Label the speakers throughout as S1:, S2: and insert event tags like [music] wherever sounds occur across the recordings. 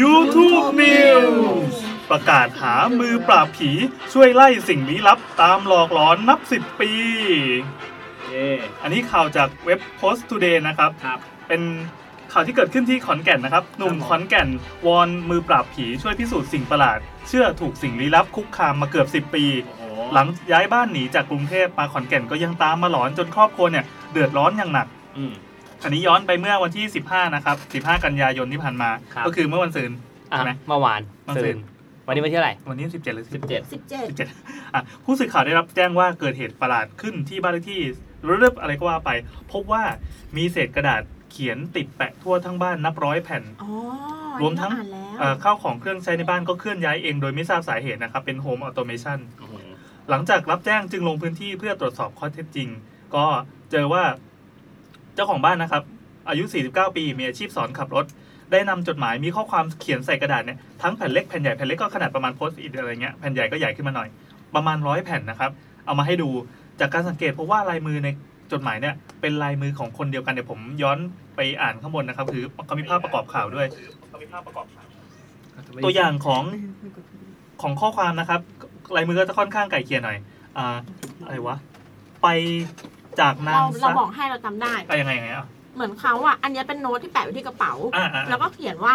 S1: YouTube News ประกาศหามือปราบผีช่วยไล่สิ่งลี้ลับตามหลอกหลอนนับ 10 ปี
S2: เย่
S1: อันนี้ข่าวจากเว็บ Post Today นะครับ
S2: ครับ
S1: เป็นข่าวที่เกิดขึ้นที่ขอนแก่นนะครับ หนุ่ม
S2: ครับผม
S1: ขอนแก่น วอนมือปราบผีช่วยพิสูจน์สิ่งประหลาด เชื่อถูกสิ่งลี้ลับคุกคามมาเกือบ 10 ปี
S2: โอ้โห
S1: หลังย้ายบ้านหนีจากกรุงเทพมาขอนแก่นก็ยังตามมาหลอนจนครอบครัวเนี่ยเดือดร้อนอย่างหนัก
S2: อืม
S1: อันนี้ย้อนไปเมื่อวันที่ 15 นะครับ 15 กันยายนที่ผ่านมา
S2: ครับ
S1: ก็คือเมื่อวันศุกร์
S2: อ่ะ
S1: ใช่ไหม
S2: เมื่อวาน
S1: เมื่อคื
S2: ตื่
S1: น
S2: นวันนี้วันที่เท่าไหร่
S1: วันนี้ 17 หรือ
S2: สิบเจ็ด
S3: สิบเจ็ด
S1: 17อ่ะผู้สื่อข่าวได้รับแจ้งว่าเกิดเหตุประหลาดขึ้นที่บ้านเลขที่เรื่องอะไรก็ว่าไป พบว่ามีเศษกระดาษเขียนติดแปะทั่วทั้งบ้านนับร้อยแผ่น
S3: อ๋อ
S1: รวมทั้ง
S3: อ่านแล้ว
S1: เอ่อข้าวของเครื่องใช้ในบ้านก็เคลื่อนย้ายเองโดยไม่ทราบสาเหตุนะครับ เป็นโฮมออโตเมชันหลังจากรับแจ้งจึงลงพื้นที่เพื่อตรวจสอบข้อเท็จจริง ก็เจอว่าเจ้าของบ้านนะครับ อายุ 49 ปี มีอาชีพสอนขับรถ ได้นำจดหมายมีข้อความเขียนใส่กระดาษเนี่ยทั้งแผ่นเล็กแผ่นใหญ่แผ่นเล็กก็ขนาดประมาณโพสต์อิทอะไรเงี้ยแผ่นใหญ่ก็ใหญ่ขึ้นมาหน่อย ประมาณร้อยแผ่นนะครับ เอามาให้ดูจากการสังเกตเพราะว่าลายมือในจดหมายเนี่ยเป็นลายมือของคนเดียวกันเดี๋ยวผมย้อนไปอ่านข้างบนนะครับคือเขามีภาพประกอบข่าวด้วย ตัวอย่างของของข้อความนะครับลายมือก็จะค่อนข้างไก่เกลียหน่อยอ่าอะไรวะ ไปจากนา
S3: เรา
S1: ง
S3: เรา
S1: ซะ
S3: บอกให้เราจำได้
S1: ไปยังไงยังไงอ่ะ
S3: เหมือนเขาอ่ะ อันเนี้ยเป็นโน้ตที่แปะไว้ที่กระเป๋า
S1: อ่าอ่า
S3: แล้วก็เขียนว่า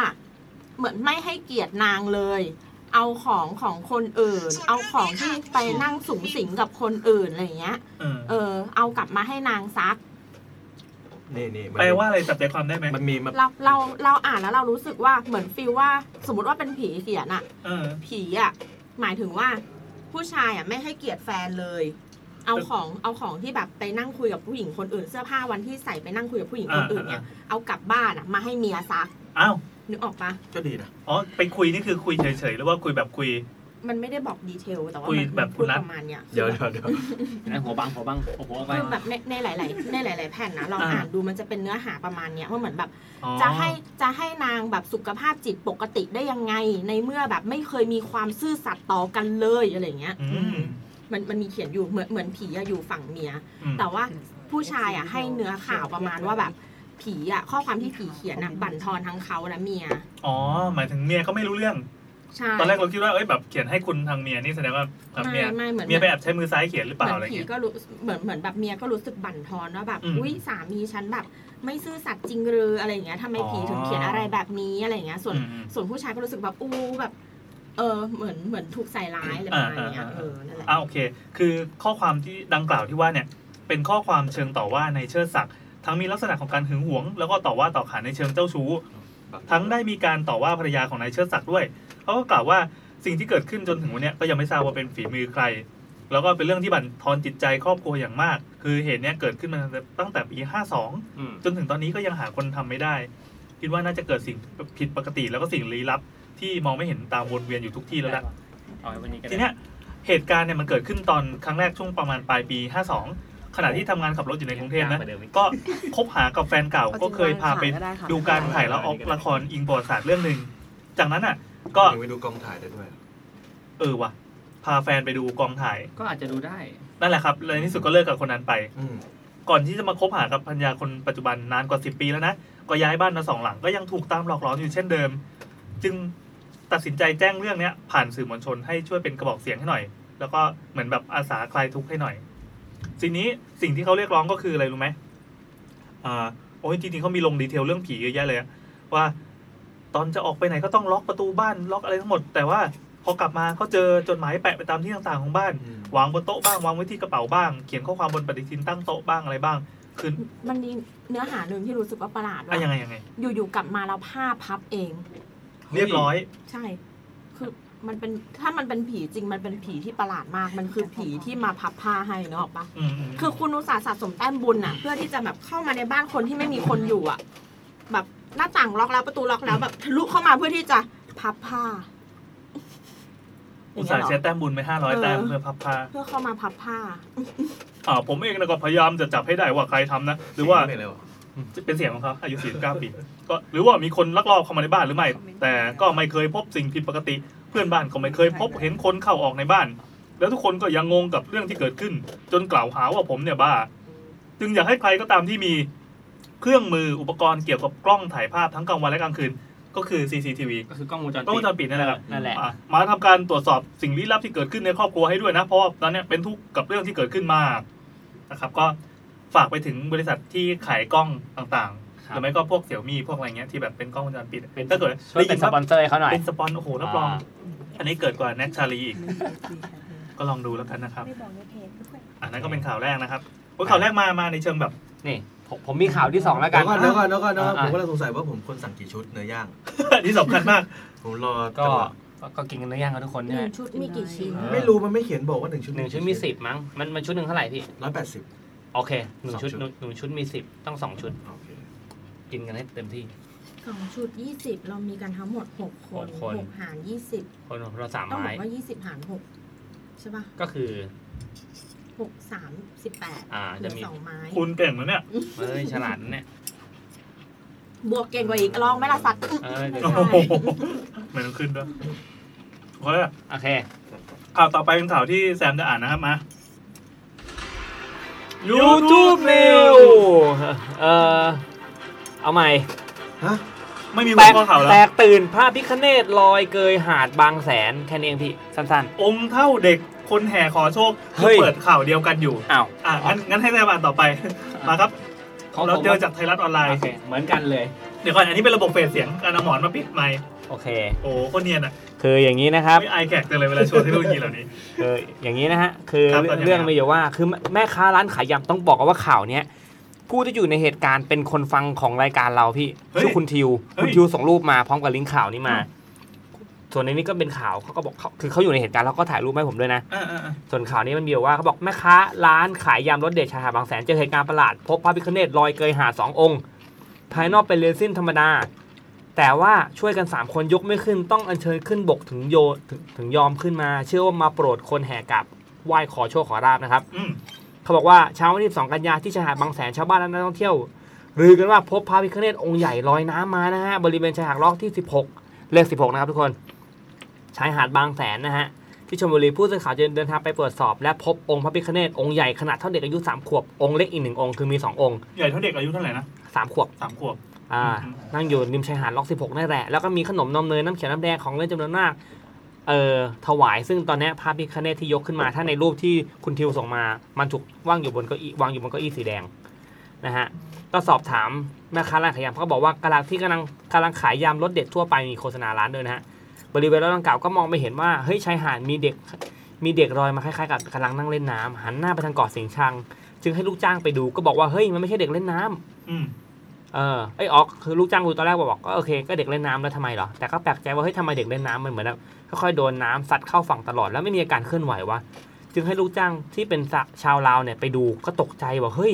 S3: เหมือนไม่ให้เกียรตินางเลย เอาของของคนอื่น เอาของที่ไปนั่งสูงสิงกับคนอื่นอะไรอย่างเงี้ย
S1: เออ
S3: เออ เอากลับมาให้นางซัก
S4: นี่นี่มัน
S1: แปลว่าอะไรจับใจความได้ไหม
S4: มันมีมัน
S3: เราเราเราอ่านแล้วเรารู้สึกว่าเหมือนฟีลว่าสมมติว่าเป็นผีเขียนอะ
S1: เออ
S3: ผีอะหมายถึงว่า ผู้ชายอะไม่ให้เกียรติแฟนเลย เอาของเอาของที่แบบไปนั่งคุยกับผู้หญิงคนอื่น เสื้อผ้าวันที่ใส่ไปนั่งคุยกับผู้หญิงคนอื่นเนี่ย เอากลับบ้านอะมาให้เมียซัก
S1: อ้าว
S3: นึกออกปะ
S4: ก็ดีนะ
S1: อ๋อไปคุยนี่คือคุยเฉยๆหรือว่าคุยแบบคุย
S3: มันไม่ได้บอกดีเทลแต่ว่า
S1: คุย
S3: มัน
S1: แบบ
S3: มัน
S1: คุ
S3: พู
S1: ณ
S3: ด
S1: นัท
S3: ประมาณเนี้ย
S4: เดี๋ยวเดี๋ยวเดี๋ยว
S2: นะหัวบังหัวบังโอ้โหเอาไป
S3: คือแบบในในหลาย ๆ ในหลาย ๆ แผ่นนะเรา
S1: อ่า
S3: อ่านดูมันจะเป็นเนื้อหาประมาณเนี้ยว่าเหมือนแบบ
S1: อ๋อ
S3: จะให้จะให้นางแบบสุขภาพจิตปกติได้ยังไง ในเมื่อแบบไม่เคยมีความซื่อสัตย์ต่อกันเลยอะไรเงี้ย
S1: อืม
S3: มันมันมีเขียนอยู่เหมือนเหมือนผีอะอยู่ฝั่งเมีย
S1: อืม
S3: แต่ว่าผู้ชายอะให้เนื้อข่าวประมาณว่าแบบ ผีอะข้อความที่ผีเขียนอะบั่นทอนทั้งเขาและเมีย
S1: อ๋อหมายถึงเมียก็ไม่รู้เรื่อง
S3: ใช่
S1: ตอนแรกเราคิดว่าเอ้ยแบบเขียนให้คุณทางเมียนี่แสดงว่าทางเมีย
S3: ไม่ไม่เหมือน
S1: เมียไปแอบใช้มือซ้ายเขียนหรือ
S3: เห
S1: เปล่า
S3: มือ
S1: อะไร
S3: นผี
S1: เงี้ย
S3: ก็รู้เหมือนเหมือนแบบเมียก็รู้สึกบั่นทอนว่าแบบ
S1: อืม
S3: อุ้ยสามีฉันแบบ ไม่ซื่อสัตย์จริงหรืออะไรอย่างเงี้ยทำไมผีถึงเขียนอะไรแบบนี้อะไรอย่างเงี้ยส่วน
S1: อืมอืม
S3: ส่วนผู้ชายก็รู้สึกแบบอู้แบบ เออเหมือนเหมือนถูกใส่ร้ายอะไรประมาณเนี้ยเออนั่นแหละ
S1: อ่าโอเค คือข้อความที่ดังกล่าวที่ว่าเนี่ย เป็นข้อความเชิงต่อว่าในเชิดศักดิ์ทั้งมีลักษณะของการหึงหวง แล้วก็ต่อว่าต่อขานในเชิงเจ้าชู้ ทั้งได้มีการต่อว่าภรรยาของนายเชิดศักดิ์ด้วยเขาก็กล่าวว่าสิ่งที่เกิดขึ้นจนถึงวันเนี้ยก็ยังไม่ทราบว่าเป็นฝีมือใคร แล้วก็เป็นเรื่องที่บั่นทอนจิตใจครอบครัวอย่างมาก คือเหตุเนี้ยเกิดขึ้นมาตั้งแต่ปี 52
S2: อืม
S1: จนถึงตอนนี้ก็ยังหาคนทำไม่ได้ คิดว่าน่าจะเกิดสิ่งผิดปกติแล้วก็สิ่งลี้ลับ ที่มองไม่เห็นตามวนเวียนอยู่ทุกที่แล้วล่ะ
S2: เอาไว้วันนี้กัน
S1: ทีเนี้ยเหตุการณ์เนี่ยมันเกิดขึ้นตอนครั้งแรกช่วงประมาณปลายปี 52 ขณะที่ทำงานขับรถอยู่ในกรุงเทพนะ ก็คบหากับแฟนเก่าก็เคยพาไปดูการถ่ายละออกละครอิงประวัติศาสตร์เรื่องหนึ่ง จากนั้นอ่ะ ก็
S4: ยังไปดูกองถ่ายได้ด้วย
S1: เออว่ะ พาแฟนไปดูกองถ่าย
S2: ก็อาจจะดูได้
S1: นั่นแหละครับเลยในที่สุดก็เลิกกับคนนั้นไป
S4: อืม
S1: ก่อนที่จะมาคบหากับภรรยาคนปัจจุบันนานกว่า 10 ปีแล้วนะ ก็ย้ายบ้านมาสองหลังก็ยังถูกตามหลอกหลอนอยู่เช่นเดิม จึงตัดสินใจแจ้งเรื่องเนี้ย ผ่านสื่อมวลชนให้ช่วยเป็นกระบอกเสียงให้หน่อย แล้วก็เหมือนแบบอาสาคลายทุกข์ให้หน่อย สิ่งนี้สิ่งที่เขาเรียกร้องก็คืออะไรรู้ไหมอ่าโอ้ยจริงๆเขามีลงดีเทลเรื่องผีเยอะแยะเลยอะว่าตอนจะออกไปไหนก็ต้องล็อกประตูบ้านล็อกอะไรทั้งหมด แต่ว่าพอกลับมาก็เจอจดหมายแปะไปตามที่ต่างๆของบ้าน
S4: อืม
S1: วางบนโต๊ะบ้างวางไว้ที่กระเป๋าบ้าง เขียนข้อความบนปฏิทินตั้งโต๊ะบ้างอะไรบ้าง คือ
S3: มันมีเนื้อหาหนึ่งที่รู้สึกว่าประหลาด
S1: อะ
S3: ว่า
S1: ยังไงยังไง
S3: อยู่ๆกลับมาเราผ้าพับเอง
S1: เรียบร้อย
S3: ใช่ คือมันเป็นถ้ามันเป็นผีจริงมันเป็นผีที่ประหลาดมาก มันคือผีที่มาพับผ้าให้เนกอะปะ
S1: อืมอืม
S3: คือคุณอุตสาห์สะสมแต้มบุญน่ะ เพื่อที่จะแบบเข้ามาในบ้านคนที่ไม่มีคนอยู่อ่ะ แบบหน้าต่างล็อกแล้วประตูล็อกแล้วแบบทะลุเข้ามาเพื่อที่จะพับผ้า
S1: อุตส่าห์
S3: ย่ง
S1: ใช้
S3: เงี้ยเหร
S1: แต้มบุญไปห้าร้อย
S3: เออ
S1: แต้มเพื่อพับผ้า
S3: อเพื่อเข้ามาพับผ้า
S1: อ่าผมเองนะก็พยายามจะจับให้ได้ว่าใครทำนะ หรือว่า
S4: ไม่เร็ว
S1: เป็นเสียงของเขาอายุ49ปีก็หรือว่ามีคนลักลอบเข้ามาในบ้านหรือไม่ แต่ก็ไม่เคยพบสิ่งผิดปกติ เพื่อนบ้านก็ไม่เคยพบเห็นคนเข้าออกในบ้าน แล้วทุกคนก็ยังงงกับเรื่องที่เกิดขึ้น จนกล่าวหาว่าผมเนี่ยบ้า จึงอยากให้ใครก็ตามที่มีเครื่องมืออุปกรณ์เกี่ยวกับกล้องถ่ายภาพทั้งกลางวันและกลางคืน ก็คือ CCTV
S2: ก็คือกล้องวงจร
S1: กล้องวงจรปิดนั่นแหละครับ
S2: นั่นแหละ
S1: อ่ะมาทำการตรวจสอบสิ่งลี้ลับที่เกิดขึ้นในครอบครัวให้ด้วยนะ เพราะว่าตอนเนี้ยเป็นทุกข์กับเรื่องที่เกิดขึ้นมากนะครับ ก็ฝากไปถึงบริษัทที่ขายกล้องต่างๆ
S2: ค
S1: ห
S2: รับ
S1: รือไม่ก็พวกเสี่ยมี่พวกอะไรเงี้ยที่แบบเป็นกล้องวงจรปิด
S2: เป็น
S1: ถ้าเกิด
S2: ช่วยเป็นสปอนเซอร์ให้เขาหน่อย
S1: เป็นสปอนโอ้โหรับรอง
S2: อ่า
S1: อันนี้เกิดกว่าแน็กชาลี
S2: [laughs]
S1: อีกก็ลองดูแล้วกันนะครับ
S5: ไม่บอกในเพจด้วย
S1: อันนั้นก็เป็นข่าวแรกนะครับโอ้ยข่าวแรกมามาในเชิงแบบ [laughs]
S2: นี่ผมผมมีข่าวที่สองแล้วกั
S4: เดี๋ย
S2: น
S4: วก่อนเดี๋ยวก่อนเดี๋ยวก่อนเดี๋ยวก่อน
S2: อ่ะ
S4: ผมก็เลยสงสัยว่าผมคนสั่งกี่ชุดเนื้อย่าง
S1: ที่สำคัญมาก
S4: ผมรอ
S2: ก็
S4: จังหวะ
S2: ก็ก็กินกันเนื้อย่างกันทุกคน
S3: ห
S2: ใช่ไหม
S3: นึ่งชุดมีกี่ชิ้น
S2: า
S4: ไม่รู้มันไม่เขียนบอกว่าหนึ่งชุด
S2: หนึ่งชุดมีสิบมั้งมันมันชุดหนึ่งเท่าไหร่พี่
S4: ร้อยแปดสิบ
S2: โอเคหนึ่งชุด
S4: สองชุด
S2: หนึ่งหนึ่งชุดมีสิบต้องสองชุด
S4: โอเค
S2: กินกันให้เต็มที่
S3: สองชุดยี่สิบเรามีกันทั้งหมดหกค
S2: ห
S3: น
S2: กคน
S3: หกหารยี่สิบ
S2: คนเราสาม
S3: ต้องบ
S2: ไม้
S3: อกว่ายี่สิบหารหกใช่ป่ะ
S2: ก็คือ
S3: หกสามสิบแปด
S2: อ่า
S3: เหลื
S2: จะ
S3: อ
S2: มี
S3: สองไม้
S1: คุณเก่งนะเนี่ย
S2: เฮ้ยฉลาดนะเนี่ย
S3: บวกเก่งกว่าอีกลองไหม่ละสัตว์
S2: เออเดี๋ยว
S1: [laughs] โอ้
S3: ใช่
S1: โหไม่ต้องขึ้นด้วยโอเค
S2: โอเค
S1: ข่าวต่อไปเป็นข่าวที่แซมจะอ่านนะครับมา
S2: YouTube New เอ่อเอาใหม่
S4: ฮะ
S1: ไม่มี
S2: แต
S1: หัว
S2: ก
S1: ข้อข่าวแล้
S2: แต
S1: ว
S2: กตื่นพระพิคเนตลอยเกยหาดบางแสน แค่นี้เองพี่ สั้น
S1: องค์เท่าเด็กคนแห่ขอโชค
S2: เฮ้
S1: คือย เปิดข่าวเดียวกันอยู่
S2: ๆอ้าว
S1: อ่ะงั้นงั้นให้แซมอ่านต่อไป มาครับ
S2: ของ
S1: เรา
S2: ผม
S1: เจอจากไทยรัฐออนไลน์
S2: โอเคเหมือนกันเลย
S1: เดี๋ยวก่อน อันนี้เป็นระบบเฟดเสียงการเอาหมอนมาปิดไมค์
S2: โอเค
S1: โอ้โหคนเนียนอ่ะ
S2: คืออย่างนี้นะครับ
S1: ไม่อายแขกจังเลยเวลาโชว์เทคโนโลยีเหล่านี้
S2: คืออย่างนี้นะฮะ คือ
S1: ครับตอนนี้
S2: เรื่องมีอยู่ว่าคือแม่ค้าร้านขายยำต้องบอกกันว่าข่าวเนี้ยผู้ที่อยู่ในเหตุการณ์เป็นคนฟังของรายการเราพี่
S1: เฮ้ย
S2: ชื่อคุณทิว
S1: เฮ้ย
S2: คุณทิวส่งรูปมาพร้อมกับลิงก์ข่าวนี้มา
S1: อ่ะ
S2: ส่วนในนี้ก็เป็นข่าวเขาก็บอกเขาคือเขาอยู่ในเหตุการณ์แล้วก็ถ่ายรูปมาให้ผมด้วยนะ
S1: อ่าอ่าอ่า
S2: ส่วนข่าวนี้มันมีอยู่ว่าเขาบอกแม่ค้าร้านขายยำรถเด็ดชายหาดบางแสนเจอเหตุการณ์ประหลาด พบพระพิคเนตลอยเกยหาดสององค์ ภายนอกเป็นเรซินธรรมดา แต่ว่าช่วยกัน 3 คนยกไม่ขึ้นต้องอัญเชิญขึ้นบกถึงโยถึงถึงยอมขึ้นมา เชื่อว่ามาโปรดคนแห่กราบไหว้ขอโชคขอราบนะครับ
S1: อืม
S2: เขาบอกว่าเช้าวันที่2กันยาที่ชายหาดบางแสนชาวบ้านและนักท่องเที่ยวรือกันว่าพบพระพิฆเนศองค์ใหญ่ลอยน้ำมานะฮะบริเวณชายหาดลอกที่ 16 เลข 16 นะครับทุกคน ชายหาดบางแสนนะฮะที่ชลบุรีผู้สื่อข่าวจึงเดินทางไปตรวจสอบ และพบองค์พระพิฆเนศองค์ใหญ่ขนาดเท่าเด็กอายุ 3 ขวบ องค์เล็กอีกหนึ่งองค์คือมี 2 องค์
S1: ใหญ่เท่าเด็กอายุเท่าไหร่นะ
S2: 3 ขวบ
S1: สามขวบ
S2: อ่า
S1: อืม
S2: นั่งอยู่ริมชายหาดลอก 16นั่นแหละแล้วก็มีขนมนมเนยน้ำเขียวน้ำแดงของเล่นจำนวนมากเอ่อถวายซึ่งตอนเนี้ยพระพิฆเนศที่ยกขึ้นมา ถ้าในรูปที่คุณทิวส่งมา มันถูกวางอยู่บนเก้าอี้วางอยู่บนเก้าอี้สีแดง นะฮะ ก็สอบถามแม่ค้าร้านขายยำเขาก็บอกว่ากำลังที่กำลังกำลังขายยำรสเด็ดทั่วไปมีโฆษณาร้านด้วยนะฮะ บริเวณรอบดังกล่าวก็มองไม่เห็นว่าเฮ้ยชายหาดมีเด็กมีเด็กลอยมาคล้ายๆกับกำลังนั่งเล่นน้ำหันหน้าไปทางเกาะสิงชัง จึงให้ลูกจ้างไปดูก็บอกว่าเฮ้ยมันไม่ใช่เด็กเล่นน้ำ
S1: อืม
S2: เออไอ้ยออกคือลูกจ้างดูตอนแรกบอกก็โอเคก็เด็กเล่นน้ำแล้วทำไมเหรอแต่ก็แปลกใจว่าเฮ้ยทำไมเด็กเล่นน้ำมันเหมือนแบบค่อยๆโดนน้ำซัดเข้าฝั่งตลอดแล้วไม่มีอาการเคลื่อนไหววะจึงให้ลูกจ้างที่เป็นสะชาวลาวเนี่ยไปดูก็ตกใจว่าเฮ้ย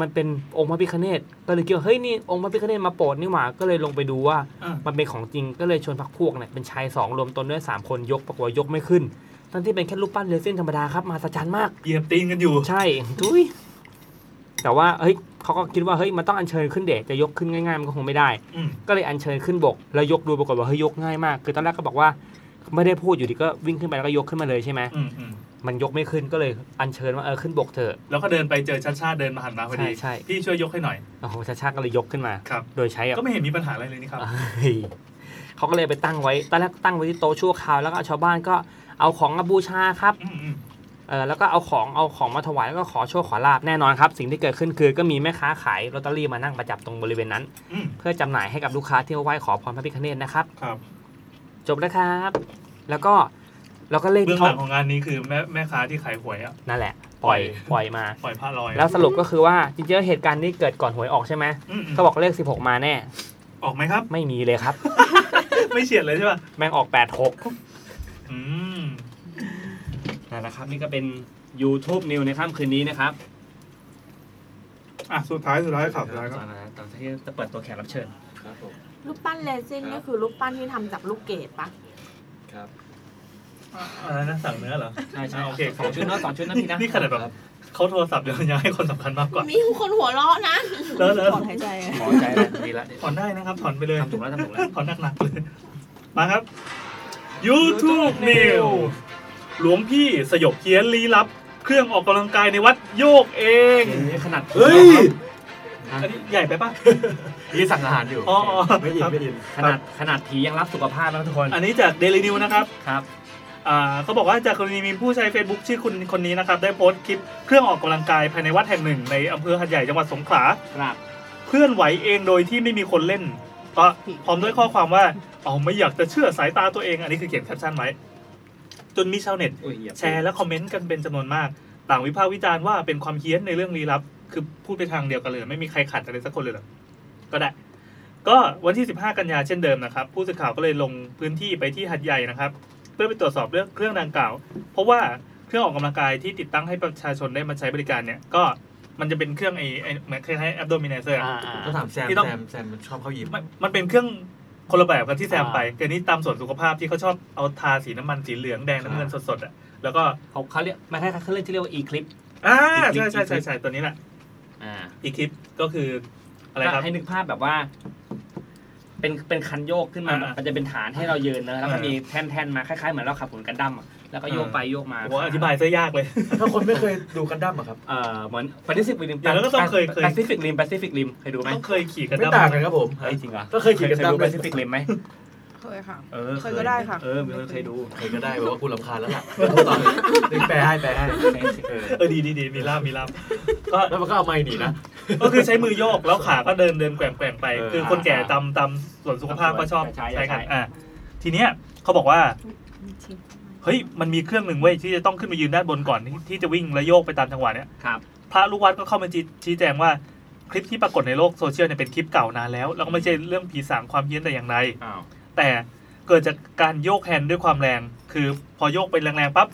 S2: มันเป็นองค์พระพิฆเนศก็เลยคิดว่าเฮ้ยนี่องค์พระพิฆเนศมาโปรดนี่หว่าก็เลยลงไปดูว่า
S1: อ่า
S2: มันเป็นของจริงก็เลยชวนพักพวกเนี่ยเป็นชายสองรวมตนด้วยสามคนยกปรากฏว่ายกไม่ขึ้นทั้งที่เป็นแค่รูปปั้นเรซินธรรมดาครับมาสะจานมาก
S1: เหยียบตีนกันอยู่
S2: ใช่ทุยแต่ว่าเฮ้ยเขาก็คิดว่าเฮ้ยมันต้องอัญเชิญขึ้นเดชจะยกขึ้นง่ายๆมันก็คงไม่ได้
S1: อืม
S2: ก็เลยอัญเชิญขึ้นบกแล้วยกดูปรากฏว่าเฮ้ยยกง่ายมากคือตอนแรกก็บอกว่า ไม่ได้พูดอยู่ดีก็วิ่งขึ้นไปแล้วก็ยกขึ้นมาเลยใช่ไหม
S1: อืมอืม
S2: มันยกไม่ขึ้นก็เลยอัญเชิญว่าเออขึ้นบกเถอะ
S1: แล้วก็เดินไปเจอชาติชาติเดินมาหันมาพอ
S2: ใช่
S1: ดี
S2: ใช่
S1: พี่ช่วยยกให้หน่อย
S2: โอ้โหชาชาก็เลยยกขึ้นมา
S1: ครับ
S2: โดยใช้แบบ [laughs]
S1: ก็ไม่เห็นมีปัญหาอะไรเลยนี่ครับ
S2: เฮ้ยเขาก็เลยไปตั้งไว้ ตอนแรกตั้งไว้ที่โต๊ะชั่วคราว แล้วก็ชาวบ้านก็เอาของมาบูชาครับ
S1: อืมอืม
S2: เออแล้วก็เอาของเอาของมาถวายแล้วก็ขอโชคขอลาบแน่นอนครับ สิ่งที่เกิดขึ้นคือก็มีแม่ค้าขายลอตเตอรี่มานั่งประจับตรงบริเวณนั้น
S1: อืม
S2: เพื่อจำหน่ายให้กับลูกค้าที่มาไหว้ขอพรพระพิฆเนศนะครับ
S1: ครับ
S2: จบแล้วครับ แล้วก็แล้วก็เลข
S1: เบื้องห
S2: ที่เขา
S1: ลังของงานนี้คือแม่แม่ค้าที่ขายหวยอ่ะ
S2: นั่นแหละ ปล่อยปล่อยมา
S1: ปล่อยผ้าลอยอะ
S2: แล้วสรุปก็คือว่าจริงๆแล้วเหตุการณ์นี้เกิดก่อนหวยออกใช่ไหม
S1: อืมอืม
S2: เขาบอกเลข 16 มาแน่
S1: ออกไหมครับ
S2: ไม่มีเลยครับ [laughs]
S1: ไม่เฉียดเลยใช่ป่ะ
S2: แม่งออก 86
S1: อืม
S2: นั่นแหละครับนี่ก็เป็น YouTube New ในค่ำคืนนี้นะครับ
S1: อ่ะสุดท้ายสุดท้ายข่าวสุดท้ายค
S2: ต
S1: รั
S2: อบ นนะตอนที่จะเปิดตัวแขกรับเชิญ
S4: ครับผม
S3: รูปปั้นเลซิน
S4: ครับ
S3: นี่คือรูปปั้นที่ทำจากลูกเกดปะ
S4: ครับ
S1: อะไรนะสั่งเนื้อเหรอ
S2: ใช่ใช่
S1: โอ
S2: โอ
S1: เค
S2: เคสองชุดเนาะสองชุดนะพี่นะ
S1: นี่ขนาดแบบเขาโทรศัพท์ [laughs] ยังย้ายให้คนสำคัญมากกว่า
S3: มีคนหัวเราะนะ
S1: แล้วแล้ว
S5: ถอนหายใจอะ
S2: ขอใจแล้วดีละ
S1: ถอนได้นะครับถอนไปเลย
S2: ทำถูกแล้วทำถูกแล้ว
S1: ถอนหนักๆเลย มาครับ YouTube New หลวงพี่สยบเคียนลี้ลับ เครื่องออกกำลังกายในวัดโยกเอง
S2: ขนาดผม
S4: เฮ้ย
S2: นะครับ
S1: อันนี้ใหญ่ไปปะ
S5: นี่สั่งอาหารอยู่
S1: อ๋ออ๋อ
S5: ไม่ยินไม่ยินขนาดขนาดผียังรับสุขภาพแล้วทุกคน
S1: อันนี้จากเดลินิวนะครับ
S5: ครับ
S1: อ่าเขาบอกว่าจากกรณีมีผู้ใช้ Facebook ชื่อคุณคนนี้นะครับ ได้โพสต์คลิปเครื่องออกกำลังกายภายในวัดแห่งหนึ่ง ในอำเภอหัดใหญ่จังหวัดสงขลา
S5: ครับ
S1: เคลื่อนไหวเองโดยที่ไม่มีคนเล่น ก็พร้อมด้วยข้อความว่าเอาไม่อยากจะเชื่อสายตาตัวเอง อันนี้คือเขียนแคปชั่นไว้ จนมีชาวเน็ต
S5: โอ้ยเหยียบ
S1: แชร์และคอมเมนต์กันเป็นจำนวนมาก ต่างวิพากษ์วิจารณ์ว่าเป็นความเฮี้ยนในเรื่องลี้ลับ คือพูดไปทางเดียวกันเลย ไม่มีใครขัดอะไรสักคนเลยเหรอ ก็ได้ ก็วันที่ 15 กันยาเช่นเดิมนะครับ ผู้สื่อข่าวก็เลยลงพื้นที่ไปที่หัดใหญ่นะครับ เพื่อไปตรวจสอบเรื่องเครื่องดังกล่าว เพราะว่าเครื่องออกกำลังกายที่ติดตั้งให้ประชาชนได้มาใช้บริการเนี่ย ก็มันจะเป็นเครื่องไอ้ไอ้เหมือนคล้ายๆ abdominizer อะ
S2: อ่า
S4: ก็ถามแซม
S1: ที่ต้อง
S4: แซมแซมมันชอบเข้ายิม
S1: มันมันเป็นเครื่องคนละแบบกันที่แซมไปคือนี่ตามส่วนสุขภาพที่เขาชอบเอาทาสีน้ำมันสีเหลืองแดงน้ำเงินสดๆอะแล้วก็
S2: เขาเขาเรียกมันคล้ายๆเขาเรียกที่เรียกว่า e-clip
S1: อ่าใช่ใช่ใช่ใช่ตัวนี้แหละ
S5: อ่า
S1: อีกคลิปก็คืออะไรครับ
S2: ให้นึกภาพแบบว่า เป็นเป็นคันโยกขึ้นมา
S1: อ่า
S2: แบบมันจะเป็นฐานให้เรายืนเนอะแล้วก็
S1: อ่ามี
S2: มีแท่นๆมาคล้ายๆเหมือนเราขับหุ่นกันดั้มอะแล้วก็โยกไปโยกมา
S1: ผมว่าอธิบายซะยากเลย
S4: ถ้าคนไม่เคยดูกันดั้มอะครับ
S2: เอ่อเหมือนแปซิฟิกริม
S1: เดี๋ยวเราก็ต้องเคยเคย
S2: แปซิฟิกริมแปซิฟิกริมเคยดูไหม
S1: ต้องเคยขี่กัน
S4: ไม่
S1: ดั้
S4: ต่างกันครับผม
S2: เฮ้ยจริงเหรอ
S4: ก็เคยขี่กันดั้ม
S2: ดูแปซิฟิกริมไหม
S6: เคยค่ะ
S2: เออ
S6: เคยก็ได้ค่ะ
S2: เออมีคนเคยดู
S4: เคยก็ได้แบบว่าคุณลำคาญแล้วล่ะต่อเลยแปลให้แปลให้
S2: เออ
S1: เออดีดีดีมีลาบมีลาบก็
S4: แล้วมันก็เอาไม้หนีนะ
S1: ก็คือใช้มือโยกแล้วขาก็เดินเดินแกว่งแกว่งไป
S4: เออ
S1: คือคนแก่ตามตามส่วนสุขภาพก็ชอบ
S2: ใช่
S1: ใช้
S2: ใช่
S1: กัน
S2: ใช่
S1: อ่ะทีเนี้ยเขาบอกว่า
S6: มีทิป
S1: เฮ้ยมันมีเครื่องหนึ่งเว้ยที่จะต้องขึ้นมายืนด้านบนก่อนที่ที่จะวิ่งและโยกไปตามจังหวะเนี้ย
S2: ครับ
S1: พระลูกวัดก็เข้ามาชี้แจงว่าคลิปที่ปรากฏในโลกโซเชียลเนี่ยเป็นคลิปเก่านานแล้วแล้วก็ไม่ใช่เรื่องผีสางความเฮี้ยนแต่อย่างไร
S2: อ้าว
S1: แต่เกิดจากการโยกแฮนด์ด้วยความแรง คือพอโยกไปแรงๆปั๊บ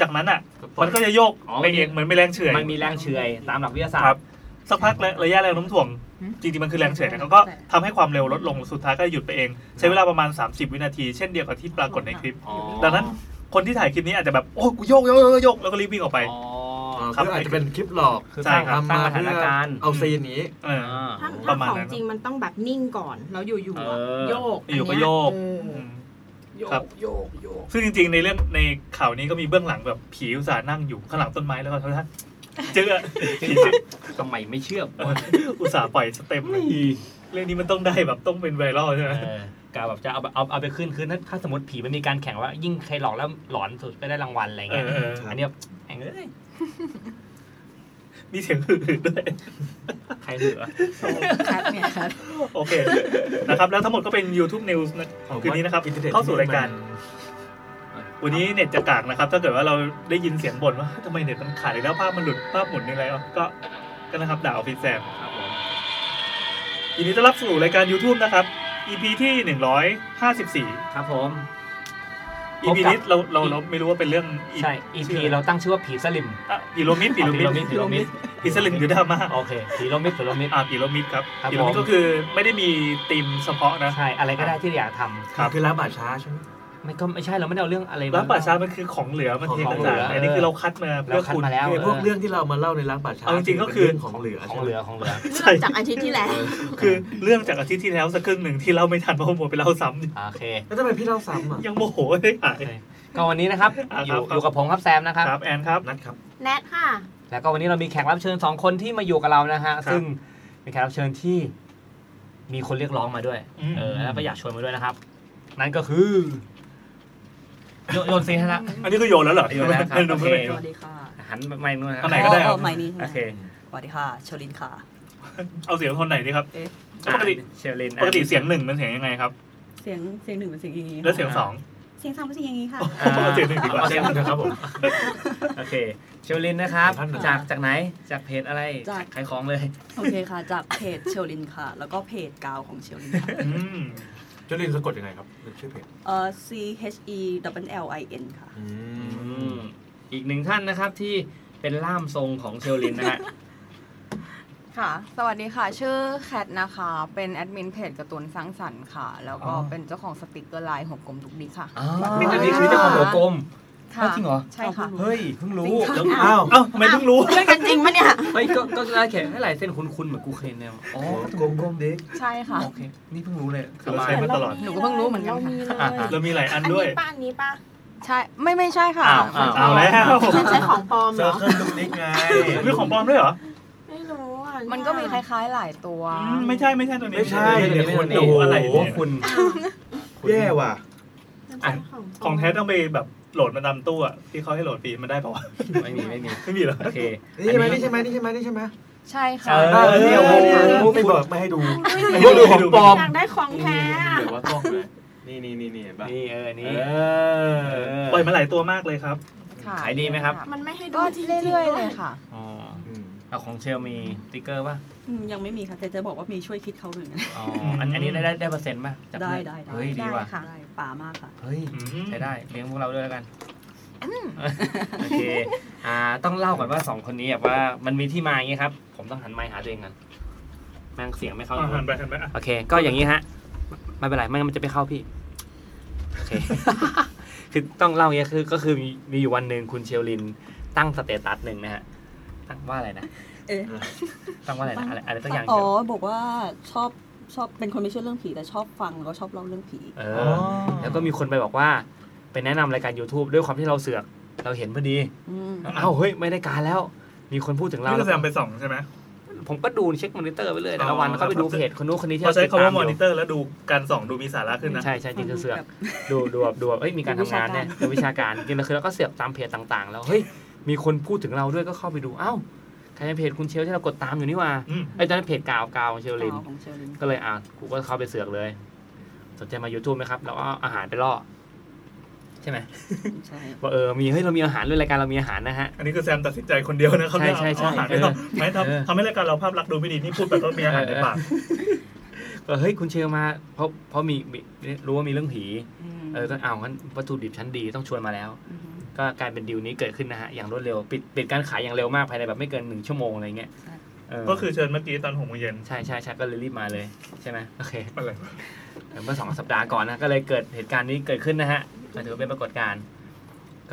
S1: จากนั้นอ่ะ มันก็จะโยกไปเองเหมือนไม่แรงเฉื่อย
S2: มันมีแรงเฉื่อยตามหลักวิทยาศาส
S1: ครั
S2: ต
S1: บ
S2: ร์
S1: สักพักและระยะแรงโน้มถ่วง
S6: หืม
S1: จริงๆ มันคือแรงเฉื่อยนะก็ทำให้ความเร็วลดลงสุดท้ายก็หยุดไปเอง ใช้เวลาประมาณ 30 วินาที เช่นเดียวกับที่ปรากฏในคลิป
S2: อ๋อ
S1: ดังนั้น คนที่ถ่ายคลิปนี้อาจจะแบบ โอ้ยกูโยกโยกโยกโยกแล้วก็รีบวิ่งออกไป
S2: อ๋อ
S1: ค
S4: ค
S1: รั
S4: รับ อาจจะเป็นคลิปหลอก
S2: คือสร้าง
S4: ทำมา
S2: สร้างสถาน
S4: เพื่อ
S2: การณ์
S4: เอาซีนนี้
S1: เออ
S2: อ่า
S3: ถ้า
S1: ป
S3: ถ้า
S1: ระมาณ
S3: ของ
S1: นั้น
S3: จริงมันต้องแบบนิ่งก่อนแล้วอยู่ๆอะ
S2: เออ
S3: โยก
S1: อยู่ก็
S3: นเนี้
S1: โยก
S3: เออ
S1: อืม
S2: โย
S1: ครับ
S2: กโยกโยก
S1: ซึ่งจริงๆ ในเรื่องในข่าวนี้ก็มีเบื้องหลังแบบผีอุตส่าห์นั่งอยู่ข้างหลังต้นไม้แล้วก็ [laughs] ท่านเจอผีเจอ
S2: ทำไมไม่เชื่อม
S1: อุตส่าห์ปล่อยสเต็มเลยเรื่องนี้มันต้องได้แบบต้องเป็นไวรัลใช่ไหม
S2: กาแบบจะเอาเอาเอาไปขึ้นขึ้นถ้าถ้าสมมติผีมันมีการแข่งว่า ยิ่งใครหลอกแล้วหลอนสุดก็ได้รางวัลอะไร
S1: เอ
S2: เงี้ย
S1: อเออ
S2: อันเนี้ยแองเอ้ย
S1: มีเสียงหือด้วย
S2: ใครเหลือ
S6: คัดเนี่ยคัด
S1: โอเค นะครับ แล้วทั้งหมดก็เป็น YouTube News นะ คืนนี้นะครับ
S4: Internet
S1: เข้าสู่รายการ วันนี้เน็ตจะกากนะครับ ถ้าเกิดว่าเราได้ยินเสียงบ่นว่าทำไมเน็ตมันขาดอีกแล้วภาพมันหลุดภาพหมุนนี่อะไรวะก็ก็นะครับด่าออฟฟิศแซม
S2: ครับผม
S1: ยินดีต้อนรับสู่รายการ YouTube นะครับ EP ที่ 154
S2: ครับผม พบ
S1: EP
S2: กับ
S1: นี้เราเราเราไม่รู้ว่าเป็นเรื่อง EP
S2: ใช่ EP เราตั้งชื่อว่าผีสลิม
S1: อ่ะพีโรมิดพีโรมิด
S2: ผีโลมิด
S1: พีสลิมหรือดราม่า
S2: โอเคผีโลมิดผีโลมิด
S1: อ่าพีระมิดครับ
S2: ครับ
S1: พีระมิด
S2: ผม
S1: ก็คือไม่ได้มีธีมเฉพาะนะ
S2: ใช่อะไรก็ได้ที่อยากท
S1: ครับ
S4: คือร้านป่าช้าใช่ไหม
S2: ำไม่ก็ไม่ใช่เราไม่ได้เอาเรื่องอะไรม
S1: ร้านป่าช้ามันคือของเหลือมัน
S4: ของ
S1: เท
S4: ของเหลื
S1: ต่า
S4: อ
S1: งๆอันนี้คือเราคัดมาเพื่อ
S2: เราคัด
S1: คุณ
S2: มาแล้ว
S4: คือพวกเรื่องที่เรามาเล่าในร้านป่าช้า
S1: เอาจริงๆก็คื
S4: เน
S1: อ
S4: เรื่องของเหลือ
S2: ของ
S4: ใช่ไม
S2: เหลือของเหลือ
S1: ใช่
S3: เริ่มจากอาทิตย์ที่แล้ว
S1: คือเรื่องจากอาทิตย์ที่แล้วสักครึ่งหนึ่งที่เล่าไม่ทันเพราะผมดไปเล่าซ้ำ
S2: โอเค
S4: แล้วทำไมพี่เล่าซ้ำอ่ะ
S1: ยังโมโหได้หาย
S2: ก็วันนี้นะครับ
S1: อ่ะ
S2: อยู่
S1: ครับ
S2: อยู่กับผมครับแซมนะครับ
S1: ครับแอนครับ
S4: นัดครับ
S3: แนทค่ะ
S2: แล้วก็วันนี้เรามีแขกรับเชิญสองคนที่มาอยู่กับเรานะฮะ
S1: ครับ
S2: ซึ่งเป็นแขกรับเชิญที่มีคนเรียกร้องมาด้วย
S1: อืม
S2: เออ แล้วก็อยากชวนมาด้วยนะครับ นั่นก็คือ โยโยนซีนให้ละ
S1: อันนี้ก็โยนแล้วเหรอ
S2: โยนแล้วครับ
S1: เออดูไม่เป็น
S2: โอเค
S6: สวัสดีค่ะ
S2: หันไม่นู่นนะค
S1: อัน
S2: รับ
S1: ไหนก็ได้ครับ
S6: ใหม่นี้ใช่ไหม
S2: โอเค
S6: สวัสดีค่ะชลินค่ะ
S1: เอาเสียงคนไหนดีครับ
S6: เอ๊ะ
S1: ปกติ
S2: เชลลิน
S1: ปกติเสียงหนึ่งเป็นเสียงยังไงครับ
S6: เสียงเสียงหนึ่งเป็นเสียงอย่างนี้ค่ะ
S1: แล้วเสียงสอง
S6: เสียงสามเป็นเสียงอย่างนี้ค่ะ
S2: อ่า
S1: ปกติหนึ่งดีกว่า
S2: เอา
S4: เช่น
S2: เสียง
S4: นะครับผม
S2: โอเค เชลลินนะครับ
S4: ท่านหนึ่ง
S2: จากจากไหน จากเพจอะไร
S6: จาก
S2: ขายของเลย
S6: โอเคค่ะ จากเพจเชลินค่ะ แล้วก็เพจกาวของเชลินค่ะ
S1: อืม
S4: จุลินสะกดยังไงครับเป็นชื่อเพจ
S6: เอ่อ C H E W L I N ค่ะ
S2: อีกหนึ่งท่านนะครับที่เป็นล่ามทรงของเชลลินนะฮะ
S7: ค่ะ สวัสดีค่ะ ชื่อแคทนะคะ เป็นแอดมินเพจการ์ตูนสร้างสรรค์ค่ะ แล้วก็
S2: อ๋อ
S7: เป็นเจ้าของสติกเกอร์ไลน์หัวกลมทุกดีค่ะ
S2: อ๋
S6: นี่
S2: อ
S6: คือ
S2: นี่คือเจ้าของหัวกลม
S7: ค่ะ
S2: จริงเหรอ
S7: ใช่ค่ะ
S2: เฮ้ย เพิ่งรู้
S1: แล้ว
S4: อ้าว
S1: เอ้าทำไมเพิ่งรู้
S3: เรื่องกันจริงปะเนี่ย
S2: เฮ้ย ก็ก็ได้แขกให้หลายเส้นคุ้นๆเหมือนกูเคยแนวอ๋อ
S4: โกงโกงดิ
S7: ใช่ค่ะ
S2: โอเค นี่เพิ่งรู้เลย
S1: คือเราใช้มาตลอด
S7: หนูก็เพิ่งรู้เหมือนกันค่ะ
S3: เรามีเลย
S1: เรามีหลายอั
S3: อั
S1: น
S3: น
S1: ด้ว
S3: นี้
S1: ย
S3: ป้าอันนี้ป้า
S7: ใช่ ไม่ไม่ใช่ค่ะ
S2: อ้าวอ้าว
S1: เอาแล้ว
S3: ฉันใช้ของปลอมเห
S4: เซ
S3: ร
S4: อ
S3: อ
S4: ร์เคิลลูกนิกไง
S1: มีของปลอมด้วยเหรอ
S3: ไม่รู้อ่ะ
S7: มันก็มีคล้ายๆหลายตัว
S1: อืมไม่ใช่ไม่ใช่ตัวนี้
S8: ไม่ใช่
S1: ตัว
S8: เดี๋ยว
S1: นี้
S8: คน
S1: โอ้
S8: โอ้
S1: โห
S8: โห
S1: อะไรเนี่ย
S8: คุณ
S2: คุณ
S8: แย่ว่ะ
S3: น้ำส้ม
S1: ของแท้ต้องไปแบบโหลดมาตามตู้อะที่เขาให้โหลดฟรีมันได้ปะวะ
S2: ไม่มีไม่มี
S1: ไม่มีเหรอ
S2: โอเค
S8: นี่ใช่ไหมนี่ใช่ไหมนี่ใช่ไหมนี่ใช่ไหม
S7: ใช่
S1: เอ
S7: ค่ะ
S1: อ
S8: เออเนี่ยโอ้โห
S1: เออ
S8: ไม่บอกไม่ให้ดู
S1: ดูของปลอม
S3: อยากได้ของแท้อะ
S8: เดี๋ยวว่าต้องเลยนี่นี่นี่นี่เห็นป่ะ
S2: นี่เออนี่
S1: ปล่อยมาหลายตัวมากเลยครับ
S7: ค่ะ
S2: ขายดีไหมครับ
S3: มันไม่ให้ดู
S7: ก็
S3: จงๆ
S7: เรื่อยๆ
S3: ด้ว
S7: เลยค่ะ
S2: อ๋อ
S8: อืม
S2: เอาของเชลมีสติ๊กเกอร์ป่ะ
S6: อืมยังไม่มีค่ะแต่จะบอกว่ามีช่วยคิดเขาหนึ่งนะ
S2: อ๋ออันอันนี้ได้ได้ได้เปอร์เซ็นต์ป่ะจาก
S6: ได้ได้
S2: เฮ้ยดีว่ะ
S3: ได้ค่ะ
S6: ได้ป่ามากค่ะ
S2: เฮ้ย
S1: อืม
S2: ใช้ได้เลี้ยงพวกเราด้วยแล้วกันโอเคอ่าต้องเล่าก่อนว่าสองคนนี้แบบว่ามันมีที่มาอย่างงี้ครับ ผมต้องหันไมค์หาตัวเองกันแม่งเสียงไม่เข้า
S1: อ่ะหันไปหันไปอ่ะ
S2: โอเค ก็อย่างนี้ฮะไม่เป็นไรไม่งั้นมันจะไม่เข้าพี่โอเค [laughs] คือต้องเล่าอย่างเงี้ยคือก็คือมีมีอยู่วันหนึ่งคุณเชลลิน ตั้งสเตตัสหนึ่งนะฮะตั้งว่าอะไรนะ
S6: เอ๊ะ
S2: ตั้งว่าอะไรนะอะไรอะไรสักอย่าง
S6: อ๋
S2: เกี่
S6: อ
S2: ยว
S6: บอกว่าชอบชอบเป็นคนไม่เชื่อเรื่องผีแต่ชอบฟังแล้วก็ชอบเล่าเรื่องผี
S2: เอ
S8: อ๋อ
S2: อ แล้วก็มีคนไปบอกว่าไปแนะนำรายการ YouTube ด้วยความที่เราเสือกเราเห็นพอดี
S6: อืม
S2: เอ้าเฮ้ยไม่ได้การแล้ว มีคนพูดถึงเรา
S1: นี่ก็แซมไปสองใช่ไหม
S2: ผมก็ดูเช็คมอนิเตอร์ไปเรื่อยแต่ละวัน
S1: อ๋อ
S2: แล้วก็ไปดูเพจคนนู้นคนนี้ที่
S1: พอใช้คำว่ามอ
S2: ติ
S1: นิ
S2: ด
S1: เตอร์แล้วดูการส่องดูมีสาระขึ้นนะ
S2: ใช่ใช่จริงคือเสือก
S6: แบบ
S2: ดูดูแบบดูแบบเอ้ยมีการทำงานเนี่ยดูวิชาการจริงแล้วคือแล้วก็เสือกตามเพจต่างๆ แล้วเฮ้ยมีคนพูดถึงเราด้วยก็เข้าไปดูเอ้าใครในเพจคุณเชลที่เรากดตามอยู่นี่ว่า
S1: อืม
S2: ไอ้ยตอนนั้นเพจกาวกาวของเชลลิน
S6: อ๋อของเชอริน
S2: ก็เลยอ่ะกูก็เข้าไปเสือกเลย สนใจมา YouTube ไหมครับเราก็เอาอาหารไปล่อใช่ไหม
S6: ใช่
S2: ว่าเออมีเฮ้ยเรามีอาหารด้วยรายการเรามีอาหารนะฮะ
S1: อันนี้คือแซมตัดสินใจคนเดียวนะครับ
S2: ใช่ใช่ใช่
S1: เอาอาหารไม่ต้องไม่ทำทำให้รายการเราภาพลักษณ์ดูไม่ดีนี่พูดไปก็มีอาหารในปาก
S2: ก็เฮ้ยคุณเชลมาเพราะเพราะมีมีรู้ว่ามีเรื่องผี
S6: ม
S2: เออก็เอางั้นวัตถุดิบชั้นดีต้องชวนมาแล้ว
S6: อือฮึ
S2: ก็กลายเป็นดีลนี้เกิดขึ้นนะฮะ อย่างรวดเร็ว ปิดปิดการขายอย่างเร็วมากภายในแบบไม่เกินหนึ่งชั่วโมงอะไรเงี้ย
S6: ใช่
S2: เออ
S1: ก็คือเชิญเมื่อกี้ตอนหกโมงเย็น
S2: ใช่ใช่ใช่ก็เลยรีบมาเลยใช่ไหมโอเค
S1: อะไร
S2: เออเมื่อสองสัปดาห์ก่อนนะก็เลยเกิดเหตุการณ์นี้เกิดขึ้นนะฮะก็ถือว่าเป็นปรากฏการณ์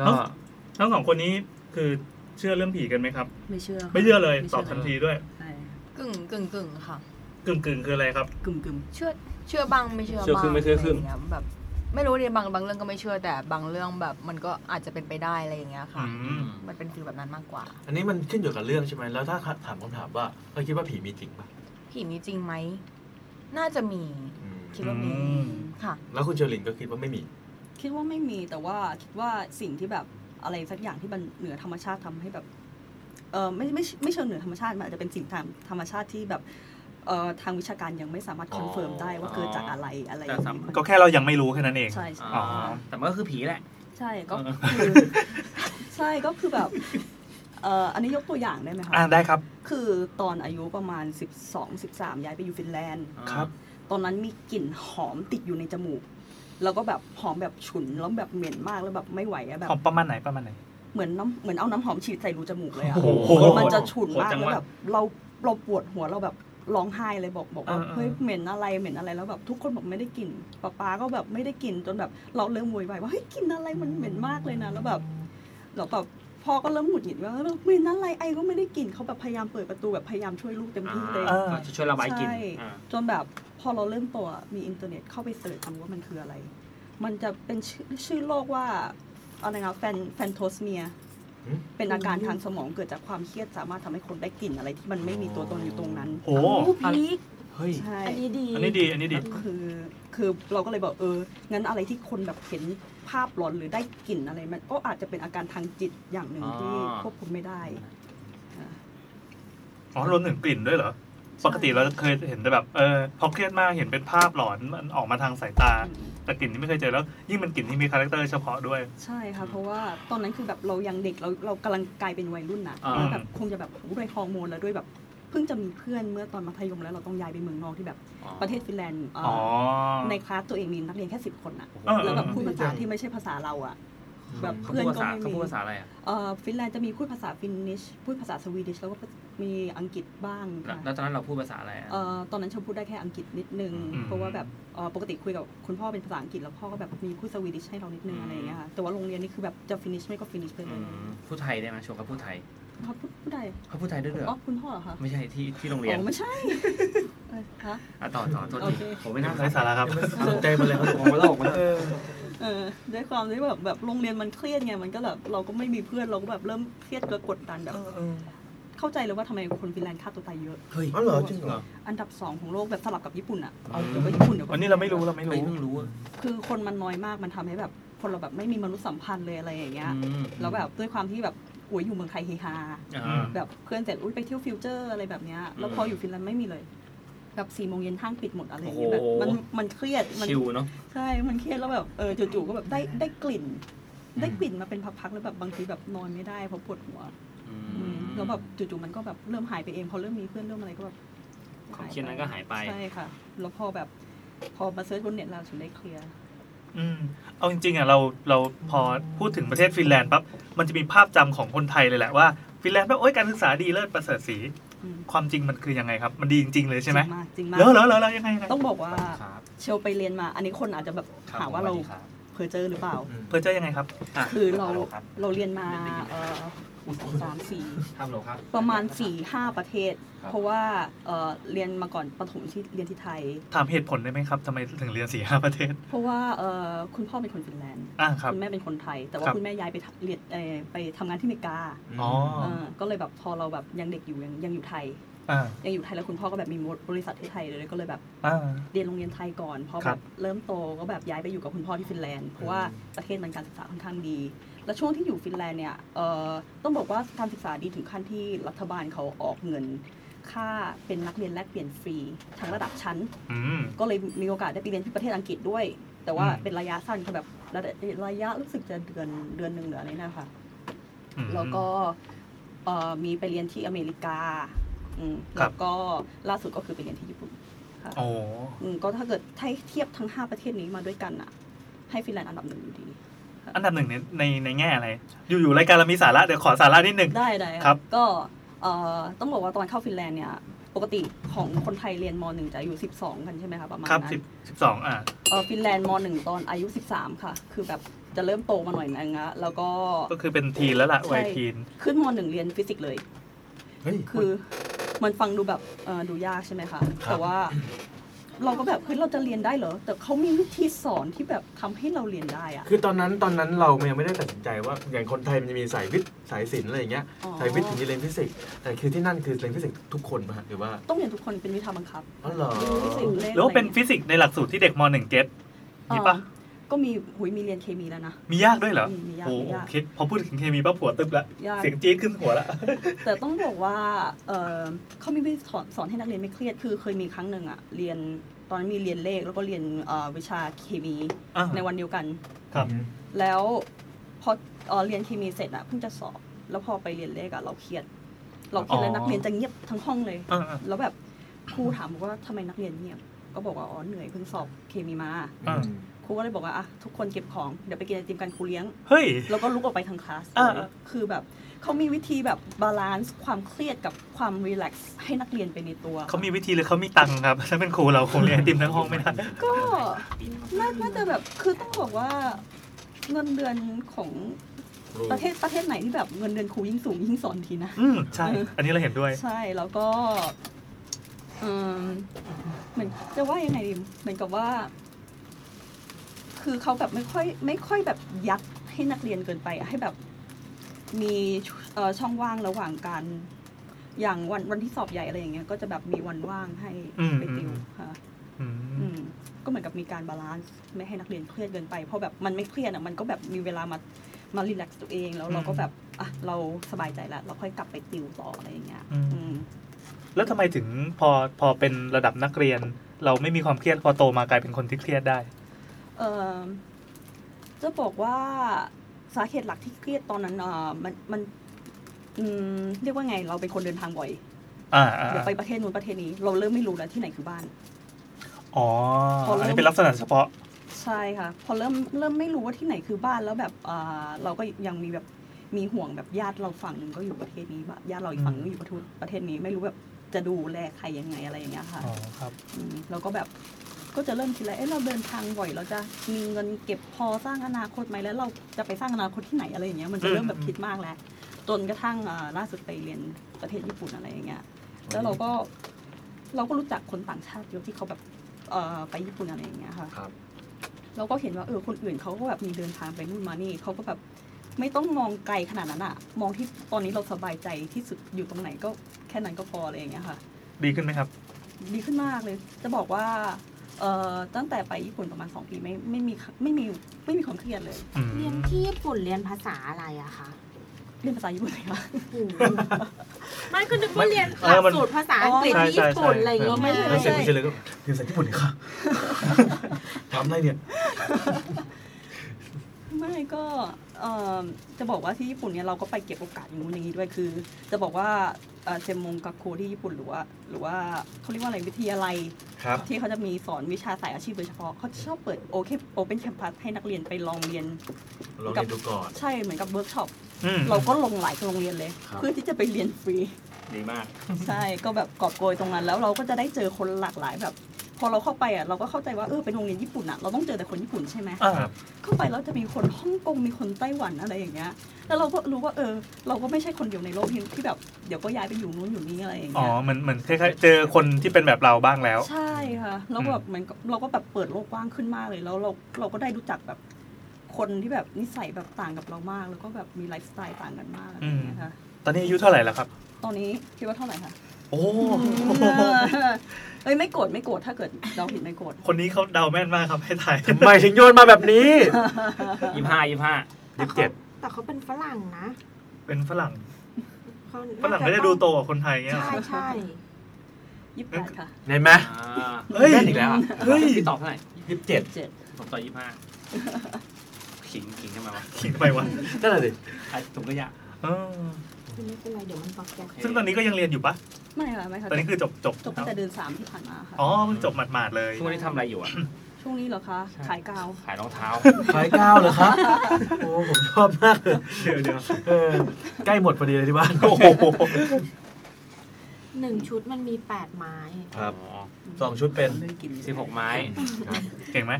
S2: ก็
S1: ทั้งสองคนนี้คือเชื่อเรื่องผีกันไหมครับ
S6: ไม่เชื่อค่ะ
S1: ไม่เชื่อเลยตอบ
S6: ไม่
S1: ทั
S6: ชื่
S1: นทีด้วย
S6: ใช่
S7: กึ่งกึ่งกึ่งค่ะ
S1: กึ่งกึ่งๆคืออะไรครับ
S6: กึ่มกึ่ม
S7: เชื่อเชื่อบ้างไม่เชื่อ
S1: เชื่อค
S7: บ้าง
S1: รึ่งไม่เชื่อครึ่ง
S7: ะไย่าเยแบบ ไม่รู้ดิบางบางเรื่องก็ไม่เชื่อแต่บางเรื่องแบบมันก็อาจจะเป็นไปได้อะไรอย่างเงี้ย
S1: อื
S7: ค่ะ
S1: ม
S7: มันเป็นฟีลแบบนั้นมากกว่า
S8: อันนี้มันขึ้นอยู่กับเรื่องใช่ไหมแล้วถ้าถามคำถามว่าเราคิดว่าผีมีจริงป่ะ
S7: ผีมีจริงไหมน่าจะมี
S8: อืม
S7: คิดว่ามี
S1: อืม
S7: ค่ะ
S8: แล้วคุณเชอรินก็คิดว่าไม่มี
S6: ๆคิดว่าไม่มีแต่ว่าคิดว่าสิ่งที่แบบอะไรสักอย่างที่มันเหนือธรรมชาติทำให้แบบเออไม่ไม่ไม่เชิงเหนือธรรมชาติมันอาจจะเป็นสิ่งทางธรรมชาติที่แบบเอ่อทางวิชาการยังไม่สามารถคอนเฟิร์มได้ว่าเกิดจากอะไรอะไรอย่างเงี้ย
S1: ก็แค่เรายังไม่รู้แค่นั้นเอง
S6: ใช่ใช่
S1: อ๋อ
S2: แต่มันก็คือผีแหละ
S6: ใช่ก็คือ [laughs] ใช่ก็คือแบบเอ่ออันนี้ยกตัวอย่างได้ไหมคะ
S1: อ่าได้ครับ
S6: คือตอนอายุประมาณ 12 13 ย้ายไปอยู่ฟินแลนด์
S1: ครับ
S6: ตอนนั้นมีกลิ่นหอมติดอยู่ในจมูก แล้วก็แบบหอมแบบฉุนแล้วแบบเหม็นมากแล้วแบบไม่ไหวอะแบบ
S1: ของประมาณไหนประมาณไหน
S6: เหมือนน้ำเหมือนเอาน้ำหอมฉีดใส่รูจมูกเลยอะ
S1: โอ้โห
S6: มันจะฉุนมา
S2: โห
S6: ก
S2: ดจัง
S6: แล้ว
S2: วะ
S6: แบบเราเราปวดหัวเราแบบร้องไห้เลยบอกบอกว่า
S1: เออเออ
S6: เฮ้ยเหม็นอะไรเหม็นอะไรแล้วแบบทุกคนบอกไม่ได้กลิ่นป้าป๊าก็แบบไม่ได้กลิ่นจนแบบเราเริ่มโวยวายว่าเฮ้ยกลิ่นอะไรมันเหม็นมากเลยนะแล้วแบบ แล้วแบบพ่อก็เริ่มหงุดหงิดว่าเออไม่นั่นไรไอ้ก็ไม่ได้กินเขาแบบพยายามเปิดประตูแบบพยายามช่วยลูกเต็มที่เลย
S1: เออ
S2: ก็ช่วยระบายกลิ่น
S6: ใช่
S2: อ่า
S6: จนแบบพอเราเริ่มตัวมีอินเทอร์เน็ตเข้าไปเสิร์ชดูว่ามันคืออะไร มันจะเป็นชื่อชื่อโรคว่าอะไรนะแฟนแฟนโทสเมีย
S8: หืม
S6: เป็นอาการทางสมองเกิดจากความเครียดสามารถทำให้คนได้กลิ่นอะไรที่มันไม่มีตัวตนอยู่ตรงนั้น
S1: โอ้
S3: โอ้พีค
S2: เฮ้ย
S6: ใช่
S3: อันนี้ดี
S1: อันนี้ดีอันนี้ดี
S6: คือคือเราก็เลยบอกเอองั้นอะไรที่คนแบบเห็นภาพหลอนหรือได้กลิ่นอะไรมันก็อาจจะเป็นอาการทางจิตอย่างหนึ่งที่
S2: อ๋อ
S6: ควบคุมไม่ได้
S1: อ๋อรวมถึงกลิ่นด้วยเหรอ ปกติเราเคยเห็นแต่แบบเออพอเครียดมากเห็นเป็นภาพหลอนมันออกมาทางสายตา แต่กลิ่นนี่ไม่เคยเจอแล้วยิ่งเป็นกลิ่นที่มีคาแรคเตอร์เฉพาะด้วย
S6: ใช่ค่ะเพราะว่าตอนนั้นคือแบบเรายังเด็กเราเรากำลังกลายเป็นวัยรุ่นนะ
S2: อ่า
S6: แล้วแบบคงจะแบบโอ้โหด้วยฮอร์โมนแล้วด้วยแบบเพิ่งจะมีเพื่อนเมื่อตอนมัธยมแล้วเราต้องย้ายไปเมืองนอกที่แบบประเทศฟินแลนด์เอ่ออ
S1: อ๋อ
S6: ในคลาสตัวเองมีนักเรียนแค่สิบคนอะ
S1: เออ
S6: แล้วแบบพูดภาษา
S8: เออ
S6: ที่ไม่ใช่ภาษาเราอะ แบบ
S2: เขา
S6: เพื่อน
S2: พูดภา
S6: ก็
S2: ษา
S6: ไม่มี
S2: เขาพูดภาษาอะไรอ่ะ
S6: เอ่อฟินแลนด์จะมีพูดภาษาฟินนิชพูดภาษาสวีดิชแล้วก็มีอังกฤษบ้าง
S2: แล้ว
S6: ค่ะ
S2: แล้วตอนนั้นเราพูดภาษาอะไรอ่ะ
S6: เอ่อตอนนั้นชมพูดได้แค่อังกฤษนิดนึง
S1: อืม
S6: เพราะว่าแบบเอ่อปกติคุยกับคุณพ่อเป็นภาษาอังกฤษแล้วพ่อก็แบบมีพูดสวีดิชให้เรานิดนึงอะไรอย่างเงี้ยค่ะแต่ว่าโรงเรียนนี่คือแบบจะฟินิชไม่ก็ฟินิชไปเลย
S2: พูดไทยได้ไหมชวนเขาพูดไทย
S6: เขาพูดพูดได้
S2: เขาพูดไทยด้วยเหร
S6: อ๋อ
S2: อ
S6: คุณพ่อเหรอคะ
S2: ไม่ใช่ที่ที่โรงเรียน
S6: อ๋อไม่ใช่ [laughs] เออคะ
S2: อ่ะต่อต่อโทษ
S6: โอ
S2: ที
S6: เค
S2: ผมไม่น่า
S1: ไร้สาระครับ
S8: สนใจมันเลย
S2: ผ
S8: เขา
S2: มมาลอกมา
S8: เออ
S6: เออด้วยความที่แบบแบบโรงเรียนมันเครียดไงมันก็แบบเราก็ไม่มีเพื่อนเราก็แบบเริ่มเครียดแล้วกดดันแบบ เข้าใจเลยว่าทำไมคนฟินแลนด์ฆ่าตัวตายเยอะ
S4: เฮ้ย
S8: อ๋อเหรอจริงเหรอ
S6: อันดับสองของโลกแบบสลับกับญี่ปุ่นอ่ะ
S4: เอา
S6: เดี๋ยวก็ญี่ปุ่นเดี๋ยวก็
S1: วันนี้เราไม่รู้เราไม่
S4: ไม่
S1: รู้
S4: เพิ่งรู้อะ
S6: คือคนมันน้อยมากมันทำให้แบบคนเราแบบไม่มีมนุษยสัมพันธ์เลยอะไรอย่างเงี้ย
S4: อืม
S6: แล้วแบบด้วยความที่แบบอุ้ยอยู่เมืองไทยเฮฮา
S4: อ่า
S6: แบบเพื่อนเสร็จอุ้ยไปเที่ยวฟิวเจอร์อะไรแบบเนี้ยแล้วพออยู่ฟินแลนด์ไม่มีเลย แบบสี่โมงเย็นห้างปิดหมดอะไรอย่างเงี้ยแบบ
S4: โอ้โห
S6: มันมันเครียดมัน
S4: ชิวเนาะ
S6: ใช่ มันเครียดแล้วแบบเออจู่ๆก็แบบได้ได้กลิ่น
S4: อืม
S6: ได้กลิ่นมาเป็นพักๆแล้วแบบบางทีแบบนอนไม่ได้เพราะปวดหัว
S4: อืม
S6: อืมแล้วแบบจู่ๆมันก็แบบเริ่มหายไปเองพอเริ่มมีเพื่อนเริ่มอะไรก็แบบ
S5: ความเครียดนั้นก็หายไป
S6: ใช่ค่ะ แล้วพอแบบพอมาเซิร์ชบนเน็ตเราถึงได้เคลียร์
S1: อืมเอาจริงๆอ่ะเราเราพอพูดถึงประเทศฟินแลนด์ปั๊บมันจะมีภาพจำของคนไทยเลยแหละว่าฟินแลนด์แบบโอ้ยการศึกษาดีเลิศประเสริฐสี
S6: อืม
S1: ความจริงมันคือยังไงครับ มันดีจริงๆเลยใช่ไหม
S6: จริงมากจริงมาก
S1: แล้วแล้วแล้วแล้วยังไงยังไง
S6: ต้องบอกว่า
S4: ครับ
S6: เชลไปเรียนมา อันนี้คนอาจจะแบบ
S4: ครับ
S6: หาว่าเรา
S4: สสดีคบ
S6: เพอเจอหรือเปล่า
S4: อืม
S1: เพอร์เจอร์ยังไงครับ
S6: คือเรา
S4: ฮัลโหลครับ
S6: เราเรียนมาเอ่อสามสี่
S4: ครับเหรอครับ
S6: ประมาณสี่ห้าประเทศ
S4: ครับ
S6: เพราะว่าเอ่อเรียนมาก่อนประถมที่เรียนที่ไทย
S1: ถามเหตุผลได้ไหมครับทำไมถึงเรียนสี่ห้าประเทศ
S6: เพราะว่าเอ่อคุณพ่อเป็นคนฟินแลนด์
S1: อ่าครับ
S6: คุณแม่เป็นคนไทย แต่ว่า
S1: ครับ
S6: คุณแม่ย้ายไปทำเรียนเอ่อไปทำงานที่อเมริกา
S1: อ๋อ
S6: เออก็เลยแบบพอเราแบบยังเด็กอยู่ยังยังอยู่ไทย
S1: อ่า
S6: ยังอยู่ไทยแล้วคุณพ่อก็แบบมีบริษัทที่ไทยเลยก็เลยแบบ
S1: อ่า
S6: เรียนโรงเรียนไทยก่อนพอ
S1: ค
S6: แบ
S1: รับบ
S6: เริ่มโตก็แบบย้ายไปอยู่กับคุณพ่อที่ฟินแลนด์เพราะว่าประเทศมันการศึกษาค่อนข้างดี และช่วงที่อยู่ฟินแลนด์เนี่ยเอ่อต้องบอกว่าการศึกษาดีถึงขั้นที่รัฐบาลเขาออกเงิน ค่าเป็นนักเรียนแลกเปลี่ยนฟรีทั้งระดับชั้น
S1: อืม
S6: ก็เลยมีโอกาสได้ไปเรียนที่ประเทศอังกฤษด้วย แต่ว่า
S1: อืม
S6: เป็นระยะสั้นคือแบบระระยะรู้สึกจะเดือนเดือนหนึ่งหรืออะไรนะคะ
S1: อืม
S6: แล้วก็เอ่อมีไปเรียนที่อเมริกาอืม
S1: ครั
S6: แล้
S1: บ
S6: วก็ล่าสุดก็คือไปเรียนที่ญี่ปุ่น
S1: โอ้
S6: อืมก็ถ้าเกิดถ้าเทียบทั้ง 5 ประเทศนี้มาด้วยกันอะให้ฟินแลนด์อันดับหนึ่งอยู่ดี
S1: อันดับหนึ่งในในในแง่อะไร อยู่ๆรายการเรามีสาระเดี๋ยวขอสาระนิดหนึ่ง
S6: ได้ได้
S1: ครับ
S6: ก็เอ่อต้องบอกว่าตอนเข้าฟินแลนด์เนี่ย ปกติของคนไทยเรียนม .1 จะอายุ 12 กันใช่ไหมคะประมาณ
S1: ครับ
S6: นั้
S1: สิบ
S6: น
S1: สิบสองอ่า
S6: เออฟินแลนด์ม .1 ตอนอายุ 13 ค่ะ คือแบบจะเริ่มโตมาหน่อยนึงละแล้วก็
S1: ก็คือเป็นทีนแล้วล่ะวัยทีน
S6: ขึ้นม .1 เรียนฟิสิกส์เลย
S8: เฮ้ย
S6: คือมันฟังดูแบบเอ่อดูยากใช่ไหมคะ
S8: ครับ
S6: แต่ว่าเราก็แบบคือเราจะเรียนได้เหรอ แต่เขามีวิธีสอนที่แบบทำให้เราเรียนได้อะ
S8: คือตอนนั้นตอนนั้นเรายังไม่ได้ตัดสินใจว่าอย่างคนไทยมันจะมีสายวิทย์สายศิลป์อะไรอย่างเงี้ย
S6: อ๋อ
S8: สายวิทย์ถึงจะเรียนฟิสิกส์แต่คือที่นั่นคือเรียนฟิสิกส์ทุกคนป่ะฮะหรือว่า
S6: ต้องเรียนทุกคนเป็นวิทยาบังคับ
S8: อ๋อเหรอ
S1: หรือว่าเป็นฟิสิกส์ในหลักสูตรที่เด็กมหนึ่งเก็ตมีปะ
S6: เออก็มีหุยมีเรียนเคมีแล้วนะ
S1: มียากด้วยเหรอ
S6: มีมียาก
S1: โอ้โอย
S6: มีาก
S1: เคพอพูดถึงเคมีปั๊บหัวตึ๊บละ
S6: ยาก
S1: เสียงจี๊ดขึ้นหัวละ
S6: แต่ต้องบอกว่าเออเขามีวิธีสอนสอนให้นักเรียนไม่เครียดคือเคยมีครั้งหนึ่งอะเรียนตอนนั้นมีเรียนเลขแล้วก็เรียนเอ่อวิชาเคมี
S1: อ่ะ
S6: ในวันเดียวกัน
S1: ครับ
S6: แล้วพอเอ่อเรียนเคมีเสร็จอะเพิ่งจะสอบแล้วพอไปเรียนเลขอะเราเครียด เราเครียดแล้ว
S1: อ๋อ
S6: นักเรียนจะเงียบทั้งห้องเลย
S1: อ่ะอ่ะ
S6: แล้วแบบครูถามว่าทำไมนักเรียนเงียบก็บอกว่าอ๋อเหนื่อยเพิ่งสอบเคมีมา
S1: อ่ะ
S6: ครูก็เลยบอกว่าอ่ะทุกคนเก็บของเดี๋ยวไปกินไอติมกันครูเลี้ยง
S1: เฮ้ย
S6: แล้วก็ลุกออกไปทางคลาส
S1: อ่า
S6: เลยคือแบบเขามีวิธีแบบบาลานซ์ความเครียดกับความรีแลกซ์ให้นักเรียนไปในตัว
S1: เขามีวิธีหรือเขามีตังค์ครับ ถ้าเป็นครูเราคงเรียนไอติมทั้งห้องไม่ได้
S6: ก็น่าน่าจะแบบ คือต้องบอกว่าเงินเดือนของประเทศประเทศไหนที่แบบเงินเดือนครูยิ่งสูงยิ่งสอนทีนะ
S1: อืมใช่ อันนี้เราเห็นด้วย
S6: ใช่แล้วก็เอิ่มเหมือนจะว่ายังไงดีเหมือนกับว่า คือเขาแบบไม่ค่อย ไม่ค่อยแบบยัดให้นักเรียนเกินไปอะให้แบบ มีเอ่อช่องว่างระหว่างการอย่างวันวันที่สอบใหญ่อะไรอย่างเงี้ยก็จะแบบมีวันว่างให้
S1: อืม
S6: ไปติว
S1: อืม
S6: ค่ะ
S1: อื
S6: อื
S1: ม
S6: มก็เหมือนกับมีการบาลานซ์ไม่ให้นักเรียนเครียดเกินไป เพราะแบบมันไม่เครียดอ่ะมันก็แบบมีเวลามามารีแลกซ์ตัวเองแล้วเราก็แบบอ่ะเราสบายใจแล้วเราค่อยกลับไปติวต่ออะไรอย่างเงี้ย
S1: อืม
S6: อืม
S1: แล้วทำไมถึงพอพอเป็นระดับนักเรียน เราไม่มีความเครียดพอโตมากลายเป็นคนที่เครียดได้
S6: เอ่อจะบอกว่าสาเหตุหลักที่เครียดตอนนั้นอ่ะมันมันอืมเรียกว่าไงเราเป็นคนเดินทางบ่อย
S1: อ่าอ่า
S6: เดี๋ยวไปประเทศนู้นประเทศนี้ เราเริ่มไม่รู้แล้วที่ไหนคือบ้าน
S1: อ๋อ
S6: พอ
S1: อั
S6: เริ่ม
S1: นนี้เป็นลักษณะเฉพาะ
S6: ใช่ค่ะ พอเริ่มเริ่มไม่รู้ว่าที่ไหนคือบ้านแล้วแบบอ่าเราก็ยังมีแบบมีห่วงแบบญาติเราฝั่งหนึ่งก็อยู่ประเทศนี้บ้างญาติเราอีกฝั่งหนึงอยู่ประเทศประเทศนี้ไม่รู้แบบจะดูแลใครยังไงอะไรอย่างเงี้ยค่ะ
S1: อ๋อครับ
S6: อืมเราก็แบบก็จะเริ่มคิดแล้ว เอ๊ะเราเดินทางบ่อย เราจะมีเงินเก็บพอสร้างอนาคตไหมแล้วเราจะไปสร้างอนาคตที่ไหนอะไรอย่างเงี้ย มันจะเริ่มแบบคิดมากแล้ว จนกระทั่งอ่าล่าสุดไปเรียนประเทศญี่ปุ่นอะไรอย่างเงี้ย แล้วเราก็เราก็รู้จักคนต่างชาติเยอะที่เขาแบบเอ่อไปญี่ปุ่นอะไรอย่างเงี้ยค่ะ
S8: ครับ
S6: เราก็เห็นว่าเออคนอื่นเขาก็แบบมีเดินทางไปนู่นมานี่เขาก็แบบ ไม่ต้องมองไกลขนาดนั้นอะมองที่ตอนนี้เราสบายใจที่สุดอยู่ตรงไหนก็แค่นั้นก็พออะไรอย่างเงี้ยค่ะ
S1: ดีขึ้นไหมครับ
S6: ดีขึ้นมากเลย จะบอกว่าเอ่อตั้งแต่ไปญี่ปุ่นประมาณ 2 ปีไม่ไม่มีไม่มีไม่มีความเครียดเลย
S1: อืม
S3: เรียนที่ญี่ปุ่นเรียนภาษาอะไรอะคะ
S6: เรียนภาษาญี่ปุ่นเลยค่ะ [laughs]
S3: โอ้โหไมันก็นึกว่าเรียนหลักสูตรภาษาอังกฤษที่ญี่ปุ่นอะไรอย่างเงี้ย
S8: แล้วเสร็จคุณเฉลยก็เรียนสายญี่ปุ่
S1: [laughs]
S8: นเลยค่ะทำอะไรเนี่ย
S6: ไม่ก็เอ่อจะบอกว่าที่ญี่ปุ่นเนี่ยเราก็ไปเก็บโอกาสอย่างนู้นอย่างนี้ด้วยคือ จะบอกว่าเอ่อเซมมงกับโคที่ญี่ปุ่นหรือว่า หรือว่าเขาเรียกว่าอะไรวิทยาลัย
S8: ครับ
S6: ที่เขาจะมีสอนวิชาสายอาชีพโดยเฉพาะเขาจะชอบเปิดโอเคโอเปนแคมปัสให้นักเรียนไปลองเรียน
S8: ลองเรียนดูก่อน
S6: ใช่เหมือนกับเวิร์กช็อป
S1: อืม
S6: เราก็ลงหลายโรงเรียนเลย
S8: ครับ
S6: เพื่อที่จะไปเรียนฟรี
S8: ดีมาก
S6: ใช่ ก็แบบกอบโกยตรงนั้น แล้วเราก็จะได้เจอคนหลากหลายแบบ พอเราเข้าไปอ่ะเราก็เข้าใจว่าเออเป็นโรงเรียนญี่ปุ่นอ่ะเราต้องเจอแต่คนญี่ปุ่นใช่ไหม
S1: อ่า
S6: เข้าไปแล้วจะมีคนฮ่องกงมีคนไต้หวันอะไรอย่างเงี้ยแล้วเราก็รู้ว่าเออ เราก็ไม่ใช่คนเดียวในโลกที่ที่แบบเดี๋ยวก็ย้ายไปอยู่นู้นอยู่นี่อะไรอย่าง
S1: อ๋อ
S6: เงี้ย
S1: เหมือนเหมือนคล้ายๆเจอคนที่เป็นแบบเราบ้างแล้ว
S6: ใช่ค่ะแล้วแบบเหมือนกับเราก็แบบเปิดโลกกว้างขึ้นมากเลยแล้วเราเราก็ได้รู้จักแบบคนที่แบบนิสัยแบบต่างกับเรามาก แล้วก็แบบมีไลฟ์สไตล์ต่างกันมากอะไรอย่างเงี้ยค่ะ
S1: ตอนนี้อายุเท่าไหร่แล้วครับ
S6: ตอนนี้คิดว่าเท่าไหร่คะ
S1: โอ้
S6: เอ้ยไม่โกรธไม่โกรธถ้าเกิดเราผิดไม่โกรธ
S1: คนนี้เขาเดาแม่นมากครับให้ถ่าย
S4: ทำไมถึงโยนมาแบบนี้
S5: ยี่ห้ายี่ห้า
S3: แต่เขาแต่เขาเป็นฝรั่งนะ
S1: เป็นฝรั่ง
S3: เขา
S1: ฝรั่งไม่ได้ดูโตกว่าคนไทยเงี้ยหรอ
S3: ใช่ใช่
S6: ยี่สิบแปดค่ะ
S4: เห็นไหม
S1: เฮ้ย
S4: แน่นอีกแล้วอะ
S1: เฮ้ย
S5: พี่ตอบเท่าไหร่
S4: ยี่สิบเจ็ด
S5: ผมตอบ
S6: [laughs]
S5: ยี่ห้าขิงขิงทำไมวะ
S1: ขิงไปวะ
S4: นั่นแหละสิ
S5: ไอ้ถุงขยะ
S1: เออ
S3: ไม่เป็นไรเดี๋ยวมันปอกแกก
S1: ซึ่งตอนนี้ก็ยังเรียนอยู่ปะ
S6: ไม่ค่ะไม่ค่ะ
S1: ตอนนี้คือจบจบ
S6: จบตั้งแต่เดือนสามที่ผ่านมาค่ะ
S1: อ๋อเพิ่งจบหมาดๆเลย
S5: ช่วงนี้ทำอะไรอยู่อ่ะ
S6: ช่วงนี้เหรอคะ
S5: ใช่
S6: ขายกาว
S5: ขายรองเท้า
S4: ขายก้าวเหรอคะโอ้ผมชอบมากเลย
S8: เดี๋ยวเดี๋ยว
S4: เออใกล้หมดพอดีเลยที่บ้าน
S1: โอ้โห
S3: หนึ่งชุดมันมีแปดไม้
S8: ครับ
S5: อ๋อ
S8: สองชุดเป็น
S5: สิบหกไม้
S1: [laughs] เก่งไหม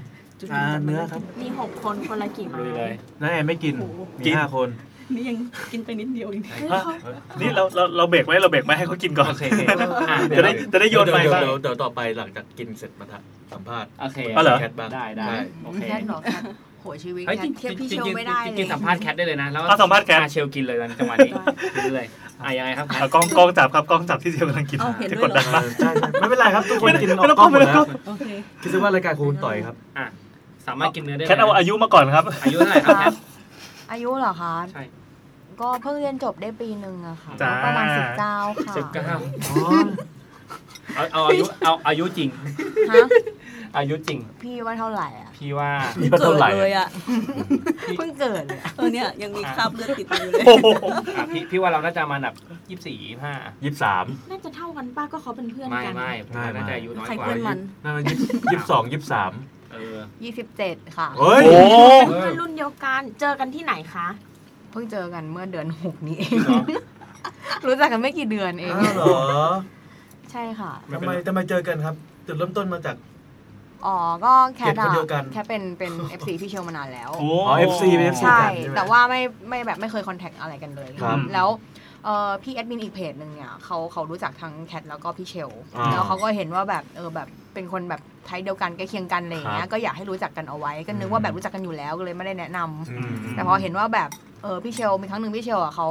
S4: อ่าเนื้อครับ
S3: มีหกคนคนละกี่ไม้
S5: ลุยเลย
S4: นั่นไงไม่กิน
S6: โอ้โห
S4: มี
S1: กิน
S4: ห้าคน
S6: นี่ยังกินไปนิดเดียวเอง
S3: เฮ้ยเขา
S1: นี่เราเราเราเบรกไว้เราเบรกไว้ให้เขากินก่อน
S5: โอเคโอเคอ่ะ
S1: จะได้จะได้โยนไป
S8: เดี๋ยว
S1: บ้าง
S8: เดี๋ยวเดี๋ยวต่อไปหลังจากกินเสร็จมาทะสัมภาษณ์
S5: โอเค
S1: อ๋อเหรอ
S8: แคทบ้าง
S5: ได้ได้โอเค
S7: แคทเหรอแคทโหชีวิต
S5: เฮ้ย
S7: แค
S5: จ
S7: ท
S5: ริง
S7: เทียบพี่
S5: จริงจ
S7: เชล
S5: ริง
S7: ไม่ได้
S5: จริงสัมภาษณ์แคทได้เลยนะ แล้ว
S1: เอาสัมภาษณ์แคท
S5: อ่ะเชลกินเลยตอนจังหวะนี้กินเลยอ่ะยังไงครับแคท
S1: เอากล้องกล้องจับครับกล้องจับที่เจมกำลังกิน
S6: เอาเห็น
S1: จะ
S6: ด้
S1: ก
S6: ว
S1: ด
S6: ยเหร
S1: ดั
S6: อน
S4: เออใช่ใช่ไม่เป็นไรครับ ทุกคนกินอ
S1: ไม่
S4: อ
S1: ต้อก ง
S4: ก
S1: ก
S4: ล้อ
S1: ล้อง
S4: หม
S1: ง
S4: ด
S1: ไม่
S4: แล้
S1: ต้อ
S4: ว
S1: งกล้อง
S4: ครับ
S6: โอเค
S4: คิดซะว่ารายการคุณต่อยครับ
S5: อ่ะสามารถกินเนื้อได้
S1: แค่เอาอายุมาก่อนครับ
S5: อายุเท่าไหร่ครับแคท
S7: อายุเหรอคะ
S5: ใช่
S7: ก็เพิ่งเรียนจบได้ปีหนึ่งอะค่ะ
S1: จ้า
S7: ประมาณสิบเก้าค่ะ
S5: สิบเก้า
S4: อ๋อ
S5: เอาเอาอายุเอาอายุจริง
S7: ฮะ
S5: อายุจริง
S7: พี่ว่าเท่าไหร่อ่ะ
S5: พี่ว่า
S4: มีเท่าไหร่
S6: เกิดเลยอ่ะ
S7: เพิ่งเกิดเลยอะ
S6: เออเนี่ยยังมีคราบเลือดติดอยู่ [laughs] เลย
S1: โอ้โห
S5: อ่ะพี่พี่ว่าเราน่าจะมาแบบยี่สิบสี่ยี่ห้า
S4: ยี่สิบสาม
S3: น่าจะเท่ากันป้าก็เขาเป็นเพื่อน
S5: ไม่
S3: กัน
S5: ไม่ผมว่า
S4: ไม่
S5: น่าจะอายุน้อย
S6: ใคร
S5: กว่า
S6: เพื่อนมัน
S4: น่าจะยี่สิบยี่สิบสองยี่สิบสาม
S5: เออ
S7: ยี่สิบเจ็ดค่ะ
S4: เฮ้ย
S1: โอ้โห
S3: เป็น [laughs] เพื่อนรุ่นเดียวกัน เจอกันที่ไหนคะ
S7: เพิ่งเจอกันเมื่อเดือนหกนี้เอง รู้จักกันไม่กี่เดือนเอง
S4: อ้าวเหรอ
S7: ใช่ค่ะ
S4: ไม่เป็น
S8: ทำไม
S4: ไร
S8: ทำไมเจอกันครับ จุดเริ่มต้นมาจาก
S7: อ๋อ ก็แค่
S8: เด็กคนเดียวกัน
S7: แค่เป็นเป็น FC พี่เชลมานานแล้ว
S1: โอ้
S4: อ๋อ FC เป็น FC
S7: ใช่
S4: ใช่ไหม
S7: แต่ว่าไม่ไม่แบบไม่เคยคอนแทคอะไรกันเลย
S4: ครับ
S7: แล้วเอ่อพี่แอดมินอีกเพจหนึ่งเนี่ยเขาเขารู้จักทั้งแคทแล้วก็พี่เชล
S4: อ่า
S7: แล้วเขาก็เห็นว่าแบบเออแบบเป็นคนแบบไทยเดียวกันใกล้เคียงกันอะไรอย่างเงี้
S4: ครั
S7: ย
S4: บ
S7: ก็อยากให้รู้จักกันเอาไว้ ก็นึก
S4: อื
S7: ว่าม แบบรู้จักกันอยู่แล้วก็เลยไม่ได้แนะนำ
S4: อืม
S7: แต่พอเห็นว่าแบบเออพี่เชลมีครั้งหนึ่งพี่เชลอ่ะเขา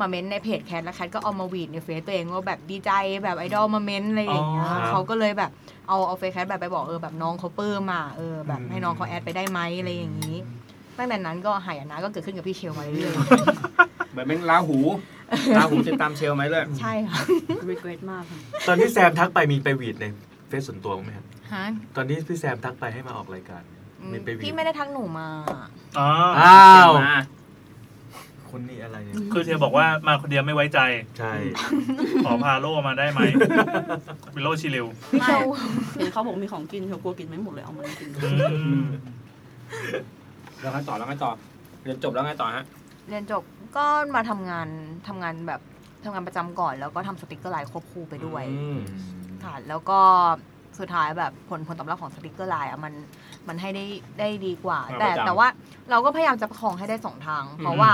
S7: มาเม้นในเพจแคทแล้วแคทก็เอามาหวีดในเฟซตัวเองว่าแบบดีใจแบบไอดอลมาเม้นอะไรอย่างเงี้ย
S4: อ๋อครับ
S7: เขาก็เลยแบบเอาเอาเฟซแคทแบบไปบอกเออแบบน้องเขาปลื้มอ่ะเออแบบให้น้องเขาแอดไปได้ไหมอะไรอย่างนี้ตั้งแต่นั้นก็หายนะก็เกิดขึ้นกับพี่เชลมาเรื่อย
S5: เหมือนแม่งลาหูลาหูติดตามเชลไหมเลย
S7: ๆใช่ค่ะ
S6: รีเกรสมากค่ะ
S4: ตอนที่แซมทักไปมีไปหวีดในเฟซส่วนตัวบ้างไหมครับ
S7: ฮะ
S4: ตอนที่พี่แซมทักไปให้มาออกรายการ
S7: อืม
S4: มีไปหวีด
S7: พี่ไม่ได้ทักหนูมา
S1: อ๋อ
S4: อ้าว
S8: คนนี้อะไรเนี่ย
S1: คือเธอบอกว่ามาคนเดียวไม่ไว้ใจ
S4: ใช่
S1: ขอพาโลมาได้ไหมเป็นโลชิลิว
S7: พี่เชล
S6: เห็นเขาบอกมีของกินเขากลัวกินไม่หมดเลยเอามาให้กิน
S1: อืม
S5: แล้วไงต่อแล้วไงต่อเรียนจบแล้วไงต่อฮะ
S7: เรียนจบก็มาทำงานทำงานแบบทำงานประจำก่อน แล้วก็ทำสติกเกอร์ไลน์ควบคู่ไปด้วย
S5: อืม
S7: ค่ะแล้วก็สุดท้ายแบบผลผลตอบรับของสติกเกอร์ไลน์อะมันมันให้ได้ได้ดีกว่า
S5: อ่า
S7: แต่
S5: ประจำ
S7: แต่ว่าเราก็พยายามจะประคองให้ได้สองทาง เพ
S5: อื
S7: ราะ
S5: ม
S7: ว่า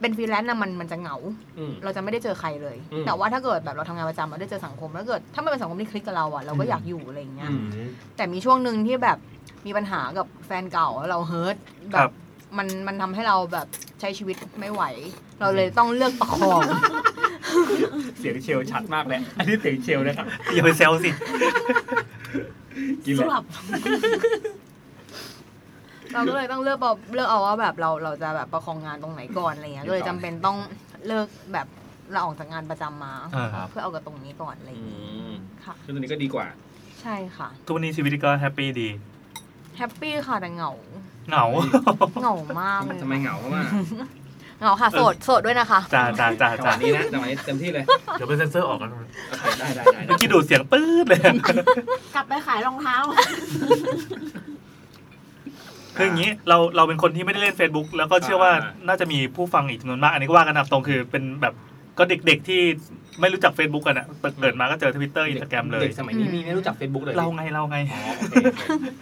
S7: เป็นฟรีแลนซ์นะมันมันจะเหงา
S5: อืม
S7: เราจะไม่ได้เจอใครเลย
S5: อืม
S7: แต่ว่าถ้าเกิดแบบเราทำงานประจำเราได้เจอสังคม แล้วเกิดถ้ามันเป็นสังคมที่คลิกกับเราอะเราก็อยากอยู่อะไรอย่างเงี้ย
S5: อืม
S7: แต่มีช่วงหนึ่งที่แบบมีปัญหากับแฟนเก่าแล้วเราเฮิร์ต
S1: ค
S7: แบ
S1: รั
S7: บบ มันมันทำให้เราแบบใช้ชีวิตไม่ไหว เราเลยต้องเลือกประคอง
S5: เสียงเชลชัดมากเลย [laughs] อันนี้เสียงเชลนะครับ
S1: อย่าไปแซวสิ
S5: กิน
S7: ส
S5: แล้ว
S7: ลับ เราก็เลยต้องเลือกเอาเลือกเอาว่าแบบเราเราจะแบบประคองงานตรงไหนก่อนอะไรเงี้ยก็เลยจำเป็นต้องเลิกแบบเราออกจากงานประจำมา
S1: อ่าครับ
S7: เพื่อเอากับตรงนี้ก่อนอะไรอย่างงี้ค่ะ
S5: ซึ่งตัวนี้ก็ดีกว่า
S7: ใช่ค่ะ
S1: ทุกวันนี้ชีวิตก็แฮปปี้ดี
S7: แฮปปี้ค่ะแต่เหงา
S1: เหงา
S7: เหงามากเลย
S5: ทำไมเหงาเพราะว่า
S7: เหงาค่ะโสดโสดด้วยนะคะ
S1: จ้าจ้าจ้า
S5: จัง
S1: จ้าว
S5: หะนี้นะจังหวะนี้เต็ม
S1: [laughs]
S5: ที่เลย
S8: เดี๋ยวไปเซ็นเซอร์ออกกัน
S5: โอเคได้ได้ได้
S1: เมื่อกี้ดูดเสียงปื๊ดเลย
S3: กลับไปขายรองเท้า
S1: คืออย่างนี้เราเราเป็นคนที่ไม่ได้เล่น Facebook แล้วก็เชื่อว่าน่าจะมีผู้ฟังอีกจำนวนมาก อันนี้ก็ว่ากันตามตรงคือเป็นแบบก็เด็กๆที่ไม่รู้จัก Facebook กันอะเกิดมาก็เจอทวิตเตอร์อินสตาแกรมเลย
S5: เด็กสมัยนี้มีไม่รู้จัก Facebook เลย
S1: เราไงเราไง
S5: อ๋อโอเ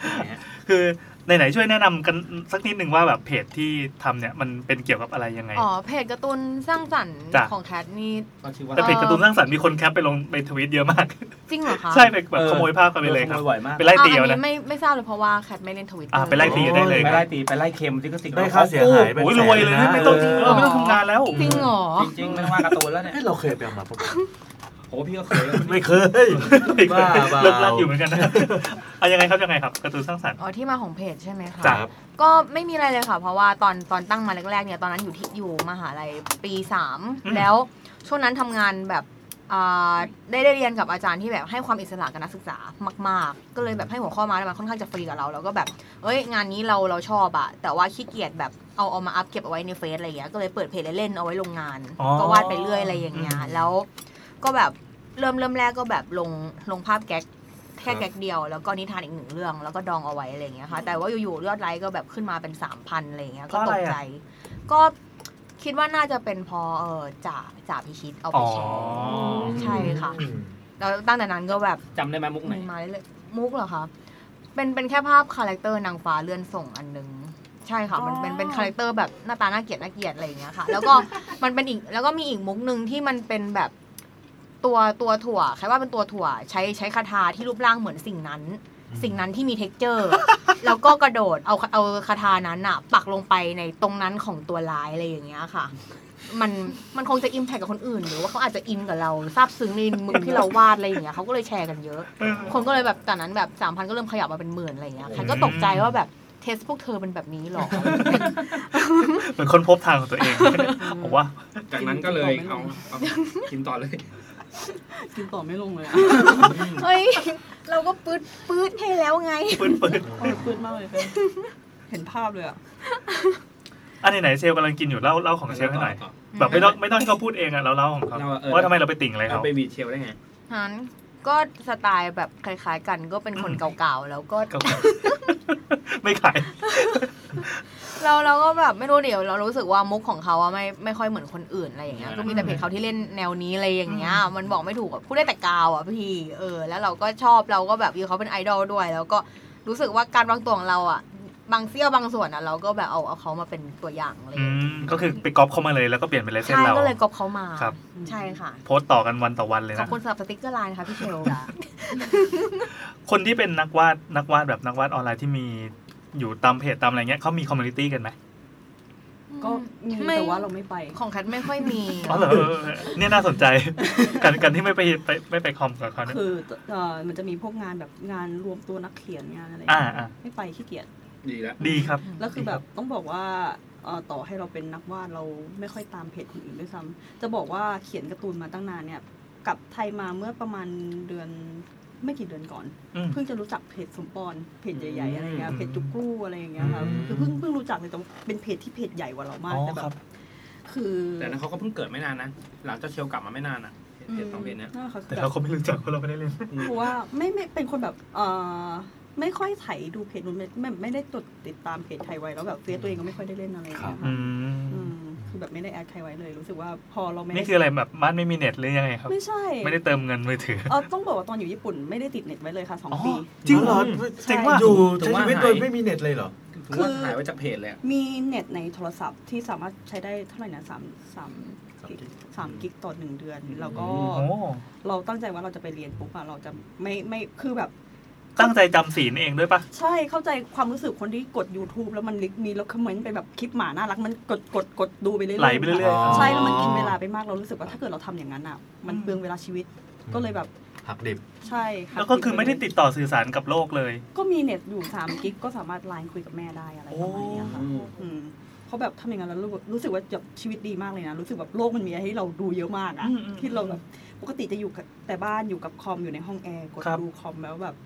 S5: คนะฮะ
S1: คือไหนๆช่วยแนะนำกันสักนิดหนึ่งว่าแบบเพจที่ทำเนี่ยมันเป็นเกี่ยวกับอะไรยังไง
S7: อ๋อเพจการ์ตูนสร้างสรรค์
S1: จ้ะ
S7: ของแคทนี่
S5: ก็ชื่อว่า
S1: แต่เพจ
S7: เอ่อ
S1: การ์ตูนสร้างสรรค์มีคนแคปไปลงไปทวิตเยอะมาก
S7: จริงเหรอคะ
S1: ใช่ไปแบบ
S5: เออ
S1: ขโมยภาพกันไปเลยครับ
S8: บ่อยมาก
S1: ไปไล่ตี
S7: อ่ะ
S1: เอา
S7: อัน
S1: นะ
S7: นี้ไม่ไม่ทราบเลยเพราะว่าแคทไม่เล่นทวิตเตอ
S1: อ่ะ
S7: ร์
S1: ไปไล่ตีกันได้เลย
S5: ไปไล่ตีไปไล่เค็มที่ก็สิ่ง
S8: ได้ค่าเสียหายเป็น
S1: โอ้ย
S8: แส
S1: ร
S8: น
S1: วยเลยนะไม่ต้อง
S8: เ
S1: เออไม่ต้องทำงานแล้ว
S7: จริงเหรอ
S5: จริงๆไม่ต้องว่าการ์ตูนแล้วเนี่ย
S8: เอ้ยเราเคยไปเอามาปะ
S5: โหพี่ก็เคย
S8: ไม่เคย บ้าๆ
S1: เลิกลักอยู่เหมือนกันนะเอายังไงครับยังไงครับการ์ตูนสร้างสรรค์
S7: อ๋อที่มาของเพจใช่ไหมคะ
S1: จ้ะ
S7: ก็ไม่มีอะไรเลยค่ะ เพราะว่าตอนตอนตั้งมาแรกๆเนี่ยตอนนั้นอยู่ที่อยู่มหาลัยปีสาม
S1: อืม
S7: แล้วช่วงนั้นทำงานแบบอ่าได้ได้เรียนกับอาจารย์ที่แบบให้ความอิสระกับนักศึกษามาก ๆ ก็เลยแบบให้หัวข้อมาแล้วมันค่อนข้างจะฟรีกับเราแล้วก็แบบเอ้ยงานนี้เราเราชอบอะแต่ว่าขี้เกียจแบบเอาเอามาอัพเก็บเอาไว้ในเฟซอะไรอย่างเงี้ยก็เลยเปิดเพจเล่นๆเอาไว้ลงงาน
S1: อ๋อ
S7: ก็วาดไปเรื่อยอะไรอย่างเงี้ยแล้วก็แบบเริ่มเริ่มแรกก็แบบลงลงภาพแก๊กแค่แก๊กเดียว แล้วก็นิทานอีกหนึ่งเรื่อง แล้วก็ดองเอาไว้อะไรอย่างเงี้ยค่ะ แต่ว่าอยู่ๆยอดไลค์ก็แบบขึ้นมาเป็นสามพันอะไรอย่างเงี้ยก็ตกใจ ก็คิดว่าน่าจะเป็นเพอเออจ่าจ่าพิชิตเอาไป
S1: อ๋อ
S7: แชร์ใช่ค่ะแล้วตั้งแต่นั้นก็แบบ
S5: จำได้ไหมมุกไหน
S7: มีมาเรื่อยๆมุกเหรอคะเป็นเป็นแค่ภาพคาแรคเตอร์นางฟ้าเลื่อนส่งอันหนึง ใช่ค่ะมันเป็นเป็นคาแรคเตอร์แบบหน้าตาน่าเกลียดน่าเกลียดอะไรอย่างเงี้ยค่ะ แล้วก็ [laughs] มันเป็นอีกแล้วก็มีอีกมุกหนึ่งที่มันเป็นแบบตัวตัวถั่วใครว่าเป็นตัวถั่วใช้ใช้คาถาที่รูปร่างเหมือนสิ่งนั้น สิ่งนั้นที่มีเท็กเจอร์ แล้วก็กระโดดเอาเอาคาถานั้นอะปักลงไปในตรงนั้นของตัวร้ายอะไรอย่างเงี้ยค่ะ มันมันคงจะอิมแพคกับคนอื่น หรือว่าเขาอาจจะอินกับเราซาบซึ้งในมุกที่เราวาดอะไรอย่างเงี้ยเขาก็เลยแชร์กันเยอะ คนก็เลยแบบจากนั้นแบบสามพันก็เริ่มขยับมาเป็นหมื่นอะไรอย่างเงี้ยใครก็ตกใจว่าแบบเทสพวกเธอเป็นแบบนี้ [laughs] หรอ
S1: เหมือนคนพบทางของตัวเอง [laughs] ผมว่า
S5: จากนั้นก็เลยเอาเอากินต่อเลย
S6: กินต่อไม่ลงเลยอะ
S7: เฮ้ย เราก็ปื๊ดปื๊ดให้แล้วไง
S1: ปืนปืน
S6: เออปื้ดมากเลยเพื่อนเห็นภาพเลยอ่ะ
S1: อันไหนๆเซลลกำลังกินอยู่เล่าเล่าของเชลให้หน่อย
S5: ต่อ
S1: แบบไม่ต้องไม่ต้องให้เขาพูดเองอะเราเล่าของเขา
S5: เราเออ
S1: ว่าทำไมเราไปติ่งอะไร
S5: เอา
S1: เขา
S5: ไปบีดเชลได้ไง
S7: นั้นก็สไตล์แบบคล้ายๆกันก็เป็นคนเก่าๆ แล้วก็
S1: ก็ ไม่ขาย
S7: เราเราก็แบบไม่รู้เดี๋ยว เรารู้สึกว่ามุกของเขาอะไม่ไม่ค่อยเหมือนคนอื่นอะไรอย่างเงี้ย
S5: อืม
S7: ก็มีแต่เพจเขาที่เล่นแนวนี้อะไรอย่างเงี้ยมันบอกไม่ถูกอะพูดได้แต่กาวอะพี่เออ แล้วเราก็ชอบเราก็แบบอยู่เขาเป็นไอดอลด้วย แล้วก็รู้สึกว่าการวางตัวของเราอะบางเสี้ยวบางส่วนอะเราก็แบบเอาเอาเขามาเป็นตัวอย่างอะไรอ
S1: อื
S7: ย่างเลย
S1: มก็คือไปก๊อปเข้ามาเลยแล้วก็เปลี่ยนเป็นลายเส้น
S7: ใช่
S1: เรา
S7: ก็เลยกอบเขามา
S1: ครับ
S7: ใช่ค่ะ
S1: โพสต์ต่อกันวันต่อวันเลย
S7: ขอบ
S1: นะ
S7: คุณสำหรับสติ๊กเกอร์ไลน์นะคะพี่เชล
S1: คนที่เป็นนักวาดนักวาดแบบนักวาดออนไลน์ที่มีอยู่ตามเพจตามอะไรเงี้ยเขามีคอมมูนิตี้กันไหม
S6: ก็มี
S7: ไม่
S6: แต่ว่าเราไม่ไป
S7: ของแคทไม่ค่อยมี
S1: อ๋อเหรอเออเออเนี่ยน่าสนใจ กันกันที่ไม่ไปไปไม่ไปคอมกับเขาเนี่ย
S6: คือเอ่อมันจะมีพวกงานแบบงานรวมตัวนักเขียนงานอะไร
S1: อ่าอ่า
S6: ไม่ไปขี้เกียจ
S5: ดีแล้ว
S1: ดีครับ
S6: แล้วคือแบบต้องบอกว่าเอ่อต่อให้เราเป็นนักวาดเราไม่ค่อยตามเพจคนอื่นด้วยซ้ำจะบอกว่าเขียนการ์ตูนมาตั้งนานเนี่ยกลับไทยมาเมื่อประมาณเดือนไม่กี่เดือนก่อน
S1: อืม
S6: เพิ่งจะรู้จักเพจสมปอนเพจใหญ่ๆอะไรเงี้ย
S1: อืม
S6: เพจจุกกู้อะไรอย่างเงี้ยค่ะ
S1: อืม
S6: คือเพิ่งเพิ่งรู้จักเลยแต่ว่าเป็นเพจที่เพจใหญ่กว่าเรามาก
S1: อ๋อ
S6: แต่แบ
S1: ครับ
S6: บคือ
S5: แต่นั้นเขาก็เพิ่งเกิดไม่นานนะ หลังจากเชลกลับมาไม่นานอ่ะเพจสองเพจเนี้ย
S6: นั่นแหละค่ะคือ
S1: แต่
S6: แบบ
S1: เราก็ไม่รู้จักเพราะเราไม่ได้เล่น
S6: เพราะว่าไม่ไม่เป็นคนแบบเอ่อไม่ค่อยไถดูเพจนู้นไม่ไม่ไม่ได้จดติดตามเพจไทยไว้แล้วแบบเฟซตัวเองก็ไม่ค่อยได้เล่นอะไรอย่างเงี้ย
S1: อื
S6: ค่ะอื
S1: ม
S6: มคือแบบไม่ได้แอดใครไว้เลยรู้สึกว่าพอเราไม่
S1: นี่คืออะไรแบบบ้านไม่มีเน็ตหรือยังไงครับ
S6: ไม่ใช่
S1: ไม่ได้เติมเงินมือถือ
S6: เออต้องบอกว่าตอนอยู่ญี่ปุ่นไม่ได้ติดเน็ตไว้เลยค่ะสอง
S1: อ๋อ
S6: ปี
S1: จริงเหรอ
S6: จริง
S8: ว่า
S6: ว่า
S8: อยู่ใช้ชีวิตโดยไม่มีเน็ตเลยเหรอ
S5: ถือว่าหายไปจากเพจเลยอะ
S6: มีเน็ตในโทรศัพท์ที่สามารถใช้ได้เท่าไหร่นะสามสามกิกสามกิกต่อหนึ่งเดือน แล้วก็
S1: โอ้
S6: เราตั้งใจว่าเราจะไปเรียนปุ๊บอะเราจะไม่ไม่คือแบบ
S1: ตั้งใจจำศีลเองด้วยปะ
S6: ใช่เข้าใจความรู้สึกคนที่กด YouTube แล้วมันลิกมีแล้วคอมเมนต์ไปแบบคลิปหมาน่ารักมันกดกดกดดูไปเรื่อยๆ
S1: ไหลไปเรื่อย
S8: ๆ
S6: ใช่แล้วมันกินเวลาไปมากเรารู้สึกว่าถ้าเกิดเราทำอย่างนั้นอ่ะ มันเปลืองเวลาชีวิตก็เลยแบบ
S4: หักดิบ
S6: ใช่ะ
S1: แล้วก็คือไม่ได้ติดต่อสื่อสารกับโลกเลย
S6: ก็มีเน็ตอยู่3กิกก็สามารถไลน์คุยกับแม่ได้อะไรประมาณเนี้ยค่ะอืมเพราะแบบทำอย่างนั้นแล้วรู้รู้สึกว่าแบบชีวิตดีมากเลยนะรู้สึกแบบโลกมันมีอะไรให้เราดูเยอะมากอ่ะ
S1: อืมอืม
S6: ที่เราแบบปกติจะอยู่กับแต่บ้านอยู่กับคอมอยู่ในห้องแอร์กด
S1: ครับ
S6: ดูคอมแล้วแบบ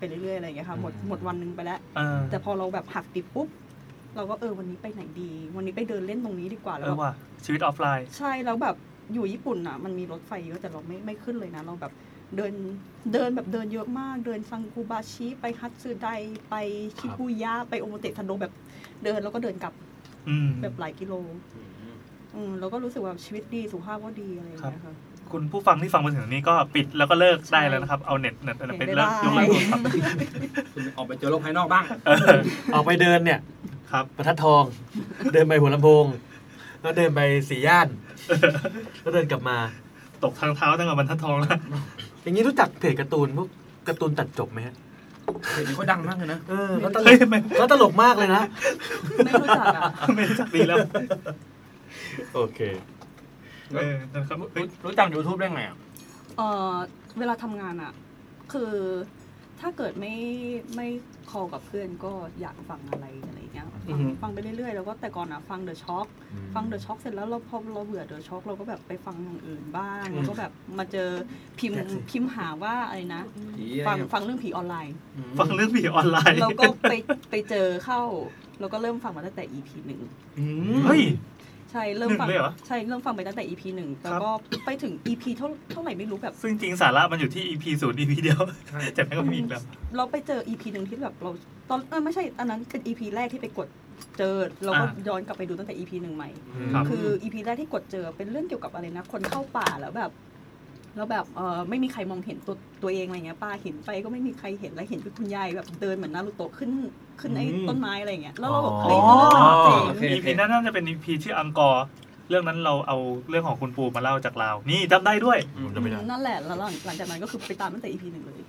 S6: ไปเรื่อยๆอะไรอย่างเงี้ยค่ะหมดหมดวันหนึงไปแล้ว
S1: เออ
S6: แต่พอเราแบบหักดิบปุ๊บ เราก็เออวันนี้ไปไหนดี วันนี้ไปเดินเล่นตรงนี้ดีกว่าแล้
S1: เออ
S6: วแบบ
S1: ว่ะชีวิตออฟไลน์
S6: ใช่แล้วแบบอยู่ญี่ปุ่นอ่ะมันมีรถไฟเยอะแต่เราไม่ไม่ขึ้นเลยนะ เราแบบเดินเดินแบบเดินเยอะมาก เดินซังกูบาชิไปฮัตสึไดไปชิบุยะไปโอโมเตะทันโดแบบเดินแล้วก็เดินกลับ
S1: อืม
S6: แบบหลายกิโลอืมแล้วก็รู้สึกว่าชีวิตดีสุขภาพก็ดีอะไรอย่างเงี้ยค่ะ
S1: คุณผู้ฟังที่ฟังมาถึงนี้ก็ปิดแล้วก็เลิกได้แล้วนะครับ เอาเน็ตเน็ตอะไรไปเลิกยกเลิกโทรศัพท์
S5: คุณออกไปเจอโลกภายนอกบ้าง
S1: เออ
S8: ออกไปเดินเนี่ย
S1: ครับ
S8: ประทัดทอง เดินไปหัวลำโพง แล้วเดินไปสี่ย่าน แล้วเดินกลับมา
S1: ตกทางเท้าตั้งแต่บรรทัดทองแล้ว [laughs]
S8: อย่างนี้รู้จักเพจการ์ตูนพวกการ์ตูนตัดจบไหมฮะ
S4: เพจนี้เขาดังมากเลยนะ
S8: เออแล้วตล
S1: เฮ้ย
S8: ก
S1: ไม่
S8: แล้วตลกมากเลยนะ
S6: ไม่รู้จักอ่ะ
S1: ไม่รู้จักดีแล้ว
S8: โอเค
S1: เออนะครับเฮ้ย
S4: รู้จัก YouTube ได้ไงอ่ะ
S6: เออเวลาทำงานอะคือถ้าเกิดไม่ไม่คอลกับเพื่อนก็อยากฟังอะไรอะไรอย่างเงี้ย
S5: อือฮึ
S6: ฟังไปเรื่อยๆ แล้วก็แต่ก่อนอะฟังเดอะช็อคฟังเดอะช็อคเสร็จแล้วเราพอเราเบื่อเดอะช็อคเราก็แบบไปฟังอย่างอื่นบ้างแล้วก็แบบมาเจอพิมพ์
S8: แจ็คสิ
S6: พิมพ์หาว่าอะไรนะ ฟังฟังเรื่องผีออนไลน์
S1: ฟังเรื่องผีออนไลน์
S6: เราก็ไปไปเจอเข้า แล้วก็เริ่มฟังมาตั้งแต่ EP หนึ่ง
S1: เฮ้ย
S6: ใช่เริ่มฟัง
S1: หนึ่งเลยเหรอ
S6: ใช่เริ่มฟังไปตั้งแต่ EP หนึ่งแล้ว
S1: ครับ
S6: ก็ไปถึง EP เท่าเท่าไหร่ไม่รู้แบบ
S1: ซึ่งจริงสาระมันอยู่ที่ EP ศูนย์ EP เดียว
S4: ใช่
S1: แต่แม่งก็มีอีกแบบ
S6: เราไปเจออีพีหนึ่งที่แบบเราตอนเออไม่ใช่อันนั้นเป็นอีพีแรกที่ไปกดเจอเราก็
S1: อ่า
S6: ย้อนกลับไปดูตั้งแต่อีพีหนึ่งใหม่
S1: ครับ
S6: คืออีพีแรกที่กดเจอเป็นเรื่องเกี่ยวกับอะไรนะ คนเข้าป่าแล้วแบบ แล้วแบบเออไม่มีใครมองเห็นตัวตัวเองอะไรเงี้ยป้าเห็นไปก็ไม่มีใครเห็นแล้วเห็นคือคุณยายแบบเดินเหมือนนารูโตะขึ้นขึ้นไอ้
S8: อืม
S6: ต้นไม้อะไรเงี้ยแล้วเราแบบ
S4: อ๋อ
S6: เฮ้ยเรื่องราวเจ๋ง
S5: โอเค
S1: EP นั้นน่าจะเป็น EP ชื่ออังกอร์เรื่องนั้นเราเอาเรื่องของคุณปูมาเล่าจากลาวนี่จำได้ด้วย
S8: ผมจะไม่ได้
S6: นั่นแหละแล้วหลังหลังจากนั้นก็คือไปตามตั้งแต่อีพีหนึ่งเลย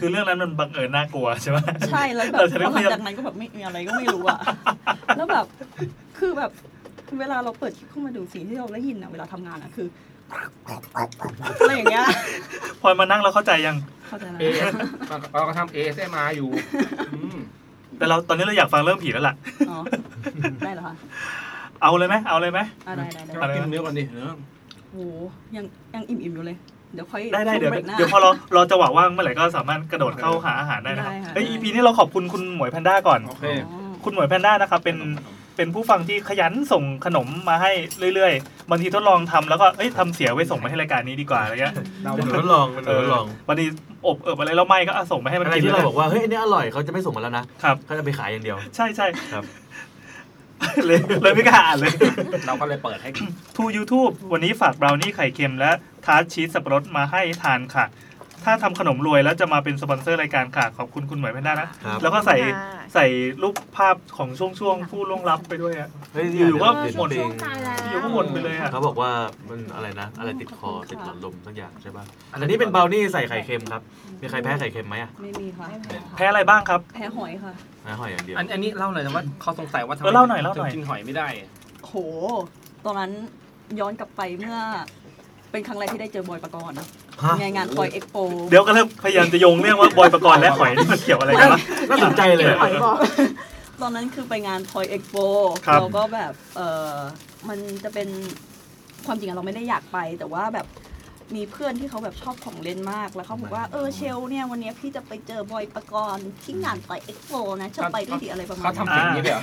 S1: คือเรื่องนั้นมันบังเอิญน่ากลัวใช่ไหม
S6: ใช่แล้วแบ
S1: เรา
S6: บ
S1: จะได้
S6: พอห
S1: ไม่
S6: ลังจากนั้นก็แบบไม่มีอะไรก็ไม่รู้อะ [laughs] แล้วแบบคือแบบเวลาเราเปิดคลิปเข้ามาดูสิ่งที่เราได้ยินอะเวลาทำงานอะคืออะไรอย่างเงี้ย
S1: พอมานั่งแล้วเข้าใจยัง
S6: เข้าใจไหม
S4: เอเราก็ทำ ASMR อยู่อืม
S1: แต่เราตอนนี้เราอยากฟังเรื่องผีแล้วล่ะ
S6: อ๋อได้เหรอคะ
S1: เอาเลยไหมเอาเลยไหม
S6: อ่ะได้ได้ได้
S1: อะไร
S4: กินเนื้อก่อนดิเนื้อ
S6: โอ้ยังยังอิ่มอิ่มๆอยู่เลย เดี๋ยวค่อย
S1: ได้ได้เดี๋ยว
S6: ช่งบรกหน้า
S1: เดี๋ยวพอเราเราจะหวังว่างเมื่อไหร่ก็สามารถกระโดดเข้าหาอาหารได้นะครับ
S6: ได้ค่ะ
S1: เฮ้ย EP นี้เราขอบคุณคุณหมวยแพนด้าก่อน
S4: โอเค
S6: อ๋อ
S1: คุณหมวยแพนด้านะครับเป็นเป็นผู้ฟังที่ขยันส่งขนมมาให้เรื่อยๆบางทีทดลองทำแล้วก็เอ้ยทำเสียไว้ส่งมาให้รายการนี้ดีกว่าอะไรเงี้ย
S8: เดี๋ยวทดลองเดี๋ยวทดลอง
S1: วันนี้อบเอิบอะไรแล้วไหม่ก็เอาส่งมาให้มัน
S8: อะไร
S1: กิน
S8: ที่เรา
S1: แล้ว
S8: บอกว่า เฮ้ยอันนี้อร่อยเขาจะไม่ส่งมาแล้วนะครับ เขาจะไปขายอย่างเดียว
S1: ใช่ใช่
S8: ครับ
S1: [laughs] เลยเลยไม่กล้าอ่านเลย
S5: เราก็เลยเปิดให้
S1: ทู YouTube วันนี้ฝากบราวนี่ไข่เค็มและทาร์ตชีสสับปะรดมาให้ทานค่ะ ถ้าทำขนมรวยแล้วจะมาเป็นสปอนเซอร์รายการค่ะ ขอบคุณคุณหมวยแพนด้านะ
S8: ครับ
S1: แล้วก็ใส่
S7: ค่ะ
S1: ใส่รูปภาพของช่วงช่วงๆผู้ล่วงลับไปด้วยอะ
S8: เฮ้ย
S1: อยู่ๆก็
S8: เดี๋ยว
S1: หมด
S8: จริ
S7: ช่ว
S8: ง
S7: งตายแล้ว
S1: อยู่ก็หมดไปเลยอะ
S8: เขาบอกว่ามันอะไรนะ อะไรติดคอติดหลอดลมสักอย่างใช่ป่ะอันนี้เป็นเบลนี่ใส่ไข่เค็มครับ มีใครแพ้ไข่เค็มไหมอ่ะ
S6: ไม่มีค่ะ
S1: แพ้อะไรบ้างครับ
S6: แพ้หอยค่ะ
S8: แพ้หอยอย่างเดียว
S5: อันอันนี้เล่าหน่อยแต่ว่าเขาสงสัยว่าทำไม
S1: เออเล่าหน่อยเล่าหน่อย
S5: ถึงกินหอยไม่ได้
S6: โห ตอนนั้นย้อนกลับไปเมื่อ เป็นครั้งแรกที่ได้เจอบอยปกรณ์
S8: ฮะ
S6: ไงงานปอยเอ็กโป
S1: เดี๋ยวก็เริ่มพยายามจะโยงเรื่องว่าบอยประกรณ์และหอยนี่มันเกี่ยวอะไรกันวะ
S8: น่าสนใจเลยอะ
S6: หอยบอก ตอนนั้นคือไปงาน Toy Expo
S1: ครับ
S6: เราก็แบบเออมันจะเป็นความจริงอะเราไม่ได้อยากไป แต่ว่าแบบมีเพื่อนที่เขาแบบชอบของเล่นมาก แล้วเขาบอกว่าเออเชลเนี่ยวันเนี้ยพี่จะไปเจอบอยประกรณ์ที่งาน Toy Expo นะเชลไปด้วยดีอะไรประมาณ
S5: เขา
S6: นั้
S5: ทำ
S6: น
S5: เสียงอย่างนี้ด้วยเหรอ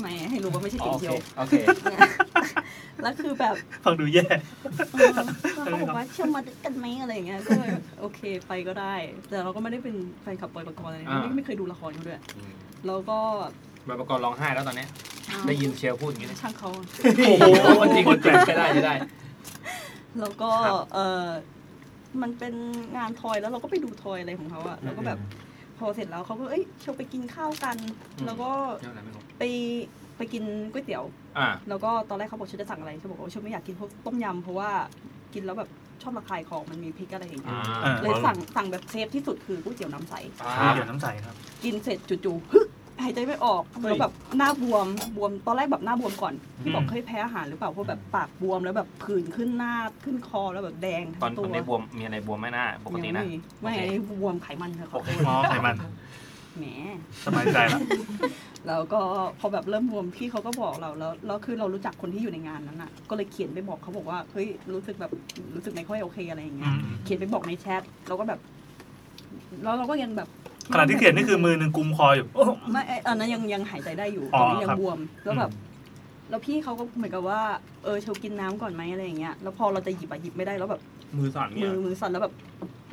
S6: ไม่ให้รู้ว่าไม่ใช่
S5: อ๋อ
S6: เก่ง
S5: โอ
S2: [laughs]
S6: เช
S5: เค
S6: ล
S5: โอเค
S6: แล้วคือแบบ
S1: ฟังดูแย่
S6: เออแล้วเขาบอกว่าเชื่อมาด้วยกันไหมอะไรอย่างเงี้ยก็เลยโอเคไปก็ได้ แต่เราก็ไม่ได้เป็นแฟนคลับบอยปกรณ์อะไรนะ
S5: อ่า
S6: ไม่ไม่เคยดูละครเขาด้วย แล้วก็
S5: ใบประกอบร้องไห้แล้วตอนเนี้ยได้ยินเชลพูดอย่างนี้เลย
S6: ช่างเขา
S1: โอ้โห
S5: คนจริงคนจริงใช่ได้ใช่ได้
S6: แล้วก็เออมันเป็นงานทอยแล้วเราก็ไปดูทอยอะไรของเขาอะแล้วก็แบบพอเสร็จแล้วเขาก็เอ้ยเชียวไปกินข้าวกัน
S5: อืม
S6: แล้วก็
S5: เรื่องอะไรไม่รู้
S6: ไปไปกินก๋วยเตี๋ยว
S5: อ่า
S6: แล้วก็ตอนแรกเขาบอกฉันจะสั่งอะไรฉันบอกว่าฉันไม่อยากกินพวกต้มยำเพราะว่ากินแล้วแบบช อบมาขายของมันมีพริกอะไรอย่างเงี้ย
S1: อ่า
S6: เลยสั่งสั่งแบบเซฟที่สุดคือก๋วยเตี๋ยวน้ำใส
S1: ก๋วยเตี๋ยวน้ำใสครับ
S6: กินเสร็จจู่ๆฮึกหายใจไม่ออกแล้วแบบหน้าบวมบวมตอนแรกแบบหน้าบวมก่อนพี่บอก
S1: อืม
S6: เคยแพ้อาหารหรือเปล่าเพราะแบบปากบวมแล้วแบบผื่นขึ้นหน้าขึ้นคอแล้วแบบแดง
S5: ตอน
S6: ทั้ง
S5: ต
S6: ตั
S5: อ
S6: วน
S5: นี้บวมมีอะไรบวมไหมหน้าปกตินะ
S6: ยัง
S5: โอเค
S6: ไม่ไม่อันนี้บวมไขมันค่ะขอโทษ
S1: อ๋อไขมัน
S6: แหม
S1: สบายใจละ
S6: แล้วก็พอแบบเริ่มบวมพี่เขาก็บอกเราแล้วแล้วคือเรารู้จักคนที่อยู่ในงานนั้นอ่ะ ก็เลยเขียนไปบอกเขาบอกว่าเฮ้ยรู้สึกแบบรู้สึกไม่ค่อยโอเคอะไรอย่างเงี้
S1: อื
S6: ย
S1: ม
S6: เขียนไปบอกในแชทเราก็แบบแล้วเราก็ยังแบบ
S1: ขณะที่เขียนนี่คือมือหนึ่งกุมคออยู่
S6: ไม่ไอ้อันนั้นยังยังหายใจได้อยู่
S1: อ๋
S6: ต
S1: อ
S6: อนนี้ยั
S1: ครั
S6: ง
S1: บ
S6: บวมแล้วแบบแล้วพี่เขาก็เหมือนกับว่าเออเชลกินน้ำก่อนไหมอะไรอย่างเงี้ยแล้วพอเราจะหยิบอะหยิบไม่ได้แล้วแบบ
S8: มือสั่นเนี่
S6: มื
S8: ย
S6: อมือสั่นแล้วแบบ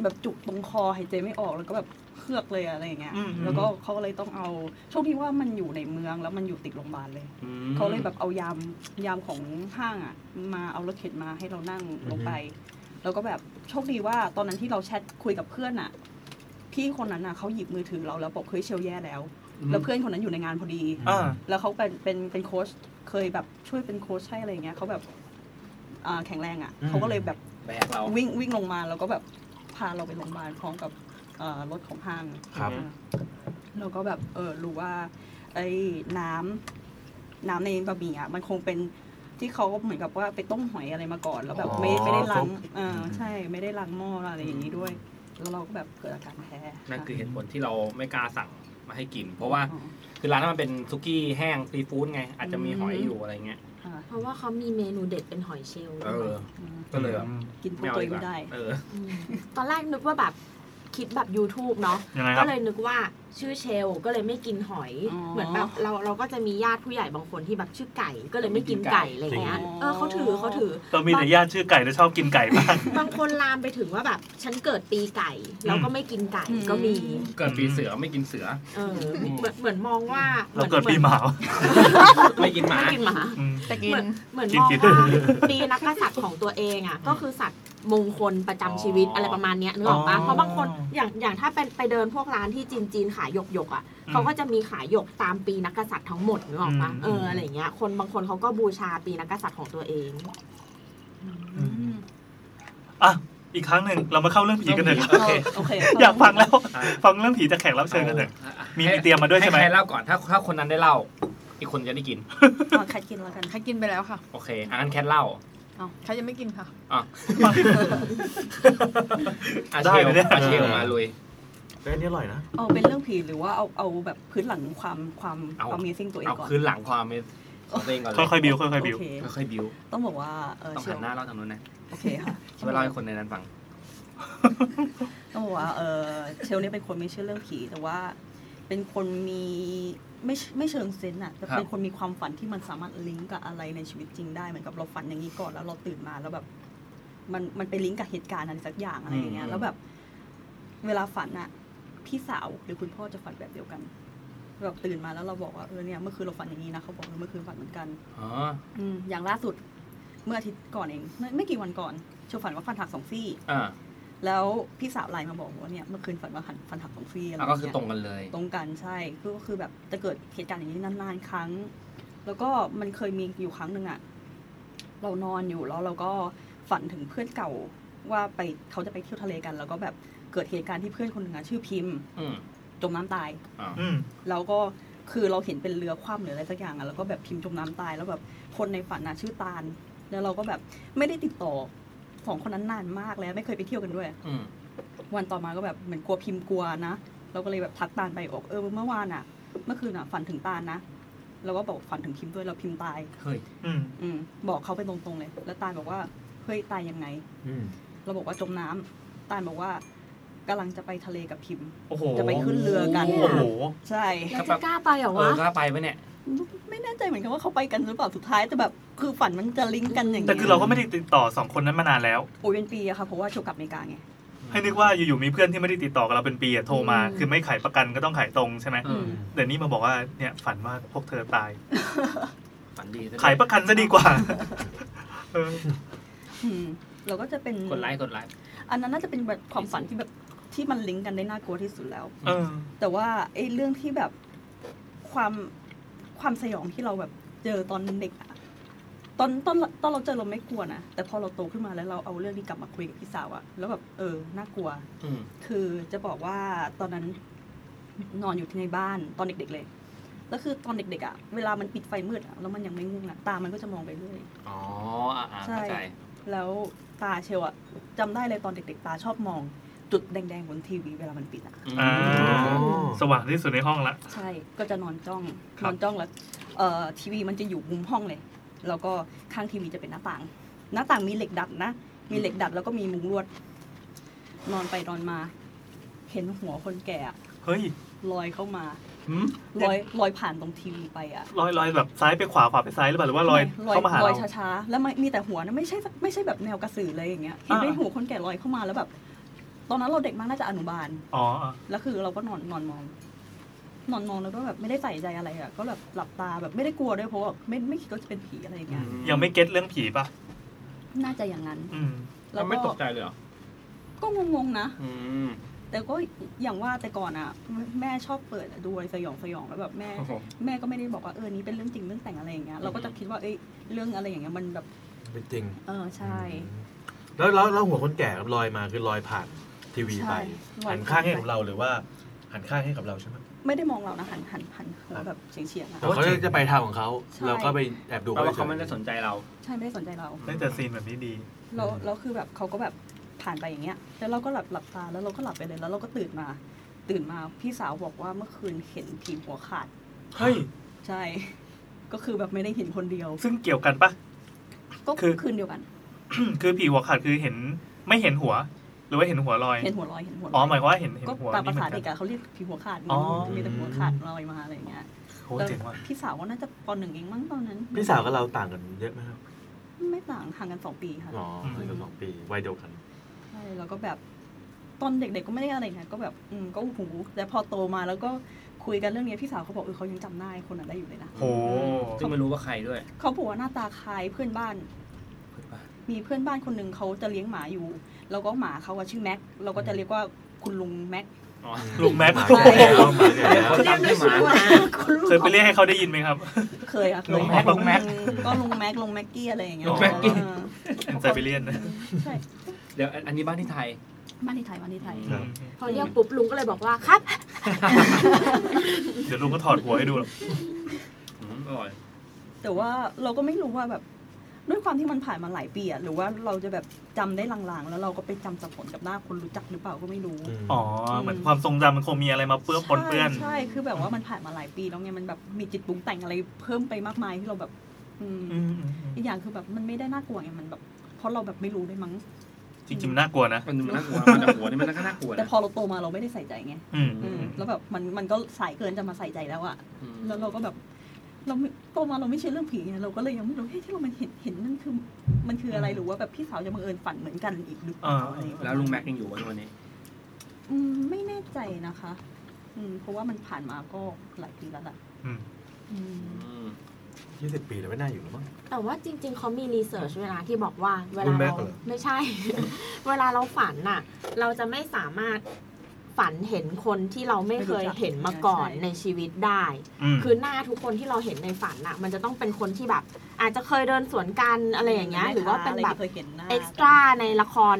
S6: แบบจุกตรงคอหายใจไม่ออกแล้วก็แบบเครือกเลยอะไรอย่างเงี้ย
S1: อืม
S6: แล้วก็เขาก็เลยต้องเอาโชคดีว่ามันอยู่ในเมืองแล้วมันอยู่ติดโรงพยาบาลเลย เขาเลยแบบเอายามยามของห้างอ่ะ มาเอารถเข็นมาให้เรานั่งลงไป แล้วก็แบบโชคดีว่าตอนนั้นที่เราแชทคุยกับเพื่อนอ่ะ พี่คนนั้นอ่ะเขาหยิบมือถือเราแล้วบอกเฮ้ยเชลแย่แล้ว แล้วเพื่อนคนนั้นอยู่ในงานพอดี
S1: อ่า
S6: แล้วเขาเป็นเป็นเป็นโค้ชเคยแบบช่วยเป็นโค้ชให้อะไรอย่างเงี้ยเขาแบบอ่าแข็งแรงอ่ะ
S1: อืม
S6: เขาก็เลยแบบ
S4: แบกเรา
S6: วิ่งวิ่งลงมาแล้วก็แบบพาเราไปโรงพยาบาลพร้อมกับเอ่อรถของห้าง
S8: ครับ
S6: เราก็แบบเออรู้ว่า ไอ้น้ำน้ำในบะหมี่อ่ะมันคงเป็นที่เขาเหมือนกับว่าไปต้มหอยอะไรมาก่อน แล้วแบบไม่
S8: อ๋อ
S6: ไม่ได้ล้าง
S8: ซุป
S6: เออใช่ไม่ได้ล้างหม้ออะไรอย่างนี้ด้วย แล้วเราก็แบบเกิดอาการแพ้
S5: นั่นคือเหตุผลที่เราไม่กล้าสั่งมาให้กิน เพราะว่าคือร้านนั้นมันเป็นซุกี้แห้งซีฟู้ดไง อาจจะมีหอยอยู่อะไรเงี้ย
S6: ค่ะ
S3: เพราะว่าเขามีเมนูเด็ดเป็นหอยเชลล์
S5: เออ
S6: อืม
S5: ก็เลยแบบ
S6: กินโปร
S5: ไม่เอา
S6: ตี
S5: ดี
S6: น
S5: กว่า
S6: ไม่ได้
S5: เออ
S3: มตอนแรกนึกว่าแบบคิดแบบ YouTube เนาะ
S1: ยังไงค
S3: ก็
S1: รับ
S3: เลยนึกว่าชื่อเชลก็เลยไม่กินหอย
S6: อ๋อ
S3: เหมือนแบบเราเราก็จะมีญาติผู้ใหญ่บางคนที่แบบชื่อไก่ก็เลยไม่กินไก่อะไรเงี้ย
S6: จริง
S3: เออเขาถือเขาถือ
S1: เรามีแต่ญาติชื่อไก่แล้วชอบกินไก่มาก
S3: บางคนลามไปถึงว่าแบบ ฉันเกิดปีไก่แล้วก็ไม่กินไก่ก็มี
S5: เกิดปีเสือไม่กินเสือ
S3: เออเหมือนเหมือนมองว่า
S1: เราเกิดปีหมา
S5: ไม่กินหมา
S3: ไม่กินหมา
S1: อืม
S7: แต่กิน
S3: เหมือนเหมือน
S1: กิ
S3: ม
S1: น
S3: อง
S1: กิน
S3: ว่าปีนักกษัตริย์ของตัวเอง [laughs] อ่ะ ก็คือสัตว์มงคลประจำชีวิตอะไรประมาณเนี้ยนึกออกปะเพราะบางคนอย่างอย่างถ้าเป็นไปเดินพวกร้านที่จีนจีนขายหยกหยกๆอ่ะเขาก็จะมีขายหยกตามปีนักกษัตริย์ทั้งหมดนึกออกปะเอออะไรเงี้ยคนบางคนเขาก็บูชาปีนักกษัตริย์ของตัวเอง
S1: อ่ะอีกครั้งหนึ่งเรามาเข้าเรื่องผีกันเถอะครับ
S6: โอเคโอเค
S1: อยากฟังแล้ว ฟังเรื่องผีจากแขกรับเชิญกันเถอะ มีมีเตรียมมาด้วยใช่ไหม
S5: ใครเล่าก่อน ถ้าถ้าคนนั้นได้เล่า อีกคนจะได้กิน
S6: เอาคัดกินแล้วกัน
S7: ใครกินไปแล้วค่ะ
S5: โอเคอันนั้นแคทเล่า
S7: เอาใครยังไม่กินค่ะ
S5: อ่ะอา
S1: ได้
S5: เชล
S1: ไหมเนี่ย
S5: อาเชลมาลุย
S8: เป้นนี่อร่อยนะ
S6: เอาเป็นเรื่องผีหรือว่าเอาเอาแบบพื้นหลังความความ
S5: เอา
S6: ความ Amazing ตัวเอง
S5: เอา
S6: ก่อน
S5: คืนหลังความเป็นของตัวเองก่อนเลย
S1: ค่อยๆบิวค่อยๆบิว
S6: โอเค
S5: ค่อยๆบิว
S6: ต้องบอกว่าเออ
S5: ต้อง
S6: เช
S5: หั
S6: ล
S5: นหน้าเล่าทางนู้นนะ
S6: โอเคค่ะ
S5: ช่วยเล่าให้คนในนั้นฟัง
S6: ต้องบอกว่าเออเชลเนี่ยเป็นคนไม่เชื่อเรื่องผีแต่ว่าเป็นคนมีไม่ไม่เชิงเซนส์อะแต่เป็น
S5: ครับ
S6: คนมีความฝันที่มันสามารถลิงก์กับอะไรในชีวิตจริงได้เหมือนกับเราฝันอย่างนี้ก่อนแล้วเราตื่นมาแล้วแบบ มันมันไปลิงก์กับเหตุการณ์อะไรสักอย่างอะไรอย่างเงี้ยแล้วแบบ เวลาฝันอะพี่สาวหรือคุณพ่อจะฝันแบบเดียวกันแบบตื่นมาแล้วเราบอกว่าเออเนี่ยเมื่อคืนเราฝันอย่างนี้นะเขาบอกเออเมื่อคืนฝันเหมือนกัน
S5: อ๋อ
S6: อืมอย่างล่าสุดเมื่ออาทิตย์ก่อนเองไม่ไม่กี่วันก่อนเชลฝันว่าฟันหักสองซี่
S5: อ่า
S6: แล้วพี่สาวไลน์มาบอกว่าเนี่ยเมื่อคืนฝันว่าหันฟันหักของฟรีอะไร
S5: แล้วก็คือ
S6: เย
S5: ตรงกันเลย
S6: ตรงกันใช่คือก็คือแบบจะเกิดเหตุการณ์อย่างนี้นานๆครั้ง แล้วก็มันเคยมีอยู่ครั้งหนึ่งอะเรานอนอยู่แล้วเราก็ฝันถึงเพื่อนเก่าว่าไปเขาจะไปเที่ยวทะเลกัน แล้วก็แบบเกิดเหตุการณ์ที่เพื่อนคนหนึ่งอะชื่อพิมพ์
S5: อืม
S6: จมน้ำตาย
S5: อ่า
S1: อืม
S6: แล้วก็คือเราเห็นเป็นเรือคว่ำหรืออะไรสักอย่างอะแล้วก็แบบพิมพ์จมน้ำตายแล้วแบบคนในฝันนะชื่อตาลแล้วเราก็แบบไม่ได้ติดต่อสองคนนั้นนานมากแล้วไม่เคยไปเที่ยวกันด้วย
S5: อืม
S6: วันต่อมาก็แบบเหมือนกลัวพิมพ์กลัวนะ เราก็เลยแบบทักตาลไปบอกเออเมื่อวานอะเมื่อคืนอะฝันถึงตาลนะเราก็บอกฝันถึงพิมพ์ด้วยเราพิมพ์ตาย
S5: เฮ้ย
S1: อืม
S6: อืมบอกเขาไปตรงๆเลย แล้วตาลบอกว่าเฮ้ยตายยังไง
S4: อืม
S6: เราบอกว่าจมน้ำตาลบอกว่ากำลังจะไปทะเลกับพิมพ์
S1: โอ้โห
S6: จะไปขึ้นเรือกัน
S1: โอ้โห
S6: ใช่
S3: แล้วจะกล้าไปเหรอ
S5: เออ
S3: วะ
S5: ก็ไปปะเนี่ย
S6: ไม่แน่ใจเหมือนกันว่าเขาไปกันหรือเปล่าสุดท้ายแต่แบบคือฝันมันจะลิงก์กันอย่าง
S1: แต่
S6: เงี้ย
S1: คือเราก็ไม่ได้ติดต่อสองคนนั้นมานานแล้ว
S6: โอ้ยเป็นปีอะค่ะเพราะว่าเชลกลับอเมริกาไง
S1: ให้นึกว่าอยู่ๆมีเพื่อนที่ไม่ได้ติดต่อกับเราเป็นปีอะโทรมา
S6: อืม
S1: คือไม่ขายประกันก็ต้องขายตรงใช่ไหม
S5: อืม
S1: เดี๋ยวนี้มาบอกว่าเนี่ยฝันว่าพวกเธอตาย
S5: ฝันดีซะด้วย
S1: ขายประกันซะดีกว่าเออ
S6: อืมเราก็จะเป็น
S5: กดไลค์กดไลค์
S6: อันนั้นน่าจะเป็นแบบความฝันที่แบบที่มันลิงก์กันได้น่ากลัวที่สุดแล้ว
S1: เออ
S6: แต่ว่าไอ้เรื่องที่แบบความความสยองที่เราแบบเจอตอนเด็กอะ ตอนตอนตอนเราเจอเราไม่กลัวนะแต่พอเราโตขึ้นมาแล้วเราเอาเรื่องนี้กลับมาคุยกับพี่สาวอะแล้วแบบเออน่ากลัว
S4: อืม
S6: คือจะบอกว่าตอนนั้นนอนอยู่ที่ในบ้านตอนเด็ก ๆเลย แล้วคือตอนเด็กๆอะเวลามันปิดไฟมืดอะแล้วมันยังไม่ง่วงอะตามันก็จะมองไปเรื่อย
S5: อ๋ออ่ะอ่ะ
S6: ใช่
S5: เข้าใจ
S6: แล้วตาเชลอะจำได้เลยตอนเด็กๆ ตาชอบมองจุดแดงๆบนทีวีเวลามันปิดอะ
S1: อ่าสว่างที่สุดในห้องละ
S6: ใช่ก็จะนอนจ้อง
S1: ครั
S6: น
S1: บ
S6: อนจ้องแล้วเอ่อทีวีมันจะอยู่มุมห้องเลย แล้วก็ข้างทีวีจะเป็นหน้าต่าง หน้าต่างมีเหล็กดัดนะ มีเหล็กดัดแล้วก็มีมุงลวด นอนไปนอนมา เห็นหัวคนแก่อะ
S1: เฮ้ย
S6: ลอยเข้ามา
S1: หืม
S6: ลอยลอยผ่านตรงทีวีไปอะ
S1: ลอยลอยแบบซ้ายไปขวาขวาไปซ้ายหรือเปล่าหรือว่าลอย
S6: ลอย
S1: เข้ามาหา
S6: ลอ
S1: เรา
S6: ยช้าๆแล้วไม่มีแต่หัวนะไม่ใช่ไม่ใช่แบบแนวกระสือเลยอย่างเงี้ยเห็นเป็น
S1: อ่า
S6: หัวคนแก่ลอยเข้ามาแล้วแบบ ตอนนั้นเราเด็กมากน่าจะอนุบาล
S1: อ๋ออ่ะ
S6: แล้วคือเราก็นอนนอนมอง นอนมองแล้วก็แบบไม่ได้ใส่ใจอะไรอ่ะ ก็แบบหลับตาแบบไม่ได้กลัวด้วยเพราะว่าไม่ไม่คิดว่าจะเป็นผีอะไรอย่างเงี้ย
S1: ยังไม่เก็ตเรื่องผีป่ะ
S6: น่าจะอย่างนั้น
S1: อืม
S6: แล้
S4: แล้ว
S6: ว
S4: ไม่ต
S6: ก็
S4: กใจเลยเหรอ
S6: ก็งงๆนะ
S4: อืม
S6: แต่ก็อย่างว่าแต่ก่อนอ่ะ แม่ชอบเปิดดูอะไรสยองสยองแล้วแบบแม่
S1: [laughs]
S4: โอ้โห
S6: แม่ก็ไม่ได้บอกว่าเออนี้เป็นเรื่องจริงเรื่องแต่งอะไรอย่างเงี้ย เราก็จะคิดว่าเอ้ยเรื่องอะไรอย่างเงี้ยมันแบบ
S8: เป็นจริง
S6: เออใช่
S8: แล้วแล้วแล้วหัวคนแก่ครับลอยมาคือลอยผ่านทีวีไป
S6: ใช่
S8: หันข้างให้กับเราหรือว่า หันข้างให้กับเราใช่ไหม
S6: ไม่ได้มองเรานะหันหันหันหัวแบบเฉียงๆอ่ะ
S8: แต่เขาจะไปทางของเขา
S6: ใช่
S8: เราก็ไปแอบดู
S4: แปลว่าเขาไม่
S8: ฉย
S4: ได้สนใจเรา
S6: ใช่ไม่ได้สนใจเรา
S1: ได้แต่ซีนแบบนี้ดี
S6: เราเราคือแบบเขาก็แบบผ่านไปอย่างเงี้ย แล้วเราก็หลับหลับตาแล้วเราก็หลับไปเลยแล้วเราก็ตื่นมา ตื่นมาพี่สาวบอกว่าเมื่อคืนเห็นผีหัวขาด
S1: เฮ้ย
S6: ใช่ ก็คือแบบไม่ได้เห็นคนเดียว
S1: ซึ่งเกี่ยวกันปะ
S6: ก็
S1: คือ
S6: คืนเดียวกัน
S1: คือผีหัวขาดคือเห็นไม่เห็นหัว หรือว่าเห็นหัวลอย
S6: เห็นหัวลอยเห็นหัวล
S1: อ๋อ
S6: อย
S1: หมายความว่าเห็นเห็น
S6: ก็
S1: หัว
S6: ตาม
S1: นี่
S6: ภา
S1: เหมือน
S6: ษาเด็ก
S1: กัน
S6: อะเขาเรียกผีหัวขาด
S1: อ๋อ
S6: มีแต่หัวขาดลอยมาอะไรอย่างเงี้ย
S1: โอ้
S6: แล้ว
S1: เจ๋งว่ะ
S6: พี่สาวก็น่าจะปหนึ่งเองมั้งตอนนั้น
S8: พี่สาวกับเราต่างกันเยอะไหมครับ
S6: ไม่ต่างห่างกันสองปีค่ะ
S8: อ๋อห่างกันสองปีวัยเดียวกัน
S6: ใช่แล้วก็แบบตอนเด็กๆก็ไม่ได้อะไรนะก็แบบอืมก็หูแต่พอโตมาแล้วก็คุยกันเรื่องนี้พี่สาวเขาบอกเออเขายังจำหน้าไอ้คนนั้นได้อยู่เลยนะ
S1: โห
S4: ซึ่งไม่รู้ว่าใครด้วย
S6: เขาบอกว่าหน้าตาคล้ายเพื่อนบ้าน มีเพื่อนบ้านคนหนึ่งเขาจะเลี้ยงหมาอยู่ แล้วก็หมาเขาอะชื่อแม็กเราก็จะเรียกว่าคุณลุงแม็ก
S4: อ๋อ
S1: ลุงแม็ก
S8: หมา
S1: โอ้
S8: แก่
S1: โห
S8: แล้วหมาแก่แล้ว
S4: เขาตามด้วยหมา
S6: คุณลุง
S1: เคยไปเรียกให้เขาได้ยินไหมครับ
S6: เคยอะเคย
S4: ลุงแม็กลุงแม็ก
S6: ก็ลุงแม็กลุงแม็กกี้อะไรอย่างเงี้ย
S4: ลุงแม็กกี้
S6: เออ
S1: เป็นไซบีเรียนนะ
S6: ใช่
S4: เดี๋ยวอันอันนี้บ้านที่ไทย
S6: บ้านที่ไทยบ้านที่ไทย
S1: ครับ
S3: พอเรียกปุ๊บลุงก็เลยบอกว่าครับ
S1: เดี๋ยวลุงก็ถอดหัวให้ดูหรอก
S4: อืมอร่อย
S6: แต่ว่าเราก็ไม่รู้ว่าแบบด้วยความที่มันผ่านมาหลายปีอะหรือว่าเราจะแบบจำได้ลางๆ แล้วเราก็ไปจำสับสนกับหน้าคนรู้จักหรือเปล่าก็ไม่รู้
S1: อ๋อ เหมือนความทรงจำมันคงมีอะไรมาเปื้อนปนเปื้อน
S6: ใช่ใช่คือแบบว่ามันผ่านมาหลายปีแล้วไงมันแบบมีจิตปรุงแต่งอะไรเพิ่มไปมากมายที่เราแบบ อืม
S1: อืม
S6: อีกอย่างคือแบบมันไม่ได้น่ากลัวไงมันแบบเพราะเราแบบไม่รู้ด้วยมั้ง
S1: จริงๆมันน่ากลัวนะ
S4: มันดูมันน่ากลัวมันจากหัวนี่มันน่ากลัว
S6: แต่
S4: นะ
S6: พอเราโตมาเราไม่ได้ใส่ใจไง
S1: อืม
S6: อืมแล้วแบบมันมันก็สายเกินจะมาใส่ใจแล้วอะแล้วเราก็แบบ เราไม่โตมาเราไม่เชื่อเรื่องผีไงเราก็เลยยังไม่รู้เฮ้ยที่เรามันเห็นเห็นนั่นคือ มันคืออะไรหรือว่าแบบพี่สาวจะบังเอิญฝันเหมือนกันอีกหรือเปล่าอะไรอย่างเงี้ย
S4: แล้วลุงแม็กยังอยู่วะทุกวันนี้
S6: อืมไม่แน่ใจนะคะอืมเพราะว่ามันผ่านมาก็หลายปีแล้วแหละ
S1: อืม
S6: อืม
S8: ยี่สิบปีแล้วไม่น่าอยู่หรือมั้ง
S3: แต่ว่าจริง ๆ เขามีรีเสิร์ชเวลาที่บอกว่า เว
S8: คุ
S3: ลา
S8: ณแม่
S3: เรา
S8: เหรอ
S3: ไม่ใช่ [laughs] เวลาเราฝันน่ะ เราจะไม่สามารถฝันเห็นคนที่เราไม่เคยเห็นมาก่อนในชีวิตได้
S1: อืม
S3: คือหน้าทุกคนที่เราเห็นในฝันน่ะ มันจะต้องเป็นคนที่แบบ อาจจะเคยเดินสวนกันอะไรอย่างเงี้ย หรือว่าเป็นแบบ
S6: ไม่เคยเห็นหน้า
S3: เอ็กซ์ตร้าในละคร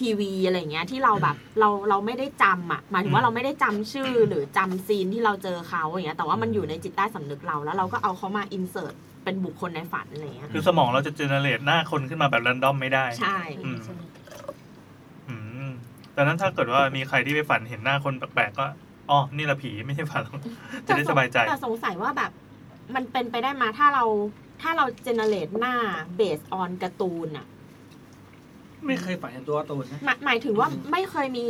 S3: ทีวีอะไรอย่างเงี้ยที่เราแบบเราเราไม่ได้จำอ่ะหมายถึงว่าเราไม่ได้จำชื่อหรือจำซีนที่เราเจอเขาอย่างเงี้ยแต่ว่ามันอยู่ในจิตใต้สำนึกเราแล้วเราก็เอาเขามาอินเสิร์ตเป็นบุคคลในฝันอะไรอย่างเงี้ย
S1: คือสมองเราจะเจเนเรตหน้าคนขึ้นมาแบบ r รนดอมไม่ได้
S3: ใช่
S1: อืม อืมดังนั้นถ้าเกิดว่ามีใครที่ไปฝันเห็นหน้าคนแปลกๆก็อ๋อนี่ละผีไม่ใช่ฝัน
S3: [laughs]
S1: หรอกจะได้สบายใจ
S3: แต่สงสัยว่าแบบมันเป็นไปได้มาถ้าเราถ้าเราเจเนเรตหน้าเบสออนการ์ตูนอ่ะ
S4: ไม่เคยฝันเห็นตัวการ์ตูนนะ
S3: หมายหมายถึงว่าไม่เคยมี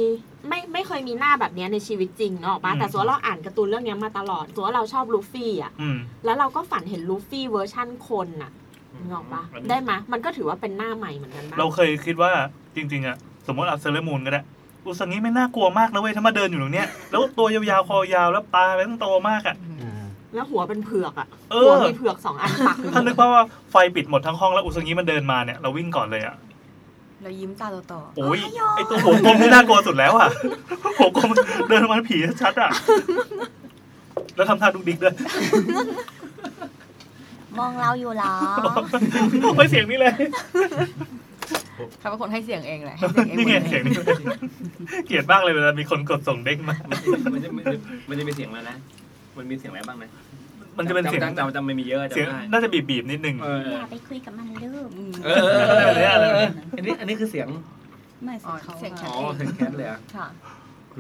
S3: ไม่ไม่เคยมีหน้าแบบเนี้ยในชีวิตจริงเนาะออกปะแต่
S1: อืม
S3: ส่วนเราอ่านการ์ตูนเรื่องเนี้ยมาตลอดส่วนเราชอบลูฟี่อ่ะ
S1: อืม
S3: แล้วเราก็ฝันเห็นลูฟี่เวอร์ชั่นคนน่ะนึกออกปะ
S4: อันนี้
S3: ได้ไหมยมันก็ถือว่าเป็นหน้าใหม่เหมือนกันปะ
S1: เราเคยคิดว่าจริงๆอะสมมติเอาเซเลอร์มูนก็ได้อุสังนี้ไม่น่ากลัวมากนะเว้ยถ้ามาเดินอยู่ตรงเนี้ยแล้วตัวยาวๆคอยาวแล้วตาเป็นต้องโตมากอะ
S3: แล้วหัวเป็นเผือกอ่ะ
S1: เออ
S3: หัวมีเผือกสองอันปัก
S4: [laughs]
S3: อยู่
S1: ถ้านึกภาพว่าไฟปิดหมดทั้งห้องแล้วอุสังนี้มันเดินมาเนี่ยเราวิ่งก่อนเลยอะ
S7: เรายิ้มตาโต
S1: โอ้ยไอตัวหัวกลมที่น่ากลัวสุดแล้วอะหัวกลมเดินมาผีชัดๆอะแล้วทำท่าดุกดิกด้วย
S7: มองเราอยู่เหรอ
S1: [laughs] โอ้ยเสียงนี่เลย
S7: เขาเป็นคนให้เสียงเองแหละให้เสียงเอง
S1: นี่
S7: หม
S1: ไง
S7: ดเล
S1: เสียง
S7: ย
S1: นี่เกลียดบ้างเลยเวลามีคนกดส่งเด้งมา
S4: มันจะมันจะมันจะมีเสียงอะไรนะ มันมีเสียงอะไรบ้างนะ
S1: มันจะเป็นเสียง
S4: จำจำจำไม่มีเยอะ
S1: เสียง
S4: จำได้
S1: น่าจะบีบๆนิดนึง
S4: เออ
S9: อย่าไปคุยกับมันลูก
S4: เออเออเออเออเอออันนี้อันนี้คือเสียง
S6: ไม่
S7: อ๋อ
S6: เขา
S7: เสียงฉั
S4: อ๋
S7: น
S4: อ
S7: เอง
S4: เสียงแคทเลยอ่ะ
S7: ค่ะ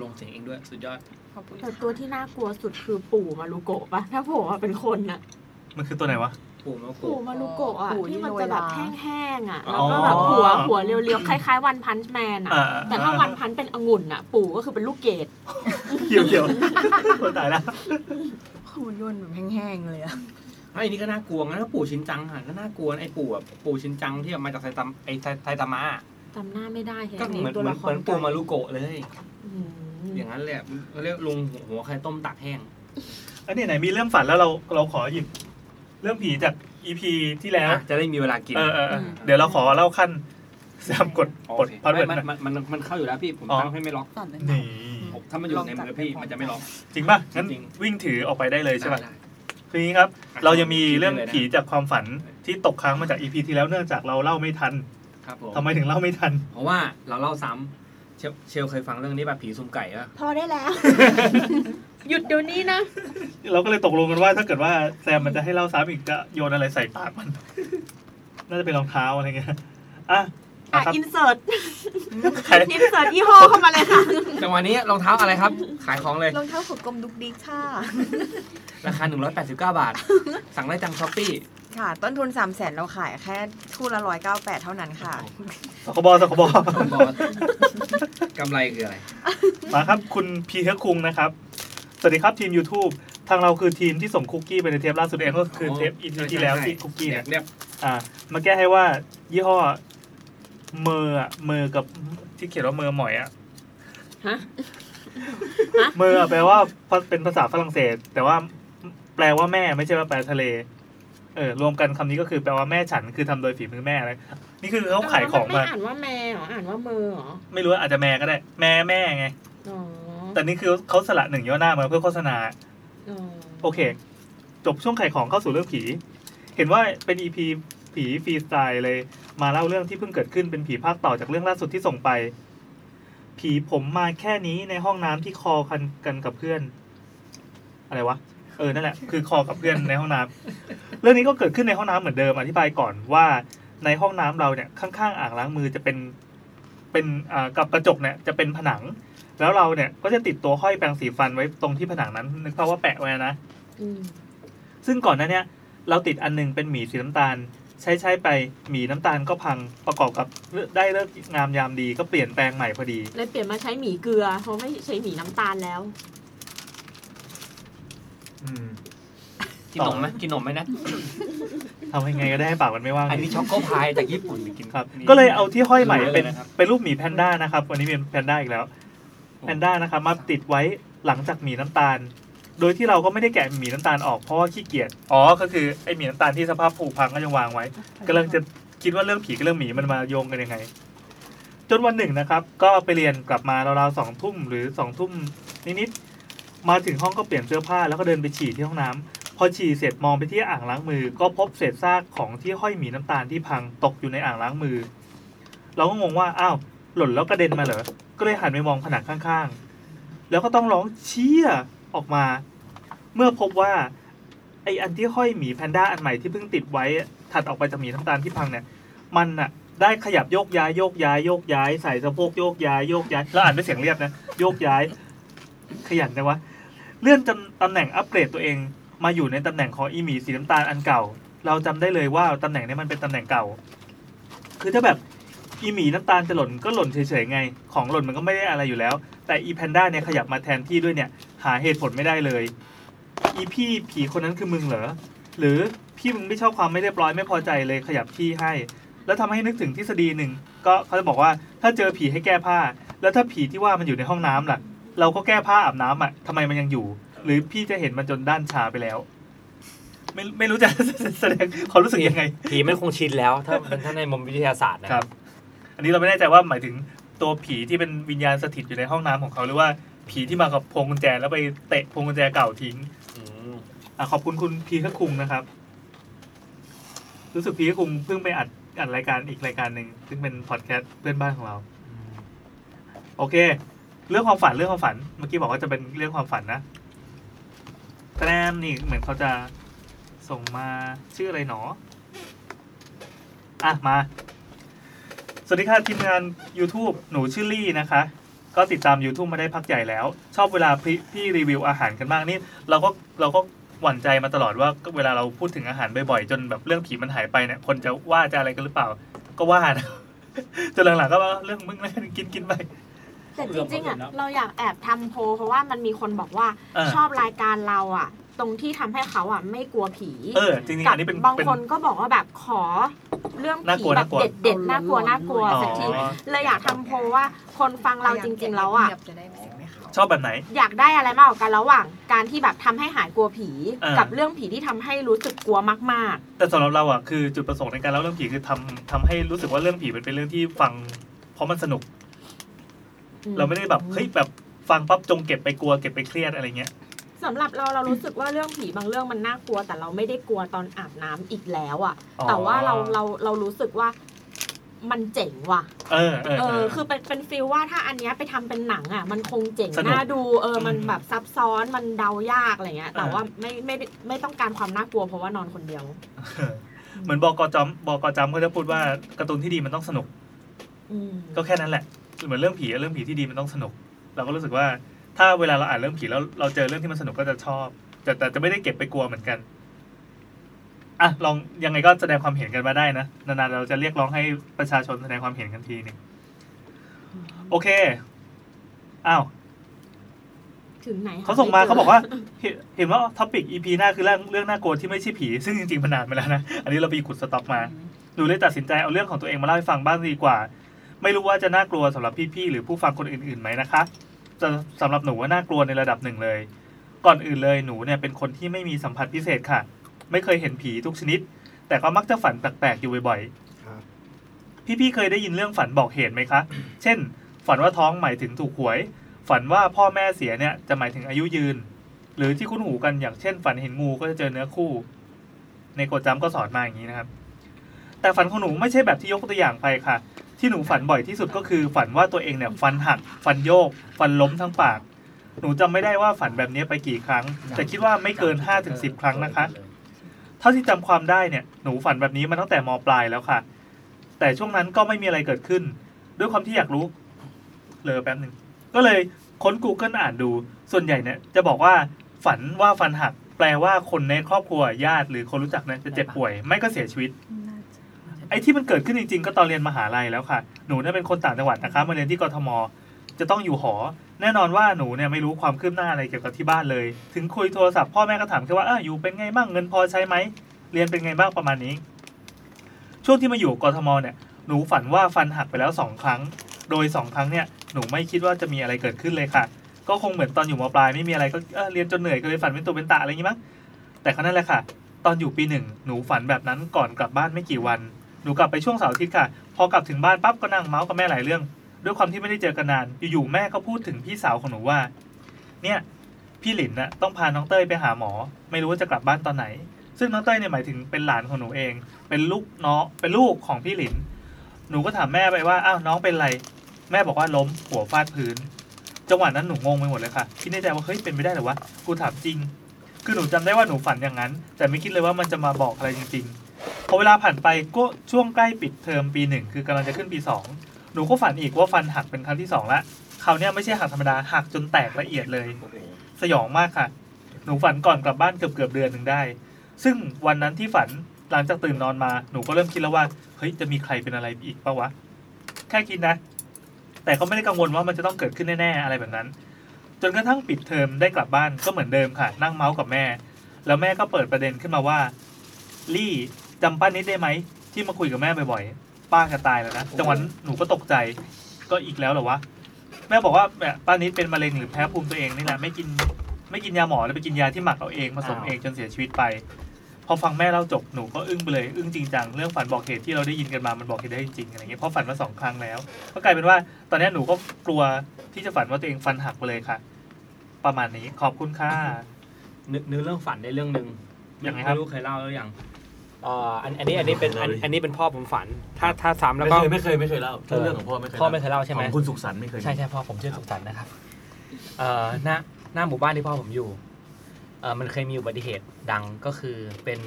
S4: ลงเสียงเองด้วยสุดยอด
S7: ขอบคุณ
S3: แต่
S7: ค่ะ
S3: ตัวที่น่ากลัวสุดคือปู่มารุโกะปะถ้าโผล่มาเป็นคนน่ะ
S1: มันคือตัวไหนวะ
S4: ปู่มากู
S3: ปู่มารุโกะอ่ะที่มันจะแบบแห้งๆอ่ะ
S4: อ๋
S3: แล้ว
S4: อ
S3: ก็แบบหัวหัวเรียวๆคล้ายๆวันพันช์แมนอ่ะ
S1: อ่า
S3: แต่ถ้าวันพันช์เป็นองุ่นอ่ะ ปู่ก็คือเป็นลูกเกด
S1: เขียวเขียวคนตายแล้ว
S7: คุยนแบบแห้งๆเลยอะ
S4: ไอ้นี่ก็น่ากลัวงั้นก็ปู่ชินจังอ่ะก็น่ากลัวนะไอ้ปู่อะปู่ชินจังที่มาจากไซตามไอ้ไซไซตามะอะ
S3: จำหน้าไม่ได้เห็น
S4: ก็เหมือนเหมือนเหมือนปู่มารุโกะเลย
S3: อืม
S4: อย่างนั้นแหละเขาเรียกลุงหัวใครต้มตักแห้ง
S1: อันนี้ไหนมีเรื่องฝันแล้วเราเราขอหยิบเรื่องผีจากอีพีที่แล้ว
S4: อ่ะจะได้มีเวลากิน
S1: เออเออเออเดี๋ยวเราขอเล่าขั้นสามกด
S4: โอ
S1: ปลด
S4: เค
S1: พัดเวิ
S4: ไม่
S1: ร์ด
S4: มัน
S1: หน่อย
S4: มันมันมันเข้าอยู่แล้วพี่ผม
S1: อ๋อ
S4: ตั้งให้ไม่ล็อก
S6: ตอนนั้น
S1: นี่
S4: ผมถ้ามันอยู่ในมือพี่มันจะไม่ล็อก
S1: จริงป่ะงั้น
S4: จริง
S1: วิ่งถือออกไปได้เลยใช่ป่ะ
S4: ด้
S1: คืออย่างนี้ครับ เรายังมีเรื่อง
S4: เลยนะ
S1: ผีจากความฝันที่ตกค้างมาจากอีพีที่แล้วเนื่องจากเราเล่าไม่ทัน
S4: ด้ครับผม
S1: ทำไมถึงเล่าไม่ทัน
S4: เพราะว่าเราเล่าซ้ำเชลเชลเคยฟังเรื่องนี้ป่ะผีซุ่มไก่ป่ะ
S3: พอได้แล้ว หยุดเดี๋ยวนี้นะ
S1: เราก็เลยตกลงกันว่าถ้าเกิดว่าแซมมันจะให้เล่าซ้ำอีกจะโยนอะไรใส่ปากมัน [laughs] น่าจะเป็นรองเท้าอะไรเงี้ยอ่ะ
S3: อ่ะ
S1: นะครับ
S3: อินเสิร์ต
S4: [laughs]
S1: ใคร
S3: อินเสิร์ตยี่ห้อเข้ามาเลยค่ะ
S4: จังหวะนี้รองเท้าอะไรครับ ขายของเลย
S7: รองเท้าขุดกลมดุกดิกค่ะ
S4: ราคา 189 บาท สั่งได้จังช้อปปี้
S7: ค่ะ ต้นทุน3 0 0แสนเราขายแค่คู่ละ198 เท่านั้นค่ะ
S1: สคบสคบ
S4: บอสกำไรคืออะไร
S1: [laughs] มาครับ คุณพีเทคุงนะครับ สวัสดีครับทีม YouTube ทางเราคือทีมที่ส่งคุกกี้ไปในเทปล่าสุดเองก็คือเทปอีพีที่แล้วที่คุกกี้
S4: เนี่เรี
S1: เนี่ย ย
S4: ยบ
S1: อ่า มาแก้ให้ว่ายี่ห้อเมอร์อะเมอร์กับที่เขียนว่าเมอร์หมอยอะ
S3: ฮะ
S1: เมอร์อะแปลว่าเป็นภาษาฝรั่งเศส แต่ว่าแปลว่าแม่ไม่ใช่ว่าแปลทะเลเออรวมกันคำนี้ก็คือแปลว่าแม่ฉันคือทำโดยฝีมือแม่เลยนี่คือเขาขายของ
S3: ไม่
S1: มา
S3: อ่านว่าแมเหรออ่านว่าเมอเหรอ
S1: ไม่รู้ว่าอาจจะแม่ก็ได้ แม่แม่ไง
S3: อ๋อ
S1: แต่นี่คือเขาสละหนึ่งย่อหน้ามาเพื่อโฆษณา
S3: อ๋อ
S1: โอเค จบช่วงไขายของเข้าสู่เรื่องผี เห็นว่าเป็น EP ผีฟรีสไตล์เลย มาเล่าเรื่องที่เพิ่งเกิดขึ้นเป็นผีภาคต่อจากเรื่องล่าสุดที่ส่งไป ผีผมมาแค่นี้ในห้องน้ำที่คอกันกันกับเพื่อน อะไรวะ เออ นั่นแหละ คือคอกับเพื่อนในห้องน้ำเรื่องนี้ก็เกิดขึ้นในห้องน้ำเหมือนเดิม อธิบายก่อนว่าในห้องน้ำเราเนี่ย ข้างๆอ่างล้างมือจะเป็น เป็นอ่ากับกระจกเนี่ยจะเป็นผนัง แล้วเราเนี่ยก็จะติดตัวห้อยแปรงสีฟันไว้ตรงที่ผนังนั้น นึกภาพว่าแปะไว้นะ
S3: อืม
S1: ซึ่งก่อนหน้าเนี้ยเราติดอันหนึงเป็นหมีสีน้ำตาล ใช้ใช้ไปหมีน้ำตาลก็พังประกอบกับได้เลิกงามยามดีก็เปลี่ยนแปลงใหม่พอดี
S3: เลยเปลี่ยนมาใช้หมี่เกลือเพราะไม่ใช้หมี่น้ำตาลแล้ว
S1: อืม
S4: กินนมไหมกินนมไหมนะ
S1: ทำยังไงก็ได้ให้ปากมันไม่ว่าง
S4: อันนี้ช็อกโกพายจากญี่ปุ่นกิน
S1: ครับ
S4: นี่
S1: ก็เลยเอาที่ห้อยใหม่
S4: รู้เลย
S1: เป็น
S4: นะครับ
S1: เป็นรูปหมีแพนด้านะครับวันนี้เป็นแพนด้าอีกแล้ว แพนด้านะครับมาติดไว้หลังจากหมีน้ำตาล โดยที่เราก็ไม่ได้แกะหมีน้ำตาลออกเพราะว่าขี้เกียจอ๋อก็คือไอหมีน้ำตาลที่สภาพผุพังก็ยังวางไว้ กำลังจะคิดว่าเรื่องผีกับเรื่องหมีมันมาโยงกันยังไง จนวันหนึ่งนะครับ ก็ไปเรียนกลับมาราวๆสองทุ่มหรือสองทุ่มนิดๆมาถึงห้องก็เปลี่ยนเสื้อผ้าแล้วก็เดินไปฉี่ที่ห้องน้ำพอฉี่เสร็จมองไปที่อ่างล้างมือ ก็พบเศษซากของที่ห้อยหมีน้ำตาลที่พังตกอยู่ในอ่างล้างมือ เราก็งงว่าอ้าวหล่นแล้วกระเด็นมาเหรอก็เลยหันไปมองผนังข้างๆ แล้วก็ต้องร้องเชี่ยออกมา เมื่อพบว่า ไออันที่ห้อยหมีแพนด้าอันใหม่ที่เพิ่งติดไว้ถัดออกไปจากหมีน้ำตาลที่พังเนี่ย มันอะได้ขยับโยกย้ายโยกย้ายโยกย้ายใส่สะโพกโยกย้ายโยกย้ายแล้วอ่านด้วยเสียงเรียบนะ โยกย้าย ขยันนะวะเลื่อนจำตำแหน่งอัปเกรดตัวเอง มาอยู่ในตำแหน่งของอีหมีสีน้ำตาลอันเก่า เราจำได้เลยว่าตำแหน่งเนี้มันเป็นตำแหน่งเก่า คือถ้าแบบอีหมีน้ำตาลจะหล่นก็หล่นเฉยๆไง ของหล่นมันก็ไม่ได้อะไรอยู่แล้ว แต่อีแพนด้าเนี่ยขยับมาแทนที่ด้วยเนี่ย หาเหตุผลไม่ได้เลย อีพี่ผีคนนั้นคือมึงเหรอ หรือพี่มึงไม่ชอบความไม่เรียบร้อยไม่พอใจเลยขยับที่ให้ แล้วทำให้นึกถึงทฤษฎีหนึ่งก็เขาจะบอกว่าถ้าเจอผีให้แก้ผ้า แล้วถ้าผีที่ว่ามันอยู่ในห้องน้ำล่ะ เราก็แก้ผ้าอาบน้ำอ่ะทำไมมันยังอยู่ หรือพี่จะเห็นมันจนด้านชาไปแล้ว ไม่ไม่รู้จะ แสดงความรู้สึกยังไง
S2: ผีมันคงชินแล้ว ถ้า [laughs] ถ้าในมุมวิทยาศาสตร์นะครับ
S1: อันนี้เราไม่แน่ใจว่าหมายถึงตัวผีที่เป็นวิญญาณสถิตอยู่ในห้องน้ำของเขาหรือว่าผีที่มากับพวงกุญแจแล้วไปเตะพวงกุญแจเก่าทิ้ง
S2: อืม
S1: อ่ะขอบคุณคุณพีคคุงนะครับ รู้สึกพี่ก็คงเพิ่งไปอัดอัดรายการอีกรายการหนึ่งซึ่งเป็นพอดแคสต์เพื่อนบ้านของเรา โอเค เรื่องความฝันเรื่องความฝัน เมื่อกี้บอกว่าจะเป็นเรื่องความฝันนะแต้มนี่เหมือนเขาจะส่งมาชื่ออะไรหนอ อ่ะ มา สวัสดีค่ะทีมงาน YouTube หนูชื่อลี่นะคะ ก็ติดตาม YouTube มาได้พักใหญ่แล้ว ชอบเวลาพี่พี่รีวิวอาหารกันบ้างนี่ เราก็เราก็หวั่นใจมาตลอดว่าเวลาเราพูดถึงอาหารบ่อยๆ จนแบบเรื่องผีมันหายไปเนี่ย คนจะว่าจะอะไรกันหรือเปล่า ก็ว่านะ [laughs] จนหลังๆก็ว่าเรื่องมึงนะกินกินไป
S3: แต่จริงๆอ่ะเราอยากแอบทำโพลเพราะว่ามันมีคนบอกว่า
S1: เออ
S3: ชอบรายการเราอ่ะ ตรงที่ทำให้เขาอ่ะไม่กลัวผี
S1: เออจริงๆ
S3: กั
S1: อันนี้เป็น
S3: บาง
S1: เป็น
S3: คนก็บอกว่าแบบขอเรื่อง
S1: น่าก
S3: ผี
S1: ลัว
S3: แบ
S1: น่า
S3: บ
S1: กลัว
S3: เด็ดเด็ดๆน่ากลัวน่ากลัว
S1: อ๋อ
S3: สักทีเลยอยากทำโพลว่าคนฟังเราจริง ๆ แล้วอ่ะ
S7: จะได้เสียงไม่เข้า
S1: ชอบแบบไหน
S3: อยากได้อะไรมากกว่ากันระหว่างการที่แบบทำให้หายกลัวผี
S1: อ่ากั
S3: กับเรื่องผีที่ทำให้รู้สึกกลัวมาก
S1: แต่สำหรับเราอ่ะคือจุดประสงค์ในการเล่าเรื่องผีคือทำทำให้รู้สึกว่าเรื่องผีมันเป็นเรื่องที่ฟัง เพราะมันสนุก
S3: อืม
S1: เราไม่ได้แบบเฮ้ยแบบฟังปั๊บจงเก็บไปกลัวเก็บไปเครียดอะไรเงี้ย
S3: ๆสำหรับเราเรารู้สึกว่าเรื่องผีบางเรื่องมันน่ากลัว แต่เราไม่ได้กลัวตอนอาบน้ำอีกแล้วอ่ะ
S1: อ๋อ
S3: แต่ว่าเราเราเรารู้สึกว่ามันเจ๋งว่ะ
S1: เออเออ
S3: เอ
S1: เอ
S3: อ
S1: อ
S3: คือเป็นเป็นฟีลว่าถ้าอันเนี้ยไปทำเป็นหนังอ่ะ มันคงเจ๋ง
S1: สนุก
S3: น่าดูเออมัน
S1: อืม
S3: แบบซับซ้อนมันเดายากอะไรเงี้ย แต่
S1: อ่า
S3: ว่าไม่ไม่ได้ไม่ต้องการความน่ากลัวเพราะว่านอนคนเดียว
S1: เออ [laughs] เหมือนบอกจอมบอกจำก็จะพูดว่าการ์ตูนที่ดีมันต้องสนุก
S3: อืม
S1: ก็แค่นั้นแหละ เหมือนเรื่องผีอะเรื่องผีที่ดีมันต้องสนุก เราก็รู้สึกว่า ถ้าเวลาเราอ่านเรื่องผีแล้วเราเจอเรื่องที่มันสนุกก็จะชอบ แต่แต่จะไม่ได้เก็บไปกลัวเหมือนกัน อ่ะลองยังไงก็แสดงความเห็นกันมาได้นะนานๆเราจะเรียกร้องให้ประชาชนแสดงความเห็นกันทีหนึ่งโอเคอ้าว
S3: ถึงไหน
S1: เขาส่งมา
S3: ไจ
S1: เขาบอกว่าเห็นเห็นว่าท็อปิก EP หน้าคือเรื่องเรื่องน่ากลัวที่ไม่ใช่ผี [laughs] ซึ่งจริงๆมันนานมาแล้วนะอันนี้เราไปขุดสต็อกมา หนูเลยตัดสินใจเอาเรื่องของตัวเองมาเล่าให้ฟังบ้างดีกว่า ไม่รู้ว่าจะน่ากลัวสำหรับพี่ๆ หรือผู้ฟังคนอื่นๆไหมนะคะแต่สำหรับหนูว่าน่ากลัวในระดับหนึ่งเลย ก่อนอื่นเลยหนูเนี่ยเป็นคนที่ไม่มีสัมผัสพิเศษค่ะ ไม่เคยเห็นผีทุกชนิด แต่ก็มักจะฝันแปลกๆ อยู่บ่อย
S9: ครับ
S1: ๆ พี่ๆ เคยได้ยินเรื่องฝันบอกเหตุไหมคะ เช่น ฝันว่าท้องหมายถึงถูกหวย ฝันว่าพ่อแม่เสียเนี่ยจะหมายถึงอายุยืน หรือที่คุ้นหูกันอย่างเช่น ฝันเห็นงูก็จะเจอเนื้อคู่ ในโกดจํก็สอนมาอย่างนี้นะครับ แต่ฝันของหนูไม่ใช่แบบที่ยกตัวอย่างไปค่ะ ที่หนูฝันบ่อยที่สุดก็คือ ฝันว่าตัวเองเนี่ยฟันหัก ฟันโยก ฟันล้มทั้งปาก หนูจำไม่ได้ว่าฝันแบบนี้ไปกี่ครั้ง แต่คิดว่าไม่เกิน 5-10 ครั้งนะคะ เท่าที่จำความได้เนี่ยหนูฝันแบบนี้มาตั้งแต่มปลายแล้วค่ะ แต่ช่วงนั้นก็ไม่มีอะไรเกิดขึ้น ด้วยความที่อยากรู้ เลยแป๊บหนึ่งก็เลยค้น Google อ่านดู ส่วนใหญ่เนี่ยจะบอกว่า ฝันว่าฟันหัก แปลว่าคนในครอบครัวญาติ หรือคนรู้จักเนี่ยจะเจ็บป่วย ไม่ก็เสียชีวิต
S6: น่าจะ
S1: ไอ้ที่มันเกิดขึ้นจริงๆ ก็ตอนเรียนมหาลัยแล้วค่ะ หนูเนี่ยเป็นคนต่างจังหวัดนะคะ มาเรียนที่กทม จะต้องอยู่หอ แน่นอนว่าหนูเนี่ยไม่รู้ความคืบหน้าอะไรเกี่ยวกับที่บ้านเลย ถึงคุยโทรศัพท์พ่อแม่ก็ถามแค่ว่าเอออยู่เป็นไงบ้าง เงินพอใช้ไหม เรียนเป็นไงบ้างประมาณนี้ ช่วงที่มาอยู่กทมเนี่ย หนูฝันว่าฟันหักไปแล้วสองครั้ง โดยสองครั้งเนี่ย หนูไม่คิดว่าจะมีอะไรเกิดขึ้นเลยค่ะ ก็คงเหมือนตอนอยู่มปลายไม่มีอะไรก็เออเรียนจนเหนื่อยก็เลยฝันเป็นตัวเป็นตะอะไรอย่างงี้มั้ง แต่ก็นั่นแหละค่ะ ตอนอยู่ปีหนึ่งหนูฝันแบบนั้นก่อนกลับบ้านไม่กี่วัน หนูกลับไปช่วงเสาร์อาทิตย์ค่ะ พอกลับถึงบ้านปั๊บก็นั่งเมาส์กับแม่หลายเรื่อง ด้วยความที่ไม่ได้เจอกันนาน อยู่ๆแม่ก็พูดถึงพี่สาวของหนูว่า เนี่ย พี่หลินนะต้องพาน้องเต้ยไปหาหมอ ไม่รู้ว่าจะกลับบ้านตอนไหน ซึ่งน้องเต้ยเนี่ยหมายถึงเป็นหลานของหนูเอง เป็นลูกเนาะเป็นลูกของพี่หลิน หนูก็ถามแม่ไปว่าอ้าวน้องเป็นไร แม่บอกว่าล้มหัวฟาดพื้น จังหวะนั้นหนูงงไปหมดเลยค่ะคิดในใจว่าเฮ้ยเป็นไม่ได้เหรอวะกูถามจริง คือหนูจำได้ว่าหนูฝันอย่างนั้น แต่ไม่คิดเลยว่ามันจะมาบอกอะไรจริง ๆ พอเวลาผ่านไปก็ช่วงใกล้ปิดเทอมปีหนึ่งคือกำลังจะขึ้นปีสองหนูก็ฝันอีกว่าฟันหักเป็นครั้งที่สองละคราวเนี้ยไม่ใช่หักธรรมดาหักจนแตกละเอียดเลย สยองมากค่ะ หนูฝันก่อนกลับบ้านเกือบเกือบๆเดือนหนึ่งได้ ซึ่งวันนั้นที่ฝันหลังจากตื่นนอนมา หนูก็เริ่มคิดแล้วว่าเฮ้ยจะมีใครเป็นอะไรอีกปะวะ แค่คิดนะ แต่ก็ไม่ได้กังวลว่ามันจะต้องเกิดขึ้นแน่ๆอะไรแบบนั้น จนกระทั่งปิดเทอมได้กลับบ้านก็เหมือนเดิมค่ะ นั่งเมาส์กับแม่ แล้วแม่ก็เปิดประเด็นขึ้นมาว่า ลี่จำป้านิดได้ไหม ที่มาคุยกับแม่บ่อยๆ ป้าจะตายแล้วนะจังหวะนั้นหนูก็ตกใจก็อีกแล้วเหรอวะ แม่บอกว่าแม่ป้านิดเป็นมะเร็งหรือแพ้ภูมิตัวเองนี่แหละไม่กินไม่กินยาหมอแล้วไปกินยาที่หมักเอาเองผสมเองจนเสียชีวิตไป พอฟังแม่เล่าจบหนูก็อึ้งไปเลยอึ้งจริงจังเรื่องฝันบอกเหตุที่เราได้ยินกันมามันบอกเหตุได้จริงๆอะไรเงี้ยเพราะฝันมาสองครั้งแล้ว ก็กลายเป็นว่า ตอนนี้หนูก็กลัวที่จะฝันว่าตัวเองฟันหักไปเลยค่ะ ประมาณนี้ขอบคุณค่ะ
S4: นึกนึกเรื่องฝันได้เรื่องหนึ่ง
S1: ยังไงครับ
S4: ไม่รู้เคยเล่าหรือยัง
S2: เอ่ออันอันนี้อันนี้เป็นอันอันนี้เป็นพ่อผมฝัน ถ้าถ้าซ้ำแล้ว
S8: ไม่
S2: ก็
S8: เคยไม่เคยไม่เคยเล่าเรื่องของพ่อไม่เคย
S2: พ่อไม่เคยเล่าใช่ไหม
S8: ของคุณสุขสันต์ไม่เคย
S2: ใช่ใช่พ่อผมชื่อสุขสันต์นะครับ เอ่อหน้าหน้าหมู่บ้านที่พ่อผมอยู่ เอ่อมันเคยมีอุบัติเหตุดังก็คือเป็น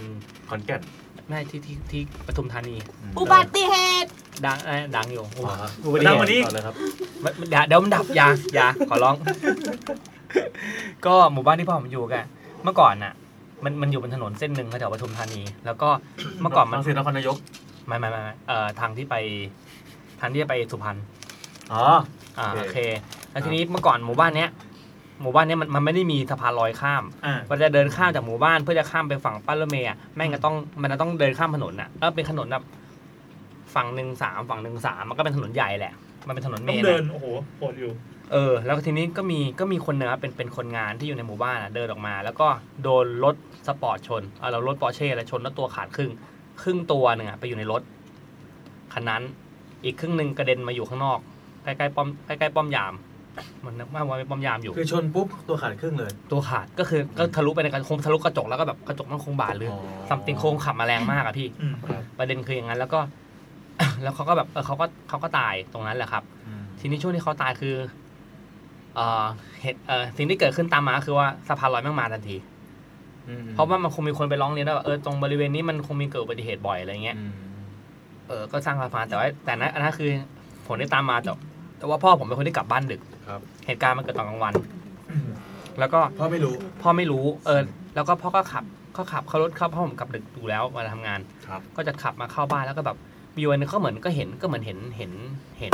S8: ขอนแก่น
S2: แม่ที่ที่ที่ปทุมธานี
S3: อุบัติเหตุ
S2: ดังเอ่อดังอยู่อุ
S8: อ๋อฮะ
S2: บัติเห
S8: ดังกว่านี้
S2: ตุ
S8: ต่อเลยครับ
S2: มันมันอย่าเดี๋ยวมันดับอย่าอย่าขอร้อง ก็หมู่บ้านที่พ่อผมอยู่กัน เมื่อก่อนน่ะ มันมันอยู่บนถนนเส้นหนึ่งแถวปทุมธานี แล้วก็เมื่อก่อนมัน
S8: บางเสียนครนายก
S2: ไม่ไม่ไม่ไม่เอ่อทางที่ไปทางที่จะไปสุพรรณ
S8: อ๋อ
S2: อ่า
S8: โอ
S2: โอ
S8: เค
S2: เค แล้วทีนี้เมื่อก่อนหมู่บ้านเนี้ยหมู่บ้านเนี้ยมันมันไม่ได้มีสะพานลอยข้าม
S1: อ่า
S2: ว่าจะเดินข้ามจากหมู่บ้านเพื่อจะข้ามไปฝั่งป้ายรถเมย์อะแม่งก็ต้องมันจะต้องเดินข้ามถนนอ่ะแล้วเป็นถนนแบบฝั่งหนึ่งสามฝั่งหนึ่งสามมันก็เป็นถนนใหญ่แหละ มันเป็นถนนเม
S1: ต้อง
S2: นอะ
S1: เดิน โอ้โหโหดอยู่
S2: เออแล้วทีนี้ก็มีก็มีคนหนึ่งครับเป็นเป็นคนงานที่อยู่ในหมู่บ้านอะเดินออกมา แล้วก็โดนรถสปอร์ตชนเอาเรารถปอร์เช่แล้วชนแล้วตัวขาดครึ่ง ครึ่งตัวหนึ่งอะไปอยู่ในรถคันนั้น อีกครึ่งหนึ่งกระเด็นมาอยู่ข้างนอกใกล้ๆป้อมใกล้ๆป้อมยาม มันนึกว่ามันเป็นป้อมยามอยู่
S8: คือชนปุ๊บตัวขาดครึ่งเลย
S2: ตัวขาดก็คือก็ทะลุไปในกระคงทะลุกระจกแล้วก็แบบกระจกมันคงบาดหรือซัมติงโคงขับมาแรงมากอะพี่
S1: อืม
S2: ประเด็นคืออย่างนั้นแล้วก็ [coughs] แล้วเขาก็แบบเออเขาก็เขาก็ตายตรงนั้นแหละครับ ทีนี้ช่วงที่เขาตายคือ เอ่อเหตุเอ่อสิ่งที่เกิดขึ้นตามมาก็คือว่าสะพานลอยแม่งมาทันที เพราะว่ามันคงมีคนไปร้องเรียนว่าเออตรงบริเวณนี้มันคงมีเกิดอุบัติเหตุบ่อยอะไรเงี้ย เออก็สร้างสะพานแต่ว่าแต่นั้นอันนั้นคือผลที่ตามมาแต่แต่ว่าพ่อผมเป็นคนที่กลับบ้านดึก
S8: ครับ
S2: เหตุการณ์มันเกิดตอนกลางวัน แล้วก็
S8: พ่อไม่รู้
S2: พ่อไม่รู้ เออ แล้วก็พ่อก็ขับก็ขับเข้ารถเข้าพ่อผมกลับดึกอยู่แล้วมาทำงาน
S8: ครับ
S2: ก็จะขับมาเข้าบ้านแล้วก็แบบมีวันหนึงก็เหมือนก็เห็นก็เหมือนเห็นเห็นเห็น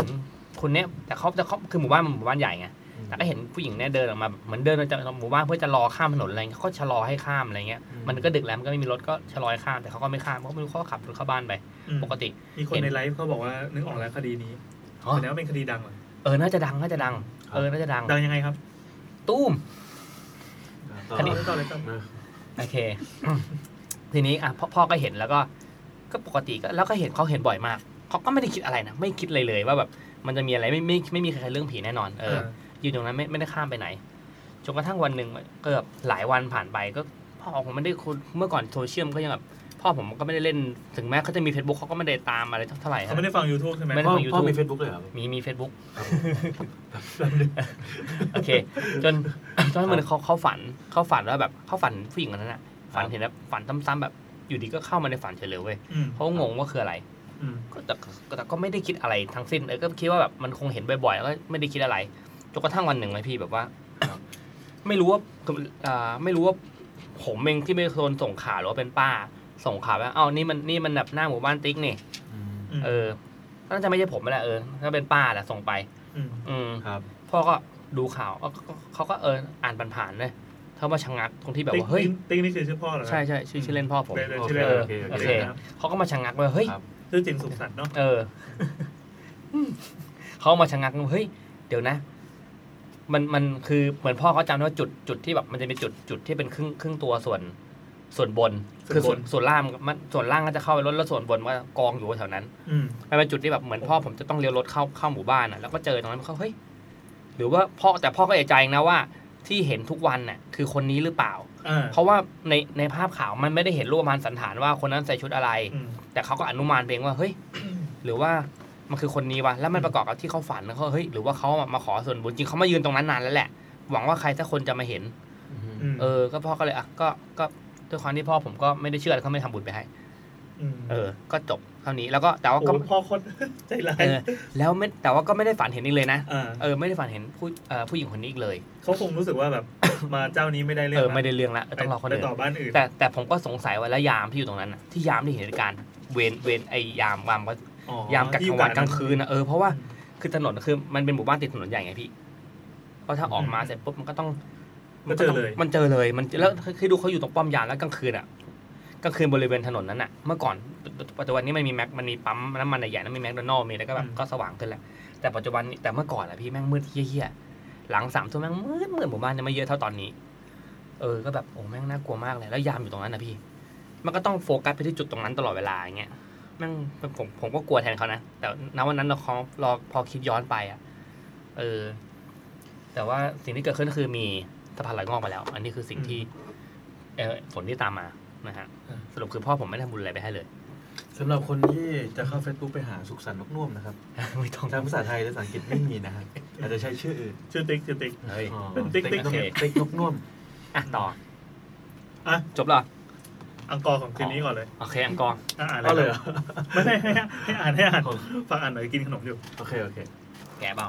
S2: คนเนี้ยแต่เขาแต่เขาคือหมู่บ้านมันหมู่บ้านใหญ่ไงแต่ก็เห็นผู้หญิงเนี่ยเดินออกมาแบบเหมือนเดินมาจากหมู่บ้านเพื่อจะรอข้ามถนนอะไรเงี้ยเขาก็ชะลอให้ข้ามอะไรเงี้ย
S8: อืม
S2: มันก็ดึกแล้วมันก็ไม่มีรถก็ชะลอให้ข้ามแต่เขาก็ไม่ข้ามเพราะไม่รู้เขาก็ขับรถเข้าบ้านไป
S1: อืม
S2: ปกติ
S1: มีคนในไลฟ์เขาบอกว่านึกออกแล้วคดีนี้
S2: อ๋อ
S1: แสดงว่าเป็นคดีดังเหรอ
S2: เออน่าจะดังน่าจะดังเออน่าจะดัง
S1: ดังยังไงครับ
S2: ตู้ม
S8: ต่อ
S2: คดี
S1: ต่อเลยต่อเลย
S2: โอเค ทีนี้อ่ะพ่อพ่อก็เห็นแล้วก็ ก็ปกติก็แล้วก็เห็นเขาเห็นบ่อยมากเขาก็ไม่ได้คิดอะไรนะไม่คิดเลยเลยว่าแบบมันจะมีอะไรไม่ไม่ไม่มีใครเรื่องผีแน่นอนเออ ยืนตรงนั้นไม่ไม่ได้ข้ามไปไหนจนกระทั่งวันหนึ่งก็แบบหลายวันผ่านไปก็พ่อผมไม่ได้คุยเมื่อก่อนโซเชียลมันก็ยังแบบพ่อผมก็ไม่ได้เล่นถึงแม้เขาจะมีเฟซบุ๊กเขาก็ไม่ได้ตามอะไรเท่าไหร่ครั
S1: เขา
S2: บ
S1: ไม่ได้ฟัง YouTube ใช่ไหม
S2: ไม่ได้
S8: พ่อ
S2: ใน YouTube
S8: พ่อมีเฟซบุ๊กเลยเหรอ
S2: มีมีเฟซบุ๊กโอเค จน [coughs] จนวันหนึ่งเขาเขาฝันเขาฝันว่าแบบเขาฝันผู้หญิงคนนั้นอะฝัน
S8: ครับ
S2: เห็นแบบฝันซ้ำๆแบบอยู่ดีก็เข้ามาในฝันเฉยเลยเว้ย
S1: อืม
S2: เขาก็งงว่าคืออะไร
S1: อืม
S2: ก็แต่ก็แต่ก็ไม่ได้คิดอะไรทั้งสิ้นเออก็คิดว่าแบบมันคงเห็นบ่อยๆแล้วก็ไม่ได้คิดอะไรจนกระทั่งวันหนึ่งเลยพี่แบบว่า [coughs] ไม่รู้ว่าอ่าไม่รู้ว่าผมเองที่เป็นคนส่งข่าวหรือว่าเป็นป้า ส่งข่าวว่าเอ้านี่มันนี่มันแบบหน้าหมู่บ้านติ๊กนี่
S1: อืม
S2: เออน่าจะไม่ใช่ผมแหละเออถ้าเป็นป้าแหละส่งไป
S1: อืม
S2: อืม
S8: ครับ
S2: พ่อก็ดูข่าวเอ้าก็ก็เขาก็เอออ่านผ่านๆเลยเขามาชะงักตรงที่แบบ
S1: ติ๊ก
S2: ว่าเฮ้ย
S1: ติ๊กนี่คือชื่อพ่อเหรอครับ
S2: ใช่ใช่ชื่อชื่อเล่นพ่อผม
S1: เล่นเล่นชื่อเล่น
S2: เออโอ
S8: โอเคโอเค
S2: เคเขาก็มาชะงักว่าเฮ้ย
S8: ครับ
S1: ชื่อจริงสุขสันต์เนาะ
S2: เออ [laughs] เขามาชะงักเฮ้ย เดี๋ยวนะ มันมันคือเหมือนพ่อเขาจำได้ว่าจุดจุดที่แบบมันจะเป็นจุดจุดที่เป็นครึ่งครึ่งตัวส่วนส่วนบน คือส่วนส่วนล่างมันส่วนล่างก็จะเข้าไปรถแล้วส่วนบนมันก็กองอยู่แถวนั้น
S1: อืม
S2: มันเป็นจุดที่แบบเหมือนพ่อผมจะต้องเลี้ยวรถเข้าเข้าหมู่บ้านอ่ะแล้วก็เจอตรงนั้นเขาเฮ้ยหรือว่าพ่อแต่พ่อก็เอะใจนะว่า ที่เห็นทุกวันน่ะ คือคนนี้หรือเปล่า
S1: อ่า
S2: เพราะว่าในในภาพข่าวมันไม่ได้เห็นรูปพรรณสันฐานว่าคนนั้นใส่ชุดอะไร
S1: อืม
S2: แต่เขาก็อนุมานเองว่าเฮ้ย [coughs] หรือว่ามันคือคนนี้วะแล้วมันประกอบกับที่เขาฝันแล้วเขาเฮ้ยหรือว่าเขามาขอส่วนบุญจริงเขามายืนตรงนั้นนานแล้วแหละ หวังว่าใครสักคนจะมาเห็น
S1: ม
S2: เออ ก็พ่อก็เลยอ่ะก็ก็ด้วยความที่พ่อผมก็ไม่ได้เชื่อแล้วเขาไม่ทำบุญไปให้
S1: ม
S2: เออ ก็จบเท่านี้แล้วก็แต่ว่าก็
S1: โอ้พ่อโคนใจร้ [laughs] าย
S2: เออแล้วไม่แต่ว่าก็ไม่ได้ฝันเห็นอีกเลยนะ
S1: ่า
S2: เออไม่ได้ฝันเห็นผู้เอ่อผู้หญิงคนนี้อีกเลย
S1: เขาคงรู้สึกว่าแบบ [coughs] มาเจ้านี้ไม่ได้เรื่
S2: เอ
S1: อง
S2: อ
S1: ละ
S2: ไม่ได้เรื่องละต้องรอคน
S1: ไป
S2: อื่น
S1: ต่อบ้านอื่น
S2: แต่แต่ผมก็สงสัยว่าแล้วยามที่อยู่ตรงนั้นน่ะที่ยามที่เห็นเหตุการณ์เวรเวรไอยามวามว่า
S1: อ๋อย
S2: ามกลางวันกลางคืนนะเออเพราะว่า
S1: อืม
S2: คือถนนคือมันเป็นหมู่บ้านติดถนนใหญ่ไงพี่เพราะถ้าออกมาเสร็จปุ๊บมันก็ต้อง
S1: ก็เจอเลย
S2: มันเจอเลยมันแล้วคือดูเขาอยู่ตรงป้อมยามแล้วกลางคืนอ่ะกลางคืนบริเวณถนนนั้นอ่ะ เมื่อก่อนปัจจุบันนี้มันมีแม็กมันมีปั๊มน้ำมันใหญ่ๆแล้วมีแมคโดนัลล์มีแล้วก็แบบก็สว่างขึ้นแหละแต่ปัจจุบันนี้แต่เมื่อก่อนอ่ะพี่แม่งมืดเหี้ยๆหลังสามทุ่มแม่งมืดมืดหมู่บ้านเนี่ยไม่เยอะเท่าตอนนี้ เออก็แบบโอ้แม่งน่ากลัวมากเลยแล้วยามอยู่ตรงนั้นนะพี่ มันก็ต้องโฟกัสไปที่จุดตรงนั้นตลอดเวลาอย่างเงี้ย แม่งผมผมก็กลัวแทนเขานะ แต่ณวันนั้นเราคอรอพอคิดย้อนไปอ่ะ เออ แต่ว่าสิ่งที่เกิดขึ้นก็คือมีสะพานลอยงอกไปแล้ว อันนี้คือสิ่งที่ เออผลที่ตามมา นะฮะสรุปคือพ่อผมไม่ได้ทำบุญอะไรไปให้เลย [laughs]
S8: สำหรับคนที่จะเข้า Facebook ไปหาสุขสันต์นกนุ่วมนะครับ
S2: ไม่ต้อง
S8: ทางภาษาไทยและภาษาอังกฤษไม่มีนะฮะอาจจะใช้ชื่ออื่น
S1: ชื่อติ๊กชื่อติ๊ก
S2: เฮ้ย
S8: อ๋อ
S1: เป็นติ๊กติ๊ก
S8: นกนุ่วมติ๊กนกนุ่วม
S2: อ่ะต่ออะ จบแล้ว
S1: อังกอร์ของคืนนี้ก่อนเลย
S2: โอเคอังกอร์
S1: อ่ะอ่าน
S8: เอาเลยเหรอ
S1: ไม่ได้ให้ให้อ่านให้อ่านฟังอ่านหน่อยกินขนมอยู่
S8: โอเคโอเค
S2: แกะเปล่า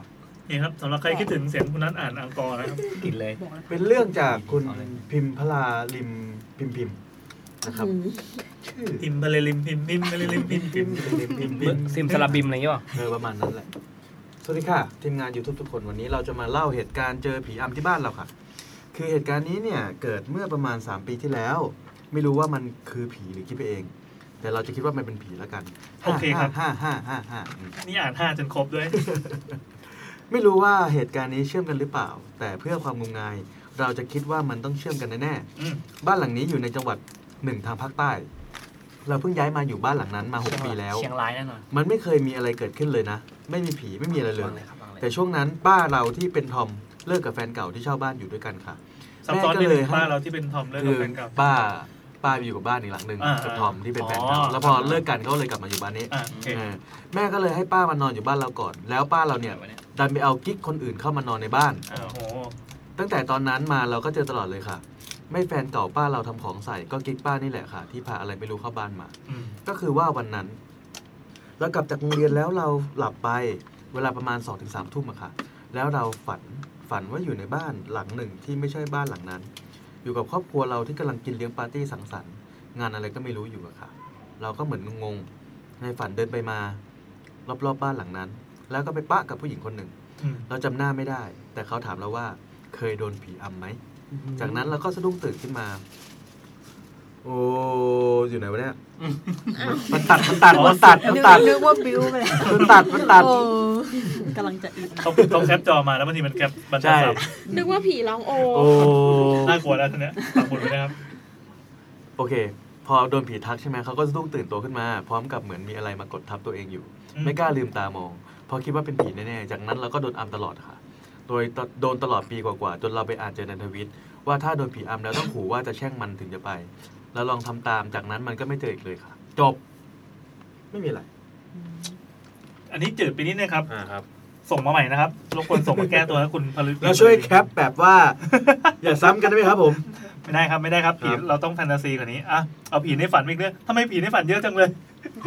S1: นี่ครับสำหรับใครคิดถึงเสียงคุณนัทอ่านอังกอร์นะครับ
S2: กินเลย
S6: บอกแล้ว
S8: เป็นเรื่องจากคุณพิมพลาลิมพิมพิมนะครับชื่อ
S1: พิมพ์ไปเลยลิมพิมพ์พิมพ์ไปเลยลิมพิมพ์พิ
S8: พิ
S1: ม
S8: ม
S1: พ์
S8: พลาลิมพิมพิม
S2: ซิมสลับบิมอะไรอย่างเงี้ยเปล่า
S8: เออประมาณนั้นแหละ สวัสดีค่ะ ทีมงาน YouTube ทุกคนวันนี้เราจะมาเล่าเหตุการณ์เจอผีอำที่บ้านเราค่ะ คือเหตุการณ์นี้เนี่ย เกิดเมื่อประมาณ 3 ปีที่แล้ว ไม่รู้ว่ามันคือผีหรือคิดไปเอง แต่เราจะคิดว่ามันเป็นผีแล้วกัน
S1: โอเคครับ
S8: ห้าห้าห้าห้าห้า
S1: นี่อ่านห้าจนครบด้วย
S8: ไม่รู้ว่าเหตุการณ์นี้เชื่อมกันหรือเปล่า แต่เพื่อความงมงาย เราจะคิดว่ามันต้องเชื่อมกันแน่
S1: อืม
S8: ๆบ้านหลังนี้อยู่ในจังหวัดหนึ่งทางภาคใต้ เราเพิ่งย้ายมาอยู่บ้านหลังนั้นมา 6 ปีแล้ว
S2: เชียงรายแน่นอน
S8: มันไม่เคยมีอะไรเกิดขึ้นเลยนะ ไม่มีผีไม่มีอะไรเล
S4: วาย งเลยครับวางเลย
S8: แต่ช่วงนั้นป้าเราที่เป็นทอมเลิกกับแฟนเก่าที่เช่าบ้านอยู่ด้วยกันค่ะ
S1: ซับซ้อน
S8: แม่
S1: ใน
S8: ก็
S1: ห
S8: เลย
S1: นึ่ง
S8: ให้
S1: บ้านเราที่เป็นทอมเลิก
S8: คื
S1: กับ
S8: อ
S1: แฟนเก่า
S8: ป้าป้าไปอยู่กับบ้านอีกหลังหนึ่ง
S1: อ่า
S8: กับทอมที่เป็นแฟนเก่า
S1: อ๋อ
S8: แล้วพอเลิกกันเขาเลยกลับมาอยู่บ้านนี้
S1: อ่ะโอเค
S8: เออแม่ก็เลยให้ป้ามานอนอยู่บ้านเราก่อน แล้วป้าเราเนี่ยดันไปเอากิ๊กคนอื่นเข้ามานอนในบ้าน
S1: อ่ะโอ้โห
S8: ตั้งแต่ตอนนั้นมาเราก็เจอตลอดเลยค่ะ ไม่แฟนเก่าป้าเราทำของใส่ก็กิ๊กป้านี่แหละค่ะ ที่พาอะไรไม่รู้เข้าบ้านมา
S1: อืม
S8: ก็คือว่าวันนั้น เรากลับจากโรงเรียนแล้วเราหลับไปเวลาประมาณ2อถึงสามทุ่มอะค่ะ แล้วเราฝันฝันว่าอยู่ในบ้านหลังหนึ่งที่ไม่ใช่บ้านหลังนั้น อยู่กับครอบครัวเราที่กำลังกินเลี้ยงปาร์ตี้สังสรรค์งานอะไรก็ไม่รู้อยู่อะค่ะ เราก็เหมือนงงๆในฝันเดินไปมา รอบๆบบ้านหลังนั้น แล้วก็ไปปะกับผู้หญิงคนหนึ่ง
S1: อืม
S8: เราจำหน้าไม่ได้ แต่เขาถามเราว่าเคยโดนผีอำไหม จากนั้นเราก็สะดุ้งตื่นขึ้นมา โอ้อยู่ไหนวะเนี่ย มันตัด มันตัด มันตัด มันตัด
S7: นึกว่าบิ้วไปแล้ว
S8: มันตัด มันตัด
S7: โอ้
S6: กำลังจะอิน
S1: เขาเขาแคปจอมาแล้วบางทีมันแคปบรรทัด
S8: ใช่
S1: สาม
S3: นึกว่าผีร้องโอ
S8: โอ้
S1: น่ากลัวแล้วทีเนี้ยฝากคุณไว้นะครับ
S8: โอเค พอโดนผีทักใช่ไหมเขาก็สะดุ้งตื่นตัวขึ้นมา พร้อมกับเหมือนมีอะไรมากดทับตัวเองอยู่
S1: อืม
S8: ไม่กล้าลืมตามอง เพราะคิดว่าเป็นผีแน่ๆ จากนั้นเราก็โดนอัมตลอดค่ะ โดยตโดนตลอดปีกว่าๆ จนเราไปอ่านเจอในทวิต ว่าถ้าโดนผีอัมแล้วต้องขู่ว่าจะแช่งมันถึงจะไป แล้วลองทำตาม จากนั้นมันก็ไม่เจออีกเลยค่ะ จบ ไม่มีอะไร
S1: อันนี้จืดไปนิดนะครับ
S8: อ่าครับ
S1: ส่งมาใหม่นะครับรบกวนส่งมาแก้ตัวนะคุณพลิต
S8: เราช่วยแคปแบบว่า [laughs] อย่าซ้ำกันได้ไหมครับผม
S1: ไม่ได้ครับไม่ได้ครับผี
S8: ครับ
S1: เราต้องแฟนตาซีกว่านี้อ่ะเอาผีในฝันมาอีกเรื่องทำไมผีในฝันเยอะจังเลย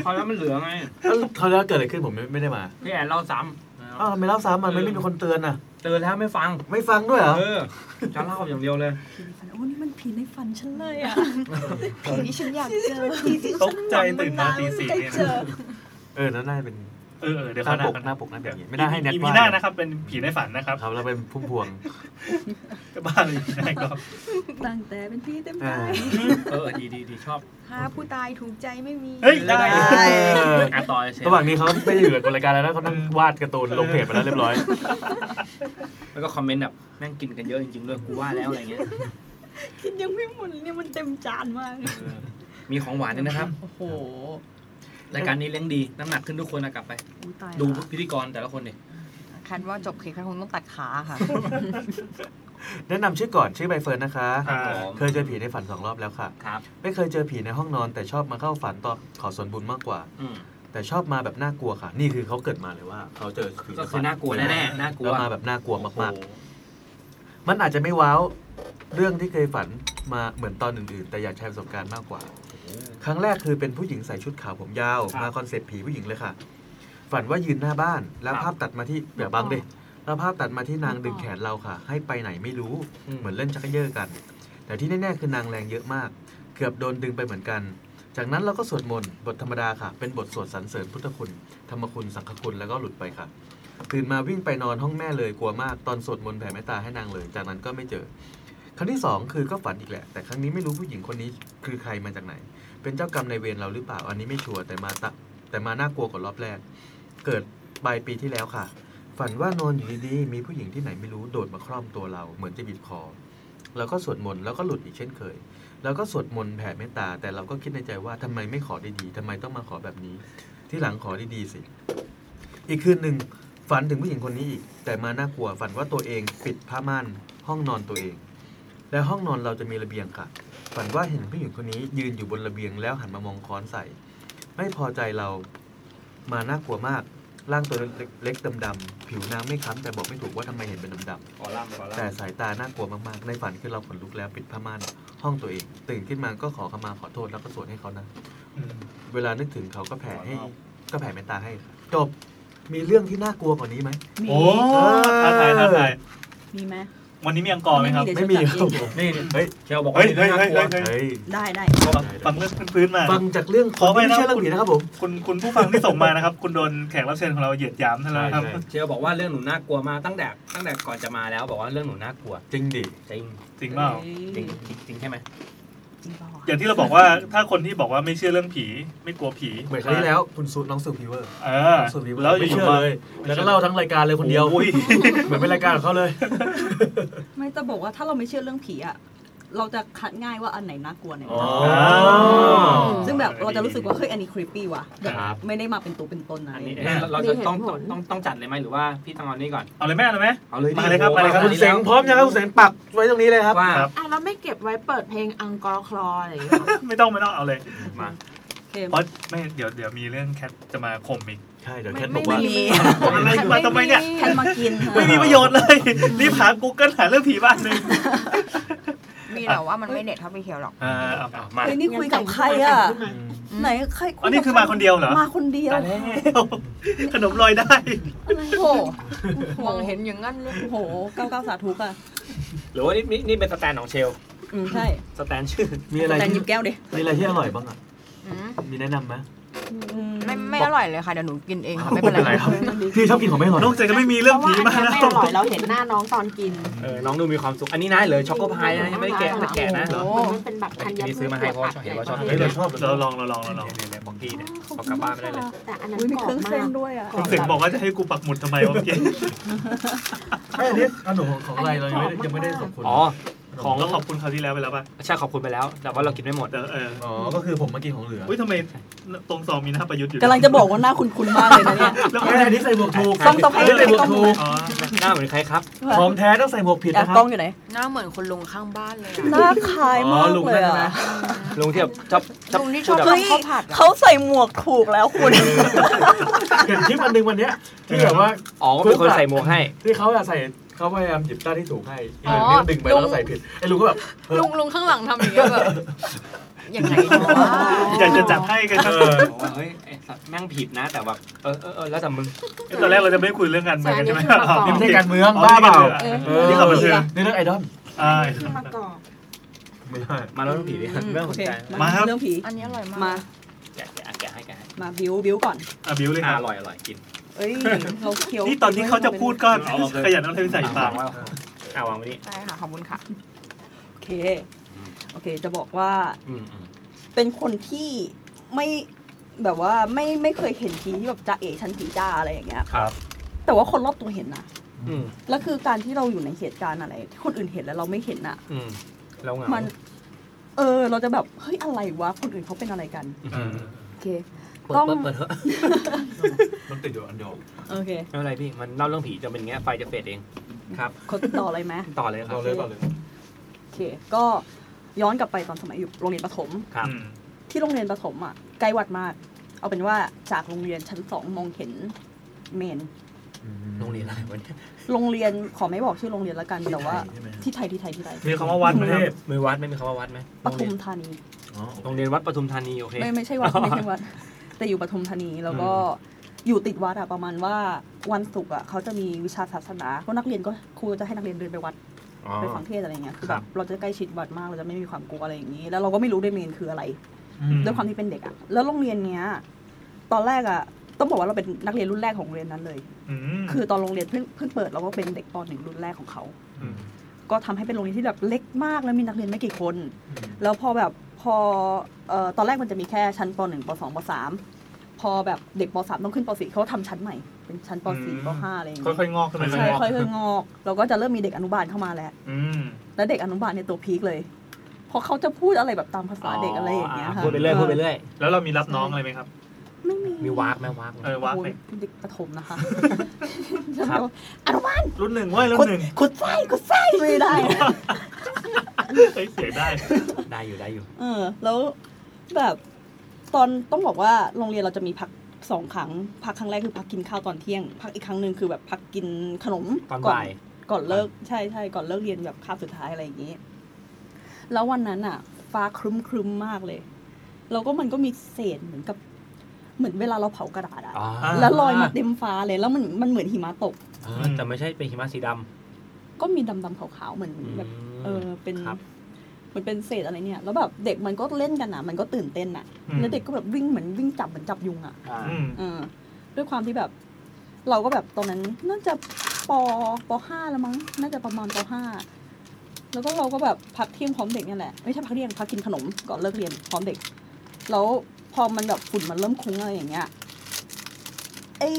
S4: คราวแล้วมันเหลือไง
S8: แล้วเขาวแล้วเกิดอะไรขึ้นผมไม่ไม่ได้มา
S4: พี่แอนเล่าซ้ำนะครับ
S8: อ้าวทำไมเล่าซ้ำมันไม่มีคนเตือนอ่ะ
S4: เตือนแล้วไม่ฟัง
S8: ไม่ฟังด้วยเหรอ
S4: เออ จะเล่าอย่างเดียวเลย
S6: ผีในฝันโอ้นี่มันผีในฝันฉันเลยอ่ะ
S7: ผีที่ฉันอยากเจอ
S1: ตกใจตื่นมาตีสี่เนี่ยนะ
S8: เออนั่นน่าจะเป็น
S1: เออเออเดี๋ยว
S8: หน้า
S1: เขาหน้า
S8: ปก
S1: กัน
S8: หน้าปกหน้าแบบนี้ไม่น่าให้แนท
S1: อีพี
S8: ว่า
S1: หน้านะครับ เป็นผีในฝันนะครับ
S8: ครับเราเป็นพุ่มพวง
S1: จะบ้าเลยผีในก็
S6: ตั้งแต่เป็นผีเต็ม
S8: อ่า
S6: กาย
S4: เออ ดีดีดีชอบ
S7: หาผู้ตายถูกใจไม่มี
S1: เฮ้ยได้
S4: ได้
S8: เออ
S4: อ่ะต่อเลยเชฟ
S8: ระหว่างนี้เขาไม่อยู่กับรายการแล้วนะเขานั่งวาดการ์ตูนลงเพจไปแล้วเรียบร้อย
S4: แล้วก็คอมเมนต์แบบแม่งกินกันเยอะจริงๆด้วยกูว่าแล้วอะไรเงี้ย
S6: คิดยังไม่หมดเลยเนี่ยมันเต็มจานมาก
S4: เออมีของหวานด้วยนะครับ
S6: โอ้โห
S4: รายการนี้เลี้ยงดี น้ำหนักขึ้นทุกคนนะกลับไป
S6: อุ๊ยตาย
S4: ดู
S6: ละ
S4: พิธีกรแต่ละคนดิ
S7: คันว่าจบคลิปคันคงต้องตัดขาค่ะ
S8: แนะนำชื่อก่อนชื่อใบเฟิร์นนะคะ
S1: อ่า
S8: เคยเจอผีในฝันสองรอบแล้วค่ะ
S4: ครับ
S8: ไม่เคยเจอผีในห้องนอน แต่ชอบมาเข้าฝันต่อขอส่วนบุญมากกว่า
S4: อืม
S8: แต่ชอบมาแบบน่ากลัวค่ะ นี่คือเขาเกิดมาเลยว่าเขาเจอผี
S4: ก็คือน่ากลัวแน่ๆน่ากลัว
S8: แล้วมาแบบน่ากลัวมาก
S4: โอ้โห
S8: ๆ มันอาจจะไม่ว้าวเรื่องที่เคยฝันมาเหมือนตอนอื่นๆ แต่อยากแชร์ประสบการณ์มากกว่า ครั้งแรกคือเป็นผู้หญิงใส่ชุดขาวผมยาวมาคอนเซ็ปต์ผีผู้หญิงเลยค่ะ ฝันว่ายืนหน้าบ้าน แล้วภาพตัดมาที่แบบบังดิแล้วภาพตัดมาที่นางดึงแขนเราค่ะ ให้ไปไหนไม่รู้เหมือนเล่นชักเขยอกัน แต่ที่แน่ๆคือนางแรงเยอะมาก เกือบโดนดึงไปเหมือนกัน จากนั้นเราก็สวดมนต์บทธรรมดาค่ะ เป็นบทสวดสรรเสริญพุทธคุณ ธรรมคุณสังฆคุณแล้วก็หลุดไปค่ะ ตื่นมาวิ่งไปนอนห้องแม่เลยกลัวมากตอนสวดมนต์แผ่เมตตาให้นางเลย จากนั้นก็ไม่เจอ ครั้งที่สองคือก็ฝันอีกแหละ แต่ครั้งนี้ไม่รู้ผู้หญิงคนนี้คือใครมาจากไหน เป็นเจ้ากรรมในายเวรเราหรือเปล่าอันนี้ไม่ชัวร์แต่มาตะแต่มาน่ากลัวกว่ารอบแรก เกิดปลายปีที่แล้วค่ะ ฝันว่านอนอยู่ดีๆมีผู้หญิงที่ไหนไม่รู้โดดมาคล่อมตัวเรา เหมือนจะบีบคอ แล้วก็สวดมนต์แล้วก็หลุดอีกเช่นเคย แล้วก็สวดมนต์แผ่เมตตา แต่เราก็คิดในใจว่าทำไมไม่ขอดีๆทำไมต้องมาขอแบบนี้ ที่หลังขอดีๆสิ อีกคืนหนึ่งฝันถึงผู้หญิงคนนี้อีก แต่มาน่ากลัวฝันว่าตัวเองปิดผ้าม่านห้องนอนตัวเอง และห้องนอนเราจะมีระเบียงค่ะ ฝันว่าเห็นผู้หญิงคนนี้ยืนอยู่บนระเบียงแล้วหันมามองค้อนใส่ ไม่พอใจเรามาน่ากลัวมาก ร่างตัวเล็กๆดำๆผิวน้ำไม่คล้ำแต่บอกไม่ถูกว่าทำไมเห็นเป็นดำๆ
S4: ขอล่ามขอล่า
S8: แต่
S4: ม
S8: สายตาน่ากลัวมาก ๆ ในฝันคือเราขนลุกแล้วปิดผ้าม่านห้องตัวเอง ตื่นขึ้นมาก็ขอขมาขอโทษแล้วก็สวดให้เขานะ
S1: อืม
S8: เวลานึกถึงเขาก็แผ่ให้ ก็แผ่เมตตาให้ จบ มีเรื่องที่น่ากลัวกว่านี้ไหม
S6: มี
S1: โอ้ท้าทายท้าทาย
S6: มีไหม
S1: วันนี้มีอังกอร์ไหมครับ
S6: ไม่
S8: ไม่
S6: มี
S8: มีครับ
S6: เดี๋ยวฉันจัดเอ
S8: ผม
S6: ง
S4: นี่นี่
S8: เฮ้ย
S4: เชลบอกว่า
S1: เฮ้ย
S4: ไม่
S1: เฮ้ย
S4: น่ากลัว
S1: เฮ้ยเฮ้ย
S8: เฮ้ย
S6: ได้ได้
S1: ฟังเรื่องพื้นๆมา
S8: ฟังจากเรื่อง
S1: ขอไป
S8: ไม่
S1: นะ
S8: ใช่เรื่อง
S1: คุณ
S8: ผีนะครับผม
S1: คุณคุณผู้ฟังที่ส่งมานะครับ คุณโดนแขกรับเชิญของเราเหยียดหยามท่านแล้วครับ
S8: ใช่ใช่
S4: เชลบอกว่าเรื่องหนูน่ากลัวมากตั้งแต่ตั้งแต่ก่อนจะมาแล้ว บอกว่าเรื่องหนูน่ากลัว
S8: จริงดิ
S4: จริง
S1: จริงเปล่า
S4: จริงจริงจริงใช่ไหม
S6: จริงเปล่าอะ
S1: อย่างที่เราบอกว่าถ้าคนที่บอกว่าไม่เชื่อเรื่องผี ไม่กลัวผี
S8: เหมือนครั้งที่แล้วคุณซูน้องซูพีเวอร์
S1: เออ
S8: น้องซูพีเวอร์
S1: แล้ว
S8: ไม่
S1: อยู่
S8: เชื่อ
S1: ๆมา
S8: เลย แล้วก็เล่าทั้งรายการเลยคนเดียว
S1: โอ้ย
S8: เหมือนเป็นรายการของเขาเลย
S6: ไม่แต่บอกว่าถ้าเราไม่เชื่อเรื่องผีอะเราจะคัดง่ายว่าอันไหนน่ากลัวไหน
S8: อ๋อ
S6: ซึ่งแบบเราจะรู้สึกว่าเฮ้ยอันนี้ครีปปี้ว่ะแบบ
S8: ครับ
S6: ไม่ได้มาเป็นตัวเป็นตนอะไร
S4: อัน
S6: อย่าง
S4: นี้
S6: เงี้ย
S4: เอ๊ะเราจะ
S3: มีเหตุ
S4: ต้อง
S3: ผล
S4: ต้องต้องจัดเลยไหมหรือว่าพี่ต้องเอานี่ก่อน
S1: เอาเลยแม่เอาเลยไหม
S4: เอาเลยดิ
S1: มาเลยครับ
S4: โอ้
S1: มาเลยครับ
S4: โห
S8: คุณเสงพร้อมยังครับคุณเสงปักไว้ตรงนี้เลยครับ
S4: ว่า
S1: ครับ [laughs]
S3: อ้าวแล้วไม่เก็บไว้เปิดเพลงอังกอร์คลออะไรอย่างเงี้ยหรอ
S1: ไม่ต้องไม่ต้องเอาเลย
S4: มา
S6: โอเค
S1: เพราะไม่เดี๋ยวเดี๋ยวมีเรื่องแคทจะมาข่มอีก
S8: ใช่เดี๋ยวแคท
S3: ไม่
S8: บอก
S3: ไม่
S8: ว่า
S6: มี
S1: ข่มอะไรมาทำไมเนี่ย
S6: แทนมากิน
S1: ไม่มีประโยชน์เลย [laughs] รีบหา Google หาเรื่องผีบ้านหนึ่ง
S7: มีแต่ว่ามันไม่เด็ดเท่าพี่เคียวหรอก
S1: อ่าเอาเอามา
S6: เฮ้ยนี่คุยกับใครอะ
S3: ยังแต่งขึ้นมา
S6: ไหนใครย
S1: อันนี้คือมาคนเดียวเหรอ
S6: มาคนเดียว
S1: ตายแล้วขนมลอยได้
S7: โอ้โหมองเห็นอย่างงั้นเลย
S6: โอ้โหเก้าเก้าสาธุค่ะ
S5: หรือว่านี่นี่นี่เป็นสแตนของเชล
S6: อืมใช่
S5: สแตนชื่อ
S8: มีอะไร
S6: แต่หยิ
S8: ที่
S6: บแก้วดิ
S8: มีอะไรที่อร่อยบ้างอ่ะ
S7: อืม
S8: มีแนะนำไหม
S6: อื
S7: ไม่ไม่อร่อยเลยค่ะเดี๋ยวหนูกินเองค่ะไม่เป็นไร
S8: ครับพี่ชอบกินของไม่อร่อย
S1: นอกจากจะไม่มีเรื่องผีมาแล้ว
S3: เพราะว่าอันเนี้ยไม่อร่อยเราเห็นหน้าน้องตอนกิน
S5: เออ น้องดูมีความสุข อันนี้นะเหลือช็อกโกพายนะยังไม่ได้แกะไม่ได้แกะนะ
S3: โอ้โหมันเป็นแบบธัญ
S5: นี่
S3: พืช
S5: ซื้อมาให้เพราะว่าเห็นว่าชอบ
S1: เฮ้ยเราชอบเราลองเราลองเราลอง
S5: เนี่ยเนี่ยบอกพี่เนี่ยเอากลับบ้านไม่ได้เลย
S3: แต่อันนั้น
S6: อุ๊ยมี
S3: กรอ
S6: เค
S3: บมา
S6: รื่องเส้น
S3: ก
S6: ด้วยอะ
S1: คุณเสงบอกว่าจะให้กูปักหมุดทำไมวะเมื่อกี้
S8: ไม่อันนี้ขนมของของอะไรเรายังไม่ได้ยังไม่ได้สมควร
S5: อ๋อ ข
S1: ข
S5: อ
S1: อง งเราขอบคุณคราวที่แล้วไปแล้วป่ะ
S5: ใช่ขอบคุณไปแล้ว แต่ว่าเรากิน
S1: [laughs]
S5: ไม่หมด
S1: เออเออ
S8: อ๋อ ก็คือผมมากินของเหลือ
S1: อุ้ยทำไมตรงซองมีหน้าประยุทธ์อยู่
S6: กำลังจะบอกว่าหน้าคุณคุณมากเลยนะเนี่ย
S1: แล้ว
S8: แม่อันนี้ใส่หมวกถูก
S6: ต้องต้องให้
S8: อันนี้ใส่หมวกถูก
S1: อ๋อ
S5: หน้าเหมือนใครครับ
S8: ของแท้ต้องใส่หมวกผิด
S6: แอบ
S8: นะค
S6: กล้
S8: รั
S6: อบ งอยู่ไหน
S7: หน้าเหมือนคนลุงข้างบ้านเลย
S6: ห
S7: อะ
S6: น้าคล้ายมาก
S8: อ๋อลุง
S6: เลย
S8: นั่น
S6: อะ
S8: นะ
S5: ลุงที่แบบชอบชอบ
S7: ลุงที่ชอบ
S5: พูดแบ
S7: ทำ
S5: บ
S6: เฮ้ย
S7: ข้าวผัดอะ
S6: เขาใส่หมวกถูกแล้วคุณ
S8: เห็นคลิปอันหนึงวันเนี้ยที่แบบว่า
S5: อ๋อก็เป็นคนใส่หมวกให้
S8: ที่เขาอะใส่เขาพยายามหยิบต้าที่ถูกให้
S7: อ๋อ
S8: เนื้อดึงไปแล้วใส่ผิดไอ้ลุงก็แบบเออ
S7: ลุงลุงข้างหลังทำอย่างเงี้ยแบบยังไงวะ
S1: อยากจะจับให้กันครับ
S8: เออ
S4: บอกว่าเฮ้ยไอ้สัตว์แม่งผิดนะแต่แบบ
S5: เออเออเออแล้วแต่มึง
S1: ตอนแรกเราจะไม่คุยเรื่องงานเมืองกันใช่ไหม
S3: ใช่อันนี้คือ
S8: นี่ไม่ใช่การเมืองบ้าเปล่า
S1: เออ
S8: เออ
S1: นี่เขาเป็นเชิญ
S8: นี่เรื่องไอดอล
S1: อ่า
S3: ขึ้นมากรอบ
S8: ไม่ได้
S5: มาแล้วเรื่องผีดิเรื่องข
S6: โอ
S5: อง
S6: เค
S5: ใจ
S1: มาครับ
S6: เรื่องผี
S7: อันนี้อร่อย
S6: มา
S7: มาก
S5: แกะแกะแกะให้แกะให้
S6: มาบิวบิวก่อน
S1: อ่ะบิวเลยค
S5: อ่ะ
S1: รั
S5: อบ ร่อยอร่อยกิน
S6: เอ้ยเราเคี้ยว
S1: นี่ตอนที่เขาจะพูดก็ขยันเอาอะไรไปใส่ปาก
S5: วางไว้อ่ะวางไว้นี่
S7: ใช่ค่ะขอบคุณค่ะ
S6: โอเค โอเค จะบอกว่า
S5: อืมอืม
S6: เป็นคนที่ไม่แบบว่าไม่ไม่เคยเห็นผีที่แบบจ่าเอ๋ชั้นผีจ้าอะไรอย่างเงี้ย
S5: ครับ
S6: แต่ว่าคนรอบตัวเห็นนะ
S5: อืม
S6: แล้วคือการที่เราอยู่ในเหตุการณ์อะไร ที่คนอื่นเห็นแล้วเราไม่เห็นน่ะ
S5: อืมแล้วเหงา
S6: มัน เออ เราจะแบบ เฮ้ย อะไรวะ คนอื่นเขาเป็นอะไรกัน
S5: อืม
S6: โอเค
S2: เปิด
S6: ต้อง
S2: เปิดเปิดเถอะ
S8: มันติดอยู่อันเดียว
S6: โอเค
S5: ไม่เป็นไรพี่มันเล่าเรื่องผีจะเป็นอย่างเงี้ยไฟจะเฟดเองครับ
S6: คนต่ออะไรไหม
S5: ต่อเลยครั
S8: ต่
S5: บ
S8: อเลยต่อเลย
S6: โอเค ก็ย้อนกลับไปตอนสมัยอยู่โรงเรียนประถม
S5: ครับ
S6: ที่โรงเรียนประถมอ่ะไกลวัดมาก เอาเป็นว่าจากโรงเรียนชั้นสองมองเห็นเมน
S5: โรงเรียนอะไรวะเนี่ย
S6: โรงเรียนขอไม่บอกชื่อโรงเรียนละกัน แต่ว่า
S8: ใช่ไหม
S6: ที่ไทยที่ไทยที่ไทย
S1: มีคำว่าวัดไหมครับ
S5: มีวัดไหม่มีคำว่าวัดไหม
S6: ปทุมธานี
S8: อ๋อโอเค
S5: โรงเรียนวัดปทุมธานีโอเค
S6: ไม่ไม่ใช่วัด ไม่ใช่วัด แต่อยู่ปทุมธานีแล้วก็อยู่ติดวัดอะประมาณว่าวันศุกร์อะเขาจะมีวิชาศาสนาก็นักเรียนก็ครูจะให้นักเรียนเดินไปวัดไปฟังเทศน์อะไรเงี้ยคือ
S5: ค
S6: แบ
S5: รั
S6: บบ เราจะใกล้ชิดวัดมากเราจะไม่มีความกลัวอะไรอย่างนี้ แล้วเราก็ไม่รู้ด้วยเมนคืออะไร
S8: อืม
S6: ด้วยความที่เป็นเด็กอะแล้วโรงเรียนเนี้ย ตอนแรกอะต้องบอกว่าเราเป็นนักเรียนรุ่นแรกของโรงเรียนนั้นเลย
S1: อืม
S6: คือตอนโรงเรียนเพิ่งเพิ่งเปิดเราก็เป็นเด็กปหนึ่งรุ่นแรกของเขา
S8: อืม
S6: ก็ทำให้เป็นโรงเรียนที่แบบเล็กมากแล้วมีนักเรียนไม่กี่คน แล้วพอแบบพอเอ่อตอนแรกมันจะมีแค่ชั้นปหนึ่งปสองปสามพอแบบเด็กปสามต้องขึ้นปสี่เขาทำชั้นใหม่ เป็นชั้นปสี่ปห้าอะไรอย่าง
S1: ค่
S6: เงี้
S1: อยๆงอกขึ้นไป
S6: ย
S1: เล
S6: ใช่
S1: ย
S6: ค่อยๆงอก เราก็จะเริ่มมีเด็กอนุบาลเข้ามาแล้ว
S1: อืม
S6: แล้วเด็กอนุบาลเนี่ยตัวพีคเลยเพราะเขาจะพูดอะไรแบบตามภาษาเด็กอะไรอย่างเงี้ยค่ะ
S5: พูดไปเรื่อยพูดไปเรื่อย
S1: แล้วเรามีรับน้องอะไรไหมครับ
S6: ไม่มี
S2: มีวากไหมวากไหม
S1: เออวาก
S6: โอ้
S1: ไหม
S6: ยเด็กประถมนะคะ
S2: ครับ
S1: รุ่นหนึ่งเว้ยรุ่นหนึ่ง
S6: ขุดไส้ขุดไส้ไม่ได้
S1: เฮ้ยเสียงได้
S2: ได้อยู่ได้อยู่
S6: เออแล้วแบบตอนต้องบอกว่าโรงเรียนเราจะมีพักสองครั้งพักครั้งแรกคือพักกินข้าวตอนเที่ยง พักอีกครั้งหนึ่งคือแบบพักกินขนม
S2: ตอน
S6: ก่
S2: บ่าย
S6: ก่อนเลิกใช่ใช่ก่อนเลิกเรียนแบบคาบสุดท้ายอะไรอย่างนี้ แล้ววันนั้นอ่ะ ฟ้าครึ้มครึ้มๆมากเลย แล้วก็มันก็มีเศษเหมือนกับ เหมือนเวลาเราเผากระดาษอะ
S2: อ๋อ
S6: แล้วลอยมาเต็มฟ้าเลยแล้วมันมันเหมือนหิมะตก
S2: เออแต่ไม่ใช่เป็นหิมะสีด
S6: ก็มีดำๆขาวๆเหมือน
S2: ำอืม
S6: แบบ เออเป็น
S2: ครับ
S6: มันเป็นเศษอะไรเนี่ย แล้วแบบเด็กมันก็เล่นกันอ่ะ มันก็ตื่นเต้นอ่ะ
S1: อืม
S6: แล้วเด็กก็แบบวิ่งเหมือนวิ่งจับเหมือนจับยุงอ่ะ
S2: อ่า
S1: อืม
S6: เออด้วยความที่แบบ เราก็แบบตอนนั้นน่าจะปปห้าแล้วมั้ง น่าจะประมาณปห้าแล้วก็เราก็แบบพักเที่ยงพร้อมเด็กเนี่ยแหละไม่ใช่พักเที่ยงพักกินขนมก่อนเลิกเรียนพร้อมเด็ก แล้วพอมันแบบฝุ่นมันเริ่มคลุ้งอะไรอย่างเงี้ยไอ้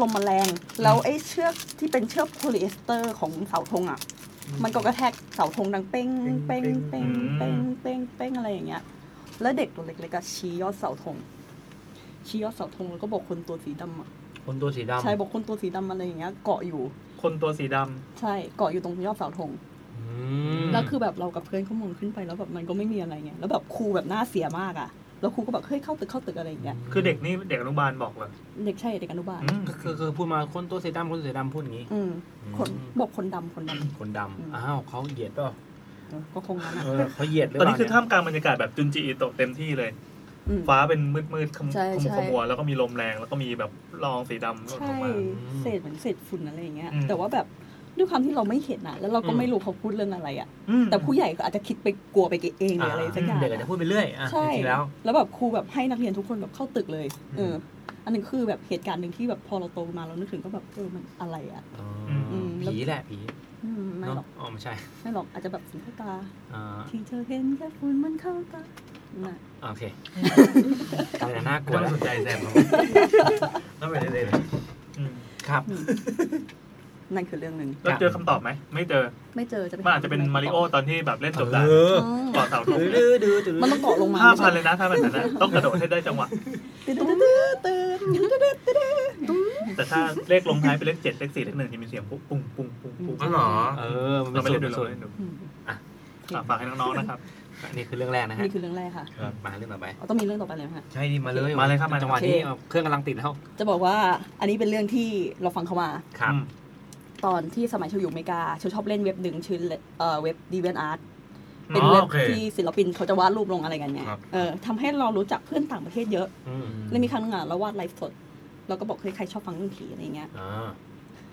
S6: ลมมันแรง แล้วไอ้เชือกที่เป็นเชือกโพลีเอสเตอร์ของเสาธงอ่ะ มันก็กระแทกเสาธงดังเป้งเป้งเป้งเป้งเป้งเป้งอะไรอย่างเงี้ย แล้วเด็กตัวเล็กๆอะชี้ยอดเสาธง ชี้ยอดเสาธงแล้วก็บอกคนตัวสีดำอะ
S2: คนตัวสีดำ
S6: ใช่บอกคนตัวสีดำอะไรอย่างเงี้ย เกาะอยู่
S1: คนตัวสีดำ
S6: ใช่เกาะอยู่ตรงยอดเสาธง
S2: อืม
S6: แล้วคือแบบเรากับเพื่อนเขามองขึ้นไปแล้วแบบมันก็ไม่มีอะไรเงี้ยแล้วแบบครูแบบหน้าเสียมากอะแล้วครูก็แบบเฮ้ยเข้าตึกเข้าตึกอะไรอย่างเงี้ย
S1: คือเด็กนี่เด็กอนุบาลบอกเหรอ
S6: เด็กใช่เด็กอนุบาล
S1: อืม
S2: ก็คือคือพูดมาคนตัวสีดำคนตัวสีดำพูดอย่างนี้
S6: อืมคน
S2: อืม
S6: บอกคนดำคนดำ
S2: คน
S6: อืม
S2: ดำอ้าวเขาเหยียดเปล่า
S6: เออก็คงนั้นอะ
S2: เออเขาเหยียดหรือ
S1: ตอน
S2: เปล่า
S1: นี้คือ
S2: เย
S1: ท่ามกลางบรรยากาศแบบจุนจิอิโตะเต็มที่เลย
S6: อืม
S1: ฟ้าเป็นมืดมืดๆขมุก
S6: ใช่
S1: ขมุก
S6: ใช่
S1: ขมัวแล้วก็มีลมแรงแล้วก็มีแบบละอองสีดำหล่นล
S6: ใช่
S1: งมา
S6: เศษเหมือนเศษฝุ่นอะไรอย่างเงี้ย
S1: อืม
S6: แต่ว่าแบบด้วยความที่เราไม่เห็นอะแล้วเราก็ไม่รู้เขาพูดเรื่องอะไรอะ
S1: อืม
S6: แต่ผู้ใหญ่ก็อาจจะคิดไปกลัวไปเองหรืออะไรสักอย่าง
S2: เด็กอาจจะพูดไปเรื่อยอ่ะ
S6: ใช่
S2: จริงๆแล้ว
S6: แล้วแบบครูแบบให้นักเรียนทุกคนแบบเข้าตึกเลยเอออ
S2: ม
S6: อันนึงคือแบบเหตุการณ์หนึ่งที่แบบพอเราโตมาเรานึกถึงก็แบบเออมันอะไรอะ อืม
S2: ผีแหละผี
S6: อืมไม่
S2: เนาะ
S6: หรอก
S2: อ๋อไม่ใช่
S6: ไม่หรอกอาจจะแบบสิงตา
S2: อ่า
S6: ที่เธอเห็นแค่ฝุ่นมันเข้าตาน่ะ
S2: โอ
S6: [laughs]
S2: เคอะไรนะน่ากลัว
S8: ไม่
S2: แล้ว
S8: ต้องสนใจแซมครับนั่นเป็นเรื่องเลย
S2: ครับ
S6: อืมนั่นคือเรื่องหนึ่ง
S1: แล้วเจอคำตอบไหม ไม่เจอ
S6: ไม่เจอจะไป
S1: มันอาจจะเป็นมาริโอตอนที่แบบเล่นจบดาบ
S2: เออ
S1: ต่อเสาธง
S2: ดื้อดื้อดื้อ
S6: มันต้องเกาะลงมา
S1: ห้าพันเลยนะถ้าแบบนั้นนะต้องกระโดดให้ได้จังหวะ
S6: ตื่นตื่นตื่นตื่นตื่นตื่น
S1: แต่ถ้าเลขลงท้ายเป็นเลขเจ็ดเลขสี่เลขหนึ่งจะมีเสียงปุ๊บปุ้งปุ้งปุ้งปุ้ง
S8: นั่นเหรอ
S2: เออมันเป็
S1: เรา
S2: น
S1: ไม่
S2: ส่ว
S1: เล่
S2: น
S1: นดูเราไม่เล่น
S2: เป็นส่วน
S1: ดู
S6: อืม
S2: อ่ะ
S1: อ่ะฝากให้น้องๆนะครับ
S2: อันนี่คือเรื่องแรกนะฮะ
S6: นี่คือเรื่องแรกค่ะ
S2: ครับมาเรื่องต่อไป
S6: เอาต้องมีเรื่องต่อไปเลยไหมค่ะ
S2: ใช่ดิมาเลย
S1: มาเลยครับมา
S2: จังหวะ
S6: โอเค
S2: นี้เอาเครื่องกำลังติดแล้ว
S6: จะบอกว่าอันนี้เป็นเรื่องที่เราฟังเขามา
S2: ครับ
S1: อืม
S6: ตอนที่สมัยเชลอยู่อเมริกาเชลชอบเล่นเว็บหนึ่งชื่อเอ่อเว็บดีเวนอาร์ต
S1: อื
S6: เป็น
S1: ม
S6: เว็บ
S8: โอเค
S6: ที่ศิลปินเขาจะวาดรูปลงอะไรกันไง
S8: ครับ
S6: เออทำให้เรารู้จักเพื่อนต่างประเทศเยอะ
S2: อืม
S6: แล้วมีครั้งหนึ่งอะเราวาดไลฟ์สดเราก็บอกเฮ้ยใครชอบฟังเรื่องผีอะไรเงี้ย
S2: อ่า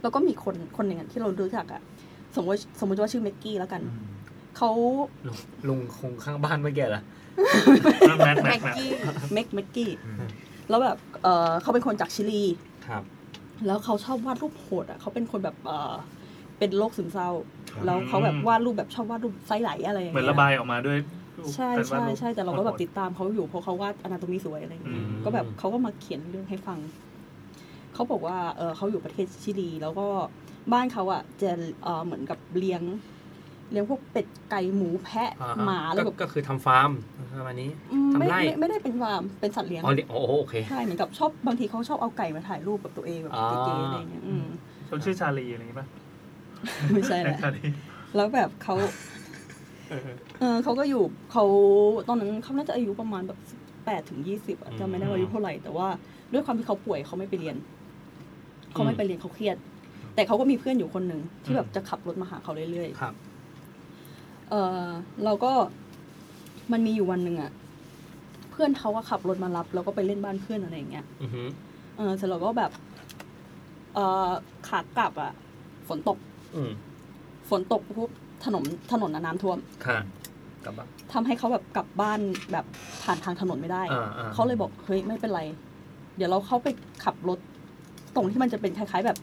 S6: แล้วก็มีคนคนหนึ่งอะที่เรารู้จักอะสมมติสมมติว่าชื่อเมกกี้แล้วกันเขา
S2: ลุงลุงคงข้างบ้านเมื่อกี้เหรอ
S1: แม็กแม็
S7: แม็
S1: ก
S7: ก
S1: แม็ก
S7: กี้
S6: เมกเมกกี้
S8: อืม
S6: แล้วแบบเออเขาเป็นคนจากชิลี
S2: ครับ
S6: แล้วเขาชอบวาดรูปโหดอ่ะเขาเป็นคนแบบเออเป็นโรคซึมเศร้า
S8: ครับ
S6: แล้วเขาแบบ
S1: อืม
S6: วาดรูปแบบชอบวาดรูปไส้ไหลอะไรอย่าง
S1: เหมือ
S6: เงี้
S1: น
S6: ย
S1: ระบายออกมาด้วย
S6: ใช่
S1: การวาด
S6: ใช่
S1: รูป
S6: ใช่แต่เราก็แบบติดตามเขาอยู่เพราะเขาวาดอนาโตมีสวยอะไรอย่างเงี้ย
S1: อืม
S6: ก็แบบเขาก็มาเขียนเรื่องให้ฟัง เขาบอกว่าเออเขาอยู่ประเทศชิลี แล้วก็บ้านเขาอ่ะจะเออเหมือนกับเลี้ยง เลี้ยงพวกเป็ดไก่หมูแพะ
S2: อ่ฮะ
S6: หมาแล้ว
S2: ก็
S6: แบบ
S2: ก็คือทำฟาร์มประมาณนี้
S6: อืมไม่
S2: ทำไร่
S6: ไม่ไม่ได้เป็นฟาร์มเป็นสัตว์เลี้ยง
S2: อ๋อเดี๋ยวโอ้โหโอเค
S6: ใช่เหมือนกับชอบบางทีเขาชอบเอาไก่มาถ่ายรูปแบบตัวเองแบบเก๋ๆอะไรอย่างเงี้ยอืม
S1: เขาชื่อชาลีอะไรอย่างงี้ป่ะ
S6: ไม่ใช่แหละ
S1: ชาลี
S6: แล้วแบบ [laughs] เขา เออเขาก็อยู่เขาตอนนั้นเขาน่าจะอายุประมาณแบบแปดถึงยี่สิบ
S2: อืม
S6: จำไม่ได้ว่าอายุเท่าไหร่ แต่ว่าด้วยความที่เขาป่วยเขาไม่ไปเรียน เขาไม่ไปเรียนเขาเครียด แต่เขาก็มีเพื่อนอยู่คนหนึ่งที่แบบจะขับรถมาหาเขาเรื่อยๆ
S2: ครับ
S6: เออเราก็มันมีอยู่วันหนึ่งอะเพื่อนเขาก็ขับรถมารับ แล้วก็ไปเล่นบ้านเพื่อนอะไรอย่างเงี้ย
S2: อือหือ
S6: เออเสร็จแล้วก็แบบ เออขากลับอะฝนตก
S2: อืม
S6: ฝนตกปุ๊บถนนถนนอะน้ำท่วม
S2: ค่ะกลับบ้าน
S6: ทำให้เขาแบบกลับบ้านแบบผ่านทางถนนไม่ได้
S2: อ่าอ่า
S6: เขาเลยบอกเฮ้ยไม่เป็นไร เดี๋ยวเราเข้าไปขับรถตรงที่มันจะเป็นคล้าย ๆ แบบ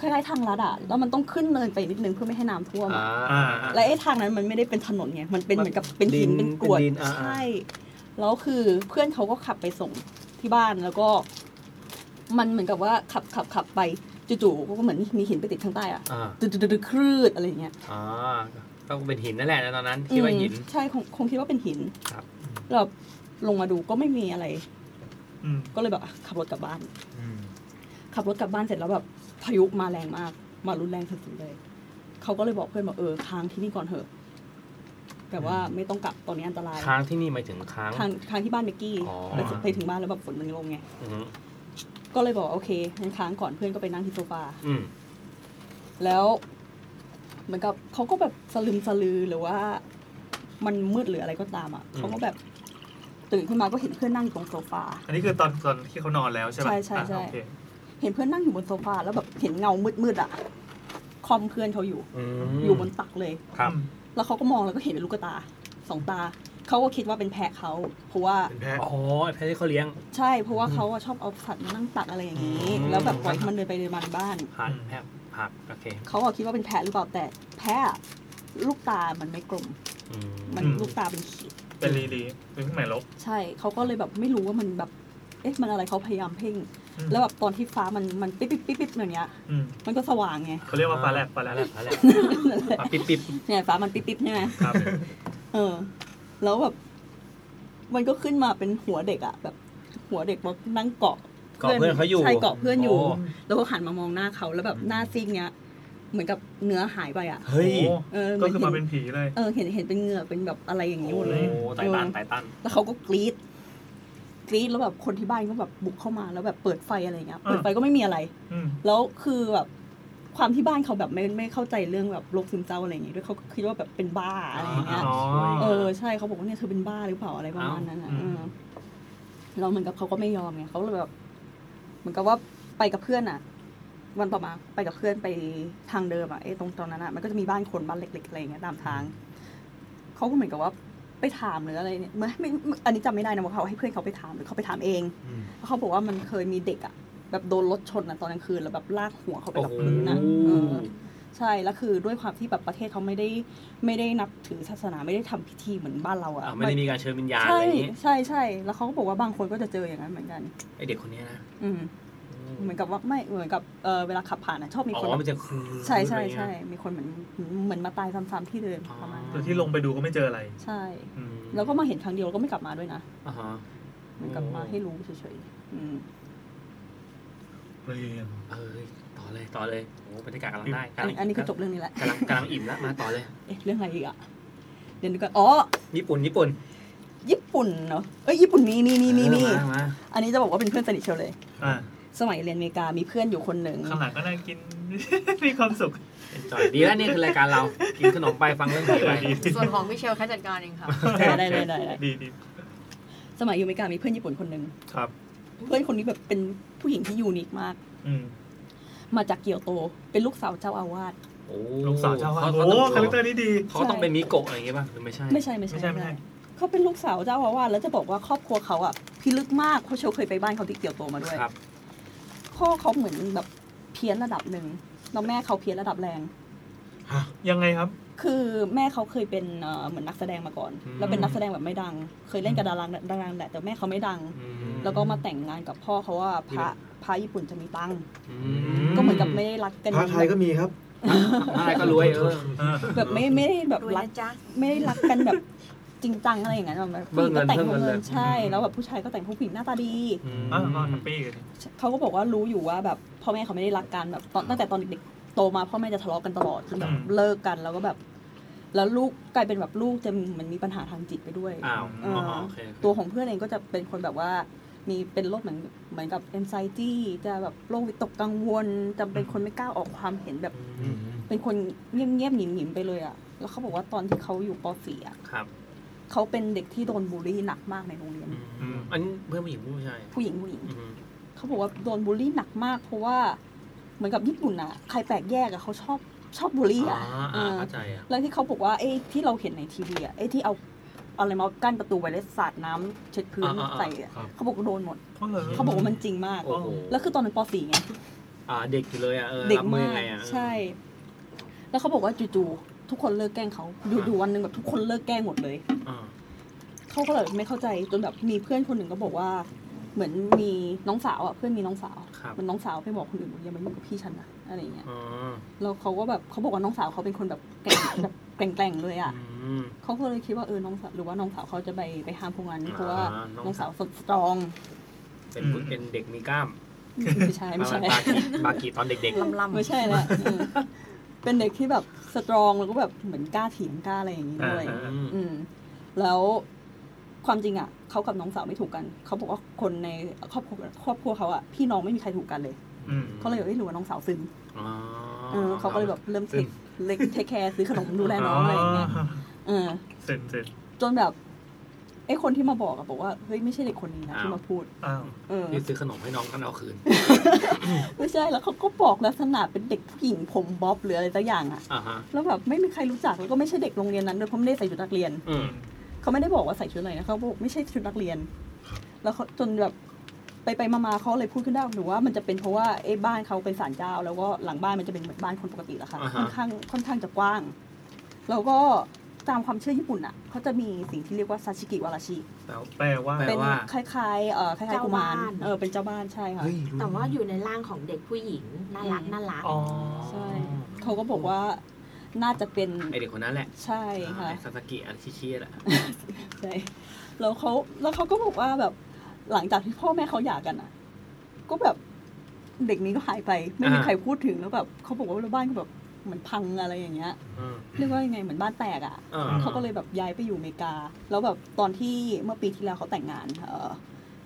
S6: คล้ายๆทางลัดอะแล้วมันต้องขึ้นเนินไปนิดนึงเพื่อไม่ให้น้ำท่วม
S2: อ่า
S6: อะ
S1: อ่า
S6: และไอ้ทางนั้นมันไม่ได้เป็นถนนไงมันเป็น
S2: มัน
S6: เหมือนกับเป็นหิน
S2: ดิน
S6: เป็นกรวด
S2: เป็นดินอ่า
S6: ใช่แล้วคือเพื่อนเขาก็ขับไปส่งที่บ้านแล้วก็ มันเหมือนกับว่าขับขับขับไปจู่ๆก็เหมือนมีหินไปติดข้างใต้อะ
S2: อ่า
S6: ดึ๊ดๆๆคลืดอะไรอย่างเงี้ย
S2: อ่าก็เป็นหินนั่นแหละนะตอนนั้นคิดว่าหิน
S6: อืมใช่คงคงคิดว่าเป็นหิน
S2: ครับ
S6: เราลงมาดูก็ไม่มีอะไร
S1: อืม
S6: ก็เลยแบบอ่ะขับรถกลับบ้าน
S8: อืม
S6: ขับรถกลับบ้านเสร็จแล้วแบบพายุมาแรงมาก มารุนแรงสุดๆเลย เขาก็เลยบอกเพื่อนบอกเออค้างที่นี่ก่อนเถอะแบบว่าไม่ต้องกลับตอนนี้อันตราย
S5: ค้างที่นี่หมายถึงค้าง
S6: ค้างค้างที่บ้านเบกกี้
S5: อ๋อ
S6: แล้วไปถึงบ้านแล้วแบบฝนมันลงไง
S5: อือฮึ
S6: ก็เลยบอกโอเคงั้นค้างก่อนเพื่อนก็ไปนั่งที่โซฟา
S5: อืม
S6: แล้วเหมือนกับเขาก็แบบสลึมสลือหรือว่า มันมืดหรืออะไรก็ตามอ่ะ
S5: อืม
S6: เขาก็แบบตื่นขึ้นมาก็เห็นเพื่อนนั่งอยู่ตรงโซฟา
S1: อันนี้คือตอนตอนที่เขานอนแล้วใช่ไหม
S6: ใช่ใช่ใช่
S1: โอเค
S6: เห็นเพื่อนนั่งอยู่บนโซฟาแล้วแบบเห็นเงามืดๆอ่ะคอมเพื่อนเขาอยู่
S5: อืม
S6: อยู่บนตักเลย
S5: ครับ
S1: อืม
S6: แล้วเขาก็มองแล้วก็เห็นเป็นลูกตาสองตา เขาก็คิดว่าเป็นแพะเขาเพราะว่า
S8: เป็นแพ้
S5: อ๋อไอ้แพะที่เขาเลี้ยง
S6: ใช่เพราะว่าเขาอะชอบเอาสัตว์มานั่งตักอะไรอย่างนี้
S5: อืม
S6: แล้วแบบปล่อยให้มันเดินไปเดินมาในบ้าน
S5: ผักแพะผักโอเค
S6: เขาก็คิดว่าเป็นแพะหรือเปล่าแต่แพะอะลูกตามันไม่กลม
S5: อืม
S6: มันลูกตาเป็นขีด
S1: เป็นรีดีเป็นเครื่องหมายลบ
S6: ใช่เขาก็เลยแบบไม่รู้ว่ามันแบบ เอ๊ะ มันอะไรเขาพยายามเพ่ง
S1: อืม
S6: แล้วแบบตอนที่ฟ้ามันมันปิ๊บปิ๊บปิ๊บปิ๊บอย่างเงี้ย
S1: อืม
S6: มันก็สว่างไง
S1: เขาเรียกว่าฟ้าแลบฟ้า
S5: แล้ว
S1: แล
S5: แหละ
S1: บ
S5: แล้วแหละ
S6: นั่นแหละ
S5: ปิ๊บปิ๊บ
S6: เนี่ยฟ้ามันปิ๊บปิ๊บใช่ไหม
S1: ครับ
S6: เออ แล้วแบบ มันก็ขึ้นมาเป็นหัวเด็กอะแบบ หัวเด็กแบบนั่งเกาะ
S5: เกาะเพื่อนเขาอยู่
S6: ใช่เกาะเพื่อนอยู่
S5: โ
S6: แล้วก็หันมามองหน้าเขาแล้วแบบหน้าซีกเนี้ย เหมือนกับเนื้อหายไปอะ
S5: เฮ้ย
S1: โอ้
S6: เออ
S1: ก็คือมา
S6: ห
S1: เป็
S6: มื
S1: นผีเลย
S6: เออเห็นเห็นเป็นเหงือกเป็นแบบอะไรอย่างนี้หมดเลย
S5: โอ้ไตตันไตตัน
S6: แล้วเขาก็กรีดกรีดแล้วแบบคนที่บ้านก็แบบบุกเข้ามาแล้วแบบเปิดไฟอะไรอย่างเงี้ย
S1: อ่า
S6: เปิดไฟก็ไม่มีอะไร
S1: อืม
S6: แล้วคือแบบความที่บ้านเขาแบบไม่ไม่เข้าใจเรื่องแบบโรคซึมเศร้าอะไรอย่างเงี้ยด้วยเขาคิดว่าแบบเป็นบ้าอะไรอย่างเงี้ย
S1: อ๋อ
S6: เออใช่เขาบอกว่าเนี่ยเธอเป็นบ้าหรือเปล่าอะไรประมาณนั้นอ่ะ
S1: อ้าวอืม
S6: เออแล้วเหมือนกับเขาก็ไม่ยอมไงเขาเลยแบบ เหมือนกับว่าไปกับเพื่อนอ่ะ วันต่อมาไปกับเพื่อนไปทางเดิมอ่ะไอ้ตรงตอนนั้นอ่ะมันก็จะมีบ้านคนบ้านเล็กๆอะไรอย่างเงี้ยตามทางเขาก็เหมือนกับว่าไปถามหรืออะไรเนี่ยไม่ไม่ไม่อันนี้จำไม่ได้นะว่าเขาให้เพื่อนเขาไปถามหรือเขาไปถามเอง
S8: อืม
S6: แล้วเขาบอกว่ามันเคยมีเด็กอ่ะ แบบโดนรถชนอ่ะตอนกลางคืนแล้วแบบลากหัวเขาไปกับพื้นนะเออ ใช่แล้วคือด้วยความที่แบบประเทศเขาไม่ได้ไม่ได้นับถือศาสนาไม่ได้ทำพิธีเหมือนบ้านเรา
S5: อ่ะ
S6: อะ
S5: ไม่ได้มีการเชิญวิญญาณอะ
S6: ใช่
S5: ไรอย่างงี้
S6: ใช่ใช่แล้วเขาก็บอกว่าบางคนก็จะเจออย่างนั้นเหมือนกัน
S5: ไอเด็กคนเนี้ยนะ
S6: อืมเหมือนกับว่าไม่เหมือนกับเออเวลาขับผ่านอะชอบมี
S5: อ๋
S6: คน
S5: อมันจะคือ
S6: ใช่ใช่ใช่
S5: อะไรเงี้ย
S6: มีคนเหมือนเหมือนมาตายซ้ำๆที่เดิม
S5: อ๋อ
S6: ประมาณ
S1: แต่
S6: นั้น
S1: ที่ลงไปดูก็ไม่เจออะไร
S6: ใช่
S1: อืม
S6: แล้วก็มาเห็นครั้งเดียวแล้วก็ไม่กลับมาด้วยนะ
S5: อ่าฮะ
S6: เหมือนกับมาให้รู้เฉยๆอืม
S1: เรียน
S5: เอ้ยต่อเลยต่อเลยโอ้บรรยากาศกำลังได้
S6: อันอันนี้ก็จบเรื่องนี้แหละ
S5: กำลังกำลังอิ่มแล้วมาต่อเลย
S6: เอ๊ะเรื่องอะไรอีกอะเดี๋ยวนึกก่อนอ๋อ
S5: ญี่ปุ่นญี่ปุ่น
S6: ญี่ปุ่นเนาะเอ้ยญี่ปุ่นมีมีมีมีมี
S5: เออมามา
S6: อันนี้จะบอกว่าเป็นเพื่อนสนิทเชียวเลย
S1: อ่ะ
S6: สมัยเรียนอเมริกามีเพื่อนอยู่คนหนึ่ง
S1: ข้างหลังก็นั่งกิน [laughs] มีความสุข
S5: จอยดีแล้วนี่คือรายการเรากินขนมไปฟังเรื่องผีไป
S1: ดีดี
S7: ส่วนของมิเชลแค่จัดการเองค่ะ
S6: ได้ได้ได้ได้ได้
S1: ดีดี
S6: สมัยอยู่อเมริกามีเพื่อนญี่ปุ่นคนหนึ่ง
S1: ครับ
S6: เพื่อนคนนี้แบบเป็นผู้หญิงที่ยูนิคมาก
S1: อืม
S6: มาจากเกียวโต เป็นลูกสาวเจ้าอาวาส
S5: โอ้
S1: ลูกสาวเจ้าว่า
S5: เขา
S1: โอ้
S5: ต้อง
S1: คาแรคเตอร์นี้ดี
S5: เขาต้องเป็นมิโกะอะไรอย่างเงี้ยป่ะหรือไม่ใช่
S6: ไม่ใช่ไม่ใช่
S1: ไม่ใช่ไม่ใช่
S6: เขาเป็นลูกสาวเจ้าอาวาสแล้วจะบอกว่าครอบครัวเขาอ่ะพิลึกมากเพราะเชลเคยไปบ้านเขาที่เกียวโตมาด้วย
S5: ครับ
S6: พ่อเขาเหมือนแบบเพี้ยนระดับหนึ่งแล้วแม่เขาเพี้ยนระดับแรง
S1: ยังไงครับ
S6: คือแม่เขาเคยเป็นเอ่อเหมือนนักแสดงมาก่อน
S5: อืม
S6: แล้วเป็นนักแสดงแบบไม่ดัง เคยเล่นกับดาราดังๆแหละแต่แม่เขาไม่ดัง
S5: อืม
S6: แล้วก็มาแต่งงานกับพ่อเขาว่าพระพระญี่ปุ่นจะมีตังค์
S5: อื
S8: อืม
S6: ก็เหมือนกับไม่ได้รักกัน
S8: พระไทยก็มีครับ
S5: อะไรก็รวยเออ
S1: เออ
S6: แบบไม่ไม่ได้แบบ
S7: รวย
S6: รัก
S7: นะจ๊ะ
S6: ไม่ได้รักกันแบบ [laughs] จริงจังอะไรอย่างเงี้ยแบบ
S5: เบิ่งเงิ
S6: ผู้หญิงก็
S5: น
S6: แต่ง
S5: เพิ่มเงิน
S6: เงิ
S5: เลย
S6: นใช่แล้วแบบผู้ชายก็แต่งผู้หญิงหน้าตาดี
S1: อ่ะก็แฮปปี้กัน
S6: เขาก็บอกว่ารู้อยู่ว่าแบบพ่อแม่เขาไม่ได้รักกันแบบตอนตั้งแต่ตอนเด็กๆโตมาพ่อแม่จะทะเลาะกันตลอดจนแบบเลิกกันแล้วก็แบบ แล้วลูกกลายเป็นแบบลูกจะเหมันมีปัญหาทางจิตไปด้วย
S5: อ้าว
S6: เออ
S5: โอเค
S6: ตัวของเพื่อนเองก็จะเป็นคนแบบว่า มีเป็นโรคเหมือนเหมือนกับ anxiety จะแบบโรควิตกกังวลจะเป็นคนไม่กล้าออกความเห็นแบบ
S5: อืม
S6: เป็นคนเงียบๆหนิมๆไปเลยอะแล้วเขาบอกว่าตอนที่เขาอยู่ป .4 อะ
S5: ครับ
S6: เขาเป็นเด็กที่โดนบูลลี่หนักมากในโรงเรียน
S5: อืมอันนี้เพื่อนผู้หญิงผู้ชาย
S6: ผู้หญิงผู้หญิง
S5: อืม
S6: เขาบอกว่าโดนบูลลี่หนักมากเพราะว่าเหมือนกับญี่ปุ่นอะใครแปลกแยกอะเขาชอบชอบบูลลี่
S5: อ๋อ
S6: อะ
S5: อ่า
S6: เออ
S5: เข้าใจอ่ะ
S6: แล้วที่เขาบอกว่าไอ้ที่เราเห็นในทีวีอะไอ้ที่เอาอะไรมากั้นประตูไว้แล้วสาดน้ำเช็ดพื้นใส่อะเขาบอกว่าโดนหมด
S1: เพราะเหรอ
S6: เขาบอกว่ามันจริงมาก
S5: โอ้โห
S6: แล้วคือตอนนั้นป .4 ไง
S5: อ่าเด็กอยู่เลยอ่ะเออ
S6: เด็ก
S5: รับมือ
S6: มา
S5: ยัง
S6: ก
S5: ไงอ่ะ
S6: ใช่ แล้วเขาบอกว่าจู่ๆทุกคนเลิกแกล้งเขาอยู่ๆวันหนึ่งแบบทุกคนเลิกแกล้งหมดเลย
S5: อ่า
S6: เขาก็เลยไม่เข้าใจจนแบบมีเพื่อนคนหนึ่งก็บอกว่า เหมือนมีน้องสาวอ่ะเพื่อนมีน้องสาว
S5: ครับ
S6: เหมันน้องสาวไปบอกคนอื่นว่าอย่ามายุ่งกับพี่ฉันนะอะไรอย่างเงี้ย
S5: อ๋อ
S6: แล้วเขาก็แบบเขาบอกว่าน้องสาวเขาเป็นคนแบบแกร่ง แบบแกร่งๆเลยอ่ะ
S5: อืม
S6: เขาก็เลยคิดว่าเออน้องสาวหรือว่าน้องสาวเขาจะไปไปห้ามพวกนั้นเพราะว่า
S5: อ่าน้อง
S6: น้องสาวสดสตรอง
S2: เป็นผู้
S1: อืม
S2: เป็นเด็กมีกล้าม
S6: ไม่ใช่
S2: [laughs]
S6: ไม่ใช่
S2: บากิบากิตอนเด็ก
S7: ลำลำ
S6: ไม่ใช่ละเออเป็นเด็กที่แบบสตรองแล้วก็แบบเหมือนกล้าเถียงกล้าอะไรอย่างนี้ด้วย
S1: อ่า
S6: อืมแล้วความจริงอ่ะเขากับน้องสาวไม่ถูกกัน เขาบอกว่าคนในครอบครัวครอบครัวเขาอ่ะพี่น้องไม่มีใครถูกกันเลย
S1: อืม
S6: เขาเลยเอ้ยหรือว่าน้องสาวซึม
S5: อ๋อ
S6: เออเขาก็เลยแบบเริ่มเทคเล็กเทคแคร์ซื้อขนมดูแลน้อง
S1: อ๋ออ
S6: อะไรอย่างเงี้ยเออ
S1: เซ็นเซ็น
S6: จนแบบไอ้คนที่มาบอกอะบอกว่าเฮ้ยไม่ใช่เด็กคนนี้นะ
S5: อ้าว
S6: ที่มาพูด
S1: อ้าว
S6: เออ
S5: ที่ซื้อขนมให้น้องกันเอาคืน
S6: ไม่ใช่แล้วเขาก็บอกลักษณะเป็นเด็กผู้หญิงผมบ๊อบหรืออะไรสักอย่างอะ
S5: อ่าฮะ
S6: แล้วแบบไม่มีใครรู้จักแล้วก็ไม่ใช่เด็กโรงเรียนนั้นด้วยเพราะไม่ได้ใส่ชุดนักเรียน
S5: อืม
S6: เขาไม่ได้บอกว่าใส่ชุดอะไรนะเขาบอกไม่ใช่ชุดนักเรียน แล้วเขาจนแบบไปไปมามาเขาเลยพูดขึ้นได้หรือว่ามันจะเป็นเพราะว่าไอ้บ้านเขาเป็นศาลเจ้า แล้วก็หลังบ้านมันจะเป็นเหมือนบ้านคนปกติแหละค่ะค่อนข้างค่อนข้างจะกว้าง แล้วก็ตามความเชื่อญี่ปุ่นอ่ะเขาจะมีสิ่งที่เรียกว่าซาชิกิวาราชิ
S1: แปลว่า
S5: แปล
S6: เป็น
S5: ว่า
S6: คล้ายๆเอ่อคล้ายๆกุมาร
S3: เจ้าบ้าน
S6: เออเป็นเจ้าบ้านใช่ค่ะ
S3: แต่ว่าอยู่ในร่างของเด็กผู้หญิงน่ารักน่ารัก
S1: อ๋อ
S6: ใช่ เขาก็บอกว่าน่าจะเป็น
S5: ไอเด็กคนนั้นแหละ
S6: ใช่ค่ะ
S5: ไอ้ซาสกิอันชี้ๆแหละ
S6: ใช่แล้วเขาแล้วเขาก็บอกว่าแบบหลังจากที่พ่อแม่เขาหย่ากันอ่ะ ก็แบบเด็กนี้ก็หายไป ไม่มีใครพูดถึงแล้วแบบเขาบอกว่าบ้านก็แบบเหมือนพังอะไรอย่างเงี้ย
S5: อืม
S6: เรียกว่ายังไงเหมือนบ้านแตกอ่ะ
S5: อ่า
S6: เขาก็เลยแบบย้ายไปอยู่อเมริกา แล้วแบบตอนที่เมื่อปีที่แล้วเขาแต่งงานเออ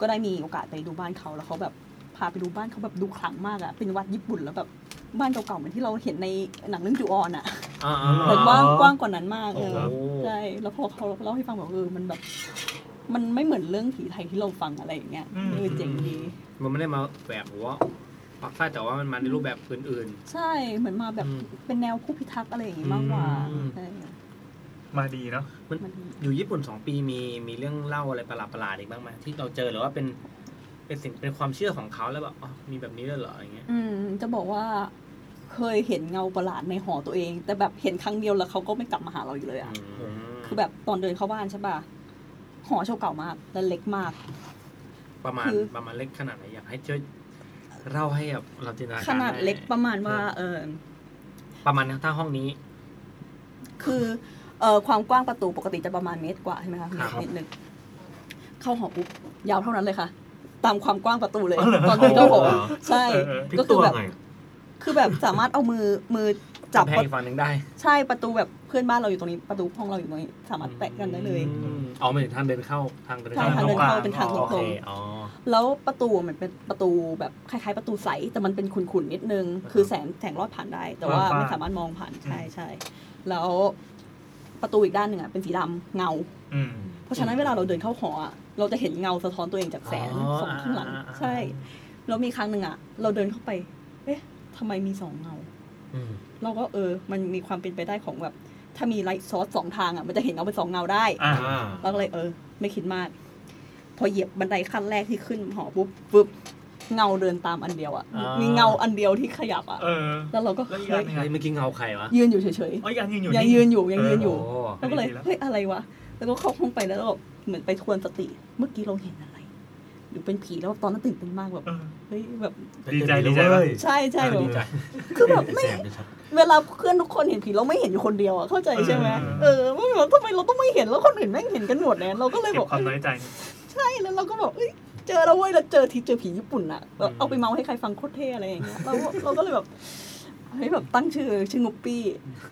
S6: ก็ได้มีโอกาสไปดูบ้านเขาแล้วเขาแบบพาไปดูบ้านเขาแบบดูขลังมากอ่ะเป็นวัดญี่ปุ่นแล้วแบบบ้านเก่าๆเหมือนที่เราเห็นในหนังเรื่องจูออนอ่ะ
S5: อ่า
S6: แต่กว้างกว้างกว่านั้นมาก
S5: โอ้
S6: เอ
S5: โห
S6: อ ใช่ แล้วพอเขาเล่าให้ฟังบอกเออ มันแบบ มันไม่เหมือนเรื่องผีไทยที่เราฟังอะไรอย่างเงี้ย
S1: อืม
S6: เออเจ๋งดี
S5: มันไม่ได้มาแบบหัวปักใต้แต่ว่ามันมาในรูปแบบอื่น
S6: ใช่ เหมือนมาแบบ
S5: อืม
S6: เป็นแนวผู้พิทักษ์อะไรอย่างงี้มากกว่า
S5: อืม
S6: ใช่
S1: มาดีเนาะ
S6: มัน
S5: อยู่ญี่ปุ่นสองปีมีมีเรื่องเล่าอะไรประหลาดประหลาดๆอีกบ้างไหมที่เราเจอหรือว่าเป็นเป็นสิ่งเป็นความเชื่อของเขาแล้วแบบอ๋อมีแบบนี้ด้วยเหรออย่างเงี้ย
S6: อืม จะบอกว่า เคยเห็นเงาประหลาดในหอตัวเอง แต่แบบเห็นครั้งเดียวแล้วเขาก็ไม่กลับมาหาเราอีกเลยอะ
S5: อืม
S6: คือแบบตอนเดินเข้าบ้านใช่ป่ะ หอเช่าเก่ามาก และเล็กมาก
S5: ประมาณ
S6: คือ
S5: ประมาณเล็กขนาดไหนอยากให้ช่วยเล่าให้แบบเราจินตนาการ
S6: ขนาด
S5: ไ
S6: เล็กประมาณว่า เออ
S5: ประมาณถ้าห้องนี้
S6: คือเอ่อความกว้างประตูปกติจะประมาณเมตรกว่าใช่ไหมคะเมตรนิดนึงเข้าหอปุ๊บยาวเท่านั้นเลยค่ะ ตามความกว้างประตูเลย
S1: อ๋อเหรอ
S6: ตอนเดินเข้าหอ
S8: อ๋อ
S6: ใช่
S1: เออเออ
S8: พลิก
S6: ก็คื
S8: ตั
S6: อ
S8: ว
S6: แบบ
S8: ไง
S6: คือแบบสามารถเอามือมือจับ
S5: กำแพง
S6: ประ
S5: อีกฝั่งหนึ่งได้
S6: ใช่ประตูแบบเพื่อนบ้านเราอยู่ตรงนี้ประตูห้องเราอยู่ตรงนี้สามารถแตะกันได้เลย
S5: อืมอ๋อหมายถึงทางเดินเข้าทางเดิน
S6: ใช่
S5: เข้า
S6: ทางเดินเข้าเป็นทางต
S5: โอเค
S6: รง
S5: อ๋อ
S6: ๆแล้วประตูมันเป็นประตูแบบคล้ายๆ ประตูใสแต่มันเป็นขุ่นๆนิดนึง คือแสงแสงลอดผ่านได้ แต่ว่าไม่สามารถมองผ่านใช่ใช่แล้วประตูอีกด้านหนึ่งอ่ะเป็นสีดำเงา
S1: อืม
S6: เพราะฉะนั้นเวลาเราเดินเข้าหออะเราจะเห็นเงาสะท้อนตัวเองจากแสง
S5: อ๋อ
S6: สองข้างหลัง
S5: อ่าอ่า
S6: ใช่แล้วมีครั้งหนึ่งอ่ะ เราเดินเข้าไป เอ๊ะทำไมมีสองเงา
S5: อืม
S6: เราก็เออ มันมีความเป็นไปได้ของแบบ ถ้ามีไลท์ซอสสองทางอ่ะมันจะเห็นเงาเป็นสองเงาได้
S1: อ่า
S6: เราก็เลยเออ ไม่คิดมาก พอเหยียบบันไดขั้นแรกที่ขึ้นหอปุ๊บปุ๊บเงาเดินตามอันเดียวอ่ะ
S1: อ่ามี
S6: มีเงาอันเดียวที่ขยับอ่ะ
S1: เออ
S6: แล้วเราก็
S1: แล้วอีกอั
S6: เฮ้
S1: น
S6: ย
S1: ห
S5: เฮ้ย
S1: นึ่ง
S5: เมื่อกี้เงาใครวะ
S6: ยืนอยู่เฉย
S1: อ๋ออีกอันยังอยู่
S6: ๆยังยืนอยู่ยังยืนอยู่
S5: โอ้
S6: เราก็เลย
S1: ดีแล้ว
S6: เฮ้ยอะไรวะ แล้วก็เข้าห้องไปแล้วแบบเหมือนไปทวนสติ เมื่อกี้เราเห็นอะไร หรือเป็นผีแล้วตอนนั้นตื่นเต้นมากแบบ
S1: เออ
S6: เฮ้ยแบบ
S1: ดีใจดีใจปะ
S6: ใช่ใช่แบบ
S5: ดีใจ
S6: คือแบบไม่
S8: แสบเลยครับ
S6: เวลาเพื่อนทุกคนเห็นผีเราไม่เห็นอยู่คนเดียวอะเข้าใจใช่ไหม
S1: เออ
S6: เออไม่แบบทำไมเราต้องไม่เห็นแล้วคนอื่นแม่งเห็นกันหมดเนี่ยเราก็เลย
S1: เก็
S6: บอบ ก
S1: ความน้อยใจ
S6: ใช่แล้วเราก็บอกเอ้ยเจอแล้วเว้ยแล้วเจอทีเจอผีญี่ปุ่นอะแบบเอาไปเมาให้ใครฟังโคตรเท่อะไรอย่างเงี้ยเราก็เราก็เลยแบบเฮ้ยแบบตั้งชื่อชื่องุปปี้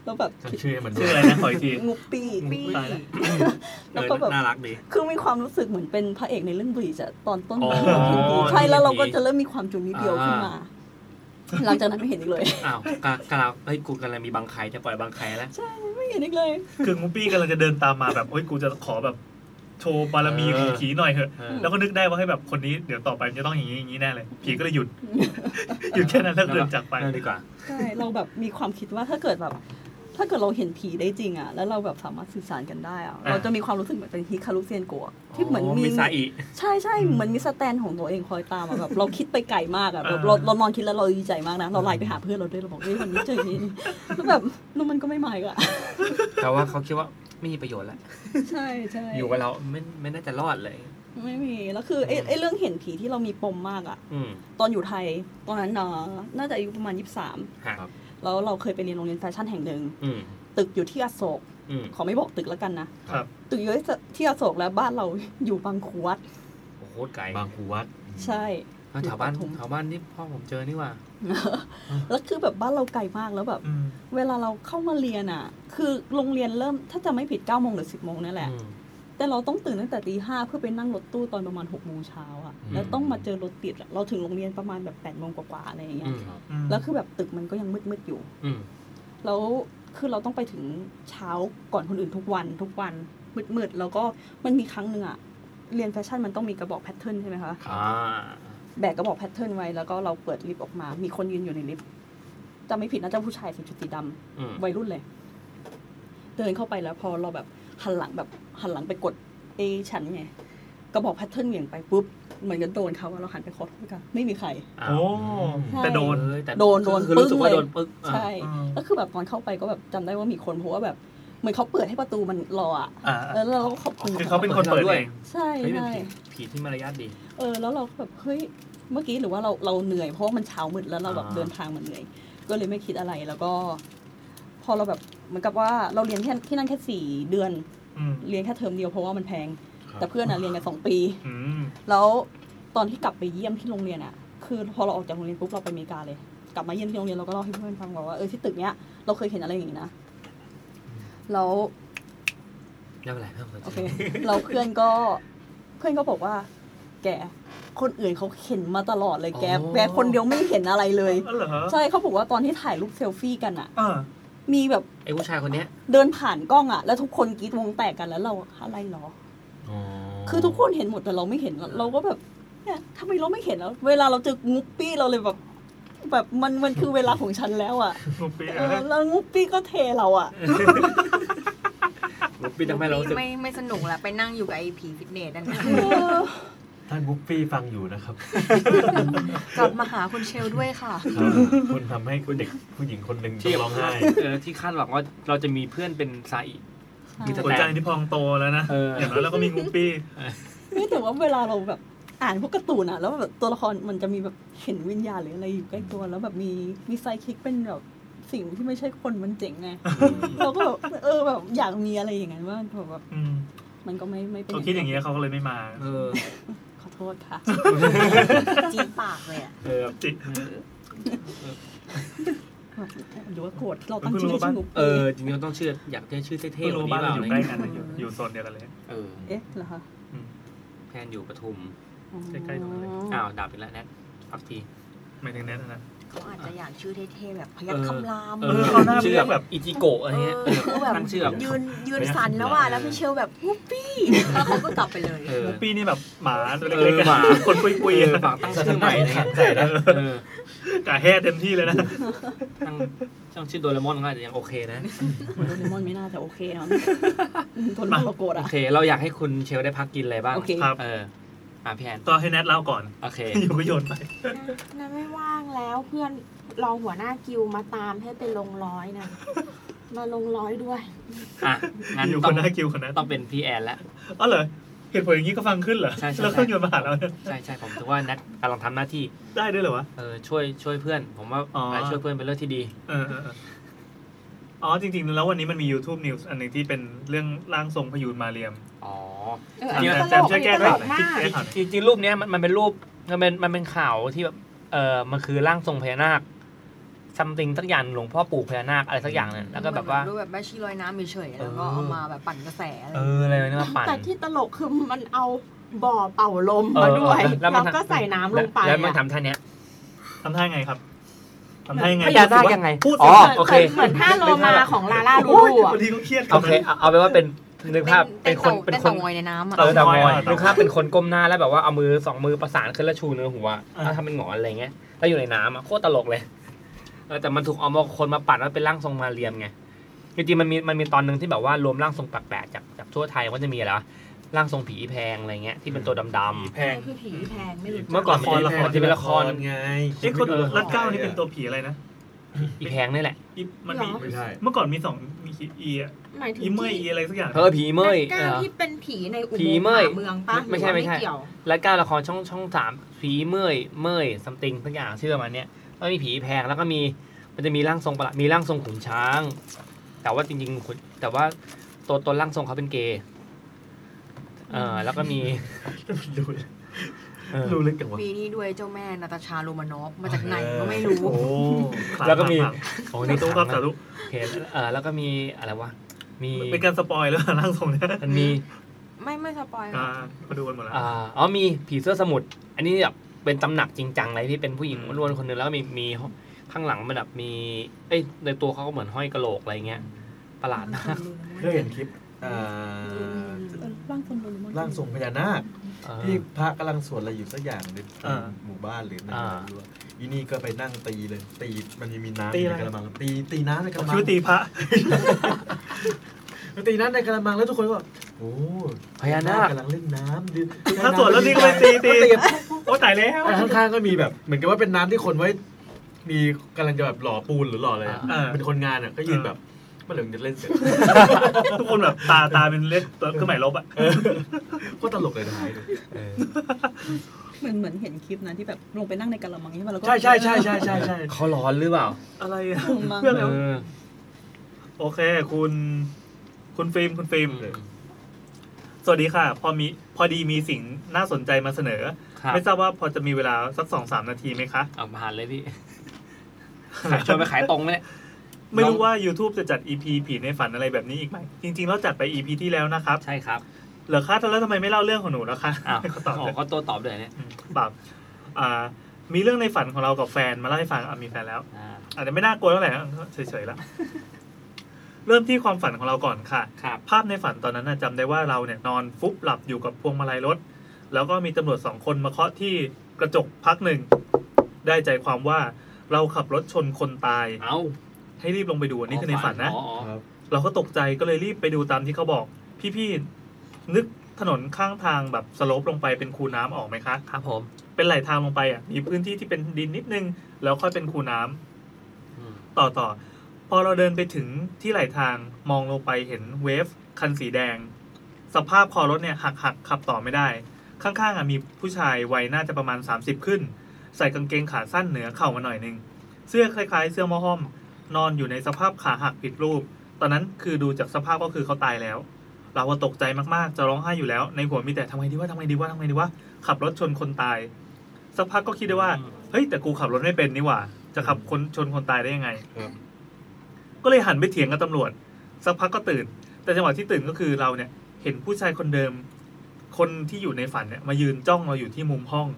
S6: แล้วแบบ
S8: ฉันชื่อให้มันด้
S1: ชื่
S8: ว
S1: อยอะไรนะขออีกที
S6: งุปปี้
S1: ตายแล้ว
S6: แล้วก็แบบ
S5: น่ารักดี
S6: คือมีความรู้สึกเหมือนเป็นพระเอกในเรื่องบลีจะตอนต้น
S5: อ๋อ
S6: ใช่แล้วเราก็
S5: นี่
S6: จะเริ่มมีความจุนนิดเดียวขึ้นมา
S5: อ่
S6: หลังจากนั้นไม่เห็นอีกเลย
S5: อ้าวกะกะเราเฮ้ยกูกำลังมีบางใครจะปล่อยบางใครแล้ว
S6: ไม่เห็นอีกเลย
S1: คือมูปี้กำลังจะเดินตามมาแบบโอ้ยกูจะขอแบบ โชว์บารมีของผีหน่อยเถอะ
S5: เออ
S1: แล้วก็นึกได้ว่าให้ยแบบคนนี้เดี๋ยวต่อไปมันจะต้องอย่างนี้อย่างนี้แน่เลย ผีก็เลยหยุด หยุดแค่นั้นแล้วเดินจากไป
S5: นั่นดีกว่า
S6: ใช่เราแบบมีความคิดว่าถ้าเกิดแบบ ถ้าเกิดเราเห็นผีได้จริงอ่ะแล้วเราแบบสามารถสื่อสารกันได้อ่ะเราจะมีความรู้สึกเหมือนเป็นฮิคารุเซียนโกะที่เหมือนมี
S5: ซาอิ
S6: ใช่ใช่เหมือนมีสแตนของตัวเองคอยตามอะแบบเราคิดไปไกลมากอ่ะแบบเรา
S1: อ่า
S6: เรานอนคิดแล้วเราดีใจมากนะเราไลน์ไปหาเพื่อนเราด้วยเราบอกเฮ้ยวันนี้เจออย่างนี้แล้วแบบแล้วมันก็ไม่มาอีกอ่ะ
S5: แต่ว่าเขาคิดว่าไม่มีประโยชน์แล้ว
S6: ใช่ใช่
S5: อยู่กับเราไม่ไม่น่าจะรอดเลย
S6: ไม่มี แล้วคือไอ้ไอ้เรื่องเห็นผีที่เรามีปมมากอะ
S5: อืม
S6: ตอนอยู่ไทย ตอนนั้นเนอะน่าจะอายุประมาณ
S5: ฮะ
S6: 23 แล้วเราเคยไปเรียนโรงเรียนแฟชั่นแห่งหนึ่ง
S5: อืม
S6: ตึกอยู่ที่อโศก
S5: อืม
S6: ขอไม่บอกตึกแล้วกันนะ
S1: ครับ
S6: ตึกอยู่ที่อโศกแล้วบ้านเรา อยู่บางขวด
S5: โอ้โห
S2: คตรไกล
S8: บางครูวัด
S6: ใช่
S2: แล้วแถวบ้าน
S6: อยู่ปฐม
S2: แถวบ้านที่พ่อผมเจอนี่ว่า
S6: แล้วคือแบบบ้านเราไกลมากแล้วแบบ
S1: อืม
S6: เวลาเราเข้ามาเรียนอ่ะ คือโรงเรียนเริ่มถ้าจะไม่ผิด9ก้าโมงหรือ10บโมงนั่นแหละ แต่เราต้องตื่นตั้งแต่ตีห้าเพื่อไปนั่งรถตู้ตอนประมาณ6กโมงเช้าอ่ะ
S2: อืม
S6: แล้วต้องมาเจอรถติดอะเราถึงโรงเรียนประมาณแบบ8ปดโมงกว่าๆอะไรอย่างเงี้
S2: อื
S6: ย
S2: ม
S1: อืม
S6: แล้วคือแบบตึกมันก็ยังมืดๆอยู่
S2: อืม
S6: แล้วคือเราต้องไปถึงเช้าก่อนคนอื่นทุกวันทุกวันมืดๆแล้วก็มันมีครั้งหนึ่งอะเรียนแฟชั่นมันต้องมีกระบอกแพทเทิร์นใช่ไหมคะ
S2: อ่า
S6: แบกกระบอกแพทเทิร์นไว้แล้วก็เราเปิดลิฟต์ออกมา มีคนยืนอยู่ในลิฟต์จำไม่ผิดนะเจ้าผู้ชายใส่ชุดสีดำ
S2: อืม
S6: วัยรุ่นเลย เดินเข้าไปแล้วพอเราแบบหันหลังแบบหันหลังไปกดเอฉันไงก็บอกแพทเทิร์นเหวี่ยงไปปุ๊บเหมือนกันโดนเขาอะเราหันไปขอโทษกันไม่มีใคร
S2: อ้า
S1: โอ้
S2: ว
S6: ใช่
S1: แต่โดน
S2: เอ้ยแต่
S6: โดนโดน
S2: คือรู้สึกว่า
S6: ปึ้ง
S2: โด
S6: เลย
S2: นปึ๊กอ่ะ
S6: ใช่
S1: อ่า
S6: ก็คือแบบตอนเข้าไปก็แบบจำได้ว่ามีคนเพราะว่าแบบเหมือนเขาเปิดให้ประตูมันรออะ
S1: อ่า
S6: เออแล้วเราก็ขอบคุณ
S1: คือเขาเป็นคนเปิดเอง
S6: ใช่
S2: เฮ้ยเป็น
S6: ใช่
S2: ผีผีที่มารยาทดี
S6: เออแล้วเราก็แบบเฮ้ยเมื่อกี้หรือว่าเราเราเหนื่อยเพราะว่ามันเช้ามืดแล้วเราแบบ
S2: อ่า
S6: เดินทางมันเหนื่อย ก็เลยไม่คิดอะไรแล้วก็ พอเราแบบเหมือนกับว่าเราเรียนแค่ที่นั่นแค่สี่เดือน
S1: อืม
S6: เรียนแค่เทอมเดียวเพราะว่ามันแพง
S8: ครับ
S6: แต่เพื่อนอะเรียนกันสองปี
S1: อืม
S6: แล้วตอนที่กลับไปเยี่ยมที่โรงเรียนอะคือพอเราออกจากโรงเรียนปุ๊บเราไปอเมริกาเลย กลับมาเยี่ยมที่โรงเรียนเราก็เล่าให้เพื่อนฟังบอกว่าเออที่ตึกเนี้ยเราเคยเห็นอะไรอย่างงี้นะแล้ว
S2: ไม่เป็นไรไม่เป็นไร
S6: โอเค [laughs] เราเพื่อนก็เพื่อนก็บอกว่า แกคนอื่นเขาเห็นมาตลอดเลยแกแกคนเดียวไม่เห็นอะไรเลย
S1: อ๋อเหรอ
S6: ใช่เขาบอกว่าตอนที่ถ่ายรูปเซลฟี่กันอะ
S1: อ่า
S6: มีแบบ
S2: ไอ้ผู้ชายคนเนี้ย
S6: เดินผ่านกล้องอะแล้วทุกคนกรีดวงแตกกันแล้วเราอะไรหรอ คือทุกคนเห็นหมดแต่เราไม่เห็นเราเราก็แบบเนี่ยทำไมเราไม่เห็นแล้ว เวลาเราเจองุปปี้เราเลยแบบ แบบมันมันคือเวลาของฉันแล้ว
S1: [laughs]
S6: อ่ะ
S1: หนูเปีย
S6: เออแล้วงุปปี้ก็เทเรา
S1: [laughs]
S6: อ่ะ
S2: ลูกปีทำให้เรารู้สึก
S7: ไม่ไม่สนุกละไปนั่งอยู่กับไอผีฟิตเนสนั่นนะ
S8: ท่านบุฟฟี่ฟังอยู่นะครับ
S7: กลับมาหาคุณเชลด้วยค่ะ
S8: ครับคุณทำให้คุณเด็กผู้หญิงคนหนึ่งต้องร้องไห้
S2: เออที่คาดหวังว่าเราจะมีเพื่อนเป็นซาอิ มีแต่
S1: หัวใจนี่พองโตแล้วนะ
S2: เอออ
S1: อย่างน้อยเราก็มีงูปี้
S6: ไม่แต่ว่าเวลาเราแบบอ่านพวกการ์ตูนอ่ะ แล้วแบบตัวละครมันจะมีแบบเห็นวิญญาณหรืออะไรอยู่ใกล้ตัว แล้วแบบมีมีไซคิกเป็นแบบสิ่งที่ไม่ใช่คนมันเจ๋ง
S1: [laughs]
S6: ไงเราก็แบบเออแบบอยากมีอะไรอย่างนั้นว่างแต่แบบ
S1: อืม
S6: มันก็ไม่ไม่เป็น
S1: เขาคิดอย่างเงี้ยเขาก็เลยไม่มา
S2: เออ
S6: ขอโทษค่ะ [laughs]
S7: จีบปากเลยอะ
S2: เออ
S1: จิ
S6: หรือว่าโกรธที่เราตั้ง
S1: เพิ่ง
S6: ชื่อ
S1: รู้
S6: ให้
S1: ว่าบ้าน
S6: ชื่อนุ๊ก
S2: เออจริงๆเราต้องเชื่ออยากได้ชื่อเท่
S1: เพิ่ง
S2: ๆก
S1: รู้
S2: ว่า
S1: ว่า
S2: นี้
S1: บ้านเรา
S2: เปล่า
S1: อยู่ใก
S2: อะไร
S1: ล้
S2: เงี้
S1: กัน
S2: ย
S1: นะอยู่อยู่โซนเดียวกันเลย
S2: เออ
S6: เอ๊ะเหรอคะ
S2: แพนอยู่ปทุม
S1: ใกล้ๆตรงนั้นเลย
S2: อ้าวดับไปแล้วแนทอัพที
S1: หมายถึงแนทนะ
S7: เขาอาจจะอยากชื่อเท่ๆแบบพยัค
S2: เอ
S7: ฆ์
S2: อ
S7: คำราม
S1: เออเขาหน้า
S2: ชื่อ
S1: แบ
S2: แบบ บอิจิโกะอะไรเงี้ย
S7: เออคือแบบ
S2: ตั้งชื่อแบบ
S7: ยืนยืนสันแล้วอ่ะแล้วพี่เชลแบบวุปปี้แล้วเขาก็กลับไปเลย
S2: เออ
S1: งูปี้นี่แบบหมาตัว
S2: เอ
S1: เล็ก
S2: อ
S1: ๆ
S2: หมา
S1: คนปุย
S2: คุ
S1: ปุ
S2: ย
S1: ย
S2: ฝากตั้งชื่อใหม่อะไรเงี้ย
S8: ใช่นะ
S2: เออก
S1: ะแห่เต็มที่เลยนะ
S2: ตั้งช่างชื่อโดเรมอนก็อาจจะยังโอเคนะ
S6: เหมือนโดเรมอนไม่น่าจะโอเค
S8: [laughs]
S6: เนาะทนเราโกรธ
S2: โอ
S6: อ่ะ
S2: เค เราอยากให้คุณเชลได้พักกินอะไรบ้าง
S6: โอเค
S1: ครับ
S2: เอออ่ะพี่แอน
S1: ก็ให้แนทเล่าก่อน
S2: โอเค
S1: อยู่ก็โยนไป
S3: นะไม่ว่างแล้วเพื่อนรองหัวหน้ากิวมาตามให้ไปลงร้อยนะมาลงร้อยด้วย
S2: อ่ะ งั้น
S1: อยู่
S2: ต้
S1: ค
S2: อง
S1: นหน้าคิวคนนั้น
S2: ต้องเป็นพี่แอนแล้ว
S1: อ๋อเหรอเหตุผลอย่างนี้ก็ฟังขึ้นเหรอ
S2: ใช่ใช่
S1: แล้วเครื่องยนต์มาหาเราเนี่ย
S2: ใช่ใช่ผมถือว่าแนทกำลังทำหน้าที่
S1: ได้ด้วยเหรอวะ
S2: เออช่วยช่วยเพื่อน ผมว่า
S1: อ๋ออ
S2: ะไรช่วยเพื่อนเป็นเรื่องที่ดี
S1: เออเออเอออ๋อจริง ๆ แล้ววันนี้มันมี YouTube News อันหนึ่งที่เป็นเรื่องร่างทรงพยูนมาเรียม
S2: อ๋อ
S3: เอออันนี้
S1: แต่
S3: ตล
S1: แต่
S3: ก
S1: ช่วยแก้
S3: อันนี้ต
S1: ข่าว
S3: ลก
S1: หน่
S3: มา
S1: อย
S3: ก
S1: แก้ข่าวหน่อย
S2: จริงจริงรูปเนี้ยมันมันเป็นรูปมันเป็นมันเป็นข่าวที่แบบเออมันคือร่างทรงพญานาคซัมติงสักอย่างหลวงพ่อปู่พญานาคอะไรสักอย่างเนี่ยแล้วก็แบบว่า
S7: รูปแบบแม่ชีลอยน้ำเฉยๆแล้วก็เอามาแบบปั่นกระแสอะไร
S2: เอออะไรเนี่ยมาปั่น
S3: แต่ที่ตลกคือมันเอาบ่อเป่าลม
S2: เออ
S3: มาด้วย
S2: แล้
S3: แล้ว
S2: วมัน
S3: ก็ใส่น้ำลงไป
S2: แล้วมัน
S3: อะ
S2: ทำท่าเนี้ย
S1: ทำท่าไงครับทำท่ายังไง
S2: พญานาคยังไง
S1: พูด
S2: อ๋
S1: สิ
S2: อ
S1: ว่า
S2: โอเค
S3: เหมือนท่าโลมาของลาลาดู
S1: โอ้ย
S3: ดูอะ
S1: วันนี้ก็เครียด
S2: โอเคเอาเอาไปนว่าเป็นนึกภาพ
S7: เป็
S2: เป็น นคน น
S7: คเป็
S2: เป็น น
S7: ค
S2: คน น
S7: งอยในน้ำอ่ะ
S2: เออดาวงอยนึกภาพเป็นคนก้มหน้าแล้วแบบว่าเอามือสองมือประสานขึ้นแล้วชูเนื้อหัวแล้วทำเป็นหงอนอะไรเงี้ยแล้วอยู่ในน้ำอะโคตรตลกเลยเออแต่มันถูกเอามาคนมาปั่นว่าเป็นร่างทรงมาเรียมไงจริงๆมันมีมันมีตอนหนึ่งที่แบบว่ารวมร่างทรงแปลกๆจากจากทั่วไทยว่าจะมีอะไรวะร่างทรงผีแพงอะไรเงี้ยที่เป็นตัวดำ
S8: แพง
S3: คือผีแพงไม่รู้จัก
S2: เมื่อก่อน ละครที่เป็นละคร
S8: ไง
S1: เอ้คนรัดเก้านี่เป็นตัวผีอะไรนะ
S2: ๆอีแพงนี่แหละ
S1: อีมันมี
S8: ไม่ใช่
S1: เมื่อก่อนมีสองมีอีอีอะ
S3: หมายถึง
S1: อีเมยอี
S3: ที่
S1: อะไรสักอย่าง
S2: เธอผีเมย
S3: ก้าวที่เป็นผีในอุโม
S2: ผี
S3: งค์
S2: เมย
S3: หาเมืองปะ
S2: ไม่ใช่
S3: หรือว่า
S2: ไม่ใช่
S3: เกี่ยว
S2: และการละครช่องช่องสามผีเมยเมยซัมติงสักอย่างชื่อประมันเนี้ยแล้วมีผีแพงแล้วก็มีมันจะมีร่างทรงประหลาดมีร่างทรงขุนช้าง แต่ว่าจริงๆขุนแต่ว่าตัวตนร่างทรงเขาเป็นเกย์
S5: เออแล้วก็มี
S8: ดู
S5: เออ
S8: รู้ลึกจังวะ
S7: มีนี่ด้วยเจ้าแม่นาตาชาโรมานอฟมาจากไหนก็ไม่รู้
S8: โอ้
S1: ขลัง
S5: แล้วก็มี
S1: ขลัง
S5: โอ้
S1: ขลัง
S5: ใน
S1: สาธุครับสาธุ
S5: โอเคเออแล้วก็มีอะไรวะมี
S1: เป็นการสปอย [laughs] แล้วร่างทรงเนี่ย
S5: มันมี
S7: ไม่ไม่สปอย
S1: อ่ามาดูกันหมดแล้ว
S5: อ่าอ๋อมีผีเสื้อสมุทรอันนี้แบบเป็นตำหนักจริงจังเลยที่เป็นผู้หญิง
S1: อืม
S5: ล้วนๆคนหนึงแล้วก็มีมีข้างหลังมันแบบมีเอ้ยในตัวเขาก็เหมือนห้อยกะโหลกอะไรเงี้ยประหลาดมาก
S8: เคยเห็นคลิปอ่า
S6: เออร่างทรงโดเรมอน
S8: ร่างทรงพญานาค
S5: เออ
S8: ที่พระกำลังสวดอะไรอยู่สักอย่างใน
S1: อ่า
S8: หมู่บ้านหรือใน
S5: อ่า
S8: ไม่รู้อะอีนี่ก็ไปนั่งตีเลย ตีมันยังมีน้ำ
S1: ตี
S8: ใน
S1: อะไร
S8: กระมังตีตีน้ำในก
S1: ผม
S8: ระมั
S1: คิด
S8: ง
S1: ว่าตีพระ
S8: ตีน้ำในกระมังแล้วทุกคนก็แบบโอ้
S5: พญานาค
S8: กำลังเล่นน้ำดื่ม
S1: ถ้าสวดแล้วนี่ก็ไปตีตีโอ้ตายแล้ว
S8: [laughs] แต่ข้างๆก็มีแบบ เหมือนกับว่าเป็นน้ำที่คนไว้ มีกำลังจะแบบหล่อปูนหรือหล่ออะไรอะ
S1: อ่า
S8: เป็นคนงานอ่ะก็ยืนแบบมันเหลืองจะเล่นเสร็จ
S1: ทุกคนแบบตาตาเป็นเล็กตัวเครื่องหมายลบอ่ะ
S8: ก็ตลกเลยนะ
S5: เออ
S6: เหมือนเหมือนเห็นคลิปนะที่แบบลงไปนั่งในกะละมังใช่ไหมแล้วก็
S8: ใช่ใช่ใช่ใช่ใช่ใช่
S5: เขาร้อนหรือเปล่า
S1: อะไรอะ
S6: กะละมัง
S1: เพื่อน
S5: เอ
S1: แล้ว
S5: อ
S1: โอเค คุณ คุณฟิล์มคุณฟิล์ม
S8: เออ
S1: สวัสดีค่ะ พอมีพอดีมีสิ่งน่าสนใจมาเสนอ
S5: ครับ
S1: ไม่ทราบว่าพอจะมีเวลาสักสองสามนาทีไหมคะ
S5: เอาผ่านเลยพี่ขายชวนไปขายตรงไหมเนี่ย
S1: ไม่รู้ว่า YouTube จะจัด EP ผีในฝันอะไรแบบนี้อีกไหม จริงๆเราจัดไป EP ที่แล้วนะครับ
S5: ใช่ครับ
S1: เหลือค่าแล้วทำไมไม่เล่าเรื่องของหนูแล้วคะ
S5: อ้าว
S1: เขาตอบ
S5: อ๋
S1: เล
S5: อย เขาโตัวตอบเลยเนี่ย
S1: แบบอ่า มีเรื่องในฝันของเรากับแฟนมาเล่าให้ฟังอ่ะมีแฟนแล้ว
S5: อ่า
S1: อาจจะไม่น่ากลัวเท่าไหร่นะเฉยๆละ เริ่มที่ความฝันของเราก่อนค่ะ
S5: ครับ
S1: ภาพในฝันตอนนั้นนะจำได้ว่าเราเนี่ยนอนฟุบหลับอยู่กับพวงมาลัยรถ แล้วก็มีตำรวจสองคนมาเคาะที่กระจกพักหนึ่ง ได้ใจความว่าเราขับรถชนคนตาย
S5: เอา
S1: ให้รีบลงไปดูอันนี่คือในฝันนะ
S5: อ๋ออ๋อ
S8: ครับ
S1: เราก็ตกใจก็เลยรีบไปดูตามที่เขาบอก พี่ๆนึกถนนข้างทางแบบสโลปลงไปเป็นคูน้ำออกไหมคะ
S5: ครับผม
S1: เป็นไหลทางลงไปอ่ะมีพื้นที่ที่เป็นดินนิดนึง แล้วค่อยเป็นคูน้ำ ต่อต่อ พอเราเดินไปถึงที่ไหลทางมองลงไปเห็นเวฟคันสีแดง สภาพคอรถเนี่ยหักหักขับต่อไม่ได้ ข้างๆอ่ะมีผู้ชายวัยน่าจะประมาณ 30 ขึ้น ใส่กางเกงขาสั้นเหนือเข่ามาหน่อยหนึง เสื้อคล้ายๆ เสื้อหมอห้อม นอนอยู่ในสภาพขาหักผิดรูป ตอนนั้นคือดูจากสภาพก็คือเขาตายแล้ว เราก็ตกใจมากๆ จะร้องไห้อยู่แล้ว ในหัวมีแต่ทำไงดีว่าทำไงดีว่าทำไงดีว่าขับรถชนคนตาย สักพักก็คิดได้ว่า เฮ้ยแต่กูขับรถไม่เป็นนี่หว่า จะขับคนชนคนตายได้ยังไง
S8: ครับ
S1: ก็เลยหันไปเถียงกับตำรวจ สักพักก็ตื่น แต่จังหวะที่ตื่นก็คือเราเนี่ย เห็นผู้ชายคนเดิม คนที่อยู่ในฝันเนี่ยมายืนจ้องเราอยู่ที่มุมห้อง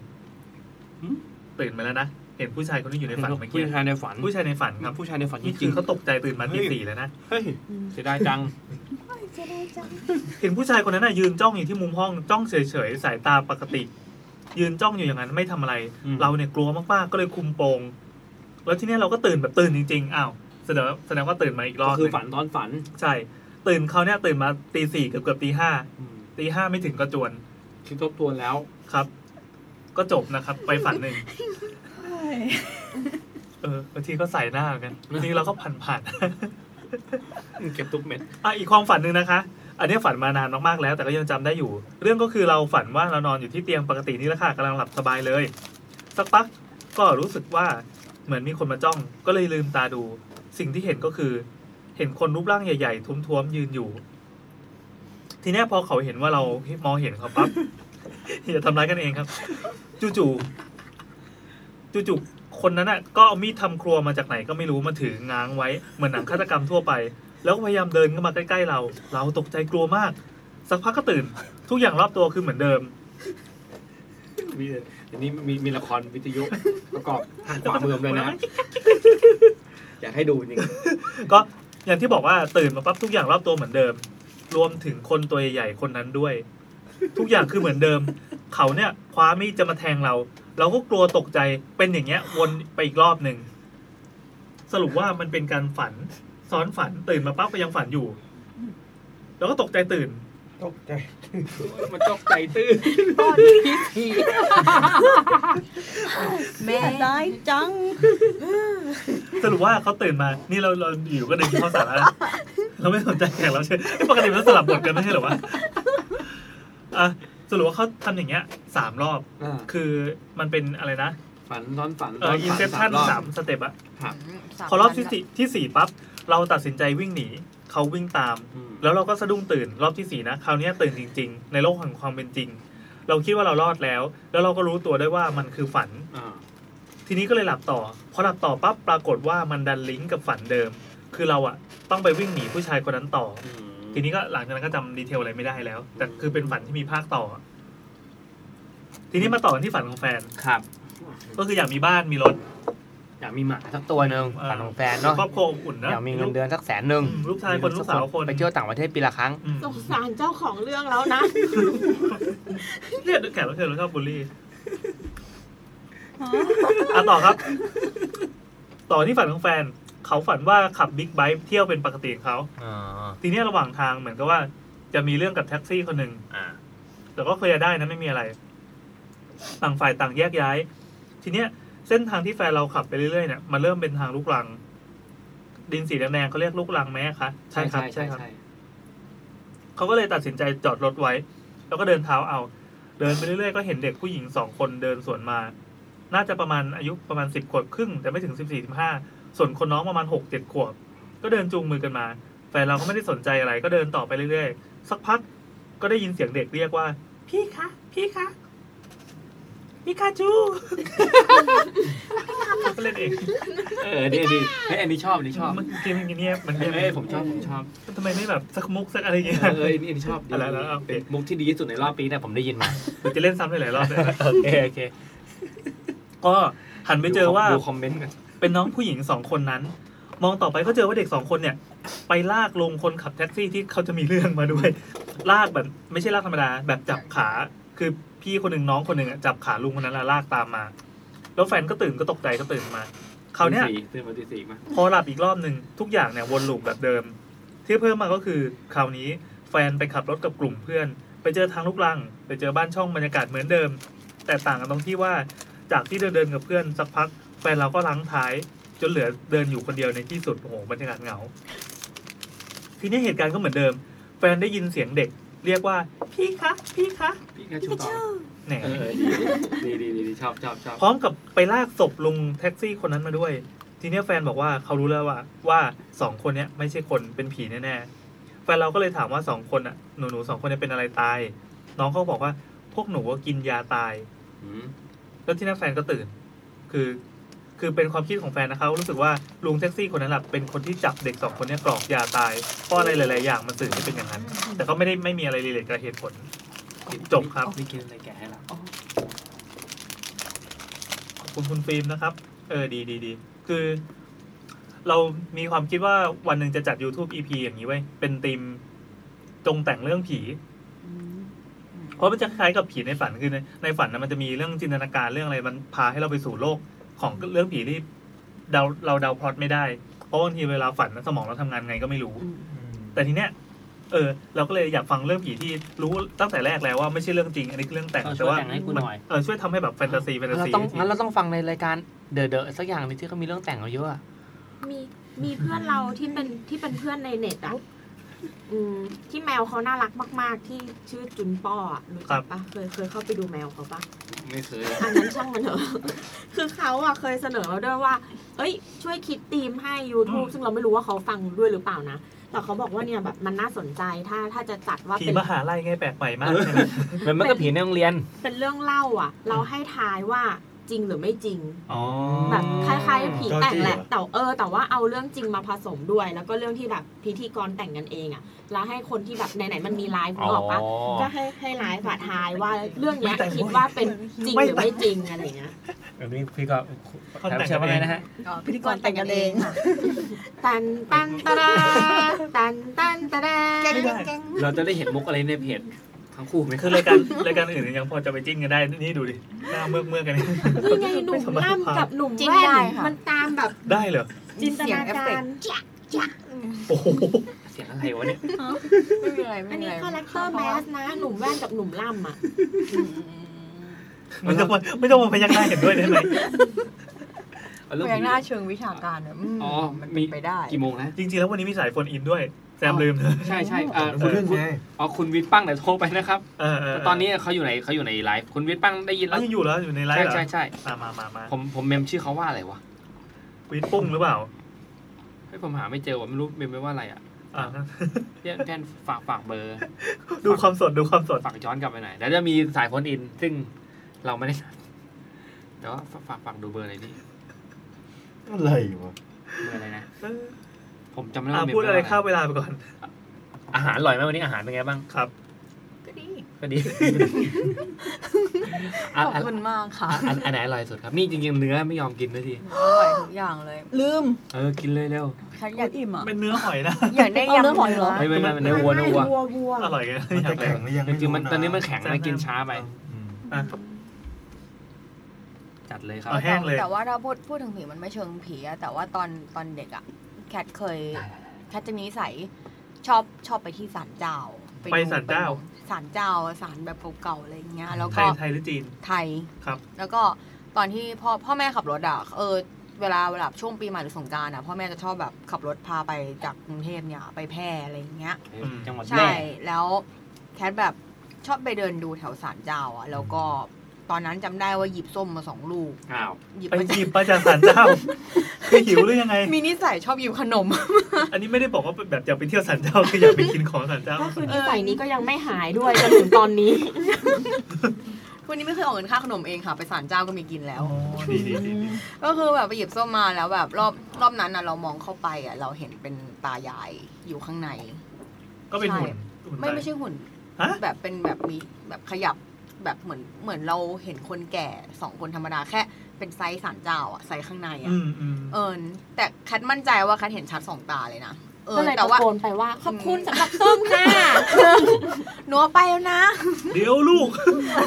S1: ตื่นมาแล้วนะเห็นผู้ชายคนที่อยู่ในฝันเมื่อ
S5: ผู้
S1: กี้
S5: ชายในฝัน
S1: ผู้ชายในฝันครับ
S4: ผู้ชายในฝันจ
S1: นี่คื
S4: ริ
S1: อง เขาตกใจตื่นมาตีสี่แล้วนะ
S4: เฮ้ยเสียดายจัง
S6: จะได้จัง
S1: เห็นผู้ชายคนนั้นน่ะยืนจ้องอยู่ที่มุมห้องจ้องเฉยๆสายตาปกติ ยืนจ้องอยู่อย่างนั้นไม่ทำอะไร
S4: อืม
S1: เราเนี่ยกลัวมากๆก็เลยคุมโปงแล้วที่นี่ยเราก็ตื่นแบบตื่นจริงๆอ้าวแสดงว่าแสดงว่าตื่นมาอีกรอบ
S5: ก็คือ
S1: หนึ่ง
S5: ฝันตอนฝัน
S1: ใช่ ตื่นเขาวเนี่ยตื่นมาตีสี่เกือบเกือบตีห้าตีห้าไม่ถึงก็จวน
S5: คิดทบทวนแล้ว
S1: ครับ ก็จบนะครับ ไปฝันหนึ่ง
S6: ใช่
S1: เออบางทีก็ใส่หน้าเหมือนกันบางทีเราก็ผ่านผ่าน
S5: เก็บทุกเม็ด
S1: ๆ อ่ะอีกความฝันหนึ่งนะคะ อันนี้ฝันมานานมากๆแล้ว แต่ก็ยังจำได้อยู่ เรื่องก็คือเราฝันว่าเรานอนอยู่ที่เตียงปกตินี่แหละค่ะกำลังหลับสบายเลย สักพักก็รู้สึกว่าเหมือนมีคนมาจ้อง ก็เลยลืมตาดู สิ่งที่เห็นก็คือ เห็นคนรูปร่างใหญ่ๆทุ้มๆยืนอยู่ ทีเนี้ยพอเขาเห็นว่าเรามองเห็นเขาปั๊บ [laughs] อย่าทำร้ายกันเองครับ จู่ๆจู่ๆคนนั้นน่ะ ก็เอามีดทำครัวมาจากไหนก็ไม่รู้มาถือง้างไว้เหมือนหนังฆาตกรรมทั่วไป แล้วก็พยายามเดินเข้ามาใกล้ๆเรา เราตกใจกลัวมาก สักพักก็ตื่น ทุกอย่างรอบตัวคือเหมือนเดิม
S5: มีอันนี้มีมีละครวิทยุประกอบทางขวามือผมเลย [laughs] นะ อยากให้ดูจริง
S1: ก็อย่างที่บอกว่าตื่นมาปั๊บทุกอย่างรอบตัวเหมือนเดิม รวมถึงคนตัวใหญ่ๆคนนั้นด้วย ทุกอย่างคือเหมือนเดิม เขาเนี่ยคว้ามีดจะมาแทงเรา เราก็กลัวตกใจเป็นอย่างเงี้ย วนไปอีกรอบหนึ่งสรุปว่ามันเป็นการฝัน ซ้อนฝันตื่นมาปั๊บก็ยังฝันอยู่ แล้วก็ตกใจตื่น
S8: ตกใจ
S5: มันตกใจตื้อ
S7: แม่
S6: เสียดายจัง [laughs]
S1: สรุปว่าเขาตื่นมา นี่เราเราอยู่ก็เดินเข้าสาระ [laughs] นะเราไม่สนใจแขกเราใช่ไหมปกติมันสลับบทกันไม่ใช่เหรอวะอ่ะสรุปว่าเขาทำอย่างเงี้ยสามรอบ
S5: อ่า
S1: คือมันเป็นอะไรนะ
S5: ฝันตอนฝัน
S1: เอ่ออินเซปชันสามสเต็ปอะ
S7: ม
S1: พอรอบ
S7: พัน
S1: ที่
S7: ละ
S1: สี่ที่สี่ปั๊บ เราตัดสินใจวิ่งหนี เขาวิ่งตาม แล้วเราก็สะดุ้งตื่นรอบที่สี่นะคราวเนี้ยตื่นจริง ๆ ในโลกแห่งความเป็นจริง เราคิดว่าเรารอดแล้ว แล้วเราก็รู้ตัวได้ว่ามันคือฝัน
S4: อ่า
S1: ทีนี้ก็เลยหลับต่อ พอหลับต่อปั๊บปรากฏว่ามันดันลิงก์กับฝันเดิม คือเราอะต้องไปวิ่งหนีผู้ชายคนนั้นต่อ
S4: อืม
S1: ทีนี้ก็หลังจากนั้นก็จำดีเทลอะไรไม่ได้แล้ว แต่คือเป็นฝันที่มีภาคต่ออะทีนี้มาต่อกันที่ฝันของแฟน
S5: ครับ
S1: ก็คืออยากมีบ้านมีรถ
S5: อยากมีหมาสักตัวหนึ่งฝันของแฟนเนาะ
S1: ครอบครัวอบอุ่นนะ
S5: อยากมีเงินเดือนสักแสนหนึ่ง
S1: อืมลูกชายคนลูกสาวคน
S5: ไปเที่ยวต่างประเทศปีละครั้ง
S1: อืม
S3: สงสารเจ้าของเรื่องแล้วนะ
S1: เนี่ยแขกรับเชิญเราชอบบูลลี่ อ่ะต่อครับ ต่อที่ฝันของแฟน เขาฝันว่าขับบิ๊กไบค์เที่ยวเป็นปกติของเขา
S5: อ๋อ
S1: ทีเนี้ยระหว่างทางเหมือนกับว่า จะมีเรื่องกับแท็กซี่คนหนึ่ง
S5: อ่า
S1: แต่ก็เคลียร์ได้นะไม่มีอะไร ต่างฝ่ายต่างแยกย้าย ทีเนี้ยเส้นทางที่แฟนเราขับไปเรื่อยๆเนี่ยมันเริ่มเป็นทางลูกรัง ดินสีแดงๆเขาเรียกลูกรังไหมคะครับใช่ครับ เขาก็เลยตัดสินใจจอดรถไว้ แล้วก็เดินเท้าเอา เดินไปเรื่อยๆก็เห็นเด็กผู้หญิงสองคนเดินสวนมา น่าจะประมาณอายุประมาณสิบขวบครึ่ง แต่ไม่ถึงสิบสี่สิบห้าส่วนคนน้องประมาณหกเจ็ดขวบ ก็เดินจูงมือกันมา แฟนเราก็ไม่ได้สนใจอะไร ก็เดินต่อไปเรื่อยๆ สักพักก็ได้ยินเสียงเด็กเรียกว่า พี่คะพี่คะพี่คาจูก็เล่นเอง
S5: เออดีดีเฮ้ยอันนี้ชอบอันนี้ชอบ
S1: มันเกมอย่างเงี้ยมัน
S5: เฮ้
S1: เงี
S5: ย
S1: ยบ
S5: เฮ้ยผมชอบผมชอบ
S1: ทำไมไม่แบบสักมุกสักอะไรอย่าง
S5: เอ
S1: เงี้
S5: อ
S1: ย
S5: เอออันนี้อันนี้ชอบดี
S1: อะไรแล้วเอาเป็น
S5: มุกที่ดีที่สุดในรอบปีเนี่ยผมได้ยินมา
S1: มันจะเล่นซ้ำหลายๆรอบเลยนะ
S5: โอเคโอเค
S1: ก็หันไปเจอว่า
S5: ดูคอมเมนต์กัน
S1: เป็นน้องผู้หญิงสองคนนั้น มองต่อไปก็เจอว่าเด็กสองคนเนี่ย ไปลากลงคนขับแท็กซี่ที่เขาจะมีเรื่องมาด้วย ลากแบบไม่ใช่ลากธรรมดา แบบจับขา คือพี่คนหนึ่งน้องคนหนึ่งอะจับขาลุงคนนั้นแล้วลากตามมา แล้วแฟนก็ตื่นก็ตกใจก็ตื่นมาคราวเนี้ย
S5: ตีสี่ตื่นมาตีสี่มา
S1: พอหลับอีกรอบหนึ่งทุกอย่างเนี่ยวนลูปแบบเดิม ที่เพิ่มมาก็คือคราวนี้แฟนไปขับรถกับกลุ่มเพื่อน ไปเจอทางลูกรัง ไปเจอบ้านช่องบรรยากาศเหมือนเดิม แต่ต่างกันตรงที่ว่าจากที่เดินเดินๆกับเพื่อนสักพักแฟนเราก็ล้างท้าย จนเหลือเดินอยู่คนเดียวในที่สุดโอ้โหบรรยากาศเหงา ทีนี้เหตุการณ์ก็เหมือนเดิม แฟนได้ยินเสียงเด็ก เรียกว่าพี่คะพี่คะ
S5: พี่ก็ชูต่อ
S1: แหน่
S5: เออดีดีดีดีดีชอบชอบชอบ
S1: พร้อมกับไปลากศพลุงแท็กซี่คนนั้นมาด้วย ทีเนี้ยแฟนบอกว่าเขารู้แล้วว่าว่าสองคนเนี้ยไม่ใช่คนเป็นผีแน่ๆแฟนเราก็เลยถามว่าสองคนอ่ะหนูหนูสองคนเนี้ยเป็นอะไรตาย น้องเขาบอกว่าพวกหนูว่ากินยาตาย
S5: อืม
S1: แล้วที่นั่นแฟนก็ตื่น คือ คือเป็นความคิดของแฟนนะคะรู้สึกว่าลุงแท็กซี่คนนั้นแหละเป็นคนที่จับเด็กสองคนเนี้ยกรอกยาตายเพราะอะไรหลายๆอย่างมันสื่อให้เป็นอย่างนั้น แต่ก็ไม่ได้ไม่มีอะไรรีเลทกับเหตุผล จบครับ
S5: นี่กินอะไรแกะให้เรา
S1: ขอบคุณคุณฟิล์มนะครับ เออดีดีดี คือ เรามีความคิดว่าวันหนึ่งจะจัด YouTube EP อย่างนี้ไว้ยเป็นธีมจงแต่งเรื่องผี เพราะมันจะคล้ายกับผีในฝันคือในในฝันนะมันจะมีเรื่องจินตนาการเรื่องอะไรมันพาให้เราไปสู่โลกของเรื่องผีที่เดาเราเดาพล็อตไม่ได้ เพราะบางทีเวลาฝันนะสมองเราทำงานไงก็ไม่รู้ แต่ทีเนี้ยเออ เราก็เลยอยากฟังเรื่องผีที่รู้ตั้งแต่แรกแล้วว่าไม่ใช่เรื่องจริง อันนี้คือเรื่องแต่ง
S5: เอาช่
S1: แต่
S5: วย
S1: ว่า
S5: แต่งให้กูหน่อย
S1: เออช่วยทำให้แบบแฟนตาซีแฟนตา
S5: เรา
S1: ซี
S5: ต้องงั้นเราต้องฟังในรายการเดอะเดอะสักอย่างหนึงที่เขามีเรื่องแต่งเอาเยอะอะ
S3: มีมีเพื่อนเราที่เป็นที่เป็นเพื่อนในเน็ตอ่ะอืมที่แมวเขาน่ารักมาก ๆ ที่ชื่อจุนป้ออะรู้จักปะเคยเคยเข้าไปดูแมวเขาปะ
S5: ไม่เคย
S3: อันนั้นช่างมันเถอะ คือเขาอะเคยเสนอเราด้วยว่า เอ้ย ช่วยคิดธีมให้ YouTube ซึ่งเราไม่รู้ว่าเขาฟังด้วยหรือเปล่านะ แต่เขาบอกว่าเนี่ยแบบมันน่าสนใจ ถ้าถ้าจะจัดว่า
S1: ผี
S3: เป็น
S1: มหาลัยไงแปลกใหม่มาก
S5: เหมือนเมื่อกี้ผีในโรงเรียน
S3: เป็นเรื่องเล่าอะเราให้ทายว่าจริงหรือไม่จริง
S5: อ๋อ
S3: แบบคล้ายๆผีแต่งแหละ
S8: เจ้าจี้
S3: แต่
S8: เหรอ
S3: เออ แต่ว่าเอาเรื่องจริงมาผสมด้วย แล้วก็เรื่องที่แบบพิธีกรแต่งกันเองอะแล้วให้คนที่แบบไหนๆมันมีไลฟ์บอกปะ
S5: อ๋อ
S3: ก็ให้ให้ไลฟ์อะทายว่าเรื่องเนี้ย
S1: ไม่แต่ง
S3: คิดว่าเป็นจริงหรือไม่จริงอะไรเงี้ย
S5: อันนี้พี่ก็
S1: คน
S5: ถาม
S1: แต่ง
S5: เชิญว่าไงนะฮะ
S6: พิธีกรแต่งกันเอง
S3: ตันตันตะดาตันตันตะดา
S7: แก๊ง
S1: ไม่ได้
S7: แก๊ง
S5: เราจะได้เห็นมุกอะไรในเพจทั้งคู่ไหม
S1: คือราย [laughs] การรายการอื่นยังพอจะไปจิ้นกันได้นี่ดูดิหน้าเมือกเมือกๆกันนี่
S3: นี่ไงหนุ่มล่ำกับหนุ่มแว่นมันตามแบบ
S1: ได้เหรอ
S3: จินต
S7: เสียง
S3: นา
S7: เอฟ
S3: กา
S7: เฟ
S3: ร
S7: กต์
S1: โอ้โห
S5: เสียงอะไรวะเนี่ย
S7: ไม่มีอะไรไม่
S3: อัน
S7: มี
S3: นี้
S7: อะไร
S3: คาแรคเตอร์แมสนะหนุ่มแว่นกับหนุ่มล่ำอ่ะ
S7: อืม
S1: ไม่ต้องมาไม่ต้องมาพยักหน้าเห็นด้วยได้ไหม
S5: เอาเรื่อง
S7: พยัก
S5: ผี
S7: หน้าเชิงวิชาการเนี่ยม
S5: อ๋อ
S7: มัน
S5: มี
S7: เป็นไปได้
S5: กี่โมงนะ
S1: จริงๆ แล้ววันนี้มีสายโฟนอินด้วยแซมลืม
S5: ใช่ใช่เอ่อ
S8: คุณเรื่องไง
S5: อ๋อคุณวิทย์ปั้งเดี๋ยวโทรไปนะครับ
S1: เออเ
S5: แต่ตอนนี้เขาอยู่ในเขาอยู่ในไลฟ์คุณวิทย์ปั้งได้ยินแล้
S1: เรา
S5: ว
S1: ยังอยู่แล้วอยู่ในไล
S5: ใช่
S1: ฟ์เหรอ
S5: ใช่ใช่
S1: อ่ะมามามา
S5: ผมผมเมมชื่อเขาว่าอะไรวะ
S1: วิทย์ปุ้งหรือเปล่า
S5: เฮ้ยผมหาไม่เจอว่ะไม่รู้เมมไม่ว่าอะไรอ่ะ
S1: อ่ะ
S2: เดี๋ยวแทนฝากฝากเบอร์
S1: ดูความสดดูความสด
S2: ฝากย้อนกลับไปหน่อยแล้วจะมีสายโฟนอิน ซึ่งเราไม่ได้ [laughs] นัดแต่ว่าฝากฝากฝากดูเบอร์อะไรนี่
S8: อะไรวะ
S2: เบอร์อะไรนะ ผมจำไม่ได้
S1: อ่ะ
S2: ว่าเมม
S1: พูด
S2: เบ
S1: อะไร
S2: อร์
S1: ข้ามเวลาไปก่อน
S2: อาหารอร่อยไหมวันนี้อาหารเป็นไงบ้าง
S1: ครับ
S2: ก็ดี [laughs]
S7: ขอบคุณมากค่ะ
S2: อันอันไหนอร่อยสุดครับ นี่จริงๆเนื้อไม่ยอมกินด้วยที
S7: อร่อยทุกอย่างเลย ลืม
S2: เออ กินเลยเร็ว
S7: ฉันอยากอิ่มอ่ะ
S1: เป็นเนื้อหอยนะ
S7: อยากได้
S6: เอา
S7: ยำ
S6: เรื่องหอยเหรอ
S2: ไม่ไม่ไม่มันเนื้อวัวเนื้อวัว
S3: วัววัว
S1: อร่อยไง
S8: มันจะแข็งหรือยัง
S2: จ
S8: ไรู้ะ
S2: ริงๆมันตอนนี้มันแข็งนะกินช้าไป
S8: อืม
S1: อ่ะ
S2: จัดเลยครับ
S1: เอาแห้งเลย
S7: แต่ว่าถ้าพูดพูดถึงผีมันไม่เชิงผีอะแต่ว่าตอนตอนเด็กอะแคทเคยแคทจะมีนิสัยชอบชอบไปที่ศาลเจ้า
S1: ไป
S7: ดู
S1: ศาลเจ้า
S7: ศาลเจ้าศาลแบบเก่าๆอะไรอย่างเงี้ย แล้ว
S1: ไท
S7: ก็
S1: ยไทยหรือจีน
S7: ไทย
S1: ครับ
S7: แล้วก็ตอนที่พ่อพ่อแม่ขับรถอ่ะเออเวลาเวลาช่วงปีใหม่หรือสงกรารอ่ะพ่อแม่จะชอบแบบขับรถพาไปจากกรุงเทพเนี่ยไปแพร่อะไรอย่างเงี้ย
S1: อืม
S2: จังหวัดแร
S7: ใช่
S2: ก
S7: แล้วแคทแบบชอบไปเดินดูแถวศาลเจ้าอ่ะ แล้วก็ตอนนั้นจำได้ว่าหยิบส้มมาสองลูก
S2: อ้าว
S7: หยิบ
S1: ไป
S7: [laughs] มา
S1: จีบประจากศาลเจ้าคือหิวหรือยังไง
S7: มีนิสัยชอบหยิบขนม [laughs]
S1: อันนี้ไม่ได้บอกว่าแบบอยากไปเที่ยวศาลเจ้าคืออยากไปกินของศาลเจ้า
S3: ก็คือนิสัยนี้ก็ยังไม่หาย [laughs] ด้วยจนถึงตอนนี้
S7: วันนี้ไม่เคยออกเงินค่าขนมเองค่ะ ไปศาลเจ้าก็มีกินแล้ว
S1: ดีดีดีดี
S7: ก็คือแบบไปหยิบส้มมาแล้วแบบรอบรอบนั้นน่ะเรามองเข้าไปอ่ะเราเห็นเป็นตายายอยู่ข้างใน
S1: ก็เป็นหุ่นหุ่น
S7: ไม่
S1: ป
S7: ไม่ใช่หุ่น
S1: ฮะ
S7: แบบเป็นแบบมีแบบขยับแบบเหมือนเหมือนเราเห็นคนแก่สองคนธรรมดาแค่เป็นไซส์สารเจ้าอะไซส์ข้างในอะ
S1: อืมอืม
S7: เอิญแต่แคทมั่นใจว่าแคทเห็นชัดสองตาเลยนะเอ
S3: ก็
S7: อ
S3: เลย
S7: แต่
S3: ตะ
S7: ว่า
S3: โกนไปว่า ขอบคุณสำหรับส้มค่ะ
S7: หนัวไปแล้วนะ
S1: เดี๋ยวลูก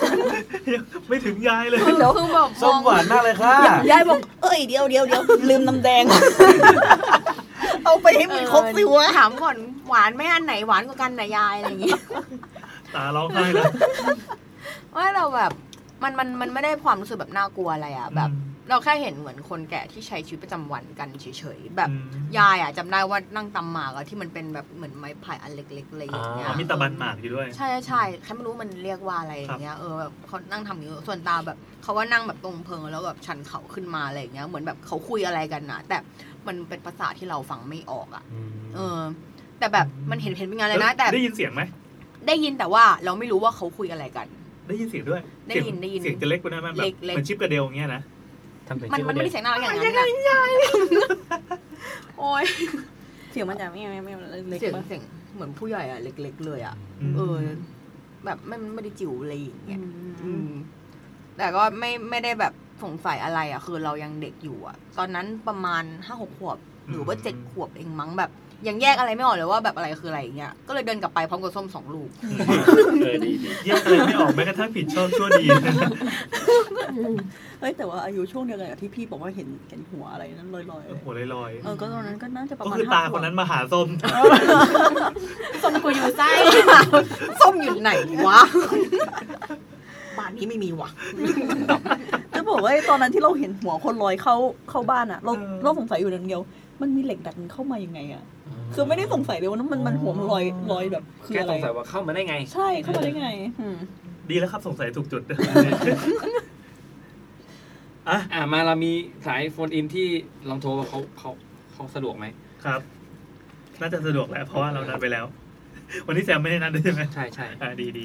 S1: [laughs] ยังไม่ถึงยายเลย
S7: แล้วคือแบบม
S8: ส้ม
S7: อง
S8: หวานมากเลยค่ะ
S6: ยายบอก เอ้ยเดียวเดียวเดียวลืมน้ำแดง [laughs] เอาไปให้มันครบสิวะ
S7: ถามก่อนหวานไหม่อันไหนหวานกว่ากันนะยายอะไรอย่างงี้
S1: ตาร้องไห้แล้ว
S7: ว่าเราแบบมันมันมันไม่ได้ความรู้สึกแบบน่ากลัวอะไรอะแบบ เราแค่เห็นเหมือนคนแก่ที่ใช้ชีวิตประจำวันกันเฉยๆแบบ
S1: อืม
S7: ยายอ่ะจำได้ว่านั่งตำหมากอะที่มันเป็นแบบเหมือนไม้ไผ่อันเล็กๆอะไรอย่างเงี้ย
S1: อ๋อมีตะบันหมากอยู่ด้วย
S7: ใช่ใช่แค่ไม่รู้มันเรียกว่าอะไรอย่างเงี้ยเออแบบเขานั่งทำอย่างเงี้ยส่วนตาแบบเขาว่านั่งแบบตรงเพิงแล้วแบบชันเขาขึ้นมาอะไรอย่างเงี้ยเหมือนแบบเขาคุยอะไรกันนะแต่มันเป็นภาษาที่เราฟังไม่ออกอ่ะ เออ แต่แบบมันเห็นเห็นเป็นงานเลยนะ แต่
S1: ได้ยินเสียงไหม
S7: ได้ยินแต่ว่าเราไม่รู้ว่าเขาคุยอะไรกัน
S1: ได้ยินเสียงด้วย
S7: ได้ยินได้ยิน
S1: เสียงจะเล็กกว่านั้นไหมแบบ
S7: เล็ก
S1: เห
S7: เล็ก
S1: มือนชิปกระเดลอย่างเงี้ยนะ
S2: ทำเป็น
S7: มัน
S2: ชื่อ
S7: มั
S2: ว่านเด็ก
S7: ไม่ได้เสียงน่ารักอย่างนั้นนะโอ้ย
S6: เสียงมันจะไม่ไม่ไม่เล็ก
S7: เสียง
S6: มาก
S7: เสียงเหมือนผู้ใหญ่อ่ะเล็ก ๆ เลยอ่ะ
S1: ม
S7: เออแบบไม่ไม่ได้จิ๋วอะไรอย่างเงี้ย
S6: อืม
S7: อืมแต่ก็ไม่ไม่ได้แบบสงสัยอะไรอ่ะ คือเรายังเด็กอยู่อ่ะ ตอนนั้นประมาณห้าหกขวบ หรือว่า
S1: อืม
S7: เจ็ดขวบเองมั้งแบบ ยังแยกอะไรไม่ออกเลยว่าแบบอะไรคืออะไรอย่างเงี้ยก็เลยเดินกลับไปพร้อมกับส้มสองลูก [laughs]
S2: เออดีดี
S1: แยกอะไรไม่ออกแม้กระทั่งผิดชอบชั่วดีนะ
S6: เฮ้ยแต่ว่าอายุช่วงเดียวกันกับที่พี่บอกว่าเห็นเห็นหัวอะไรนั้นลอยๆ
S1: โอ้
S6: อะ
S1: โหลอย
S6: เออก็ตอนนั้นก็น่าจะ
S1: ๆ
S6: ประ
S1: ก็
S6: มาณ
S1: คือตาคนนั้นมาหาส้ม
S3: ส้มกูอยู่ไส้
S7: ส้มอยู่ไหนวะ
S3: บ้านนี้ไม่มีว่ะ
S6: จะบอกว่าไอ้ตอนนั้นที่เราเห็นหัวคนลอยเข้าเข้าบ้านอะเรา
S1: เออ
S6: เราสงสัยอยู่อย่างเดียว มันมีเหล็กดัดมันเข้ามายังไงอะคือไม่ได้สงสัยเลยว่ามันมันหัวมันลอยลอยแบบคือ
S2: แค่
S6: อะ
S2: ส
S6: ไรง
S2: สัยว่าเข้ามาได้ไง
S6: ใช่เข้ามาได้ไงอืม
S1: ดีแล้วครับสงสัยถูกจุด [laughs]
S2: อ่ะมาเรามีสายโฟนอินที่ลองโทรว่าเขาเขาเขาสะดวกไหม
S1: ครับ น่าจะสะดวกแหละเพราะว่าเรานัดไปแล้ว วันนี้แซมไม่ได้นัดด้วยใช่ไหม
S2: ใช่ใช่
S1: อ่าดีดี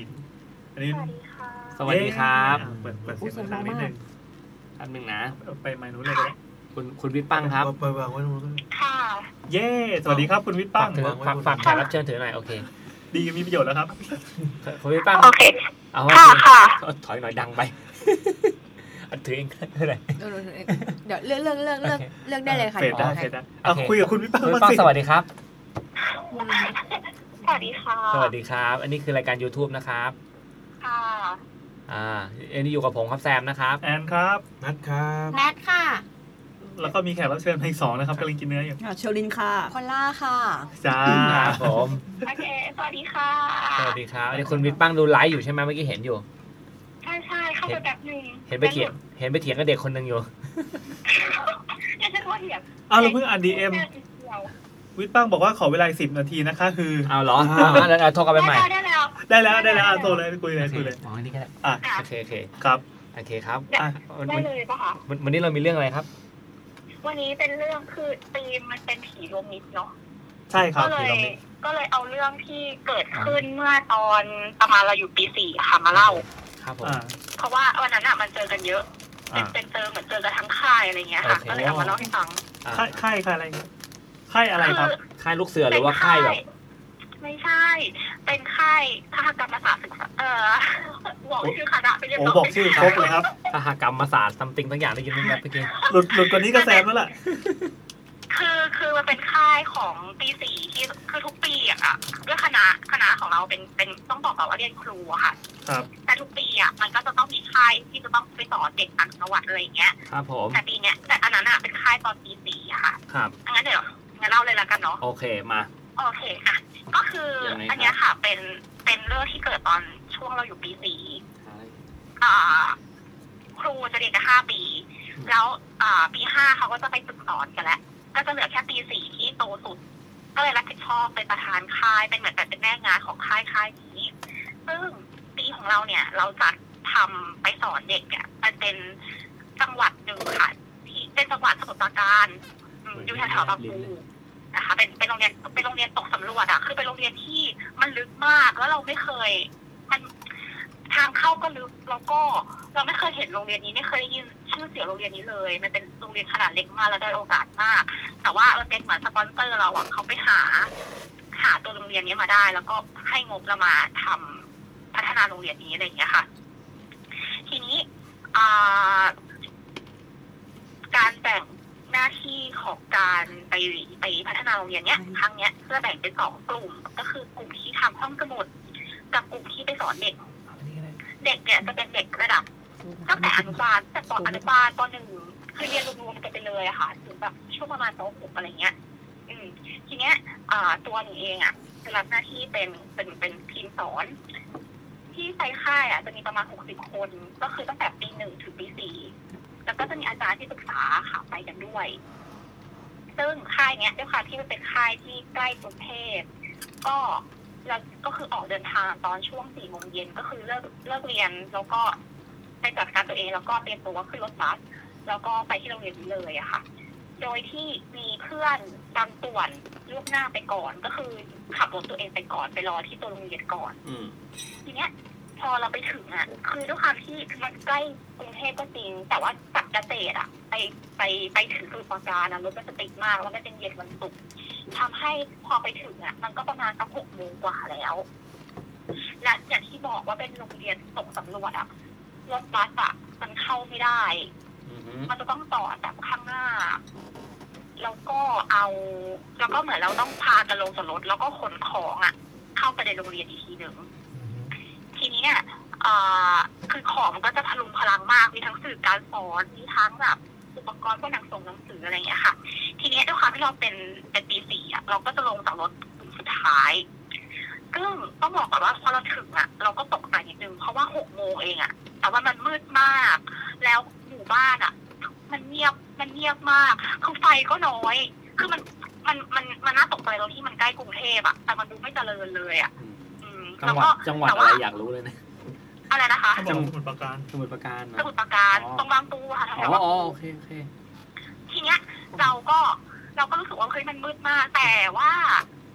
S1: อันนี้
S2: สวัสดีครับ
S1: เย้อ่ะเปิดเปิดเสียงดังๆนิดนึง
S2: อันหนึ่งนะ
S1: เอาไปไมค์นู้นเลยก็ได้
S2: คุณคุณวิทย์ปังครับ
S8: ไปวางไว้ตรงนู้น
S1: เย้ สวัสดีครับคุณวิทย์
S2: ฝา
S1: ปั้
S2: ก
S1: ง
S2: ถือ
S8: วางไว้
S2: ฝาก
S8: บน
S2: ฝากแขกรับเชิญถือหน่อยโอเค
S1: ดีมีประโยชน์แล้วครับ
S2: คุณวิทย์ปัง
S10: โอเค
S2: เอา
S10: ค่ะ
S2: โอเ
S10: ค่ะ
S2: เอาถอยหน่อยดัง [laughs] ไปเอาถือเองก็ได้
S7: เออเดี๋ยวเลือกเลือกเลือกเลือก
S2: โอเค
S7: เลือกได้เลยค่ะ
S1: เฟดได้
S7: ดี๋ยว
S1: เฟดได้
S2: โอเค
S1: เอาคุยกับคุณวิทย์ปั้ง
S2: คุณวิ
S1: มา
S2: ทย์ปัง
S1: สิ
S2: สวัสดีครับ
S10: สวัสดีค่ะ
S2: สวัสดีครับ อันนี้คือรายการ YouTube นะครับ
S10: ค่ะ
S2: อ่าอันนี้อยู่กับผมครับแซมนะครับ
S1: แอนครับ
S8: นัดครับ
S3: แนทค่ะ
S1: แล้วก็มีแขกรับเชิญมาอีกสองนะครับกำลังกินเนื้ออยู่
S6: อ่ะเชลลินค่ะ
S7: คอลล่าค่ะ
S1: จ้า
S2: ครับผม
S10: โอเค สวัสดีค่ะ
S2: สวัสดีครับอันนี้คุณวิทย์ปังดูไลฟ์อยู่ใช่ไหมเมื่อกี้เห็นอยู่
S10: ใช่ใช่เข้าไปแบบหนึ่ง
S2: เห็นไปเถียง เห็นไปเถียงกับเด็กคนหนึ่งอยู่
S10: จะจะโทษเถียง
S1: อ้าวเราเพิ่งอ่านดีเอ็ม
S10: ได้แล้ว
S1: วิทย์ป้างบอกว่าขอเวลาสิบนาทีนะคะ คือ
S2: เอาเหรอเอาเอาเอาเอาโทรกลับไปใหม่
S10: ได้แล้ว
S1: ได้แล้วได้แล้วอ่ะโทรเลยคุยเลยคุยเลย
S2: อ๋อนี่ก็ได้
S1: อ่ะ
S2: โอเคโอเค
S1: ครับ
S2: โอเคครับ
S1: อ่ะ
S2: วัน
S10: ได้
S2: วัน
S10: เลยปะคะ
S2: วันวันนี้เรามีเรื่องอะไรครับ
S10: วันนี้เป็นเรื่องคือธีมมันเป็นผีรวมมิตรเนาะ
S1: ใช่ครับ
S10: ก็เลย
S1: พีระมิด
S10: ก็เลยเอาเรื่องที่เกิดขึ้นเมื่อตอนประมาณเราอยู่ปีสี่ค่ะมาเล่า
S5: ครับผม
S1: อ่า
S10: เพราะว่าวันนั้นอะมันเจอกันเยอะ เป็น
S1: อ่า
S10: เป็นเจอเหมือนเจอกันทั้งค่ายอะไรอย่างเงี้ยค่ะ
S5: โอเค
S10: ก็เลยเอามาเล่าให้ฟัง
S5: อ่า
S1: ค่ายค่ายค่ายอะไรค่ายอะไรครับ
S10: คือ
S5: ค่ายลูกเสือหรือว่าค่ายแบบ
S10: ไม่ใช่ เป็นค่ายคหกรรมศาสตร์ศึกษา เออบอกชื่อคณะไปเรียบ
S1: โอ้
S10: ร้อย
S1: บอกชื่อครบเลยครับ
S5: พหกรรมศาสตร์ซัมติงทั้งอย่างได้ยินไหมครับเมื่อกี้
S1: หลุดหลุดกว่านี้ก็แซมแล้วล่ะ
S10: คือคือมันเป็นค่ายของปีสี่ที่คือทุกปีอะค่ะด้วยคณะคณะของเราเป็นเป็นต้องบอกก่อนว่าเรียนครูอะค่ะ
S1: ครับ
S10: แต่ทุกปีอะมันก็จะต้องมีค่ายที่จะต้องไปสอนเด็กต่างจังหวัดอะไรอย่างเงี้ย
S5: ครับผม
S10: แต่ปีเนี้ยแต่อันนั้นอะเป็นค่ายตอนปีสี่อะค่ะ
S5: ครับ
S10: งั้นเดี๋ยวงั้นเล่าเลยละกันเนาะ
S5: โอเคมา
S10: โอเคค่ะ ก็คือ
S5: ยังไงครับ
S10: อันเนี้ยค่ะ เป็นเป็นเรื่องที่เกิดตอนช่วงเราอยู่ปีสี่อ่า ครูจะเรียนกันห้าปี แล้วอ่าปีห้าเขาก็จะไปฝึกสอนกันแล้วก็จะเหลือแค่ปีสี่ที่โตสุด ก็เลยรับผิดชอบเป็นประธานค่ายเป็นเหมือนแบบเป็นแม่งานของค่ายค่ายนี้ ซึ่งปีของเราเนี่ย เราจัดทำไปสอนเด็กอ่ะมันเป็นจังหวัดหนึ่งค่ะ ที่เป็นจังหวัดสมุทรปราการอืมอยู่แถวๆบางปู นะคะเป็นเป็นโรงเรียนเป็นโรงเรียนตกสำรวจอะคือเป็นโรงเรียนที่มันลึกมากแล้วเราไม่เคย มันทางเข้าก็ลึกแล้วก็เราไม่เคยเห็นโรงเรียนนี้ไม่เคยได้ยินชื่อเสียงโรงเรียนนี้เลย มันเป็นโรงเรียนขนาดเล็กมากแล้วได้โอกาสมาก แต่ว่ามันเป็นเหมือนสปอนเซอร์เราอะเขาไปหา หาตัวโรงเรียนนี้มาได้ แล้วก็ให้งบเรามาทำพัฒนาโรงเรียนนี้อะไรอย่างเงี้ยค่ะ ทีนี้อ่า การแบ่งหน้าที่ของการไปไปพัฒนาโรงเรียนเนี้ยครั้งเนี้ยเพื่อแบ่งเป็นสองกลุ่ม ก็คือกลุ่มที่ทำห้องสมุดกับกลุ่มที่ไปสอนเด็ก เด็กเนี่ยจะเป็นเด็กระดับตั้งแต่อนุบาลแต่ปออนุบาลปหนึ่งคือเรียนรวมๆกันไปเลยอะค่ะถึงแบบช่วงประมาณปหกอะไรเงี้ย อืม ทีเนี้ยอ่าตัวหนูเองอะจะรับหน้าที่เป็นเป็นเป็นทีมสอน ที่ไปค่ายอะจะมีประมาณหกสิบคน ก็คือตั้งแต่ปีหนึ่งถึงปีสี่ แล้วก็จะมีอาจารย์ที่ปรึกษาค่ะไปกันด้วย ซึ่งค่ายเนี้ยด้วยความที่มันเป็นค่ายที่ใกล้กรุงเทพ ก็แล้วก็คือออกเดินทางตอนช่วงสี่โมงเย็นก็คือเลิกเลิกเรียนแล้วก็ไปจัดการตัวเองแล้วก็เตรียมตัวขึ้นรถบัสแล้วก็ไปที่โรงเรียนนี้เลยอะค่ะ โดยที่มีเพื่อนบางส่วนล่วงหน้าไปก่อนก็คือขับรถตัวเองไปก่อนไปรอที่ตัวโรงเรียนก่อน
S4: อืม
S10: ทีเนี้ยพอเราไปถึงอ่ะ คือด้วยความที่มันใกล้กรุงเทพก็จริง แต่ว่าจากเกษตรอ่ะ ไปไปไปถึงคือปากการนะรถมันจะติดมากแล้วมันเป็นเย็นวันศุกร์ทำให้พอไปถึงอ่ะ มันก็ประมาณสักหกโมงกว่าแล้ว และอย่างที่บอกว่าเป็นโรงเรียนตกสำรวจอ่ะรถบัสอ่ะมันเข้าไม่ได้ มันจะต้องต่อแบบข้างหน้า แล้วก็เอา แล้วก็เหมือนเราต้องพากันลงจากรถแล้วก็ขนของอ่ะ เข้าไปในโรงเรียนอีกทีหนึ่ง ทีนี้เนี่ยเอ่อคือของมันก็จะพลุงพลังมาก มีทั้งสื่อการสอน มีทั้งแบบอุปกรณ์พวกหนังส่งหนังสืออะไรอย่างเงี้ยค่ะ ทีนี้ด้วยความที่เราเป็นเป็นปีสี่อะเราก็จะลงจากรถกลุ่มสุดท้ายซึ่งต้องบอกก่อนว่าพอเราถึงอะเราก็ตกใจนิดนึง เพราะว่าหกโมงเองอะแต่ว่ามันมืดมาก แล้วหมู่บ้านอะมันเงียบมันเงียบมาก คือไฟก็น้อย คือมันมันมันมันน่าตกใจตรงที่มันใกล้กรุงเทพอะแต่มันดูไม่เจริญเลยอะอืม
S5: จังหวัด
S10: แล้วก็
S5: จังหวัด
S10: แต่
S5: อะ
S10: ว่า
S5: ไรอยากรู้เลยนะ
S10: อะไรนะคะ
S1: เขาบอกว่าสมุดประการ
S5: สมุทรปราการ
S10: ส
S5: นะ
S10: มุทรปราการ
S5: อ๋อ
S10: ตรงบางปูค่ะแถ
S5: อ๋
S10: ว
S5: อ
S10: ๆบาง
S5: อ๋อ
S10: ปู
S5: โอเคโอเค
S10: ทีเนี้ย เราก็เราก็รู้สึกว่าเฮ้ยมันมืดมาก แต่ว่า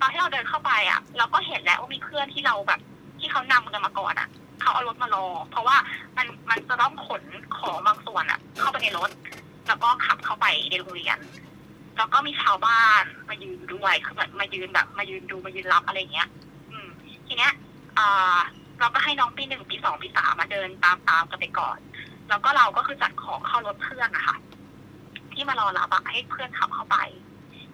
S10: ตอนที่เราเดินเข้าไปอ่ะ เราก็เห็นแล้วว่ามีเพื่อนที่เราแบบ ที่เขานำกันมาก่อนอ่ะ เขาเอารถมารอ เพราะว่ามันมันจะต้องขนของบางส่วนอ่ะ เข้าไปในรถ แล้วก็ขับเข้าไปในโรงเรียน แล้วก็มีชาวบ้านมายืนด้วยคือแบบมายืนแบบ มายืนดูมายืนรับอะไรอย่างเงี้ย อืม ทีเนี้ยอ่าเราก็ให้น้องปีหนึ่งปีสองปีสามมาเดินตามตามกันไปก่อน แล้วก็เราก็คือจัดของเข้ารถเพื่อนนะคะที่มารอรับอะให้เพื่อนขับเข้าไป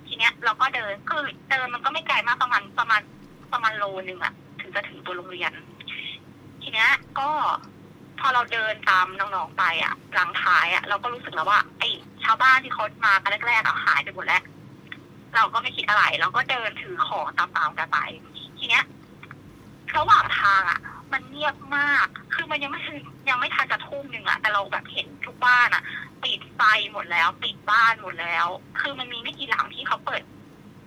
S10: ทีเนี้ยเราก็เดินคือเดินมันก็ไม่ไกลมากประมาณประมาณประมาณโลนึงอะถึงจะถึงตัวโรงเรียน ทีเนี้ยก็พอเราเดินตามน้องๆไปอะหลังท้ายอะเราก็รู้สึกแล้วว่าไอ้ชาวบ้านที่เขามากันแรกๆอะหายไปหมดแล้ว เราก็ไม่คิดอะไร เราก็เดินถือของตามๆกันไป ทีเนี้ยระหว่างทางอะ มันเงียบมาก คือมันยังไม่ถึงยังไม่ทันจะทุ่มหนึ่งอะแต่เราแบบเห็นทุกบ้านอะปิดไฟหมดแล้ว ปิดบ้านหมดแล้ว คือมันมีไม่กี่หลังที่เขาเปิด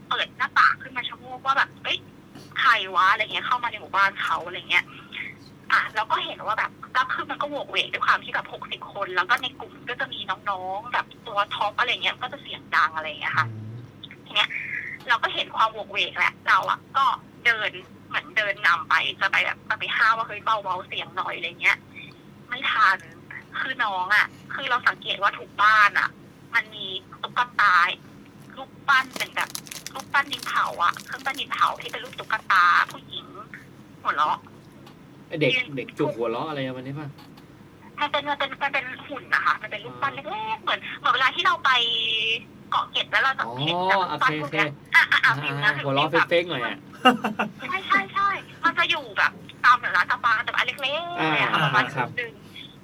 S10: เปิดหน้าต่างขึ้นมาชะโงกว่าแบบ เอ้ย ใครวะอะไรเงี้ยเข้ามาในหมู่บ้านเขาอะไรเงี้ย อ่ะแล้วก็เห็นว่าแบบแล้วคือมันก็โหวกเวกด้วยความที่แบบหกสิบคน แล้วก็ในกลุ่มก็จะมีน้องๆ แบบตัวท็อปอะไรเงี้ย ก็จะเสียงดังอะไรเงี้ยค่ะ ทีเนี้ย เราก็เห็นความโหวกเวกแหละเราอะก็เดินเหมือนเดินนำไปจะไปแบบจะไปห้ามว่าเฮ้ยเบาเบาๆเสียงหน่อยอะไรเงี้ย ไม่ทันคือน้องอะคือเราสังเกตว่าถูกบ้านอะมันมีตุ๊กตาลูกปั้นเป็นแบบลูกปั้นดินเผาอะเครื่องปั้นดินเผาที่เป็นรูปตุ๊กตาผู้หญิงหัวเราะ
S5: เด็กเด็กจุกหัวล้ออะไรวันนี้ป่ะ
S10: มันเป็นมันเป็นมันเป็นหุ่นนะคะมันเป็นรูปปั้นเล็กๆเหมือนเหมือนเวลาที่เราไปเกาะเกร็ดแล้วเราจะเห็นแบบรูปปั้นพวกเนี้ยอ่ะอ่ะอ่ะฟิลนั้น
S5: หัวล้อเฟกๆหน่อยอ่ะ
S10: ใช่ใช่ใช่มันจะอยู่แบบตามเหมือนร้านกาแฟแต่อันเล็กๆเลยอะค่ะประมาณ
S5: อ่าครับ
S10: นึง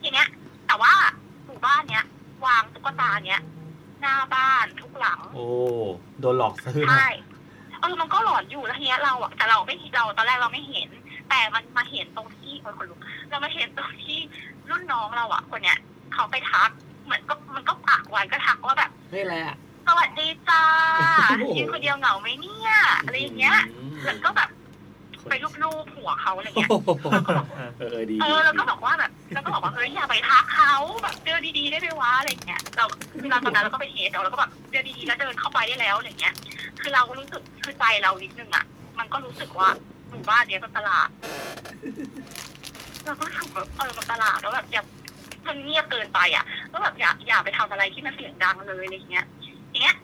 S10: ทีเนี้ย แต่ว่าหมู่บ้านเนี้ยวางตุ๊กตาเนี้ยหน้าบ้านทุกหลัง
S2: โอ้โดนหลอกซื้อมา
S10: ใช่เออมันก็หลอนอยู่แล้วทีเนี้ยเราอะแต่เราไม่เราตอนแรกเราไม่เห็น แต่มันมาเห็นตรงที่โอ้ยคนลุกเรามาเห็นตรงที่รุ่นน้องเราอะคนเนี้ยเขาไปทักเหมือนก็มันก็ปากไว้ก็ทักว่าแบบ
S5: นี่แหละ
S10: สวัสดีจ้า
S5: โอ้โห
S10: ยืนคนเดียวเหงาไหมเนี่ยอะไรอย่างเงี้ยแล้วก็แบบไปลูบๆหัวเขาอะไรเงี้ย
S5: เออดี
S10: เออแล้วก็บอกว่าแบบแล้วก็บอกว่าเฮ้ยอย่าไปทักเขาแบบเดินดีๆได้ไหมวะอะไรเงี้ยเราคือเราตอนนั้นเราก็ไปเห็นเราแล้วก็แบบเดินดีๆแล้วเดินเข้าไปได้แล้วอะไรเงี้ย คือเรารู้สึกคือใจเรานิดนึงอ่ะ มันก็รู้สึกว่าหมู่บ้านเนี้ยมันประหลาดเราก็รู้สึกแบบเออมันประหลาดแล้วแบบอย่ามันเงียบเกินไปอ่ะก็แบบอย่าอย่าไปทำอะไรที่มันเสียงดังเลยอะไรเงี้ยเนี้ย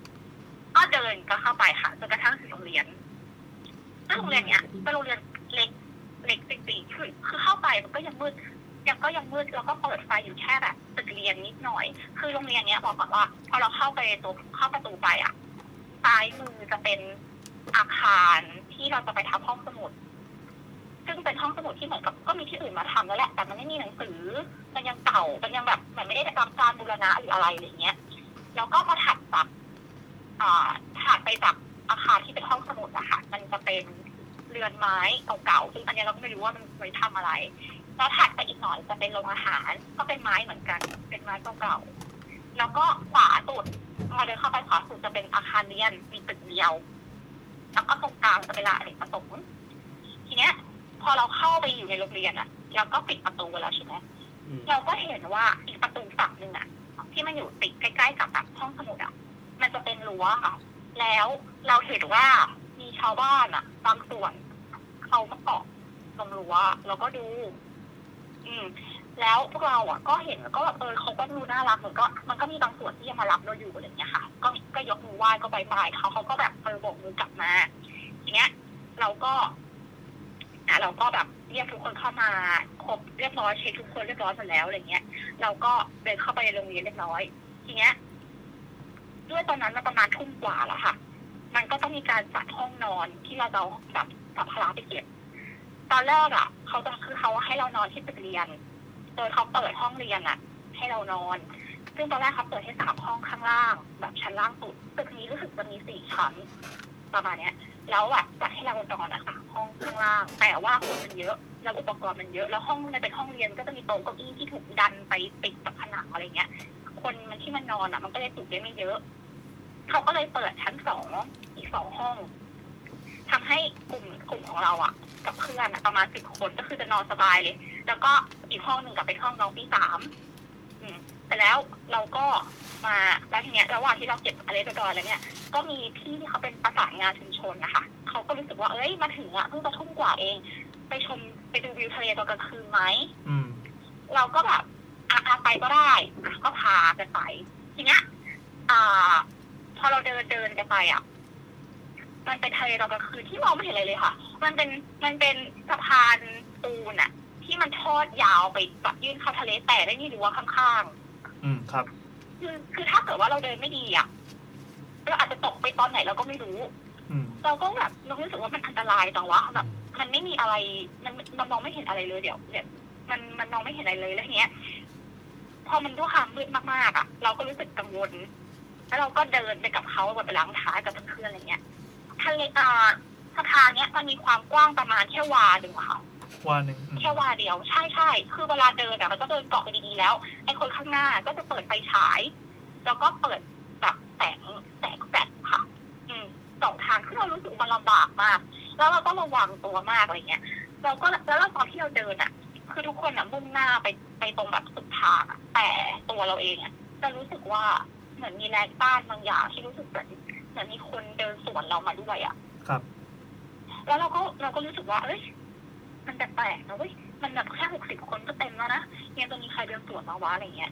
S10: ก็เดินก็เข้าไปค่ะจนกระทั่งถึงโรงเรียนซึ่งโรงเรียนเนี้ยเป็นโรงเรียนเล็กเล็กจริงๆคือคือเข้าไปมันก็ยังมืดยังก็ยังมืดแล้วก็เปิดไฟอยู่แค่แบบตึกเรียนนิดหน่อย คือโรงเรียนเนี้ยบอกก่อนว่าพอเราเข้าไปตัวเข้าประตูไปอ่ะ ซ้ายมือจะเป็นอาคารที่เราจะไปทำห้องสมุด ซึ่งเป็นห้องสมุดที่เหมือนกับก็มีที่อื่นมาทำแล้วแหละ แต่มันไม่มีหนังสือ มันยังเก่า มันยังแบบเหมือนไม่ได้รับการบูรณะหรืออะไรอย่างเงี้ย แล้วก็พอถัดจากอ่าถัดไปจากอาคารที่เป็นห้องสมุดอะค่ะ มันจะเป็นเรือนไม้เก่าๆ ซึ่งอันเนี้ยเราก็ไม่รู้ว่ามันไว้ทำอะไร แล้วถัดไปอีกหน่อยจะเป็นโรงอาหาร ก็เป็นไม้เหมือนกัน เป็นไม้เก่าๆ แล้วก็ขวาสุด พอเดินเข้าไปขวาสุดจะเป็นอาคารเรียนมีตึกเดียว แล้วก็ตรงกลางจะเป็นลานอเนกประสงค์ทีเนี้ย พอเราเข้าไปอยู่ในโรงเรียนอะเราก็ปิดประตูแล้วใช่ไหมเราก็เห็นว่าอีกประตูฝั่งหนึ่งอะที่มันอยู่ติดใกล้ๆกับแบบห้องสมุดอะมันจะเป็นรั้วค่ะแล้วเราเห็นว่ามีชาวบ้านอะบางส่วนเขาก็เกาะตรงรั้วแล้วก็ดู อืม แล้วพวกเราอ่ะก็เห็นแล้วก็แบบเออเขาก็ดูน่ารักเหมือนก็มันก็มีบางส่วนที่ยังมารับเราอยู่อะไรอย่างเงี้ยค่ะ ก็ก็ยกมือไหว้ก็บายบายเขาเขาก็แบบเออโบกมือกลับมา ทีเนี้ย เราก็อ่ะเราก็แบบเรียกทุกคนเข้ามาครบเรียบร้อยเช็คทุกคนเรียบร้อยหมดแล้วอะไรเงี้ย เราก็เดินเข้าไปในโรงเรียนเรียบร้อย ทีเนี้ยด้วยตอนนั้นมันประมาณทุ่มกว่าแล้วค่ะ มันก็ต้องมีการจัดห้องนอนที่เราจะเอาแบบสัมภาระไปเก็บตอนแรกอ่ะเขาจะคือเขาให้เรานอนที่ตึกเรียน โดยเขาเปิดห้องเรียนอะให้เรานอน ซึ่งตอนแรกเขาเปิดให้สามห้องข้างล่าง แบบชั้นล่างสุดตึกนี้รู้สึกจะมีสี่ชั้น ประมาณเนี้ย แล้วอะจัดให้เรานอนอะสามห้องข้างล่าง แต่ว่าคนมันเยอะ แล้วอุปกรณ์มันเยอะ แล้วห้องมันเป็นห้องเรียนก็จะมีโต๊ะเก้าอี้ที่ถูกดันไปติดกับผนังอะไรเงี้ย คนมันที่มันนอนอะมันก็เลยตุกได้ไม่เยอะ เขาก็เลยเปิดชั้นสองอีกสองห้องทำให้กลุ่มกลุ่มของเราอะกับเพื่อนอะประมาณสิบคนก็คือจะนอนสบายเลย แล้วก็อีกห้องหนึ่งกับเป็นห้องน้องปีสามอืมแต่แล้วเราก็มาแล้วทีเนี้ยระหว่างที่เราเก็บอะไรไปก่อนแล้วเนี่ย ก็มีพี่ที่เขาเป็นประสานงานชุมชนนะคะเขาก็รู้สึกว่าเอ้ยมาถึงอะเพิ่งจะทุ่มกว่าเอง ไปชมไปดูวิวทะเลตอนกลางคืนไหม
S1: อืม
S10: เราก็แบบอาอาไปก็ได้อ่ะก็พากันไป ทีเนี้ยอ่า พอเราเดินเดินกันไปอ่ะ มันเป็นทะเลตอนกลางคืนที่มองไม่เห็นอะไรเลยค่ะ มันเป็นมันเป็นสะพานปูนอ่ะ ที่มันทอดยาวไปแบบยื่นเข้าทะเลแต่ได้นี่รั้วข้าง
S1: อืมครับ
S10: ๆ คือคือถ้าเกิดว่าเราเดินไม่ดีอ่ะเราอาจจะตกไปตอนไหนเราก็ไม่รู้
S1: อืม
S10: เราก็แบบเรารู้สึกว่ามันอันตรายจังวะแบบมันไม่มีอะไรมันมันมองไม่เห็นอะไรเลยเดี๋ยวเดี๋ยวมันมันมองไม่เห็นอะไรเลยแล้วทีเนี้ย พอมันด้วยความมืดมากๆอ่ะ เราก็รู้สึกกังวล แล้วเราก็เดินไปกับเขาแบบไปล้างเท้ากับเพื่อนๆอะไรเงี้ยทะเลอ่าสะพานเนี้ยมันมีความกว้างประมาณแค่วาหนึ่งอะค่ะ
S1: วันหนึ่งอืม
S10: แค่ว่าเดียวใช่ใช่คือเวลาเดินอะมันก็เดินเกาะไปดีๆแล้วไอ้คนข้างหน้าก็จะเปิดไฟฉาย แล้วก็เปิดแบบแสงแสงแฟลชค่ะ อืมสองทางคือเรารู้สึกมันลำบากมาก แล้วเราต้องระวังตัวมากอะไรเงี้ยเราก็แล้วเราตอนที่เราเดินอะคือทุกคนอะมุ่งหน้าไปไปตรงแบบสุดทางอะแต่ตัวเราเองอะจะรู้สึกว่าเหมือนมีแรงต้านบางอย่างที่รู้สึกเหมือน เหมือนมีคนเดินสวนเรามาด้วยอ่ะ
S1: ครับ
S10: แล้วเราก็เราก็รู้สึกว่า เอ้ย มันแปลกๆนะเว้ย มันแบบแค่หกสิบคนก็เต็มแล้วนะยังจะมีใครเดินสวนมาวะอะไรเงี้ย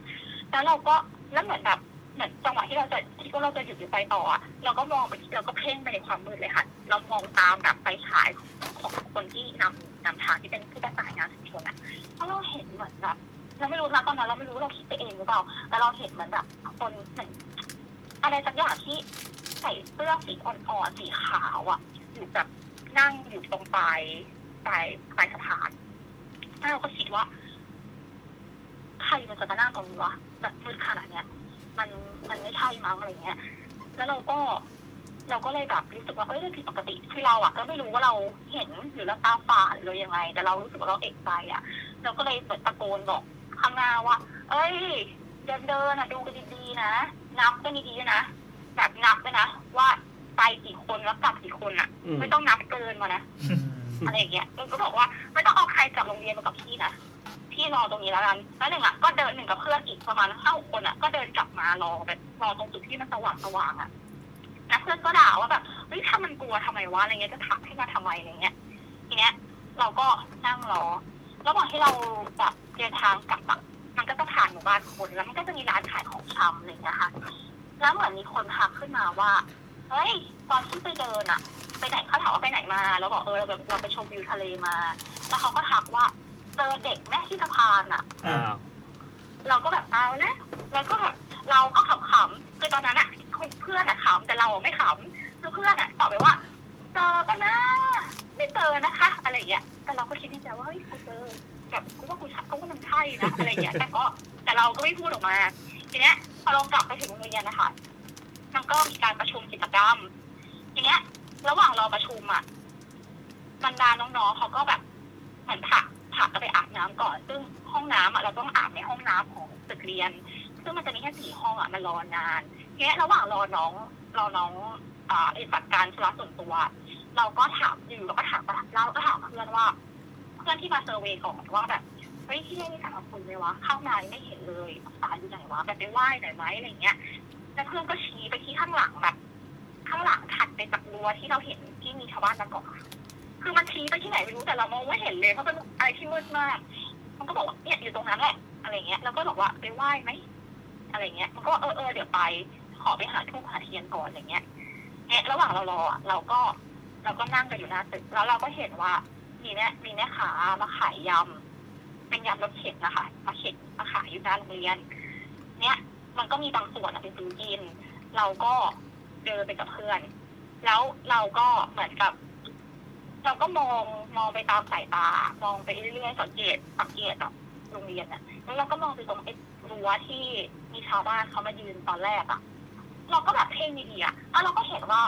S10: แล้วเราก็แล้วเหมือนแบบเหมือนจังหวะที่เราจะคิดว่าเราจะหยุดหรือไปต่ออะเราก็มองไปที่เราก็เพ่งไปในความมืดเลยค่ะเรามองตามแบบไฟฉายของคนที่นำนำทางที่เป็นผู้ประสานงานสุชนอะเพราะเราเห็นเหมือนแบบเราไม่รู้นะตอนนั้นเราไม่รู้เราคิดไปเองหรือเปล่าแต่เราเห็นเหมือนแบบคนเหมือนอะไรสักอย่างที่ใส่เสื้อสีอ่อนๆสีขาวอะอยู่แบบนั่งอยู่ตรงปลายปลายปลายสะพานแล้วเราก็คิดว่า ใครมันจะมานั่งตรงนี้วะแบบมืดขนาดเนี้ย มันมันไม่ใช่มั้งอะไรเงี้ย แล้วเราก็ เราก็เลยแบบรู้สึกว่าเอ้ยเรื่องผิดปกติคือเราอะก็ไม่รู้ว่าเราเห็นหรือเราตาฝาดหรือยังไง แต่เรารู้สึกว่าเราเอกใจอะเราก็เลยเปิดตะโกนบอกข้างหน้าว่า เอ้ย เดินเดินอะดูกันดีๆนะนับกันดีๆนะแบบนับด้วยนะว่าไปกี่คนแล้วกลับกี่คนอะ
S4: อืม
S10: ไม่ต้องนับเกินมานะ อะไรอย่างเงี้ยมันก็บอกว่าไม่ต้องเอาใครจากโรงเรียนมากับพี่นะ พี่รอตรงนี้แล้วกัน แล้วหนึ่งอ่ะก็เดินหนึ่งกับเพื่อนอีกประมาณห้าหกคนอ่ะ ก็เดินกลับมารอแบบรอตรงจุดที่มันสว่างสว่างๆอ่ะแล้วเพื่อนก็ด่าว่าแบบเฮ้ยถ้ามันกลัวทำไมวะอะไรเงี้ยจะทักให้มาทำไมอะไรเงี้ย ทีเนี้ย เราก็นั่งรอ ระหว่างที่เราแบบเดินทางกลับอะมันก็จะผ่านหมู่บ้านคนแล้วมันก็จะมีร้านขายของชำอะไรเงี้ยค่ะ แล้วเหมือนมีคนทักขึ้นมาว่า เฮ้ยตอนที่ไปเดินอะไปไหนเขาถามว่าไปไหนมา แล้วบอกเออเราแบบเราไปชมวิวทะเลมา แล้วเขาก็ทักว่าเจอเด็กแม่ที่สะพานอะ
S1: อ่า
S10: เราก็แบบเอาละแล้วก็แบบเราก็ขำๆคือตอนนั้นอะเพื่อนอะขำแต่เราอะไม่ขำคือเพื่อนอะตอบไปว่าเจอกันนะไม่เจอนะคะ อะไรอย่างเงี้ยแต่เราก็คิดในใจว่าเฮ้ยกูเจอแบบกูว่ากูชักกูว่ามันใช่นะอะไรอย่างเงี้ยแต่ก็แต่เราก็ไม่พูดออกมา ทีเนี้ยพอเรากลับไปถึงโรงเรียนนะคะ มันก็มีการประชุมกิจกรรม ทีเนี้ย ระหว่างรอประชุมอ่ะบรรดาน้องๆเขาก็แบบเหมือนผลักผลักกันไปอาบน้ำก่อน ซึ่งห้องน้ำอ่ะเราต้องอาบในห้องน้ำของตึกเรียน ซึ่งมันจะมีแค่สี่ห้องอ่ะมันรอนานทีเนี้ยระหว่างรอน้องรอน้องอ่าเอกดการธุระส่วนตัว เราก็ถามอยู่เราก็ถามประเราก็ถามเพื่อนว่า เพื่อนที่มาเซอร์เวย์ก่อนว่าแบบเฮ้ยที่นี่มีสารคุณเลยวะเข้างในไม่เห็นเลยสารอยู่ไหนวะแบบไปไหว้หน่อยไหมอะไรเงี้ย แล้วเพื่อนก็ชี้ไปที่ข้างหลังแบบข้างหลังถัดไปจากรั้วที่เราเห็นที่มีชาวบ้านมาเกาะคือมันชี้ไปที่ไหนไม่รู้แต่เรามองไม่เห็นเลยเพราะเป็นอะไรที่มืดมาก มันก็บอกว่าเนี่ยอยู่ตรงนั้นแหละอะไรเงี้ยแล้วก็บอกว่าไปไหว้ไหมอะไรเงี้ย มันก็เออเออเดี๋ยวไป ขอไปหาทูบหาเทียนก่อนอะไรเงี้ยเนี่ยระหว่างเรารออะเราก็ เราก็นั่งกันอยู่หน้าตึกแล้วเราก็เห็นว่า มีแม่มีแม่ค้ามาขายยำเป็นยำรสเข็นนะคะมาเข็นมาขายอยู่หน้าโรงเรียน เนี่ย มันก็มีบางส่วนอะเป็นซื้อกิน เราก็เดินไปกับเพื่อน แล้วเราก็เหมือนกับ เราก็มองมองไปตามสายตา มองไปเรื่อยๆสังเกตสังเกตแบบโรงเรียนอะแล้วเราก็มองไปตรงไอ้รั้วที่มีชาวบ้านเขามายืนตอนแรกอะเราก็แบบเพ่งดีๆอะแล้วเราก็เห็นว่า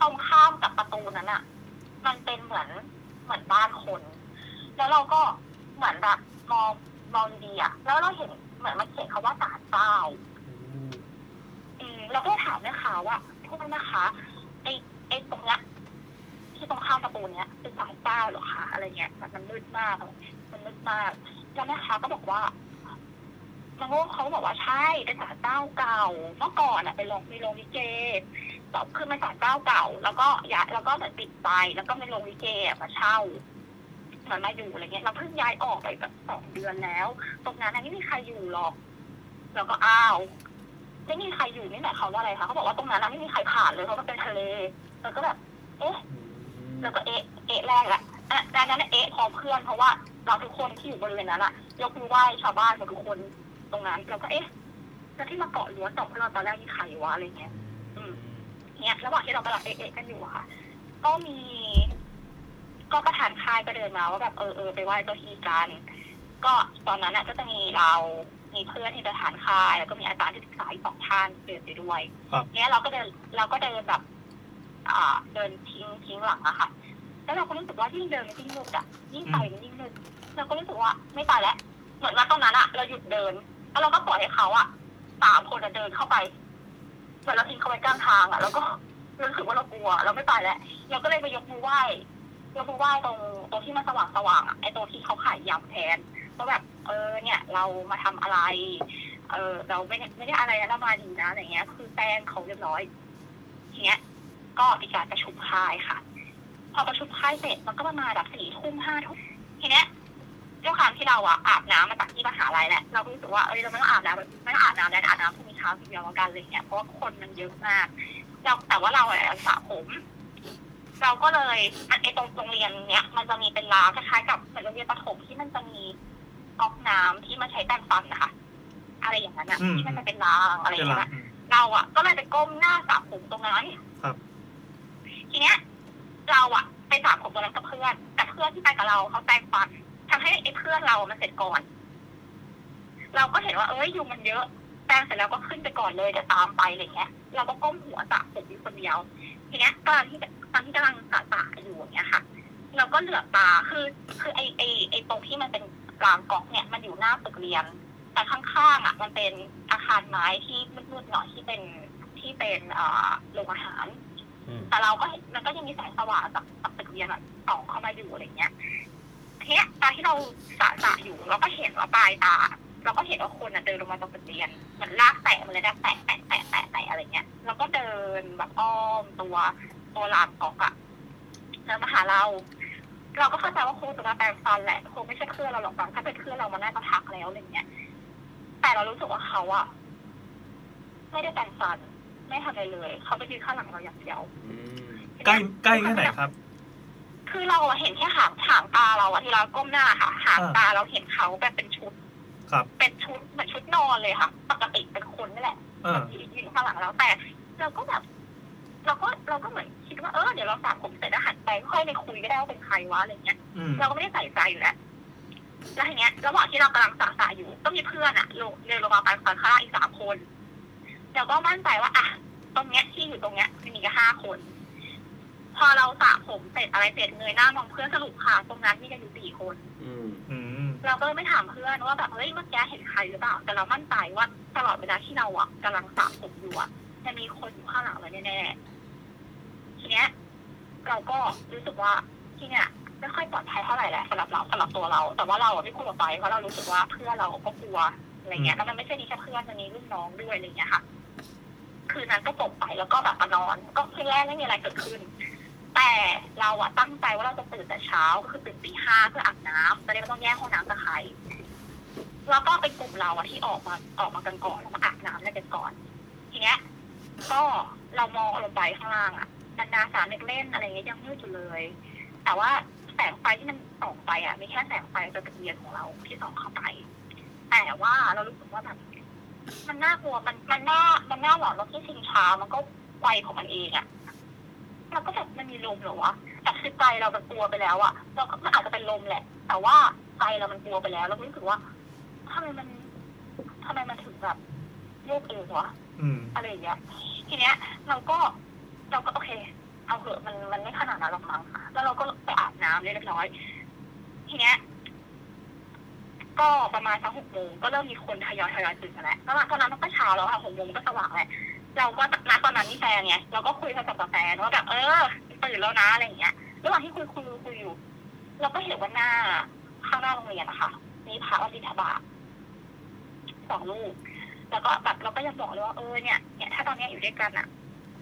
S10: ตรงข้ามกับประตูนั้นอะมันเป็นเหมือนเหมือนบ้านคน แล้วเราก็เหมือนแบบมองมองดีๆอะแล้วเราเห็นเหมือนมันเขียนคาว่าศาลเจ้า อืมเราก็ถามแม่ค้าว่าโทษนะคะไอ้ไอ้ตรงเนี้ยที่ตรงข้ามประตูเนี้ยเป็นสายเจ้าเหรอคะอะไรเงี้ยแบบมันมืดมากมันมืดมากแล้วแม่ค้าก็บอกว่ามังโง่เขาบอกว่าใช่เป็นสายเจ้าเก่าเมื่อก่อนอะเป็นโรงมีโรงลิเกตอบคือมันสายเจ้าเก่า แล้วก็ย้ายแล้วก็เหมือนปิดไป แล้วก็เป็นโรงลิเกอะมาเช่าเหมือนมาอยู่อะไรเงี้ยเราเพิ่งย้ายออกไปแบบสองเดือนแล้ว ตรงนั้นน่ะไม่มีใครอยู่หรอก แล้วก็อ้าว ไม่มีใครอยู่นี่หมายความว่าอะไรคะเขาบอกว่าตรงนั้นนะไม่มีใครผ่านเลยเพราะมันเป็นทะเล แล้วก็แบบ เอ๊ะ แล้วก็เอ๊ะ เอ๊ะแรกอะอ่ะแต่อันนั้นนะเอ๊ะพร้อมเพื่อนเพราะว่าเราทุกคนที่อยู่บริเวณนั้นอะยกมือไหว้ชาวบ้านหมดทุกคนตรงนั้นแล้วก็เอ๊ะแล้วที่มาเกาะรั้วสองเราตอนแรกมีใครวะอะไรเงี้ย อืม เนี่ยระหว่างที่เรากำลังเอ๊ะเอ๊ะกันอยู่อะค่ะ ก็มี ก็ประธานค่ายก็เดินมาว่าแบบเออเออไปไหว้เจ้าที่กัน ก็ตอนนั้นน่ะก็จะมีเรา มีเพื่อนที่ประธานค่าย แล้วก็มีอาจารย์ที่ศึกษาอีกสองท่านเดินไปด้วย
S1: ครับ
S10: เนี่ยเราก็เดินเราก็เดินแบบ อ่า เดินทิ้งทิ้งหลังอะค่ะ แล้วเราก็รู้สึกว่ายิ่งเดินมันยิ่งมืดอะยิ่งไปมันยิ่งมืดเราก็รู้สึกว่าไม่ไปแล้ว เหมือนว่าตรงนั้นอะเราหยุดเดิน แล้วเราก็ปล่อยให้เขาอะสามคนอะเดินเข้าไปเหมือนเราทิ้งเขาไว้กลางทางอะแล้วก็รู้สึกว่าเรากลัว เราไม่ไปแล้วเราก็เลยไปยกมือไหว้ยกมือไหว้ตรงตรงที่มันสว่างสว่างๆอะไอ้ตรงที่เขาขายยำแทน ก็แบบเออเนี่ยเรามาทำอะไร เออเราไม่ได้ไม่ได้อะไรนะเรามาดีนะอะไรเงี้ย คือแป้งเขาเรียบร้อย ทีเนี้ย ก็มีการประชุมค่ายค่ะ พอประชุมค่ายเสร็จมันก็ประมาณแบบสี่ทุ่มห้าทุ่มทีเนี้ยด้วยความที่เราอะอาบน้ำมาจากที่มหาลัยแหละเราก็รู้สึกว่าเอ้ยเราไม่ต้องอาบน้ำไม่ต้องอาบน้ำแล้วอาบน้ำพรุ่งนี้เช้าทีเดียวแล้วกันอะไรเงี้ยเพราะว่าคนมันเยอะมากเราแต่ว่าเราอะสระผม เราก็เลยอันไอตรงโรงเรียนเนี้ย มันจะมีเป็นร้านคล้ายๆกับเหมือนโรงเรียนประถมที่มันจะมีก๊อกน้ำที่มันใช้แปรงฟันนะคะอะไรอย่างนั้นอะ
S1: อืม
S10: ที่มันจะเป็นรางอะไรอ
S1: เป็น
S10: ย่าง
S1: หลั
S10: นั้
S1: ก
S10: นอะ เราอะก็เลยไปก้มหน้าสระผมตรงนั้น
S1: ครับ
S10: ทีเนี้ย เราอะไปสระผมตรงนั้นกับเพื่อน แต่เพื่อนที่ไปกับเราเขาแปรงฟันทำให้ไอ้เพื่อนเรามันเสร็จก่อน เราก็เห็นว่าเอ้ยยุงมันเยอะแปรงเสร็จแล้วก็ขึ้นไปก่อนเลยเดี๋ยวตามไปอะไรเงี้ย เราก็ก้มหัวสระผมอยู่คนเดียว ทีเนี้ยตอนที่ตอนที่กำลังสระสระอยู่อย่างเงี้ยค่ะ เราก็เหลือบตาคือคือไอไอไอตรงที่มันเป็นกลางกอกเนี่ยมันอยู่หน้าตึกเรียน แต่ข้างๆอ่ะมันเป็นอาคารไม้ที่มืดๆหน่อยที่เป็นที่เป็นเอ่อโรงอาหาร
S5: อืม
S10: แต่เราก็เห็นมันก็ยังมีแสงสว่างจากจากตึกเรียนอ่ะส่องเข้ามาอยู่อะไรเงี้ยทีเนี้ยตอนที่เราสะสะอยู่เราก็เห็นว่าปลายตา เราก็เห็นว่าคนอ่ะเดินลงมาจากตึกเรียนเหมันลากแตะมันเลยนะแตะแตะแตะแตะแตะอะไรเงี้ยแล้วก็เดินแบบอ้อมตัวตัวลามออกอ่ะแล้วมาหาเรา เราก็เข้าใจว่าคงจะมาแปลงฟันแหละคงไม่ใช่เพื่อนเราหรอกมั้งถ้าเป็นเพื่อนเรามันน่าจะทักแล้วอะไรเงี้ย แต่เรารู้สึกว่าเขาอะไม่ได้แปรงฟัน ไม่ทำอะไรเลย เขาไปยืนข้างหลังเราอย่างเดียว
S1: ใกล้ใกล้แค่ไหนครับ
S10: คือเราอะเห็นแค่หางหางตาเราอะที่เราก้มหน้าค่ะหาง
S1: อ่า
S10: ตาเราเห็นเขาแบบเป็นชุด
S1: ครับ
S10: เป็นชุดเหมือนชุดนอนเลยค่ะ ปกติเป็นคนนี่แหละ
S1: เออ
S10: ยืนข้างหลังเราแต่เราก็แบบ เราก็เราก็เหมือนคิดว่าเออเดี๋ยวเราสระผมเสร็จแล้วหันไปค่อยไปคุยก็ได้ว่าเป็นใครวะอะไรเงี้ย
S1: อืม
S10: เราก็ไม่ได้ใส่ใจอยู่แล้วแล้วทีเนี้ยระหว่างที่เรากำลังสระสระอยู่ ก็มีเพื่อนอะลงเดินลงมาปลายฝั่งข้างล่างอีกสามคนเราก็มั่นใจว่าอ่ะตรงเนี้ยที่อยู่ตรงเนี้ยมีแค่ห้าคน พอเราสระผมเสร็จอะไรเสร็จเงยหน้ามองเพื่อนสรุปค่ะตรงนั้นมีกันอยู่สี่คน
S1: อืม
S10: เราก็เลยไม่ถามเพื่อนว่าแบบเฮ้ยเมื่อกี้เห็นใครหรือเปล่า แต่เรามั่นใจว่าตลอดเวลาที่เราอ่ะกำลังสระผมอยู่อ่ะจะมีคนอยู่ข้างหลังเราแน่ๆทีเนี้ย เราก็รู้สึกว่าที่เนี้ยไม่ค่อยปลอดภัยเท่าไหร่แหละสำหรับเราสำหรับตัวเรา แต่ว่าเราอะไม่กลัวไปเพราะเรารู้สึกว่าเพื่อนเราก็กลัวอะไรเงี้ยแล้วมันไม่ใช่มีแค่เพื่อนมันมีรุ่นน้องด้วยอะไรเงี้ยค่ะ คืนนั้นก็จบไปแล้วก็แบบมานอน ก็คืนแรกไม่มีอะไรเกิดขึ้น แต่เราอะตั้งใจว่าเราจะตื่นแต่เช้าก็คือตื่นตีห้าเพื่ออาบน้ำจะได้ไม่ต้องแย่งห้องน้ำกับใครแล้วก็เป็นกลุ่มเราอะที่ออกมาออกมากันก่อนแล้วมาอาบน้ำด้วยกันก่อน ทีเนี้ยก็เรามองลงไปข้างล่างอะนานาสารเด็กเล่นอะไรเงี้ยยังมืดอยู่เลย แต่ว่าแสงไฟที่มันส่องไปอะมีแค่แสงไฟจากตะเกียงของเราที่ส่องเข้าไป แต่ว่าเรารู้สึกว่าแบบมันน่ากลัวมันมันน่ามันน่าหลอนเราที่ชิงช้ามันก็ไวของมันเองอะ เราก็แบบมันมีลมเหรอวะแต่คือใจเรามันกลัวไปแล้วอะเราก็มันอาจจะเป็นลมแหละ แต่ว่าใจเรามันกลัวไปแล้ว เราก็รู้สึกว่าทำไมมันทำไมมันถึงแบบโยกเองวะ
S1: อืม
S10: อะไรอย่างเงี้ย ทีเนี้ยเราก็เราก็โอเค เอาเถอะมันมันไม่ขนาดนั้นหรอกมั้งแล้วเราก็ไปอาบน้ำเรียบร้อย ทีเนี้ย ก็ประมาณสักหกโมงก็เริ่มมีคนทยอยทยอยตื่นมาแล้วแล้วตอนนั้นมันก็เช้าแล้วค่ะหกโมงก็สว่างแล้วเราก็ณตอนนั้นมีแฟนไงเราก็คุยโทรศัพท์กับแฟนว่าแบบเออตื่นแล้วนะอะไรอย่างเงี้ยระหว่างที่คุยคุยคุยอยู่ เราก็เห็นว่าหน้าข้างหน้าโรงเรียนนะคะมีพระอริธบาตสองลูก แล้วก็แบบเราก็ยังบอกเลยว่าเออเนี่ยเนี่ยถ้าตอนเนี้ยอยู่ด้วยกันอ่ะ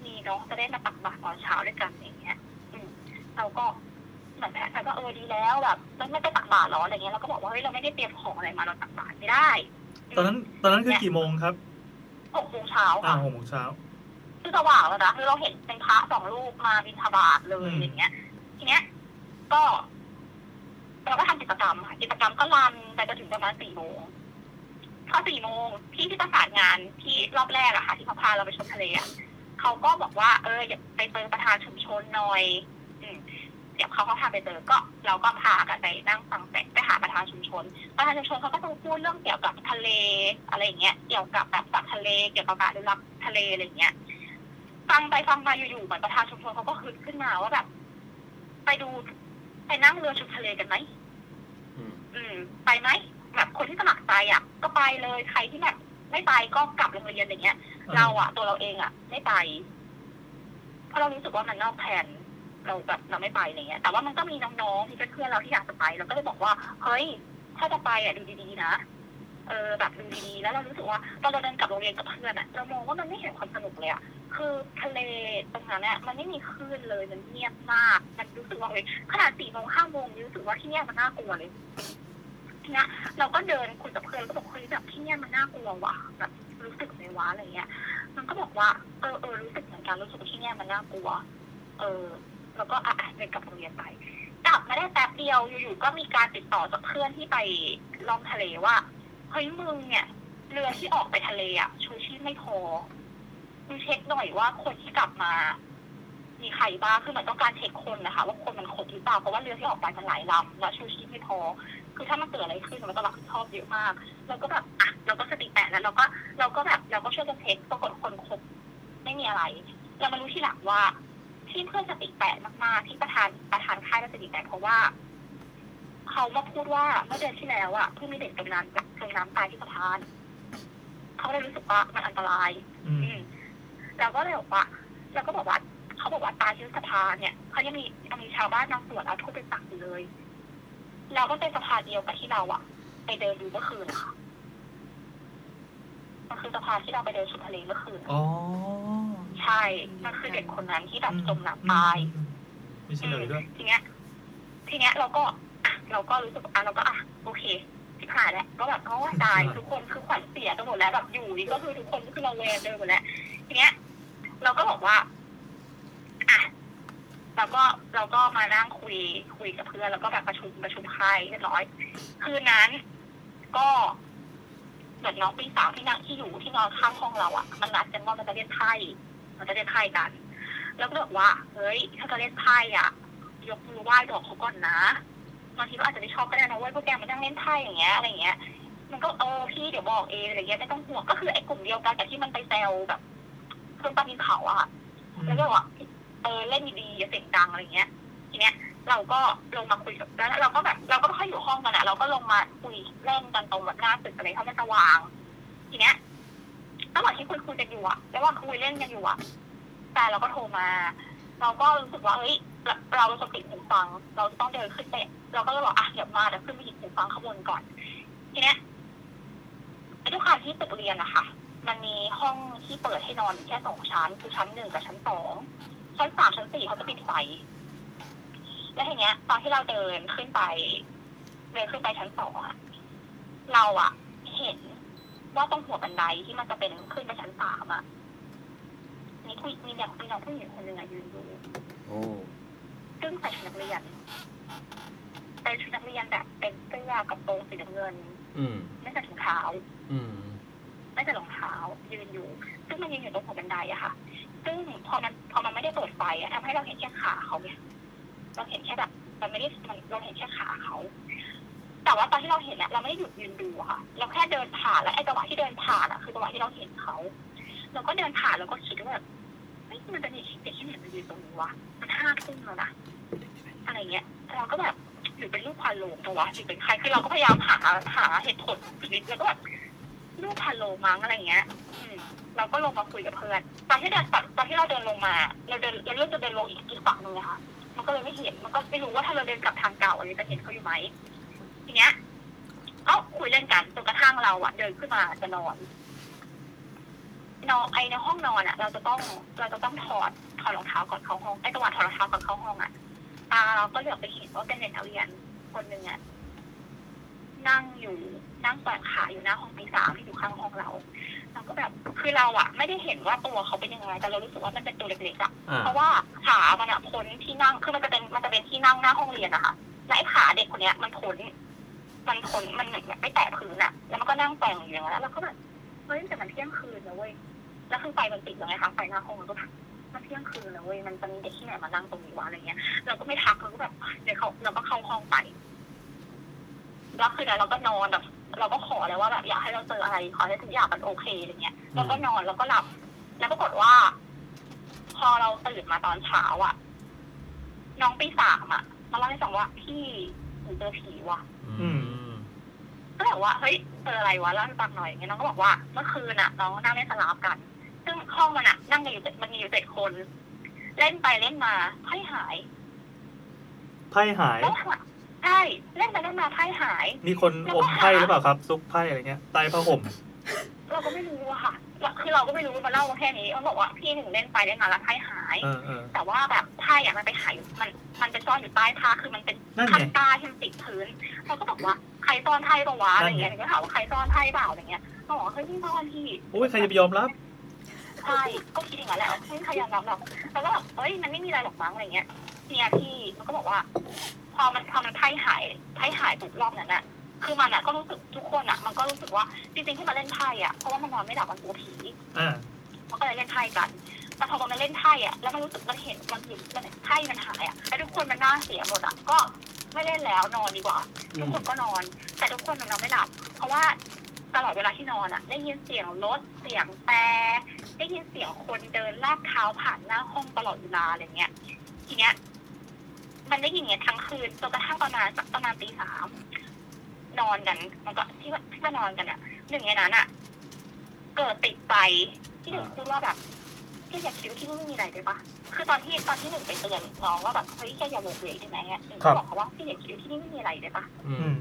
S10: มีน้องจะได้มาตักบาตรตอนเช้าด้วยกันอย่างเงี้ย อืมเราก็เหมือนแบบว่าเออดีแล้วแบบไม่ไม่ไปตักบาตรหรออะไรเงี้ยเราก็บอกว่าเฮ้ยเราไม่ได้เตรียมของอะไรมาเราตักบาตรไม่ได้
S1: ตอนนั้นตอนนั้นคือกี่โมงครับ
S10: หกโมงเช้า
S1: อ่า
S10: ค่ะ
S1: หกโมงเช้า
S10: คือสว่างแล้วนะคือเราเห็นเป็นพระสองรูปมาบิณฑบาตเลย
S1: อืม
S10: อย่างเงี้ย ทีเนี้ย ก็เราก็ทำกิจกรรมค่ะกิจกรรมก็รันไปจนถึงประมาณสี่โมงพอสี่โมงพี่ที่ประสานงานที่รอบแรกอะค่ะ ที่เขาพาเราไปชมทะเลอะเขาก็บอกว่า เอออย่าไปเจอประธานชุมชนหน่อย อืมเดี๋ยวเขาเขาพาไปเจอก็ เราก็พากันไปนั่งฟังแสงไปหาประธานชุมชน ประธานชุมชนเขาก็จะพูดเรื่องเกี่ยวกับทะเล อะไรอย่างเงี้ยเกี่ยวกับแบบสัตว์ทะเลเกี่ยวกับการอนุรักษ์ทะเลอะไรอย่างเงี้ยฟังไปฟังมาอยู่ๆเหมือนประธานชุมชนเขาก็คึกขึ้นมาว่าแบบ ไปดูไปนั่งเรือชมทะเลกันไหม อืม ไปไหมแบบคนที่สมัครใจอ่ะ ก็ไปเลยใครที่แบบไม่ไปก็กลับโรงเรียนอย่างเงี้ย
S1: ออ
S10: เราอ่ะ ตัวเราเองอ่ะ ไม่ไป เพราะเรารู้สึกว่ามันนอกแผนเราแบบเราไม่ไปอะไรเงี้ย แต่ว่ามันก็มีน้องๆที่เป็นเพื่อนเราที่อยากจะไปเราก็เลยบอกว่าเฮ้ยถ้าจะไปอ่ะดูดีๆนะ เออแบบมันดีแล้วเรารู้สึกว่าตอนเราเดินกลับโรงเรียนกับเพื่อนอะเรามองว่ามันไม่เห็นความสนุกเลยอะคือทะเลตรงนั้นเนี่ยมันไม่มีคลื่นเลยมันเงียบมากมันรู้สึกว่าเฮ้ยขนาดสี่โมงห้าโมงยังรู้สึกว่าที่เนี่ยมันน่ากลัวเลยทีเนี้ยเราก็เดินคุยกับเพื่อนก็บอกเฮ้ยแบบที่เนี่ยมันน่ากลัวว่ะแบบรู้สึกไหมวะอะไรเงี้ย มันก็บอกว่าเออเออรู้สึกเหมือนกันรู้สึกว่าที่เนี่ยมันน่ากลัว เออ แล้วก็อ่ะอ่ะเดินกลับโรงเรียนไป กลับมาได้แป๊บเดียวอยู่ๆก็มีการติดต่อจากเพื่อนที่ไปลองทะเลว่าเฮ้ยมึงเนี่ย เรือที่ออกไปทะเลอ่ะชูชีพไม่พอมึงเช็คหน่อยว่าคนที่กลับมา มีใครบ้างคือมันต้องการเช็คคนนะคะ ว่าคนมันครบหรือเปล่าเพราะว่าเรือที่ออกไปมันหลายลำแล้วชูชีพไม่พอ คือถ้ามันเกิดอะไรขึ้นมันต้องรับผิดชอบเยอะมากเราก็แบบอ่ะเราก็สติแตกแล้วเราก็ เราก็แบบเราก็ช่วยกันเช็คปรากฏคนครบไม่มีอะไร เรามารู้ทีหลังว่า ที่เพื่อนสติแตกมากๆที่ประธานประธานค่ายเราสติแตกเพราะว่า เขามาพูดว่าเมื่อเดือนที่แล้วอ่ะเพิ่งมีเด็กจมน้ำจมน้ำตายที่สะพาน เขาเลยรู้สึกว่ามันอันตราย
S1: อืม
S10: อืมเราก็เลยบอกว่าเราก็บอกว่า เขาบอกว่าตายที่สะพานเนี่ยเขายังมียังมีชาวบ้านบางส่วนเอาทูบไปปักอยู่เลยเราก็เป็นสะพานเดียวกับที่เราอะไปเดินดูเมื่อคืนนะคะมันคือสะพานที่เราไปเดินสุดทะเลเมื่อคืน
S8: อ๋อ
S10: ใช่มันคือเด็กคนนั้นที่แบบจมน้ำตาย
S1: ไม่ใช่เลยด้วย
S10: ทีเนี้ย ทีเนี้ยเราก็อ่ะเราก็รู้สึกอ่ะเราก็อ่ะโอเคที่ผ่านแล้วก็แบบโอ้ยตายทุกคนคือขวัญเสียกันหมดแล้วแบบอยู่นี่ก็คือทุกคนก็คือเราแวงเดินหมดแล้วทีเนี้ย เราก็บอกว่าอ่ะเราก็เราก็มานั่งคุยคุยกับเพื่อนแล้วก็แบบประชุมประชุมใครเรียบร้อย คืนนั้น ก็เหมือนน้องปีสามที่นั่งที่อยู่ที่นอนข้างห้องเราอะมันนัดกันว่ามันจะเล่นไพ่มันจะเล่นไพ่กัน แล้วก็บอกว่าเฮ้ยถ้าจะเล่นไพ่อะ ยกมือไหว้บอกเขาก่อนนะบางทีก็อาจจะไม่ชอบก็ได้นะเว้ยพวกแกมานั่งเล่นไพ่อย่างเงี้ยอะไรเงี้ย มันก็เออพี่เดี๋ยวบอกเองอะไรเงี้ยไม่ต้องห่วงก็คือไอ้กลุ่มเดียวกันกับที่มันไปแซวแบบเครื่องปั้นดินเผาอะค่ะแล้วก็บอกว่าเออเล่นดีๆอย่าเสียงดังอะไรเงี้ย ทีเนี้ย เราก็ลงมาคุยกับแล้วเราก็แบบ เราก็ไม่ค่อยอยู่ห้องกันอะเราก็ลงมาคุยเล่นกันตรงแบบหน้าตึกอะไรเขาไม่สว่าง ทีเนี้ยระหว่างที่คุยคุยๆกันอยู่อะระหว่างคุยเล่นกันอยู่อะแต่เราก็โทรมา เราก็รู้สึกว่าเฮ้ยเราเราเป็นคนติดหูฟัง เราจะต้องเดินขึ้นไปเราก็เลยบอกอ่ะเดี๋ยวมาเดี๋ยวขึ้นไปหยิบหูฟังข้างบนก่อน ทีเนี้ยด้วยความที่ตึกเรียนอะค่ะ มันมีห้องที่เปิดให้นอนอยู่แค่สองชั้น คือชั้นหนึ่งกับชั้นสองชั้นสามชั้นสี่เขาจะปิดไฟแล้วทีเนี้ย ตอนที่เราเดินขึ้นไป เดินขึ้นไปชั้นสองอะเราอะเห็นว่าตรงหัวบันไดที่มันจะเป็นขึ้นไปชั้นสามอะมีผู้มีเด็กมีน้องผู้หญิงคนหนึ่งอะยืนอยู่
S9: โอ้
S10: ซึ่งใส่ชุดนักเรียนเป็นชุดนักเรียนแบบเป็นเสื้อกับโปรงสีน้ำเงิน
S8: อืม
S10: ไม่ใส่ถุงเท้า
S8: อืม
S10: ไม่ใส่รองเท้า ยืนอยู่ ซึ่งมันยืนอยู่ตรงหัวบันไดอะค่ะ ซึ่งพอมันพอมันไม่ได้เปิดไฟอะทำให้เราเห็นแค่ขาเขาเนี่ยเราเห็นแค่แบบ มันไม่ได้มันเราเห็นแค่ขาเขา แต่ว่าตอนที่เราเห็นอะเราไม่ได้หยุดยืนดูอะค่ะ เราแค่เดินผ่านแล้วไอ้จังหวะที่เดินผ่านอะคือจังหวะที่เราเห็นเขา เราก็เดินผ่านแล้วก็คิดว่าแบบเฮ้ยมันจะมีเด็กที่ไหนมายืนตรงนี้วะมันห้าทุ่มแล้วนะอะไรเงี้ยเราก็แบบหรือเป็นลูกพาโลงปะวะหรือเป็นใครคือเราก็พยายามหาหาเหตุผลชนิดแล้วก็แบบ ลูกพาโลมั้งอะไรเงี้ย อืม เราก็ลงมาคุยกับเพื่อน ตอนที่เดินตอนที่เราเดินลงมา เราเดินเราเลือกจะเดินลงอีกอีกฝั่งหนึงนะคะมันก็เลยไม่เห็น มันก็ไม่รู้ว่าถ้าเราเดินกลับทางเก่าอะไรจะเห็นเขาอยู่ไหม ทีเนี้ยก็คุยเล่นกันจนกระทั่งเราอะเดินขึ้นมาจะนอน นอนไอในห้องนอนอะเราจะต้องเราจะต้องถอดถอดรองเท้าก่อนเข้าห้องไอจังหวะถอดรองเท้าก่อนเข้าห้องอะตาเราก็เหลือบไปเห็นว่าเป็นเด็กนักเรียนคนหนึ่งอะ นั่งอยู่นั่งแขวนขาอยู่หน้าห้องปีสามที่อยู่ข้างห้องเราเราก็แบบคือเราอะไม่ได้เห็นว่าตัวเขาเป็นยังไง แต่เรารู้สึกว่ามันเป็นตัวเล็กๆอะ
S8: อ่า
S10: เพราะว่าขามันอะพ้นที่นั่งคือมันจะเป็นมันจะเป็นที่นั่งหน้าห้องเรียนอะค่ะและไอ้ขาเด็กคนเนี้ย มันพ้นมันพ้นมันเหมือนแบบไม่แตะพื้นอะแล้วมันก็นั่งแกว่งอยู่อย่างนั้นแล้วเราก็แบบเฮ้ยแต่มันเที่ยงคืนนะเว้ยแล้วคือไฟมันติดยังไงคะไฟหน้าห้องมันก็แบบมันเที่ยงคืนนะเว้ยมันจะมีเด็กที่ไหนมานั่งตรงนี้วะอะไรเงี้ยเราก็ไม่ทักเราก็แบบเดี๋ยวเขาเราก็เข้าห้องไป แล้วคืนนั้นเราก็นอนแบบ เราก็ขอเลยว่าแบบอยากให้เราเจออะไรขอให้ทุกอย่างมันโอเคอะไรเงี้ยเราก็นอนเราก็หลับ แล้วปรากฏว่า พอเราตื่นมาตอนเช้าอ่ะ น้องปีสามอ่ะมาเล่าให้ฟังว่าพี่หนูเจอผีว่ะ
S1: อืม
S10: ก็แบบว่าเฮ้ยเจออะไรวะเล่าให้ฟังหน่อยอย่างเงี้ยน้องก็บอกว่าเมื่อคืนน่ะน้องนั่งเล่นสลามกัน ซึ่งห้องมันอ่ะ นั่งกันอยู่เจ็ดมันมีอยู่เจ็ดคน เล่นไปเล่นมาไพ่หาย
S1: ไพ่หาย
S10: แล้วหา ใช่เล่นไปเล่นมาไพ่หาย
S1: มีคนอมไพ่หรือเปล่าครับ ซุกไพ่อะไรเงี้ยใต้ผ้าห่ม
S10: เราก็ไม่รู้อะค่ะแล้วคือเราก็ไม่รู้มาเล่ามาแค่นี้เขาบอกว่าพี่หนึ่งเล่นไปเล่นมาแล้วไพ่หาย
S1: เออเออ
S10: แต่ว่าแบบไพ่อะมันไปหายอยู่มัน มันไปซ่อนอยู่ใต้ผ้าคือมันเป็น
S1: นั่นไง
S10: ข้างใต้ที่มันติดพื้นเราก็บอกว่าใครซ่อนไพ่ปะวะอะไรเงี้ย
S1: นั่นไง
S10: ก็ถามว่าใครซ่อนไพ่เปล่าอะไรเงี้ยเขาบอกว่าเฮ้ยไม่ซ่อนพี่
S1: โอ้ยใครจะไปยอมรับ
S10: ใช่ก็คิดอย่างนั้นแหละไม่มีใครยอมรับหรอกแล้วก็แบบเฮ้ย มันไม่มีอะไรหรอกมั้งอะไรเงี้ย เนี่ยพี่มันก็บอกว่า พอมันพอมันไพ่หายไพ่หายปุ๊บรอบนั้นอะคือมันอะก็รู้สึกทุกคนอะมันก็รู้สึกว่าจริงๆที่มันเล่นไพ่อะเพราะว่ามันนอนไม่หลับมันกลัวผี
S1: อ่า
S10: มันก็เลยเล่นไพ่กัน แต่พอมันเล่นไพ่อะแล้วมันรู้สึกมันเห็นมันเห็นมันไพ่มันหายอะแล้วทุกคนมันหน่าเสียหมดอะก็ไม่เล่นแล้วนอนดีกว่า ทุกคนก็นอน แต่ทุกคนนอนไม่หลับ เพราะว่าตลอดเวลาที่นอนอะได้ยินเสียงรถ เสียงแตรได้ยินเสียงคนเดินลากเท้าผ่านหน้าห้องตลอดเวลาอะไรเงี้ย ทีเนี้ย มันได้ยินอย่างเงี้ยทั้งคืนจนกระทั่งประมาณสักประมาณตีสามนอนกัน มันก็ที่ว่าที่ว่านอนกันอะหนึ่งในนั้นอะเกิดติดไฟที่หนึ่งพูดว่าแบบที่อยากคิดว่าที่นี่ไม่มีอะไรเลยปะคือตอนที่ตอนที่หนึ่งไปเตือนน้องว่าแบบเฮ้ยแกอย่าหลงเหลยได้ไหมอะหนึ่ง
S1: ครั
S10: ก็
S1: บ
S10: บอกเขาว่าที่อยากคิดว่าที่นี่ไม่มีอะไรเลยปะ
S1: อืม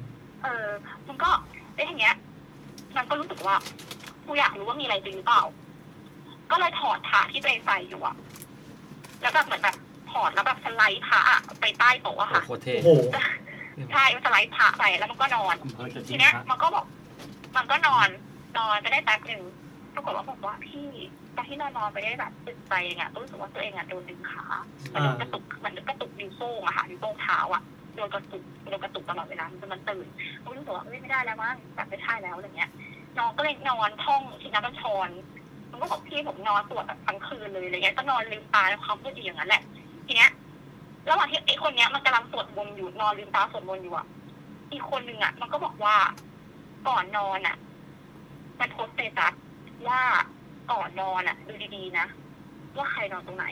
S10: เออ มันก็ได้อย่างเงี้ย มันก็รู้สึกว่า กูอยากรู้ว่ามีอะไรจริงหรือเปล่า ก็เลยถอดผ้าที่ตัวเองใส่อยู่อะแล้วแบบเหมือนแบบถอดแล้วแบบสไลด์ผ้าอะไปใต้โต๊ะอะค่ะ
S4: โคตรเท่
S1: โอ้โห
S10: ใช่มันสไลด์ผ้าไปแล้วมันก็นอน
S4: อำเภอจะจริ
S10: ที
S4: ง
S10: เนี้ย
S4: ฮะ
S10: มันก็บอก มันก็นอน นอนไปได้แป๊บหนึ่งปรากฏว่าบอกว่าพี่ตอนที่นอนนอนไปได้แบบตึกไปเองอะรู้สึกว่าตัวเองอะโดนดึงขามันโดนกระตุกมันกระตุกนิ้วโป้งอะค่ะนิ้วโป้งเท้าอะโดนกระตุกโดนกระตุกตลอดเวลาจนมันตื่นมันรู้สึกว่าเอ้ยไม่ได้แล้วมั้งแบบไม่ใช่แล้วอะไรเงี้ยน้องก็เลยนอนท่องชินบัญชรมันก็บอกพี่ผมนอนสวดแบบทั้งคืนเลยอะไรเงี้ยก็นอนลืมตาแล้วความรู้สึกอย่างนั้นแหละ ทีเนี้ยระหว่างที่ไอ้คนเนี้ยมันกำลังสวดมนต์อยู่นอนลืมตาสวดมนต์อยู่อะอีกคนหนึ่งอะมันก็บอกว่า ก่อนนอนอะมันโพสต์เตตัสว่าก่อนนอนอะดูดีๆนะว่าใครนอนตรงไหน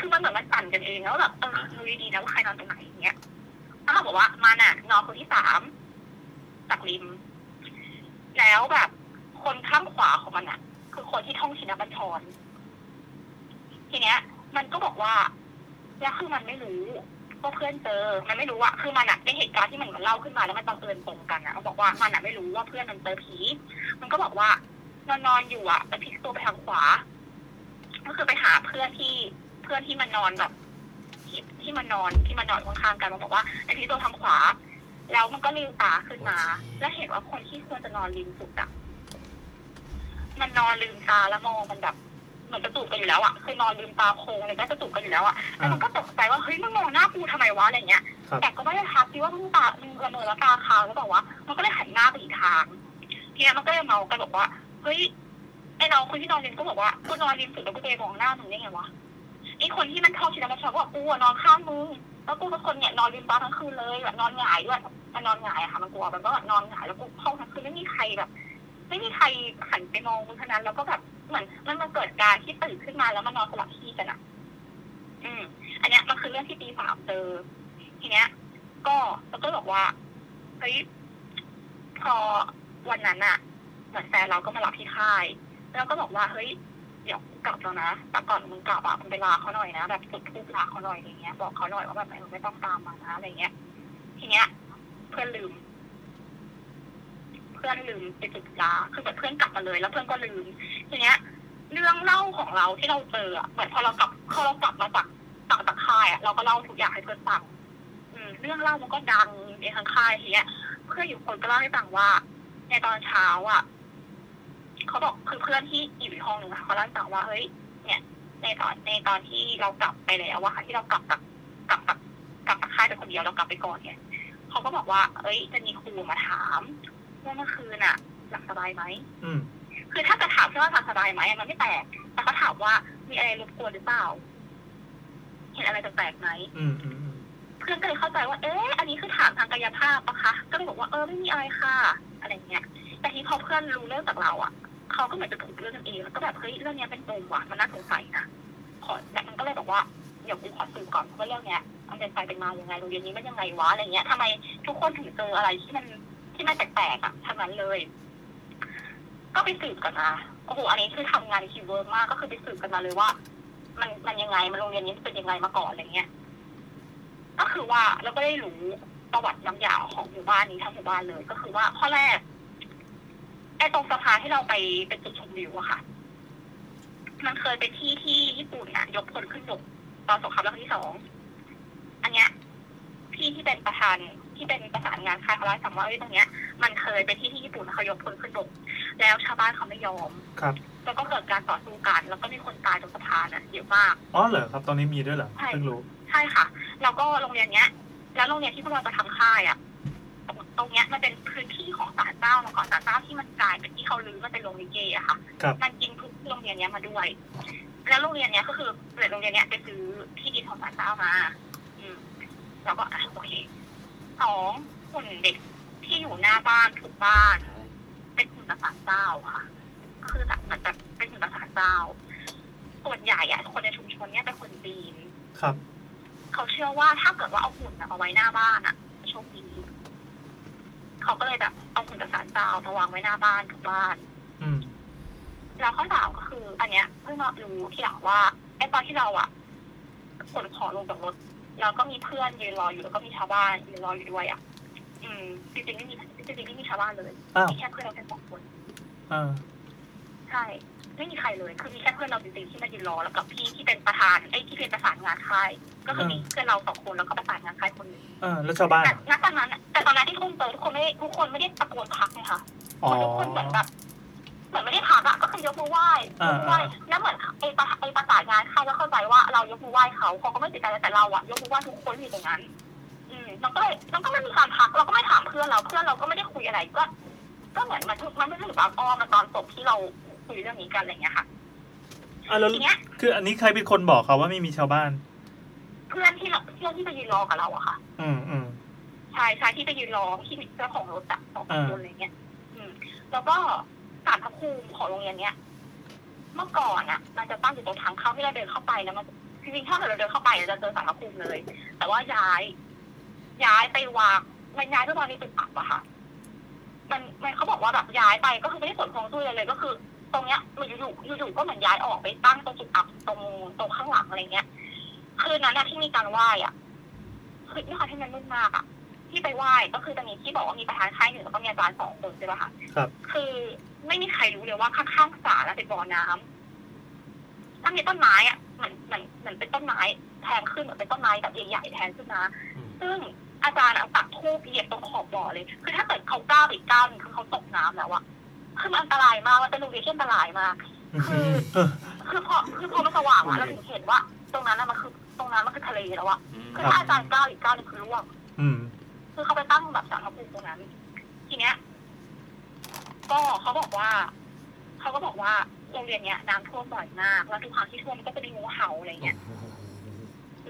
S10: คือมันเหมือนมันสั่นกันเองแล้วแบบเออดูดีๆนะว่าใครนอนตรงไหนอย่างเงี้ยแล้วเราบอกว่ามันอะนอนคนที่สามตักริม แล้วแบบคนข้างขวาของมันอะคือคนที่ท่องชินบัญชรทีเนี้ย มันก็บอกว่าแล้วคือมันไม่รู้ว่าเพื่อนเจอ มันไม่รู้อะคือมันอะได้เหตุการณ์ที่มันเหมือนเล่าขึ้นมาแล้วมันบังเอิญตรงกันอะมันบอกว่ามันอะไม่รู้ว่าเพื่อนมันเจอผี มันก็บอกว่านอนนอนๆอยู่อะไปพลิกตัวไปทางขวา ก็คือไปหาเพื่อนที่เพื่อนที่มันนอนแบบที่ที่มันนอนที่มันนอนข้างๆกันมันบอกว่าไอพลิกตัวทางขวา แล้วมันก็ลืมตาขึ้นมา แล้วเห็นว่าคนที่ควรจะนอนริมสุดอะมันนอนลืมตาแล้วมองมันแบบเหมือนจะตูกกันอยู่แล้วอะคือนอนลืมตาโคงเลยก็จะตูกกันอยู่แล้วอะ แล้วมันก็ตกใจว่าเฮ้ยมึงมองหน้ากูทำไมวะอะไรเงี้ย
S1: ครับ
S10: แต่ก็ไม่ได้ทักที่ว่ามึงตามึงละเมอแล้วตาค้างแล้วบอกว่ามันก็เลยหันหน้าไปอีกทางทีเนี้ยมันก็เลยเมากันบอกว่าเฮ้ยไอ้เราคนที่นอนริมก็บอกว่ากูนอนริมสุดแล้วกูไปมองหน้ามึงได้ไงวะไอ้คนที่มันเข้าชินบัญชรก็บอกกูอะนอนข้างมึงแล้วกูเป็นคนเนี่ยนอนริมบ้านทั้งคืนเลยแบบนอนหงายด้วยมันนอนหงายอะค่ะมันกลัวมันก็นอนหงายแล้วกูเข้าทั้งคืนไม่มีใครแบบ ไม่มีใครหันไปมองมึงทั้งนั้นแล้วก็แบบเหมือนมันมาเกิดการที่ตื่นขึ้นมาแล้วมานอนสลับที่กันอะอืม อันเนี้ยมันคือเรื่องที่ปีสามเจอ ทีเนี้ย ก็แล้วก็บอกว่าเฮ้ยพอวันนั้นอะเหมือนแฟนเราก็มารับที่ค่าย แล้วก็บอกว่าเฮ้ยเดี๋ยวกูกลับแล้วนะแต่ก่อนมึงกลับอะมึงไปลาเขาหน่อยนะแบบจุดทูปลาเขาหน่อยอะไรเงี้ย บอกเขาหน่อยว่าแบบมึงไม่ต้องตามมานะอะไรเงี้ย ทีเนี้ย เพื่อนลืม เพื่อนลืมไปจุดลาคือแบบเพื่อนกลับมาเลย แล้วเพื่อนก็ลืม ทีเนี้ย เรื่องเล่าของเราที่เราเจออะเหมือนพอเรากลับพอเรากลับมาจาก ต่างจากค่ายอ่ะเราก็เล่าทุกอย่างให้เพื่อนฟังอืมเรื่องเล่ามันก็ดังในทางค่ายทีเนี้ย เพื่อนอยู่คนก็เล่าให้ฟังว่า ในตอนเช้าอ่ะเขาบอกคือเพื่อนที่อยู่อีกห้องหนึ่งอะเขาเล่าให้ฟังว่าเฮ้ย เนี่ย ในตอนในตอนที่เรากลับไปแล้วอะค่ะที่เรากลับจากกลับจากกลับจากค่ายไปคนเดียวเรากลับไปก่อนเนี่ยเขาก็บอกว่าเอ้ย จะมีครูมาถามว่าเมื่อคืนอ่ะหลับสบายไหม
S1: อืม
S10: คือถ้าจะถามแค่ว่าทำสบายไหมอะมันไม่แปลกแต่เขาถามว่ามีอะไรรบกวนหรือเปล่า เห็นอะไรแปลกๆไหม
S1: อืมอืมอืม
S10: เพื่อนก็เลยเข้าใจว่า เอ๊ะ อันนี้คือถามทางกายภาพปะคะ ก็เลยบอกว่า เออ ไม่มีอะไรค่ะ อะไรเงี้ย แต่ทีพอเพื่อนรู้เรื่องจากเราอ่ะ เขาก็เหมือนจะถูกเรื่องกันเอง แล้วก็แบบ เฮ้ย เรื่องเนี้ยเป็นปมว่ะมันน่าสงสัยนะ ขอแต่มันก็เลยบอกว่า เดี๋ยวกูขอสืบก่อนว่าเรื่องเนี้ย มันเป็นไปเป็นมายังไงโรงเรียนนี้มันยังไงวะ อะไรเงี้ยทำไมทุกคนถึงเจออะไรที่มันที่มันแปลกๆอ่ะทั้งนั้นเลย ก็ไปสืบกันมา โอ้โห อันนี้คือทำงานคีย์เวิร์กมาก ก็คือไปสืบกันมาเลยว่า มัน มันยังไง มันโรงเรียนนี้มันเป็นยังไงมาก่อนอะไรเงี้ย ก็คือว่าเราก็ได้รู้ ประวัติน้ำยาวของหมู่บ้านนี้ทั้งหมู่บ้านเลย ก็คือว่าข้อแรกไอ้ตรงสะพานที่เราไปเป็นจุดชมวิวอะค่ะ มันเคยเป็นที่ที่ญี่ปุ่นอะยกคนขึ้นบกตอนสงครามโลกครั้งที่สองอันเนี้ยพี่ที่เป็นประธานที่เป็นประสานงานค่ายเขาเล่าให้ฟังว่าเอ้ยตรงเนี้ย มันเคยเป็นที่ที่ญี่ปุ่นเขายกคนขึ้นบกแล้วชาวบ้านเขาไม่ยอม
S1: ครับ
S10: แล้วก็เกิดการต่อสู้กันแล้วก็มีคนตายตรงสะพานอะเยอะมาก
S1: อ๋อเหรอครับ ตอนนี้มีด้วยเหรอ
S10: ใช่
S1: เพิ่งรู้
S10: ใช่ค่ะ แล้วก็โรงเรียนเนี้ย แล้วโรงเรียนที่พวกเราจะทำค่ายอ่ะตรงตรงเนี้ยมันเป็นพื้นที่ของศาลเจ้ามาก่อนศาลเจ้าที่มันกลายเป็นที่เขาลือมันเป็นโรงลิเกอะค่ะ
S1: ครับ
S10: มันกินพื้นที่โรงเรียนเนี้ยมาด้วย แล้วโรงเรียนเนี้ยก็คือเปิดโรงเรียนเนี้ยไปซื้อที่ดินของศาลเจ้ามา อืมแล้วก็อ่ะโอเคสองกลุ่มเด็กที่อยู่หน้าบ้านทุกบ้าน เป็นกลุ่มกับศาลเจ้าค่ะ ก็คือแบบเหมือนแบบเป็นกลุ่มกับศาลเจ้า ส่วนใหญ่อะคนในชุมชนเนี้ยเป็นคนจีน
S1: ครับ
S10: เขาเชื่อว่าถ้าเกิดว่าเอาหุ่นน่ะมาไว้หน้าบ้านอะจะโชคดีเขาก็เลยแบบเอาหุ่นกับสารเจ้ามาวางไว้หน้าบ้านทุกบ้าน
S1: อืม
S10: แล้วข้อสามก็คือ อันเนี้ยเพิ่งมารู้ที่หลังว่าไอ้ตอนที่เราอะขนของลงจากรถแล้วก็มีเพื่อนยืนรออยู่แล้วก็มีชาวบ้านยืนรออยู่ด้วยอะอืมจริงๆไม่มีจริงๆไม่มีชาวบ้านเลย
S1: อ้าว
S10: มีแค่เพื่อนเราแค่สองคน
S1: อ่า
S10: ใช่ ไม่มีใครเลย คือมีแค่เพื่อนเราจริงๆที่มายืนรอแล้วกับพี่ที่เป็นประธานไอ้ยที่เป็นประสานงานค่ายก็คือมี
S1: อืม
S10: เพื่อนเราสองคนแล้วก็ประสานงานค่ายคนหนึง
S1: อ่าแล้วชาวบ้าน
S10: แต่
S1: อะ
S10: ณตอนนั้นน่ะแต่ตอนนั้นที่ทุ่มเตยทุกคนไม่ได้ทุกคนไม่ได้ตะโกนพักนะคะ
S1: อ๋อ
S10: ทุกคนเหมือนแบบเหมือนไม่ได้พักอะก็คือยกมือไหว้ย
S1: อ่าก
S10: มือไหว้
S1: อ่า
S10: แล้วเหมือนไอ้ประไอ้ประสานงานเขาก็เข้าใจว่าเรายกมือไหว้เขาเขาก็ไม่ติดใจแต่เราอะยกมือไหว้ทุกคนที่อยู่ตรงนั้น อืมมันก็เลยมันก็ไม่มีการพัก เราก็ไม่ถามเพื่อนเราเพื่อนเราก็ไม่ได้คุยอะไรก็ ก็เหมือนมันมันไม่ได้แบบอ้อมมาตอนจบที่เราคุยเรื่องนี้กันอะไรอย่างเงี้ยค่ะ
S1: อ่าแล้ว
S10: ทีเนี้ย
S1: คืออันนี้ใครเป็นคนบอกเขาว่าไม่มีชาวบ้าน
S10: เพื่อนที่เราเพื่อนที่มายืนรอกับเราอะค่ะ
S1: อืมอืม
S10: ชายชายที่ไปยืนร้องที่เจ้าของรถอะสอง
S1: อ่า
S10: คนอะไรเงี้ย อืม แล้วก็ศาลพระภูมิของโรงเรียนเนี้ย เมื่อก่อนอะมันจะตั้งอยู่ตรงทางเข้าที่เราเดินเข้าไปแล้วมันจริงๆถ้าเกิดเราเดินเข้าไปอะเราจะเจอศาลพระภูมิเลย แต่ว่าย้าย ย้ายไปวางมันย้ายไปวางในตึกอับอะค่ะ มันมันเขาบอกว่าแบบย้ายไปก็คือไม่ได้สนของด้วยเลยเลย ก็คือ ตรงเนี้ยมันอยู่ๆอยู่ๆก็เหมือนย้ายออกไปตั้งตรงจุดอับตรงตรงข้างหลังอะไรเงี้ย คืนนั้นอะที่มีการไหว้อะคือด้วยความที่มันมืดมากอะ ที่ไปไหว้ก็คือจะมีที่บอกว่ามีประธานค่ายหนึ่งแล้วก็มีอาจารย์สองคนใช่ปะคะ
S1: ครับ
S10: คือไม่มีใครรู้เลยว่าข้างๆศาลอะเป็นบ่อน้ำถ้ามีต้นไม้อะเหมือนเหมือนเหมือนเป็นต้นไม้แทงขึ้นเหมือนเป็นต้นไม้แบบใหญ่ๆแทงขึ้นมา ซึ่งอาจารย์อะปักธูปเหยียบตรงขอบบ่อเลย คือถ้าเกิดเขาก้าวไปอีกก้าวหนึงคือเขาตกน้ำแล้วอะคือมันอันตรายมากว่าเป็นโรงเรียนที่อันตรายมาก คือ คือพอคือพอมันสว่างอะเราถึงเห็นว่า ตรงนั้นอะมันคือตรงนั้นมันคือทะเลแล้วอะคือถ้าอาจารย์ก้าวอีกก้าวหนึงคือร่วง
S1: อืม
S10: คือเขาไปตั้งแบบสารพระภูมิตรงนั้น ทีเนี้ย ก็เขาบอกว่า เขาก็บอกว่าโรงเรียนเนี้ยน้ำท่วมบ่อยมาก แล้วทุกครั้งที่ท่วมมันก็จะมีงูเห่าอะไรเงี้ย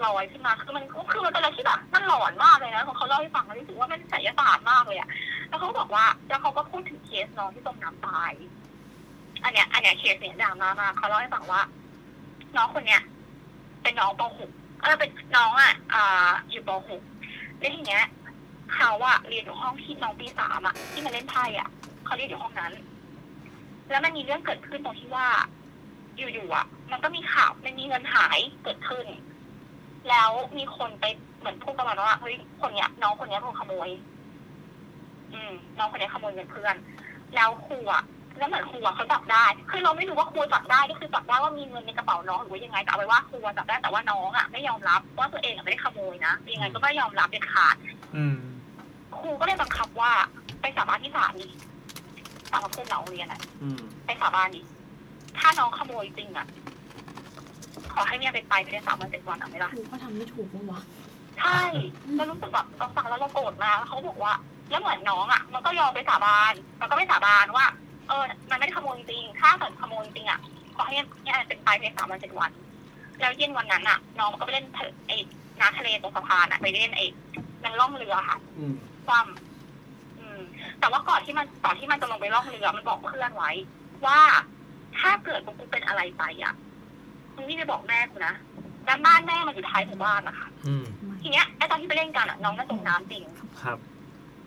S10: ลอยขึ้นมาคือมันคือมันเป็นอะไรที่แบบมันหลอนมากเลยนะของเขาเล่าให้ฟังแล้วรู้สึกว่ามันไสยศาสตร์มากเลยอะแล้วเขาก็บอกว่า แล้วเขาก็พูดถึงเคสน้องที่จมน้ำตาย อันเนี้ย อันเนี้ยเคสเนี้ยดังมากมากเขาเล่าให้ฟังว่า น้องคนเนี้ยเป็นน้องป .6 เออเป็นน้องอ่ะอ่าอยู่ป .6 แล้วทีเนี้ย เขาอะเรียนอยู่ห้องที่น้องปีสามอะที่มาเล่นไพ่อะเขาเรียนอยู่ห้องนั้น แล้วมันมีเรื่องเกิดขึ้นตรงที่ว่า อยู่ๆอะมันก็มีข่าวมันมีเงินหายเกิดขึ้น แล้วมีคนไปเหมือนพูดประมาณว่าเฮ้ยคนเนี้ย น้องคนเนี้ยโดนขโมย อืม น้องคนเนี้ยขโมยเงินเพื่อน แล้วครูอะแล้วเหมือนครูอะเขาจับได้ คือเราไม่รู้ว่าครูจับได้ก็คือจับได้ว่ามีเงินในกระเป๋าน้องหรือว่ายังไงแต่เอาไปนว่าครูอะจับได้แต่ว่าน้องอะไม่ยอมรับว่าตัวเองอะไม่ได้ขโมยนะยังไงก็ไม่ยอมรับเด็ดขาด
S1: อืม
S10: ครูก็เลยบังคับว่าไปสาบานที่ศาลดิสาลเพื่อนเราโรงเรียนอะ
S4: อืม
S10: ไปสาบานดิถ้าน้องขโมยจริงอะขอให้เมียไปไปไปได้สามวันเจ็ดวันเอาไหมล่ะ
S3: ครูก็ทำไม่ถูกปะวะ
S10: ใช่แล้วรู้สึกแบบเราฟังแล้วเราโกรธมากแล้วเขาบอกว่า แล้วเหมือนน้องอะมันก็ยอมไปสาบานมันก็ไม่สาบานว่า เออ มันไม่ได้ขโมยจริง ถ้าเกิดขโมยจริงอะขอให้เนี่ยเป็นไปในสามวันเจ็ดวัน แล้วเย็นวันนั้นอะน้องมันก็ไปเล่นทะไอ้น้ำทะเลตรงสะพานอะไปเล่นไอ้มันล่องเรือค่ะ
S4: อืม
S10: ความอืม แต่ว่าก่อนที่มันก่อนที่มันจะลงไปล่องเรือมันบอกเพื่อนไว้ ว่าถ้าเกิดกูเป็นอะไรไปอ่ะมึงนี่ไปบอกแม่กูนะแล้วบ้านแม่มันอยู่ท้ายหมู่บ้านนะคะ
S2: อืม
S10: ทีเนี้ยไอตอนที่ไปเล่นกันอ่ะน้องน่าจมน้ำจริง
S2: ครับ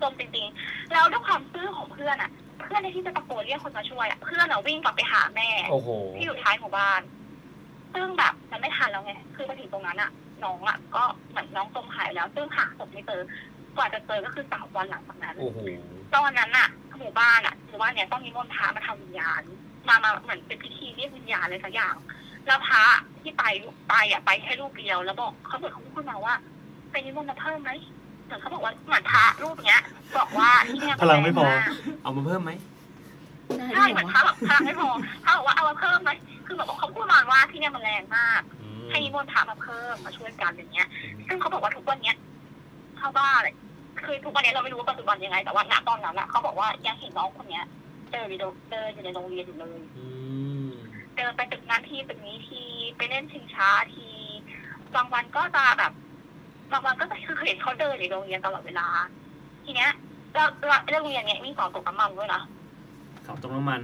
S10: จมจริงๆแล้วด้วยความซื่อของเพื่อนอ่ะ เพื่อนในที่จะตะโกนเรียกคนมาช่วยอ่ะเพื่อนอ่ะวิ่งกลับไปหาแม่
S2: โอ้โห
S10: ที่อยู่ท้ายหมู่บ้าน ซึ่งแบบมันไม่ทันแล้วไง คือมาถึงตรงนั้นอะน้องอะก็เหมือนน้องจมหายแล้ว ซึ่งหาศพไม่เจอ กว่าจะเจอก็คือสามวันหลังจากนั้น
S5: โอ้โห
S10: ตอนนั้นน่ะหมู่บ้านอ่ะหมู่บ้านเนี้ยต้องมีมนต์พระมาทำวิญญาณมามาเหมือนเป็นพิธีเรียกวิญญาณอะไรสักอย่าง แล้วพระที่ไปไปอ่ะไปแค่รูปเดียวแล้วบอกเขาเหมือนเขาพูดมาว่าไปนิมนต์มาเพิ่มไหมเหมือนเขาบอกว่าเหมือนพระรูปเนี้ย บอกว่าที่เนี่ย
S1: พลังไม่พอ
S10: แรงาก
S4: เอามาเพิ่มไหม
S3: ได้
S10: ใช่
S3: ได้
S10: เห
S3: เหรอวะ
S10: มือนเขาแบบพลังไม่พอเขาบอกว่าเอามาเพิ่มไหมคือแบบว่าเขาพูดประมาณว่าที่เนี่ยมันแรงมาก ให้นิมนต์พระมาเพิ่มมาช่วยกันอย่างเงี้ย ซึ่งเขาบอกว่าทุกวันเนี้ยชาวบ้านอะคือทุกวันเนี้ยเราไม่รู้ว่าปัจจุบันยังไง แต่ว่าณตอนนั้นอะเขาบอกว่ายังเห็นน้องคนเนี้ยเดินอยู่เดินอยู่ในโรงเรียนอยู่เลย เดินไปตึกนั้นทีตึกนี้ทีไปเล่นชิงช้าทีบางวันก็จะแบบบางวันก็จะคือเห็นเขาเดินอยู่ในโรงเรียนตลอดเวลา ทีเนี้ยเราเราโรงเรียนเนี้ยมีสอนตกน้ำมันด้วยนะ
S4: เสาตกน้ำมัน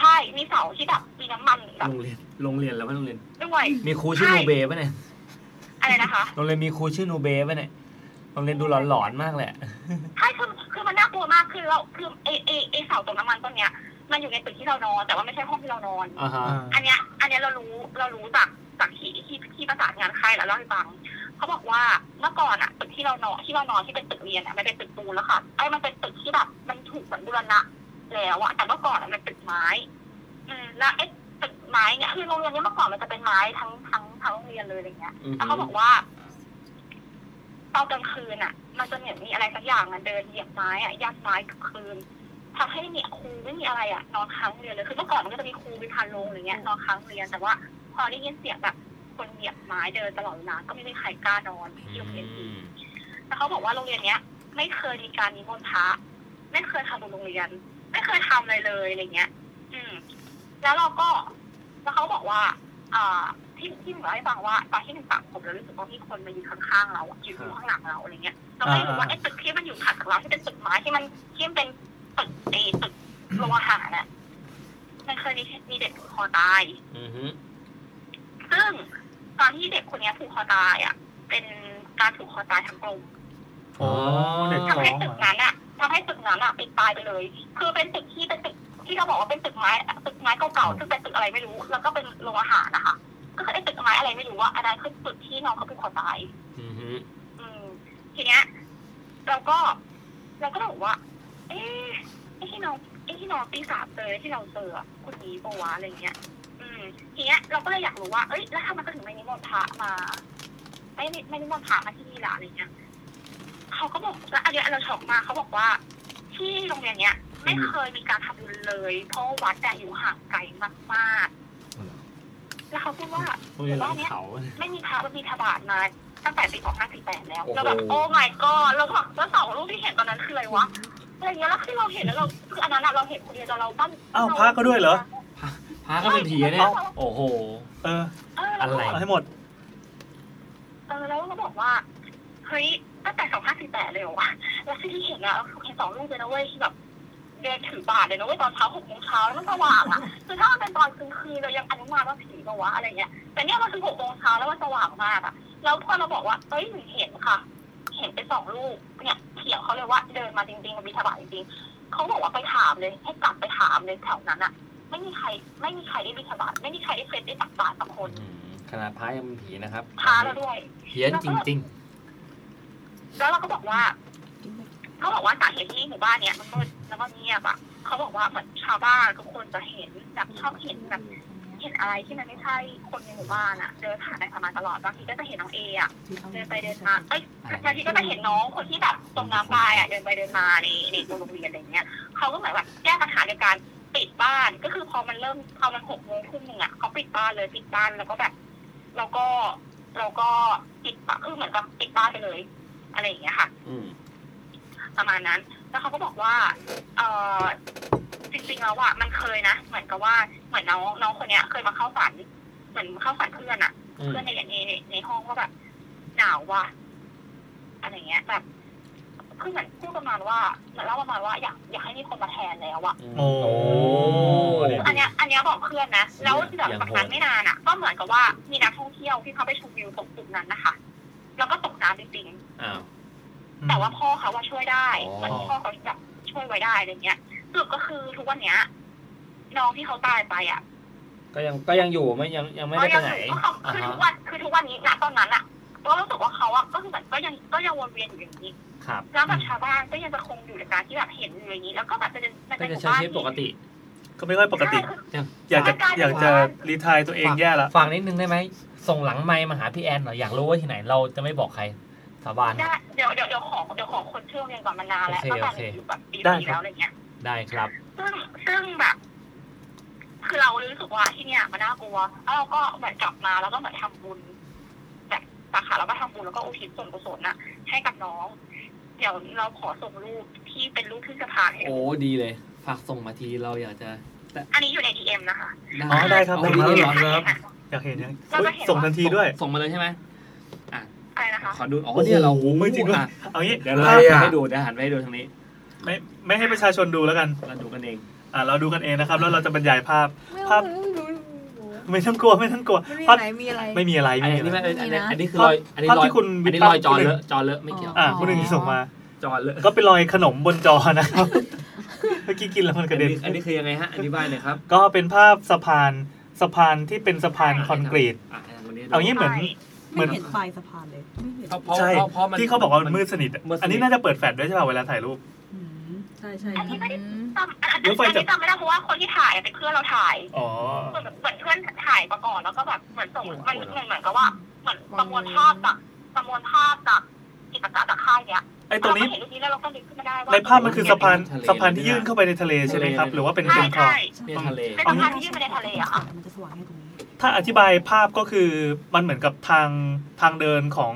S10: ใช่มีเสาที่แบบมีน้ำมันแบบ
S4: โรงเรียน โรงเรียนแล้วไม่โรงเรียน
S10: ด้วย
S4: มีครูชื่อนูเบป่ะเนี่ย
S10: อะไรนะคะ
S4: โรงเรียนมีครูชื่อนูเบป่ะเนี่ย โรงเรียนดูหลอนๆมากเลยอะ
S10: ใช่คือคือมันน่ากลัวมากคือเราคือเอเอเอเสาตกน้ำมันต้นเนี้ยมันอยู่ในตึกที่เรานอน แต่ว่าไม่ใช่ห้องที่เรานอน
S4: อ่าฮะ
S10: อันเนี้ย อันเนี้ยเรารู้เรารู้จากจากที่ที่ที่ประสานงานใครแล้วเล่าให้ฟังเขาบอกว่าเมื่อก่อนอ่ะตึกที่เรานอนที่เรานอนที่เป็นตึกเรียนอ่ะมันเป็นตึกปูนแล้วค่ะไอ้ยมันเป็นตึกที่แบบมันถูกเหมือนบูรณะแล้วอะแต่เมื่อก่อนอะมันเป็นตึกไม้ อืมแล้วไอ้ตึกไม้เนี่ยคือโรงเรียนเนี้เมื่อก่อนมันจะเป็นไม้ทั้งทั้งทั้งโรงเรียนเลยอะไรเงี้ย แล้วเขาบอกว่าตอนกลางคืนอ่ะ มันจะเหมือนมีอะไรสักอย่างมันเดินเหยียบไม้อ่ะย่ำไม้กลางคืนทำให้ไม่มีครูไม่มีอะไรอ่ะนอนค้างเรียนเลยคือเมื่อก่อนมันก็จะมีครูมีพานโรงอะไรเงี้ยนอนค้างเรียนแต่ว่า พอได้ยินเสียงแบบคนเหยียบไม้เดินตลอดเวลาก็ไม่มีใครกล้านอนที่โรงเรียนอีกแล้วเขาบอกว่าโรงเรียนเนี้ย ไม่เคยมีการนิมนต์พระไม่เคยทำบุญโรงเรียน ไม่เคยทำอะไรเลยอะไรเงี้ย อืม แล้วเราก็แล้วเขาบอกว่า อ่าที่ที่หนูเล่าให้ฟังว่าตอนที่หนึ่งตัดผมแล้วรู้สึกว่ามีคนมายืนข้างๆเราอะยืนอยู่ข้างหลังเราอะไรเงี้ยเราไม่รู้ว่าไอ้ตึกที่มันอยู่ถัดจากเราที่เป็นตึกไม้ที่มันที่มันเป็นตึกไอ้ตึกโรงอาหารน่ะมันเคยมีมีเด็กผูกคอตาย
S5: อือฮึ
S10: ซึ่งตอนที่เด็กคนเนี้ยผูกคอตายอ่ะ เป็นการผูกคอตายทั้งกลม
S1: โอ้เด็ก
S10: ทำ
S1: ท้อ
S10: ให้
S1: ง
S10: ตึ
S1: เหร
S10: ก
S1: อ
S10: นั้นอะทำให้ตึกนั้นอะปิดตายไปเลย คือเป็นตึกที่เป็นตึกที่เราบอกว่าเป็นตึกไม้ตึกไม้เก่าๆซึ่งเป็นตึกอะไรไม่รู้ แล้วก็เป็นโรงอาหารนะคะ ก็คือไอ้ตึกไม้อะไรไม่รู้ว่าอันนั้นคือตึกที่น้องเขาเป็นคนตาย
S5: อือฮึ
S10: อืม ทีเนี้ยเราก็เราก็บอกว่า เอ๊ะไอ้ที่น้องไอ้ที่น้องปีศาจเจอที่เราเจออะคนนี้ปะวะอะไรเงี้ย อืม ทีเนี้ยเราก็เลยอยากรู้ว่า เอ้ย แล้วทำไมเขาถึงไม่นิมนต์พระมา ไม่นิไม่นิมนต์พระมาที่นี่ล่ะอะไรเงี้ยเขาก็บอกแล้วอันเนี้ยเราช็อกมากเขาบอกว่า ที่โรงเรียนเนี้ย ไม่เคยมีการทำบุญเลย เพราะวัดแต่อยู่ห่างไกลมากๆ แล้วเขาพูดว่า
S4: โรงเรียนหลั
S10: ว่าง เนี้ย
S4: เขา
S10: ไม่มีพระบิณฑบาตมาตั้งแต่ปี2548แล้ว
S5: โอ้โห
S10: เราแบบโอ้ my god เราแบบแล้วสองรูปที่เห็นตอนนั้นคืออะไรวะอะไรเงี้ยแล้วที่เราเห็นแล้วเราคืออันนั้นอะเราเห็นคนเดียวแต่เราปั้น
S1: อ้าวพระก็ด้วยเหรอ
S4: พาก็เป็นผีอะเนี่ย โอ้โห
S1: เออ
S10: เออแล้วก็
S1: เอาให้หมด
S10: เออแล้วก็บอกว่าเฮ้ยตั้งแต่2548เลยเหรอวะแล้วที่เห็นอะคือเห็นสองรูปเลยนะเว้ยที่แบบเดินถือบาทเลยนะเว้ยตอนเช้าหกโมงเช้าแล้วมันสว่างอะคือถ้ามันเป็นตอนกลางคืนเรายังอนุมานว่าผีปะวะอะไรเงี้ยแต่เนี่ยมันคือหกโมงเช้าแล้วมันสว่างมากอะ แล้วพอเราบอกว่าเอ้ยหนูเห็นค่ะ เห็นเป็นสองลูกเนี่ยเถียงเขาเลยว่าเดินมาจริงๆมันมีทบาทจริงๆเขาบอกว่าไปถามเลย ให้กลับไปถามเลยแถวนั้นอะไม่มีใคร ไม่มีใครได้บิทบาทไม่มีใครได้เฟซได้ตักบาทสักคน
S5: ขนาดพายังเป็นผีนะครับ
S10: ท้าเราด้วย
S5: เฮี้ยนจริง
S10: แล้วเราก็บอกว่า
S6: กินไป
S10: เขาบอกว่าสาเหตุที่หมู่บ้านเนี้ยมันมืดแล้วก็เงียบอ่ะเขาบอกว่าเหมือนชาวบ้านทุกคนจะเห็นแบบชอบเห็นแบบเห็นอะไรที่มันไม่ใช่คนในหมู่บ้านอ่ะ เดินผ่านไปผ่านมาตลอดบางทีก็จะเห็นน้องเออ่ะเดินไปเดินมาเอ้ยบางทีก็จะเห็นน้องคนที่แบบตรงน้ำตายอ่ะเดินไปเดินมาในในโรงเรียนอะไรเงี้ยเขาก็เหมือนแบบแก้ปัญหาโดยการปิดบ้านก็คือพอมันเริ่มพอมันหกโมงทุ่มหนึ่งอ่ะเขาปิดบ้านเลยปิดบ้านแล้วก็แบบแล้วก็แล้วก็ปิดปะคือเหมือนกับปิดบ้านไปเลย อะไรอย่างเงี้ยค่ะ
S5: ๆ อืม
S10: ประมาณนั้น แล้วเขาก็บอกว่า เออจริงๆ แล้วอะมันเคยนะ เหมือนกับว่า เหมือนน้องน้องคนเนี้ย เคยมาเข้าฝัน เหมือนเข้าฝันเพื่อนอะเพื่อนในในในในห้องว่าแบบหนาวว่ะ อะไรเงี้ย แบบ คือเหมือนพูดประมาณว่าเหมือนเล่าประมาณว่าอยากอยากให้มีคนมาแทนแล้วอะ
S1: โอ้
S5: เดี๋ยว
S10: อันเนี้ยอันเนี้ยบอกเพื่อนนะ แล้วหลังจากนั้นไม่นานอ่ะ ก็เหมือนกับว่ามีนักท่องเที่ยวที่เขาไปชมวิวตรงจุดนั้นนะคะ แล้วก็ตกน้ำจริงๆ
S5: อ้าว
S10: แต่ว่าพ่อเขาว่าช่วยได้
S5: อ๋อ
S10: เหมือนพ่อเขาแบบช่วยไว้ได้อะไรเงี้ยสรุปก็คือทุกวันเนี้ยน้องที่เขาตายไปอ่ะ
S5: ก็ยังก็ยังอยู่ไม่ยังยังไม่ได้ไป
S10: ยั
S5: ไหน
S10: อยู่ก็เขา
S5: อ่า
S10: คือ
S5: ฮะ
S10: ทุกวันคือทุกวันนี้ณตอนนั้นอ่ะก็รู้สึกว่าเขาอ่ะก็คือแบบก็ยังก็ยังวนเวียนอยู่อย่างนี้
S11: ครับ
S10: แล้วแบบชาวบ้านก็ยังจะคงอยู่ในการที่แบบเห็นอยู่อย่างนี้ แล้วก็แบบจะเดินมา
S11: ก็จะ
S10: ในหมู่
S11: ใช้
S10: บ้าน
S11: ชีวิตปกติ
S1: ก็ไม่ค่อยปกติ
S11: ยัง
S1: อยากจะอยากจะรีทายตัวเองแย่ละ
S11: ฝากนิดนึงได้ไหม ส่งหลังไมค์มาหาพี่แอนหน่อย อยากรู้ว่าที่ไหนเราจะไม่บอกใคร สาบาน
S10: ได้เดี๋ยวเดี๋ยวเดี๋ยวขอเดี๋ยวขอคนเชื่อมเรียนก่อนมานานแล้ว
S11: โอเค
S10: ตั้ง
S11: โอเค
S10: แต่อยู่แบบปีสี่แล้วอะไรเงี้ย
S11: ได้ครับ
S10: ซึ่งซึ่งแบบ คือเรารู้สึกว่าที่เนี่ยมันน่ากลัวแล้วเราก็เหมือนกลับมาแล้วก็เหมือนทำบุญแบบสาขาเราก็ทำบุญแล้วก็อุทิศส่วนกุศลน่ะ ให้กับน้อง เดี๋ยวเราขอส่งรูปที่เป็นรูปขึ้นสะพานให้ดู
S2: โอ้ดีเลย ฝากส่งมาทีเราอยากจะ
S10: อันนี้อยู่ในดีเอ็มนะคะ
S1: อ๋อได้ครับได้
S2: โดีเลยเหรอ
S1: ค
S10: อัน
S1: รับ
S10: นี้นะ
S1: อยากเห็นยังส่งทันทีด้วย
S2: ส่งมาเลยใช่ไหม
S10: อะไรนะคะ
S2: ขอดู อ๋อเนี่ยเรา
S1: โอ้โหไม่จริงด้วย
S2: อ่ะ
S1: เอางี้
S2: เดี๋ยวเรา
S8: อะไรอ่ะ
S2: ให้ดูเดี๋ยวหันไปให้ดูทางนี้
S1: ไม่ไม่ให้ประชาชนดูแล้วกัน
S2: เราดูกันเอง
S1: อ่าเราดูกันเองนะครับ แล้วเราจะบรรยายภาพ
S3: ไม่
S1: ภาพ
S3: รู้ไม่รู้
S1: ไม่ต้องกลัวไม่ต้องกลัว
S3: ไม่มี
S1: ภาพ
S3: ไหนมีอะไร
S1: ไม่มีอะไร
S2: อัน
S1: ไม่มี
S2: นี้
S1: อะ
S2: ไม่
S1: ไร
S2: อัน
S3: ไม่มีนะ
S2: นี้อันนี้คือรอย อันนี้รอ
S1: ภาพ
S2: ย
S1: ที่คุณ
S2: อันนี้
S1: วิพากษ์
S2: รอยจอ
S1: คุณหนึ่
S2: เล
S1: ง
S2: อะจอเลอะไม่เกี่ยว
S1: อ่าคนหนึ่งที่ส่งมา
S2: จอเลอะ
S1: ก็เป็นรอยขนมบนจอนะครับ [laughs] เมื่อกี้กินแล้วมันก
S2: อั
S1: ระ
S2: น
S1: เด็น
S2: นี้อันนี้คือยังไงฮะ อธิบายหน่อยครับ
S1: ก็เป็นภาพสะพานสะพานที่เป็นสะพานคอนกรีต
S2: อ่ะให้ทางคนนี้ดู
S1: เอางี้เหมือน
S10: ใช่
S1: เหมื
S6: ไม่
S1: อน
S6: เห็นปลายสะพานเลยไม่เห็น
S2: เพราะเพราะ
S1: ใช่
S2: เพราะเพราะมัน
S1: ที่เขาบอกว่ามันมืดสนิทอะ
S2: มืดสนิท
S1: อันนี้น่าจะเปิดแฟลชด้วยใช่ป่ะเวลาถ่ายรูป
S6: อืมใช่ใช่
S10: อันนี้ไม่ได้
S3: อืม
S10: จำอัน
S1: รถไฟจะ
S10: นี้จำไม่ได้เพราะว่าคนที่ถ่ายเป็นเพื่อนเราถ่าย
S1: อ๋อ
S10: เหมือนเหมือนเพื่อนถ่ายมาก่อนแล้วก็แบบเหมือนส่งมันเหมือนเหมือนกับว่าเหมือนประมวลภาพจากประมวลภาพจากกิจการจากค่ายเนี้ย
S1: ไอ้ตรงนี้
S10: เาก็เห็นรูปนี้แล้วเราก็นึกขึ้นมาได้ว่า
S1: ในภาพมันคือสะพาน
S2: ทะเล
S1: สะพานที่ยื่นเข้าไปในทะเลใช่ไหมครับ
S2: ทะเล
S1: หรือว่าเป็น
S10: ใช่
S1: เป็นคลอง
S2: เนี่
S10: ใช่
S2: ยทะเล
S10: เป็นสะพานที่ยื่นไปในทะเลอะค่ะ
S6: มันจะสว่างแค่ตรงนี้
S1: ถ้าอธิบายภาพก็คือมันเหมือนกับทางทางเดินของ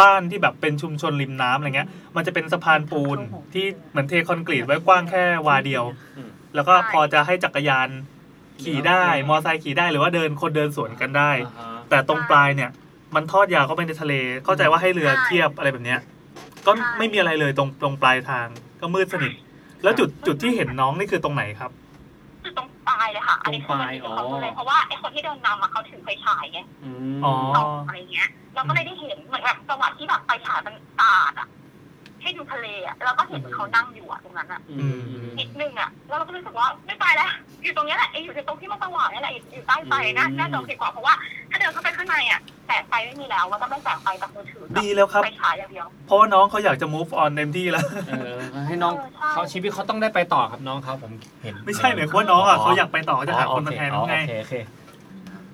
S1: บ้านที่แบบเป็นชุมชนริมน้ำอะไรเงี้ย มันจะเป็นสะพานปูนที่เหมือนเทคอนกรีตไว้กว้างแค่วาเดียว
S2: อืม
S1: แล้วก็พอจะให้จักรยานขี่ได้ มอไซค์ขี่ได้หรือว่าเดินคนเดินสวนกันได้
S2: อ่าฮะ
S1: แต่ตรงปลายเนี่ย มันทอดยาวเข้าไปในทะเล เข้าใจว่าให้เรือเทียบอะไรแบบเนี้ย ก็
S10: ใช่
S1: ไม่มีอะไรเลยตรงตรงปลายทางก็มืดสนิท แล้วจุดจุดที่เห็นน้องนี่คือตรงไหนครับ
S10: คือตรงปลายเลยค่ะอันนี้คือมันเป็นความรู้เลยเพราะว่าไอคนที่เดินนำอะเขาถือไฟฉายไง
S2: อืม
S1: อ๋อ
S10: ส่องอะไรเงี้ยเราก็เลยได้เห็นเหมือนแบบจังหวะที่แบบไฟฉายมันตาดอะให้ดูทะเลอะแล้วก็เห็นเขานั่งอยู่อะตรงนั้นอะ
S2: อืมอืม
S10: นิดนึงอะแล้วเราก็รู้สึกว่าไม่ไปแล้วอยู่ตรงเนี้ยแหละไออยู่ในตรงที่มันสว่างนี่แหละไอ้อยู่ใต้ไฟนะน่าจะโอเคกว่าเพราะว่า ถ้าเดินเข้าไปข้างในอะแสงไฟไม่มีแล้วเราก็ไม่แสงไฟจากมือถือกับ
S1: ดีแล้วครับ
S10: ไฟฉายอย่างเดียว
S1: เพราะว่าน้องเขาอยากจะ move on เต็มที่แล้ว
S2: เออให้น้องเขาชีวิตเขาต้องได้ไปต่อครับน้องเขาผมเห็น
S1: ไม่ใช่หมายความว่าน้องอ่ะเขาอยากไปต่อเขาจะหาคนมาแทน
S2: อ๋
S1: น้
S2: อ
S1: องไง
S2: โอเค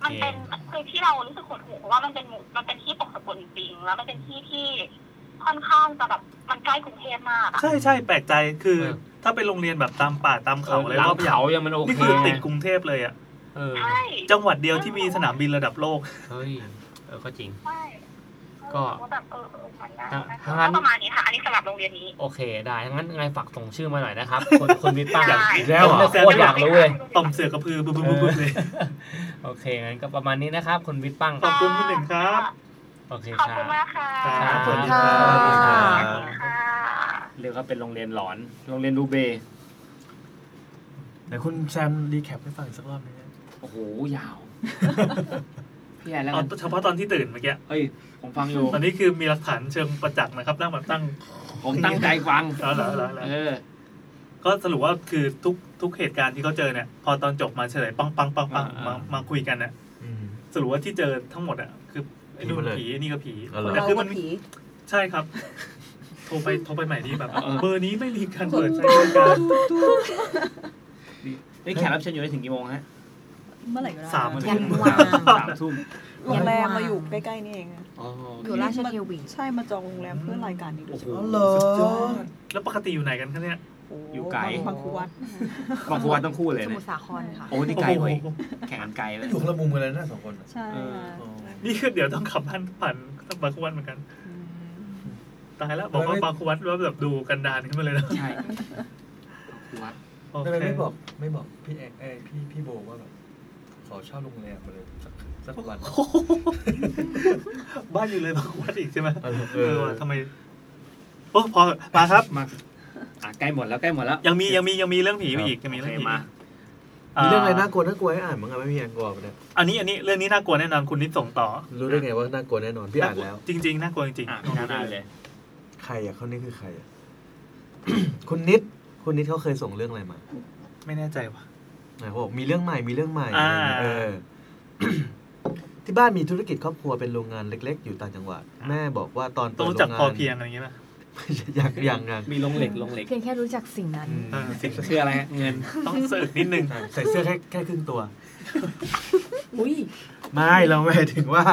S2: โอเค
S10: มันเป็นคือที่เรารู้สึกหดหู่เพราะว่ามันเป็นหมู่มันเป็นที่ปกสกุลจริง แล้วมันเป็นที่ที่ค่อนข้างจะแบบมันใกล้กรุงเทพมากอะ
S1: ใช่ใช่แปลกใจคือ
S2: เออ
S1: ถ้าไปโรงเรียนแบบตามป่าตามเขาอะไร
S2: หลัง
S1: รอบ
S2: เขายังมันโอ
S1: ๆนี่
S2: เค
S1: คือติดกรุงเทพเลยอ่ะ
S2: เออ
S10: ใช่
S1: จังหวัดเดียวที่มีสนามบินระดับโลก
S2: เฮ้ยเออก็จริง
S10: ใช่
S2: ก็
S10: แบบเออเออมันน่า
S2: อ่ะ
S10: นะ
S2: ถ้า
S10: คะ
S2: งั้น
S10: ก็ประมาณนี้ค่ะ อันนี้สำหรับโรงเรียนนี้
S2: โอเคได้งั้นไงฝากส่งชื่อมาหน่อยนะครับคนคนวิทย์ป้า
S10: ใช่
S8: อีกแล้วเหรอ
S2: โคตรอยากรู้เลย
S1: ต่อมเสือกระพือบึ้บๆๆเลย
S2: โอเค งั้นก็ประมาณนี้นะครับ คุณวิทย์ปัง
S1: ขอบคุณคุณหนึ่งครับ
S2: โอเค
S10: ขอบ
S2: ครั
S10: คุณ
S2: บ
S10: มากค่ะ
S1: ครับสวัสดี
S3: ค่ะ
S1: รับ
S10: สวัสดีค่ะ
S2: เรียกว่าเป็นโรงเรียนหลอน โรงเรียนดูเบย์
S8: ไหนคุณแซมรีแคปให้ฟังอีกสักรอบหนึงนะ
S2: โอ้โห ยาว [laughs] พี่แอนแล้ว
S1: เอา
S2: กัน
S1: เฉพาะตอนที่ตื่นเมื่อกี้
S2: เอ้ย ผมฟังอยู่
S1: ตอนนี้คือมีหลักฐานเชิงประจักษ์นะครับตั้งแบบตั้ง
S2: ผมตั้งใจฟัง
S1: แล้วแล้วแล้วแล้ว
S2: เออ
S1: ก็สรุปว่าคือทุกทุกเหตุการณ์ที่เขาเจอเนี่ย พอตอนจบมาเฉลยปังปังปังปัง
S2: อ่าอ่าม
S1: มามาคุยกันเนี่ย
S8: อืม
S1: สรุปว่าที่เจอทั้งหมดอ่ะคือไอ้นู่นผีไอ้นี่ก็ผี
S8: อ๋อเหรอ
S1: แต่
S6: เรา
S1: คือ
S6: ก็
S1: มัน
S6: ผี
S1: ใช่ครับ โทรไปโทรไปใหม่ดีแบบ
S2: เออ
S1: เบอร์นี้ไม่มีการเปิดใช้บริการ
S2: ดีนี่แขกรับเชิญอยู่ได้ถึงกี่โมงฮะ
S6: เมื่อไหร่ก็ได้
S1: สามวัน
S3: ยัน
S1: เ
S3: วาง
S2: สามทุ่ม
S6: โรงแรมมาอยู่ใกล้ๆนี่เองอะ
S2: อ๋อ
S3: อ
S2: โอยู่ เค
S3: ราชเทวี
S6: ใช่มาจองโรงแรมเพื่อรายการนี้ด้วย
S2: โอ้โห
S6: ใช่ไหม
S8: เหรอ
S1: สุดยอด แล้วปกติอยู่ไหนกันคะเนี่ย
S6: โอ้โห
S2: อยู่ไกล
S6: บางครูวัด
S2: บางคนว่าต้องคู่เลย
S3: สมุท
S2: เนี่ย
S3: รสาครค่ะ
S2: โอ้นี่ไกลเว้ยแข่งกันไกลเลย
S8: อยู่คนละมุมกันเลยนะสองคนน่ะ
S6: ใช่
S2: เออ
S6: ค่ะ
S8: อ๋อ
S1: นี่คือเดี๋ยวต้องขับบ้านผ่านต้องบางควันเหมือนกันตายแล้วบอกว่าบางควันว่าแบบดูกันดานขึ้นมาเลยนะ
S2: ใช่คู่วัด
S1: โอ
S8: ทำ
S1: เค
S8: ไมไม่บอกไม่บอกพี่แอนเอ้ยพี่พี่โบว่าแบบขอเช่าโรงแรมมาเลยสักสักวัน
S1: [laughs] บ้านอยู่เลยบางควันอีกใช่ไหม
S8: เออ
S1: เอ
S8: เออ
S1: อว่ะทำไมโอ้พอมาครับ
S2: มาอ่ะใกล้หมดแล้วใกล้หมดแล้ว
S1: ยังมียังมียังมีเรื่องผีไปอีกยังมี
S2: โอ
S1: เรื่
S2: เค
S1: องผี
S2: มา
S8: มีเรื่องอะไรน่ากลัวน่ากลัวให้อ่านมั้งอะไม่มีอ่านกลัวไปเลย
S1: อันนี้อันนี้เรื่องนี้น่ากลัวแน่นอนคุณนิดส่งต่อ
S8: รู้ได้ไงว่าน่ากลัวแน่นอนพี่อ่านแล้ว
S1: จริง ๆน่ากลัวจริง
S2: อ่ะ
S1: ๆ
S2: พี่นัทอ่านเลย
S8: ใครอ่ะเขานี่คือใครอ่ะ [coughs] คุณนิดคุณนิดเขาเคยส่งเรื่องอะไรมา
S1: ไม่แน่ใจว่ะ
S8: ไหนเขาบอกมีเรื่องใหม่มีเรื่องใหม่อะ
S1: อ่า
S8: ไรเงี้ยเออ [coughs] ที่บ้านมีธุรกิจครอบครัวเป็นโรงงานเล็ก ๆ อยู่ต่างจังหวัด แม่บอกว่าตอน
S1: ต้อ
S8: เปิ
S1: ง
S8: ด
S1: รู้
S8: โร
S1: จักพอง
S8: งาน
S1: เพียงอะไรอย่างเงี้ยป่ะ
S8: [laughs] อย่างอย่าง
S1: [laughs]
S8: งาน
S4: มีลงเหล็กลงเหล็ก
S7: เพียงแค่รู้จักสิ่งนั้น
S4: อ่าสิ่งคืออะไรฮะเงิน
S1: ต้องสืบนิดนึง
S8: ใส่เสื้อแค่แค่ครึ่งตัว
S3: [laughs] อุ้ย
S8: ไม่เราหมายถึงว่า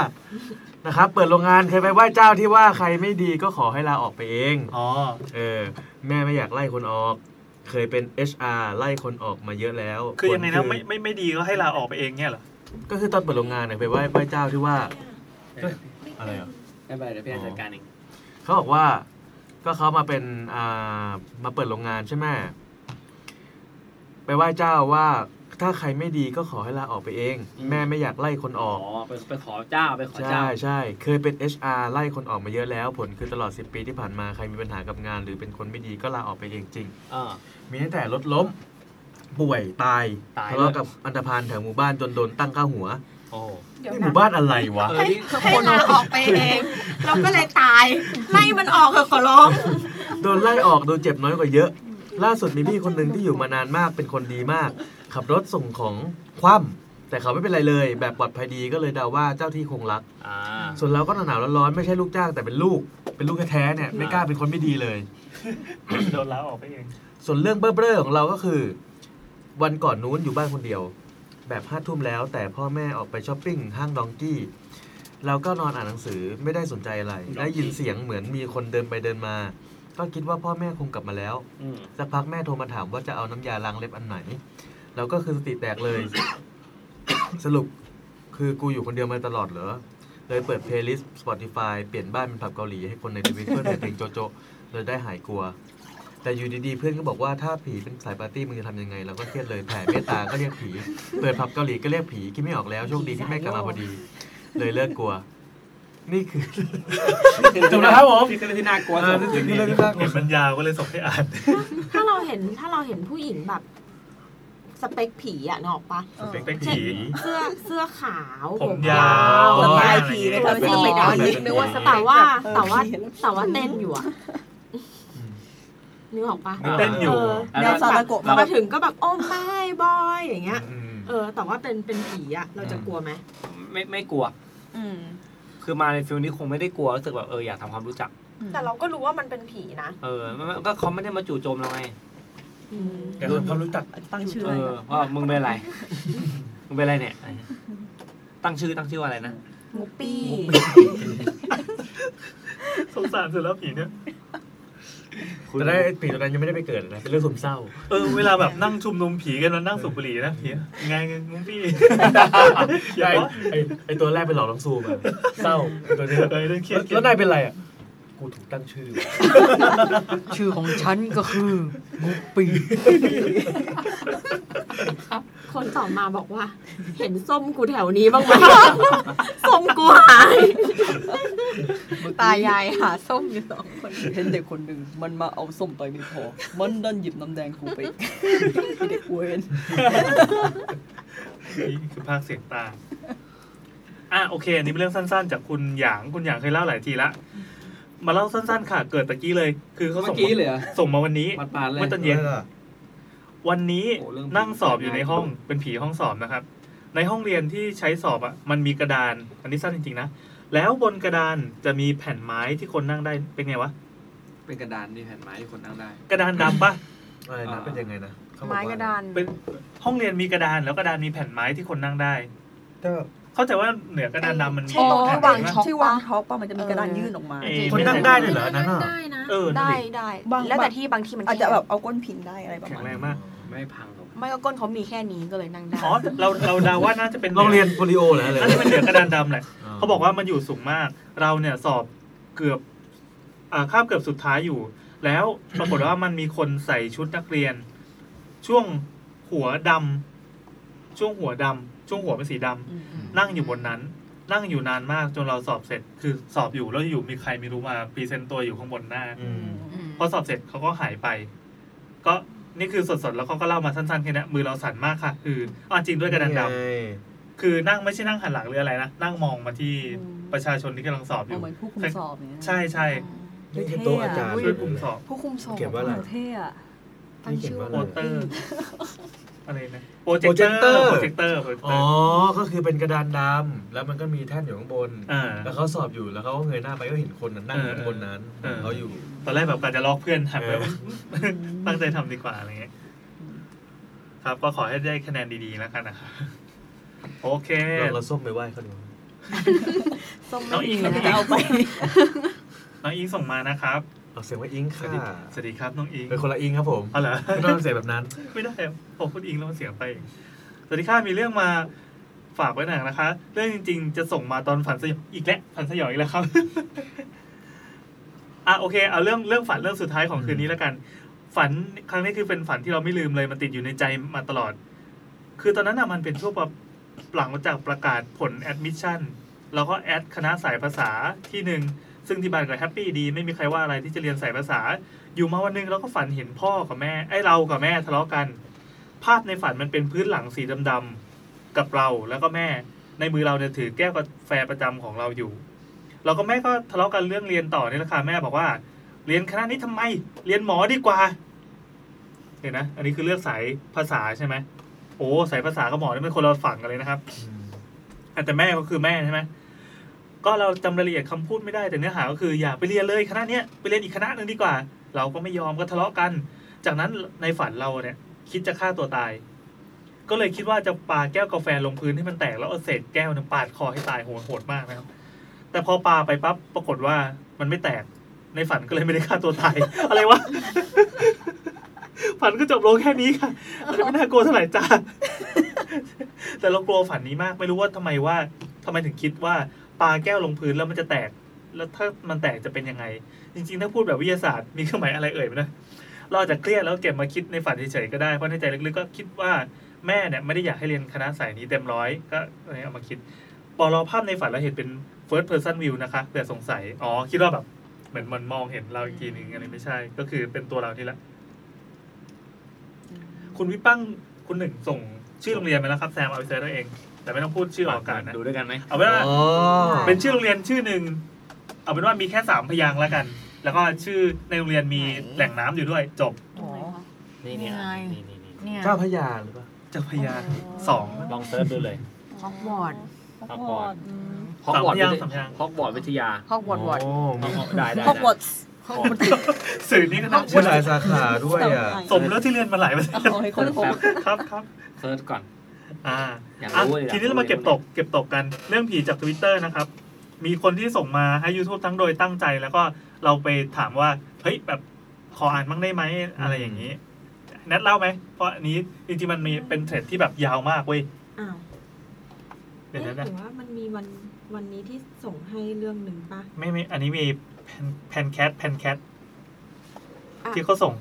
S8: นะครับ เปิดโรงงานเคยไปไหว้เจ้าที่ว่าใครไม่ดีก็ขอให้ลาออกไปเอง
S1: อ๋อ
S8: เออ แม่ไม่อยากไล่คนออก เคยเป็น HR ไล่คนออกมาเยอะแล้ว
S1: คือยังไงนะ
S8: ผล
S1: ไม่ไม่ไม่ดีก็ให้ลาออกไปเองเนี่ยเหรอ
S8: ก็คือตอนเปิดโรงงานเนี่ยไปไหว้ไหว้เจ้าที่ว่า อะไรอ่ะ
S4: ไม่เป็นไรเดี๋ยวพี่จัดการเอง
S8: เขาบอกว่าก็เขามาเป็นอ่ามาเปิดโรงงานใช่ไหมไปไหว้เจ้าว่าถ้าใครไม่ดีก็ขอให้ลาออกไปเอง แม่ไม่อยากไล่คนอ
S4: อ๋
S8: อ
S4: อก ไปไปขอเจ้าไปขอเจ้า
S8: ใช่ใช่เคยเป็น HR ไล่คนออกมาเยอะแล้ว ผลคือตลอด 10 ปีที่ผ่านมาใครมีปัญหากับงาน หรือเป็นคนไม่ดีก็ลาออกไปเองจริง
S4: อ่า
S8: มีตั้งแต่รถล้ม ป่วยตาย
S4: ตาย
S8: ทะเลาะ
S4: ด้วย
S8: กับอันธพาลแถวหมู่บ้านจนโดนตั้งค่าหัว
S4: โอ้
S3: เดี๋ยว
S8: นี่ห
S3: นะ
S8: มู่บ้านอะไรวะ
S4: เออ
S3: ให้ให้ลาออกไปเอง เราก็เลยตายไล่มันออกเถอะขอร้อง
S8: โดนไล่ออกโดนเจ็บน้อยกว่าเยอะ ล่าสุดมีพี่คนหนึ่งที่อยู่มานานมากเป็นคนดีมาก ขับรถส่งของคว่ำแต่เขาไม่เป็นไรเลย แบบปลอดภัยดีก็เลยเดาว่าเจ้าที่คงรัก
S4: อ่า
S8: ส่วนเราก็หนาวๆร้อนๆไม่ใช่ลูกจ้างแต่เป็นลูก เป็นลูกแท้ๆเนี่ยไม่กล้าเป็นคนไม่ดีเลย
S1: โดนลาออกไปเอง
S8: ส่วนเรื่องเบ้อๆของเราก็คือ วันก่อนนู้นอยู่บ้านคนเดียว แบบห้าทุ่มแล้ว แต่พ่อแม่ออกไปช้อปปิ้งห้างดองกี้ เราก็นอนอ่านหนังสือไม่ได้สนใจอะไร ได้ยินเสียงเหมือนมีคนเดินไปเดินมา ก็คิดว่าพ่อแม่คงกลับมาแล้ว
S4: อืม
S8: สักพักแม่โทรมาถามว่าจะเอาน้ำยาล้างเล็บอันไหน เราก็คือสติแตกเลย [coughs] สรุปคือกูอยู่คนเดียวมาตลอดเหรอ เลยเปิดเพลย์ลิสต์ Spotify เปลี่ยนบ้านเป็นผับเกาหลีให้คนในทวิตเพื่อนเพลงโจโจเลยได้หายกลัว แต่อยู่ดีๆ เพื่อนก็บอกว่าถ้าผีเป็นสายปาร์ตี้มึงจะทำยังไง เราก็เครียดเลยแผ่เมตตาก็เรียกผี เปิดผับเกาหลีก็เรียกผีคิดไม่ออกแล้วโชคดีที่แม่กลับมาพอดี เลยเลิกกลัว นี่คือ จบแล้วครับผม
S4: นี่คือเรื่องที่น่ากลัว
S8: เออ
S4: สุด
S8: นี่คือเรื่องที่น่ากลั
S1: เห็
S8: วน
S1: มันยาวก็เลยส่งให้อ่าน
S3: ถ้าเราเห็นถ้าเราเห็นผู้หญิงแบบ สเปคผีอะนกออกปะ
S6: เออ
S1: เป็นผี
S3: เสื้อเสื้อขาว
S1: ผมยาว
S3: ผมยาว
S6: สไตล์ผีเลย
S3: เออ
S6: ค่ะพี่
S8: สไตล์ผี
S6: นึกว่าสไต
S3: แต่
S6: ล์
S3: ว่า
S6: เออ
S3: แต่ว่า
S6: เห็นแล้ว
S3: แต่ว่าเต้นอยู่อะนึกออกปะ
S1: เต้นอยู่
S3: เอ
S6: แนวซาตะโกะ
S3: เรา
S6: มาก
S3: มาถึงก็แบบโอ้ไม่บอยอย่างเงี้ย
S8: อืม
S3: เออ แต่ว่าเป็นเป็นผีอะเราจะกลัวไหม
S4: ไม่ไม่กลัว
S6: อืม
S4: คือมาในฟิลนี้คงไม่ได้กลัวรู้สึกแบบเอออยากทำความรู้จัก
S3: แต่เราก็รู้ว่ามันเป็นผีนะ
S4: เออไม่ไม่ก็เขาไม่ได้มาจู่โจมเราไง
S3: อืม
S8: อยากทำความรู้จัก
S6: ตั้งชื่อ
S4: เอ
S6: อะไร
S4: อ
S6: ก่อน
S4: ว่ามึงเป็นอะไร [laughs] มึงเป็นอะไรเนี่ย ตั้งชื่อตั้งชื่อว่าอะไรนะ
S6: มูปี้
S1: สงสารสุดแล้วผีเนี่ย
S8: แต่ได้ปีตอนนั้นยังไม่ได้ไปเกิดนะเป็นเรื่องสมเศร้า
S1: เออเวลาแบบนั่งชุมนุมผีกันมันนั่งสูบบุหรี่นะผีไงงงพี่อย่า
S8: ไอ้
S1: วะ
S8: ไอ้ไอตัวแรกเป็นหลอกน้องซูมาเศร้าไอ้ตัวนี้
S1: เออเรื่องเครียด
S8: แล้วนายเป็นไรอ่ะ กูถูกตั้งชื่อ
S7: ชื่อของฉันก็คือมุกปี
S3: คนต่อมาบอกว่า เห็นส้มกูแถวนี้บ้าง [laughs] ไหม ส้มกูหาย
S6: ตายายหาส้มอยู่สองคนเห็นเด็กคนหนึ่งมันมาเอาส้มไปไม่พอ มันดันหยิบน้ำแดงกูไปอีกเด็กเวน
S1: นี่คือภาคเสียงตางอ่ะโอเคอันนี้เป็นเรื่องสั้นๆ จากคุณหยางคุณหยางเคยเล่าหลายทีละมาเล่าสั้นๆ ค่ะ เกิดตะกี้เลย คือเขา
S4: เมื่
S1: ส่ง
S4: อกี้เลยเหรอ
S1: ส่งมาวันนี้
S4: ปัดปานๆเลย
S1: เมื่อตอนเย็น วันนี้
S4: โอ้เรื่องผี
S1: นั่งสอบอยู่ในห้องเป็นผีห้องสอบนะครับ ในห้องเรียนที่ใช้สอบอ่ะมันมีกระดาน อันนี้สั้นจริงๆนะ แล้วบนกระดานจะมีแผ่นไม้ที่คนนั่งได้เป็นไงวะ
S4: เป็นกระดานนี่แผ่นไม้ที่คนนั่งได้
S1: กระดานดำปะ
S8: อะไรนะเป็นยังไงนะเขบอกว่
S7: ไม้กระดาน
S1: เป็นห้องเรียนมีกระดานแล้วกระดานมีแผ่นไม้ที่คนนั่งได้
S8: ก็
S1: เข้าใจว่าเหนือกระดานดำมันมี
S7: ใช่ตรงที่วาง
S1: แผ่นไม้
S7: ช็อ
S1: ปะ
S7: ก
S6: ที่วางท็อกป่ะมันจะมีกระดานยื่นออกมา
S1: เออ
S8: คนนั่งได้เลยเหรออันนั้นอ่ะ
S3: ได้นะ
S1: เออนั่น
S7: ได้
S1: ดิ
S7: ได้
S6: บาง
S7: แล้วแต่ที่บางที่มัน
S6: อาจจะแบบเอาก้นพิงได้อะไรประ
S1: แข็
S6: มาณ
S1: งแร
S6: นั้น
S1: งมาก
S4: ไม่พังหรอก
S7: ไม่ก็ก้นเขามีแค่นี้ก็เลยนั่งได้
S1: อ๋อเราเราเดาว่าน่าจะเป็น
S8: โรงเรียนโปลิโอเหรออะไร
S1: น่าจะเป็นเหนือกระดานดำแหละ เขาบอกว่ามันอยู่สูงมาก เราเนี่ยสอบเกือบอ่าข้ามเกือบสุดท้ายอยู่ แล้วปรากฏว่ามันมีคนใส่ชุดนักเรียน ช่วงหัวดำช่วงหัวดำช่วงหัวเป็นสีดำ
S6: อืม
S1: นั่งอยู่บนนั้น นั่งอยู่นานมากจนเราสอบเสร็จ คือสอบอยู่แล้วอยู่มีใครไม่รู้มาพรีเซนต์ตัวอยู่ข้างบนหน้า
S8: อืม
S1: พอสอบเสร็จเขาก็หายไป ก็นี่คือสดๆ แล้วเขาก็เล่ามาสั้นๆแค่เนี้ยมือเราสั่นมากค่ะ คืออ๋อจริงด้วยกระดานดำ
S8: ไง
S1: คือนั่งไม่ใช่นั่งหันหลังหรืออะไรนะนั่งมองมาที่ประชาชนที่กำลังสอบอ
S6: เอา
S1: ยู่
S6: เหมือนผู้คุมสอบเนี่ยนะ
S1: ใช่ใช่
S8: นี่คือโต๊ะอาจารย์
S1: ช่วยกลุ่มสอบ
S7: ผู้คุมสอบ
S8: เขียนว่าอะไร
S6: เท่อะ
S8: นี่เขียนว่าอะไร
S1: โปสเตอร์ อะไรนะโปรเจคเตอร์
S8: Projector
S1: โปรเจคเตอร์โปรเจคเต
S8: อ๋
S1: อ
S8: อ
S1: ร์
S8: ก็คือเป็นกระดานดำแล้วมันก็มีแท่นอยู่ข้างบน
S1: ่า
S8: แล้วเขาสอบอยู่แล้วเขาก็เงยหน้าไปก็เห็นคนนั้นนั่งอยู่ข้างบนนั้น
S1: เออเออ
S8: เขาอยู่
S1: ตอนแรกแบบกะจะลอกเพื่อนหันไป
S8: เออ
S1: ว่าตั้งใจทำดีกว่าอะไรเงี้ยครับก็ขอให้ได้คะแนนดีๆแล้วกันนะครับโอเค
S8: เราเราส้มไปไหว้เขาดู
S6: ส้ม
S1: น้องอิง
S6: ไม่ได้เอาไป
S1: น้องอิงส่งมานะครับ
S8: เอาเสียงว่าอิง
S1: ส
S8: ค่ะ
S1: วัสดีสวัสดีครับน้องอิง
S8: เป็นคนละอิงครับผม
S1: เอาเหรอ
S8: ไม่ต้องเสียงแบบนั้น
S1: ไม่ได้ผมพูดอิงแล้วมันเสียงไปเองสวัสดีค่ะมีเรื่องมาฝากไว้หนังนะคะ เรื่องจริง ๆ จะส่งมาตอนฝันสยองอีกแล้วฝันสยองอีกแล้วครับ [laughs] อ่ะโอเคเอาเรื่องเรื่องฝันเรื่องสุดท้ายของคืนนี้แล้วกัน ฝันครั้งนี้คือเป็นฝันที่เราไม่ลืมเลยมันติดอยู่ในใจมาตลอด คือตอนนั้นน่ะมันเป็นช่วงแบบหลังจากประกาศผลแอดมิชชั่นแล้วก็แอดคณะสายภาษาที่หนึ่งซึ่งที่บ้านก็แฮปปี้ดี ไม่มีใครว่าอะไรที่จะเรียนสายภาษา อยู่มาวันหนึงเราก็ฝันเห็นพ่อกับแม่ไอ้เรากับแม่ทะเลาะกัน ภาพในฝันมันเป็นพื้นหลังสีดำๆกับเราแล้วก็แม่ ในมือเราเนี่ยถือแก้วกาแฟประจำของเราอยู่ เราก็แม่ก็ทะเลาะกันเรื่องเรียนต่อนี่แหละค่ะแม่บอกว่า เรียนคณะนี้ทำไม เรียนหมอดีกว่าเห็นนะ อันนี้คือเลือกสายภาษาใช่ไหมโอ้สายภาษากับหมอนี่เป็นคนเราฝั่งกันเลยนะครับ อ่ะแต่แม่ก็คือแม่ใช่ไหมก็เราจำรายละเอียดคำพูดไม่ได้แต่เนื้อหาก็คืออย่าไปเรียนเลยคณะเนี้ยไปเรียนอีกคณะหนึ่งดีกว่า เราก็ไม่ยอมก็ทะเลาะกัน จากนั้นในฝันเราเนี่ย คิดจะฆ่าตัวตาย ก็เลยคิดว่าจะปาแก้วกาแฟลงพื้นให้มันแตกแล้วเอาเศษแก้วเนี่ยปาดคอให้ตายโหดโหดมากนะครับ แต่พอปาไปปั๊บปรากฏว่ามันไม่แตก ในฝันก็เลยไม่ได้ฆ่าตัวตาย อะไรวะ ฝันก็จบลงแค่นี้ค่ะมันไม่น่ากลัวเท่าไหร่จ้า แต่เรากลัวฝันนี้มากไม่รู้ว่าทำไมว่าทำไมถึงคิดว่าปาแก้วลงพื้นแล้วมันจะแตก แล้วถ้ามันแตกจะเป็นยังไง จริงๆ ถ้าพูดแบบวิทยาศาสตร์มีเครื่องหมายอะไรเอ่ยไหมนะเราอาจจะเครียดแล้วเก็บมาคิดในฝันเฉยๆก็ได้เพราะในใจลึกๆก็คิดว่าแม่เนี่ยไม่ได้อยากให้เรียนคณะสายนี้เต็มร้อยก็เอามาคิดปอเราภาพในฝันเราเห็นเป็น first person view นะคะเผื่อสงสัยอ๋อคิดว่าแบบเหมือนมันมองเห็นเราอีกทีหนึ่งอะไรไม่ใช่ ก็คือเป็นตัวเรานี่แหละ คุณวิปั้งคุณหนึ่งส่งชื่อโรงเรียนมาแล้วครับแซมเอาไปเซิร์ชเอาเอง แต่ไม่ต้องพูดชื่อออกอากาศนะ
S5: ดูด้วยกันไหม
S1: เอาเป็นว่า
S8: อ๋อ
S1: เป็นชื่อโรงเรียนชื่อหนึ่งเอาเป็นว่ามีแค่สามพยางค์แล้วกัน แล้วก็ชื่อในโรงเรียนมีแหล่งน้ำอยู่ด้วย จบ
S7: อ๋อ
S5: นี่เนี่ย
S7: ยังไง
S5: นี่นี่นี่
S7: เนี่ย
S8: เจ้าพระยาหรือเปล่า
S1: เจ้าพยางค์สอง
S5: ลองเซิร์ชดูเลย
S7: ฮอกวอตส์
S5: ฮอกวอตส์
S7: อืม
S5: ฮอกวอตส์
S1: สามพยางค์สามพยางค์
S5: ฮอกวอตส์วิทยา
S7: ฮอกวอตส์วอตส์
S8: โอ้
S5: ฮ
S8: มี
S5: อกวอตส์ได้ได้
S6: ฮอกวอตส์
S7: ฮอกวอตส์
S1: สื่อนี้ก็น่า
S8: มี
S1: เชื่อ
S8: หลายสาขาด้วยอ่ะ
S1: สมแล้วที่เรียนมาหลายประเท [laughs] ศ
S6: เอาให้คนพบ
S1: ครับครับ
S5: เซิร์ชก่อน
S1: อ่า
S5: อยาก
S1: อ่ะ
S5: รู้เลยอยากรู้
S1: ทีนี้เรามาเก็บตกเก็บตกกันเรื่องผีจากทวิตเตอร์นะครับ มีคนที่ส่งมาให้ YouTube ทั้งโดยตั้งใจ แล้วก็เราไปถามว่า เฮ้ย แบบขออ่านบ้างได้ไหมอะไรอย่างนี้แนทเล่าไหม เพราะอันนี้จริงๆมันมีเป็นเทรดที่แบบยาวมากเว้ย
S3: อ้าว
S1: เดี๋ยว
S3: เอ๊ะ
S1: นะนะ
S3: หรือว่ามันมีวันวันนี้ที่ส่งให้เรื่องหนึ่งปะ
S1: ไม่ไม่อันนี้มีแพนแคทแพนแคท
S3: อ่ะ
S1: ที่เขาส่ง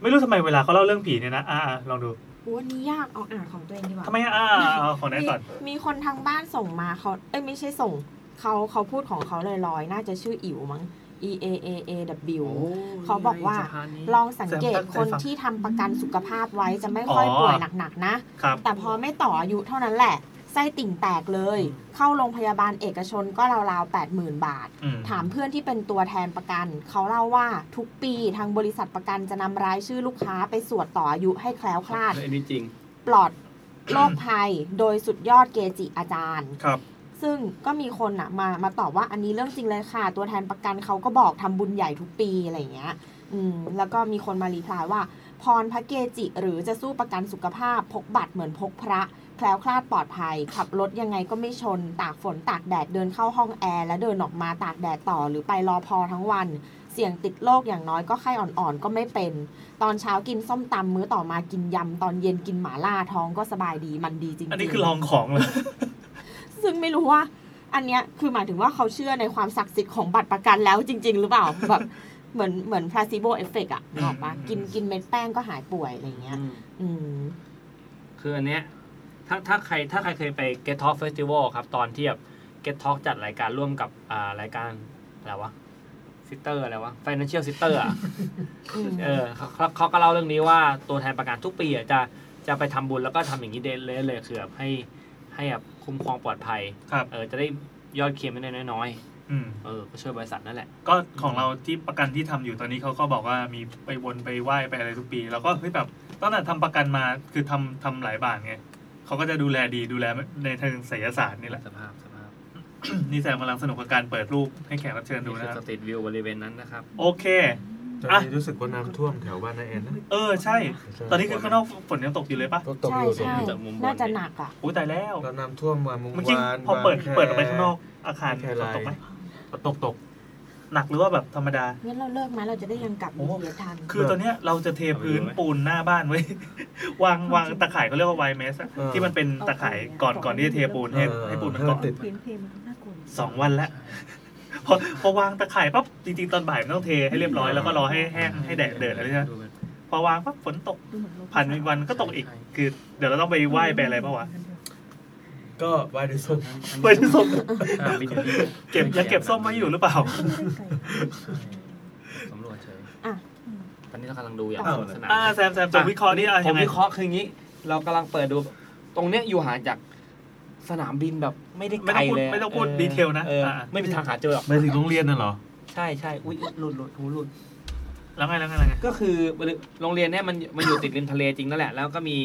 S1: ไม่รู้ทำไมเวลาเขาเล่าเรื่องผีเนี่ยนะอ่าอ่าลองดู
S3: อู้วันนี้ยากเอาอ่านของตัวเองดีกว่า
S1: ทำไมอ่ะอ่าเอาของแนทก่อน
S3: มีมีคนทางบ้านส่งมาเขาเอ้ยไม่ใช่ส่งเขาเขาพูดของเขาลอยๆ น่าจะชื่ออิ๋วมั้ง E A A A W เขาบอกว่า
S5: สะพนนี้
S3: ลองสังเกตคนที่ทำประกันสุขภาพไว้จะไม่ค่อยป่วยหนักๆนะ
S1: ครับ
S3: แต่พอไม่ต่ออายุเท่านั้นแหละ ไส้ติ่งแตกเลย เข้าโรงพยาบาลเอกชนก็ราวๆ 80,000 บาท
S1: อืม
S3: ถามเพื่อนที่เป็นตัวแทนประกัน เขาเล่าว่าทุกปีทางบริษัทประกันจะนำรายชื่อลูกค้าไปสวดต่ออายุให้แคล้วคลาด
S5: เอออันนี้จริง
S3: ปลอดโรคภัยโดยสุดยอดเกจิอาจารย์
S1: ครับ
S3: ซึ่งก็มีคนน่ะมามาตอบว่าอันนี้เรื่องจริงเลยค่ะ ตัวแทนประกันเขาก็บอกทำบุญใหญ่ทุกปีอะไรอย่างเงี้ย อืมแล้วก็มีคนมารีพลายว่า พรพระเกจิ หรือจะสู้ประกันสุขภาพ พกบัตรเหมือนพกพระ แคล้วคลาดปลอดภัย ขับรถยังไงก็ไม่ชน ตากฝนตากแดดเดินเข้าห้องแอร์ แล้วเดินออกมาตากแดดต่อหรือไปรอพอทั้งวัน เสี่ยงติดโรคอย่างน้อยก็ไข้อ่อนๆก็ไม่เป็น ตอนเช้ากินส้มตำมื้อต่อมากินยำตอนเย็นกินหมาล่าท้องก็สบายดีมันดีจริงๆ
S1: อันนี้คือลองของเลย
S3: ซึ่งไม่รู้ว่า อันเนี้ยคือหมายถึงว่าเขาเชื่อในความศักดิ์สิทธิ์ของบัตรประกันแล้วจริง ๆ หรือเปล่า [laughs] แบบเหมือนเหมือน placebo effect อะนึกออกปะ
S1: อืม
S3: กินกินเม็ดแป้งก็หายป่วยอะไรเงี้ย อืม
S5: คืออันเนี้ยถ้าถ้าใครถ้าใครเคยไป Get Talk Festival ครับ ตอนที่แบบ Get Talk จัดรายการร่วมกับอ่ารายการอะไรวะซิสเตอร์อะไรวะ Financial Sister
S3: [laughs]
S5: อ่ะ
S3: อืม
S5: เออเขาเขาเขาก็เล่าเรื่องนี้ว่าตัวแทนประกันทุกปีอ่ะจะจะไปทำบุญแล้วก็ทำอย่างนี้เดนเลยเลยคือแบบให้ให้แบบคุ้มครองปลอดภัย
S1: ครับ
S5: เออจะได้ยอดเคลมไม่ได้น้อย
S1: อืม
S2: เออก็ช่วยบริษัทนั่นแหละ
S1: ก็ของเราที่ประกันที่ทำอยู่ตอนนี้เขาก็บอกว่ามีไปวนไปไหว้ไปอะไรทุกปี แล้วก็เฮ้ยแบบตั้งแต่ทำประกันมาคือทำทำหลายบาทไงเขาก็จะดูแลดีดูแลในทางศิลศาสตร์นี่แหละ
S2: สภาพสภาพ
S1: นี่แซมกำลังสนุกกับการเปิดรูปให้แขกรับเชิญดู
S2: นี่
S1: นะค
S2: คือส
S1: รับ
S2: ตรีทวิวบริเวณนั้นนะครับ
S1: โอเค
S8: ตอนนี้รู้สึกว่าน้ำท่วมแถวบ้านนาแอนนะ
S1: เออใช่ ตอนนี้คือข้างนอกฝนยังตกอยู่เลยปะ
S8: ก็ตก
S3: ใช่
S8: อยู่ตก
S3: ใช่
S8: อยู่
S2: จากมุมบน
S3: น่าจะหนักอ่ะ
S1: อุ้ยตายแล้ว
S8: แล้วน้ำท่วมวานมุง
S1: เมื่อกี้
S8: วาน
S1: พอเปิด
S8: บงแค
S1: เปิดออกไปข้างนอกอาคาร
S8: ไม่แคร์อะไร
S1: ฝนตกไหม
S8: ตกตก
S1: หนักหรือว่าแบบธรรมดา
S3: งั้นเราเลิกไหมเราจะได้ยังกลับ
S1: โอ้
S3: มาเดียวทัน
S1: คือตอนเนี้ยเราจะเทพื้นปูนหน้าบ้านไว้ [laughs] วางวางตะข่ายเขาเรียกว่าไวเมสที่มันเป็นตะข่ายก่อนก่อนที่จะเทปูนให้ให้ปูนมันเกาะ
S8: ติด
S6: พื้นเพมันก็น่ากลัวอยู่
S1: สองวันแล้ว [laughs] พอพอวางตะข่ายปั๊บจริงๆตอนบ่ายมันต้องเทให้เรียบร้อยแล้วก็รอให้แห้งให้แดดเดือดอะไรใช่ไหมพอวางปั๊บฝนตก
S6: ดูเหมือนโลก
S1: ผ่านไปอีกวันก็ตกอีก คือ เดี๋ยวเราต้องไปไหว้ไปอะไรปะวะ
S8: ก็ไหว้ด้วยส้ม
S1: ไปที่ส้ม
S2: อ่ามีเดี๋ยว
S1: เก็บ
S2: นี้
S1: ยังเก็บส้มไว้อยู่หรือเปล่า
S6: ไกล
S2: สำรวจเฉย
S3: อ่ะ
S2: ตอนนี้เรากำลังดูอย่าง
S3: อ้าว
S2: สนุกสนาน
S1: อ่าแซมแซมจบวิเคราะห์นี่อะ
S2: ผ
S1: ยั
S2: ม
S1: งไง
S2: วิเคราะห์คืออย่างงี้ เรากำลังเปิดดู ตรงเนี้ยอยู่ห่างจากสนามบินแบบไม่ได้
S1: ไม่
S2: ไกล
S1: ต้องพูด
S2: เลยอะ
S1: ไม่ต้องพูด
S2: เ
S1: ดีเทลนะ
S2: ออ
S1: อ่ะ
S2: ไม่มีทางหาเจอหรอก
S8: ไปถึงโรงเรียนน่ะเหรอ
S2: ใช่ใช่อุ้ยอุ๊ยหลุดหลุดหูหลุด
S1: แล้วไงแล้วไงแล้วไง
S2: ก็คือบริโรงเรียนเนี่ยมันมันอยู่ติดริมทะเลจริงนั่นแหละ แล้วก็มี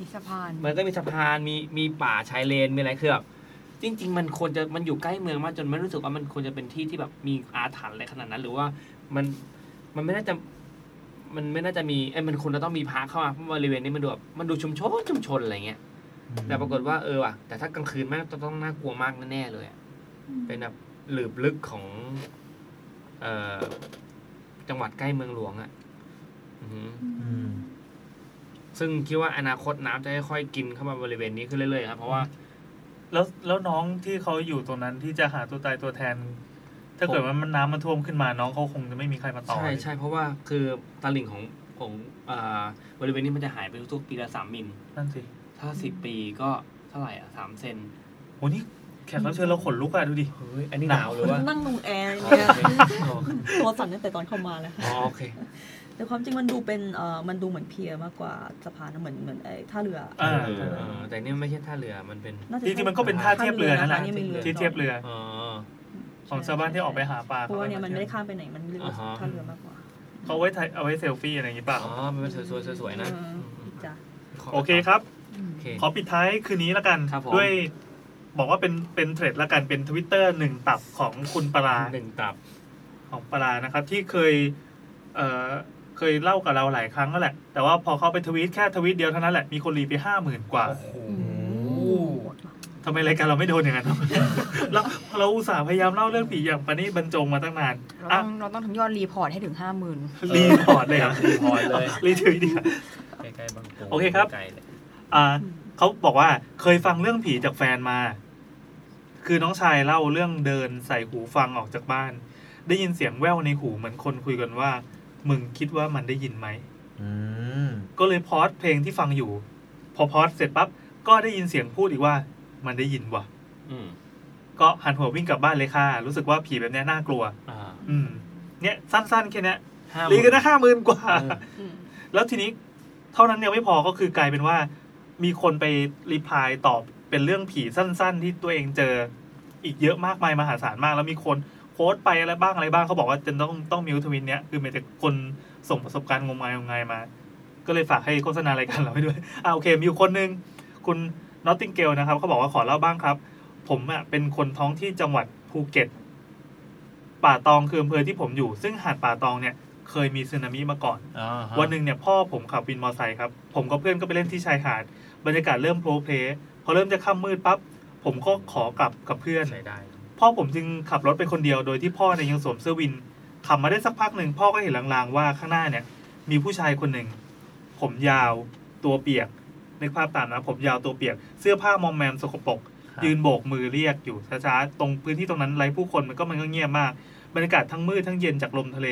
S7: มีสะพาน
S2: มันก็มีสะพาน มีมีป่าชายเลน มีอะไรคือแบบจริง ๆ มันควรจะมันอยู่ใกล้เมืองมากจนไม่รู้สึกว่ามันควรจะเป็นที่ที่แบบมีอาถรรพ์อะไรขนาดนั้น หรือว่ามันมันไม่น่าจะมันไม่น่าจะมีเอ้ยมันควรจะต้องมีพาร์คเข้ามาเพราะบริเวณนี้มันดูแบบมันดูชุมชนชุมชนอะไรเงี้ยแต่ปรากฏว่าเออว่ะแต่ถ้ากลางคืนแม่งจะต้องน่ากลัวมากแน่ๆเลยอะเป็นแบบหลืบลึกของเอ่อจังหวัดใกล้เมืองหลวงอะอือหือ ซึ่งคิดว่าอนาคตน้ำจะค่อยๆกินเข้ามาบริเวณนี้ขึ้นเรื่อยๆครับเพราะว่า
S1: แล้วแล้วน้องที่เขาอยู่ตรงนั้นที่จะหาตัวตายตัวแทน ถ้าเกิดว่ามันน้ำมันท่วมขึ้นมาน้องเขาคงจะไม่มีใครมาต่อ
S2: ใช่ใช่เพราะว่าคือตลิ่งของของอ่าบริเวณนี้มันจะหายไปทุกๆปีละสามมิล
S1: นั่นสิ
S2: ถ้าสิบปีก็เท่าไหร่อ่ะสามเซน
S1: โหนี่แขกรับเชิญเราขนลุกอะดูดิ
S2: เฮ้ยอันนี้หนาวหรือว่า
S6: นั่งลงแอร์
S2: [laughs]
S6: อย่างเนี่ย [laughs]
S2: อ๋อ
S6: ตัวสั่นตั้งแต่ตอนเข้ามาแล้ว
S2: อ๋อโอเค
S6: แต่ความจริงมันดูเป็นเอ่อมันดูเหมือนเพียร์มากกว่าสะพานนะเหมือนเหมือนไอ้ท่าเรือ
S1: อ่า
S2: เออเออแต่นี่มันไม่ใช่ท่าเรือมันเป็น
S6: น่าจะ
S1: จริงๆมันก็เป็นท่าเทียบเรือนั่นแหละ
S6: ท่าเรือนะคะ
S1: ที่เทียบเรือ
S2: อ๋อ
S1: ของชาวบ้านที่ออกไปหาปลา
S6: เพราะว่าเนี่ยมันไม่ได้ข้ามไปไหนมันเรียกว่า
S2: อ่าฮะ
S6: ท่าเรือมากกว่า
S1: เขาไว้ถ่ายเอาไว้เซลฟี่อะไรอย่างนี้เปล่า
S2: อ๋อมันเป็นสวยๆสวยๆนะ
S6: เออจ้ะ
S1: โอเคครับ
S2: โอเค
S1: ขอปิดท้ายคืนนี้ละกัน
S2: ครับผม
S1: ด้วยบอกว่าเป็นเป็นเทรดละกันเป็นทวิตเตอร์หนึ่งตับของคุณปลา
S2: หนึ่งตับ
S1: ของปลานะครับ ที่เคยเอ่อเคยเล่ากับเราหลายครั้งแล้วแหละ แต่ว่าพอเขาไปทวีตแค่ทวีตเดียวเท่านั้นแหละมีคนรีไปห้าหมื่นกว่าทำไมรายการเราไม่โดนอย่างนั้น [laughs] วะ แล้วเราอุตส่าห์พยายามเล่าเรื่องผีอย่างปานี้บรรจงมาตั้งนาน
S7: เรา
S1: อ่ะ
S7: ต้องเราต้องทำยอดรีพอร์ตให้ถึงห้าหมื่น
S1: รีพอร์ตเลยเหรอ่ะ
S2: พอยเลย
S1: [laughs] รีทวีตดีกว่า
S2: ใกล้ๆบางปู
S1: โอเคครับ
S2: ใกล้เลย
S1: อ่าเขาบอกว่าเคยฟังเรื่องผีจากแฟนมา คือน้องชายเล่าเรื่องเดินใส่หูฟังออกจากบ้าน ได้ยินเสียงแว่วในหูเหมือนคนคุยกันว่า มึงคิดว่ามันได้ยินไหม
S8: อืม
S1: ก็เลยพอดเพลงที่ฟังอยู่ พอพอดเสร็จปั๊บก็ได้ยินเสียงพูดอีกว่า มันได้ยินว่ะ
S2: อืม
S1: ก็หันหัววิ่งกลับบ้านเลยค่ะ รู้สึกว่าผีแบบเนี้ยน่ากลัว
S2: อ่า
S1: อืม เนี่ยสั้นๆแค่เนี้ย
S2: ห้าหมื่
S1: รีกันนะห้าหมื่นกว่า
S6: อืม
S1: แล้วทีนี้เท่านั้นยังไม่พอก็คือกลายเป็นว่า มีคนไปรีプライตอบเป็นเรื่องผีสั้นๆ ที่ตัวเองเจออีกเยอะมากมายมหาศาลมาก แล้วมีคนโค้ดไปอะไรบ้างอะไรบ้างเขาบอกว่าจะต้องต้องมิวทวินเนี้ยคือมีแต่คนส่งประสบการณ์งมงายงมงายมา ก็เลยฝากให้โฆษณารายการเราให้ด้วย [laughs] อ่าโอเค มีอยู่คนหนึงคุณนอตติงเกลนะครับเขาบอกว่าขอเล่าบ้างครับ ผมอ่ะเป็นคนท้องที่จังหวัดภูเก็ต ป่าตองคืออำเภอที่ผมอยู่ ซึ่งหาดป่าตองเนี่ยเคยมีสึนามิมาก่อน วันหนึ่งเนี่ยพ่อผมขับวินมอไซค์ครับ ผมกับเพื่อนก็ไปเล่นที่ชายหาด บรรยากาศเริ่มโพลเพลพอเริ่มจะค่ำมืดปั๊บ ผมก็ขอกลับกับเพื่อน
S2: ใช้ได้
S1: พ่อผมจึงขับรถไปคนเดียวโดยที่พ่อเนี่ยยังสวมเสื้อวิน ขับมาได้สักพักหนึ่งพ่อก็เห็นลางๆว่าข้างหน้าเนี่ย มีผู้ชายคนหนึ่ง ผมยาวตัวเปียกนึกภาพตามนะ ผมยาวตัวเปียก เสื้อผ้ามอมแมมสกปรก
S2: ครับ
S1: ยืนโบกมือเรียกอยู่ช้าๆตรงพื้นที่ตรงนั้นไร้ผู้คนมันก็มันก็เงียบมาก บรรยากาศทั้งมืดทั้งเย็นจากลมทะเล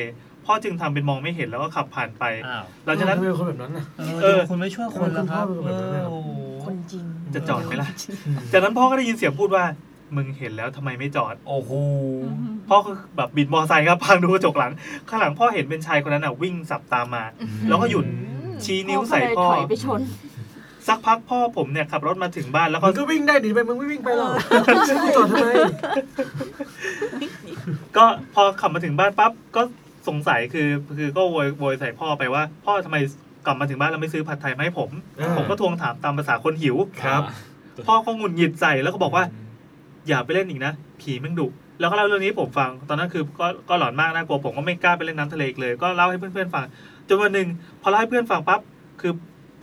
S1: พ่อจึงทำเป็นมองไม่เห็นแล้วก็ขับผ่านไป
S2: อ้าว
S1: หลังจากนั้น
S8: ทำไมเป็นคนแบบนั้นน่ะ
S1: เออ
S2: คุณไม่ช่วยคนแล้วครับ
S8: ทำไมคุณพ่อเป็นแบบนั้นเนี่ย
S2: เออโอ้โห
S3: คนจริง
S1: จะจอดไหมล่ะ จากนั้นพ่อก็ได้ยินเสียงพูดว่า มึงเห็นแล้วทำไมไม่จอด
S2: โอ้โห
S1: พ่อก็แบบบิดมอไซค์ครับพังดูกระจกหลัง ข้างหลังพ่อเห็นเป็นชายคนนั้นอ่ะวิ่งสับตามมา แล้วก็หยุดชี้นิ้วใส่พ่อ
S3: ก็เลยถอยไปชน
S1: สักพักพ่อผมเนี่ยขับรถมาถึงบ้านแล้วก็
S8: มึงก็วิ่งได้ดิไปมึงไม่วิ่งไปหรอกจอดทำไม
S1: ก็พอขับมาถึงบ้านปั๊บก็สงสัยคือคือก็โวยโวยใส่พ่อไปว่า พ่อทำไมกลับมาถึงบ้านแล้วไม่ซื้อผัดไทยมาให้ผม
S8: อ่า
S1: ผมก็ทวงถามตามภาษาคนหิว
S8: ครับ
S1: พ่อก็หงุดหงิดใส่แล้วก็บอกว่า อย่าไปเล่นอีกนะ ผีแม่งดุแล้วก็เล่าเรื่องนี้ให้ผมฟัง ตอนนั้นคือก็ก็หลอนมากน่ากลัวผมก็ไม่กล้าไปเล่นน้ำทะเลอีกเลย ก็เล่าให้เพื่อนๆฟังจนวันหนึ่งพอเล่าให้เพื่อนฟังปั๊บคือ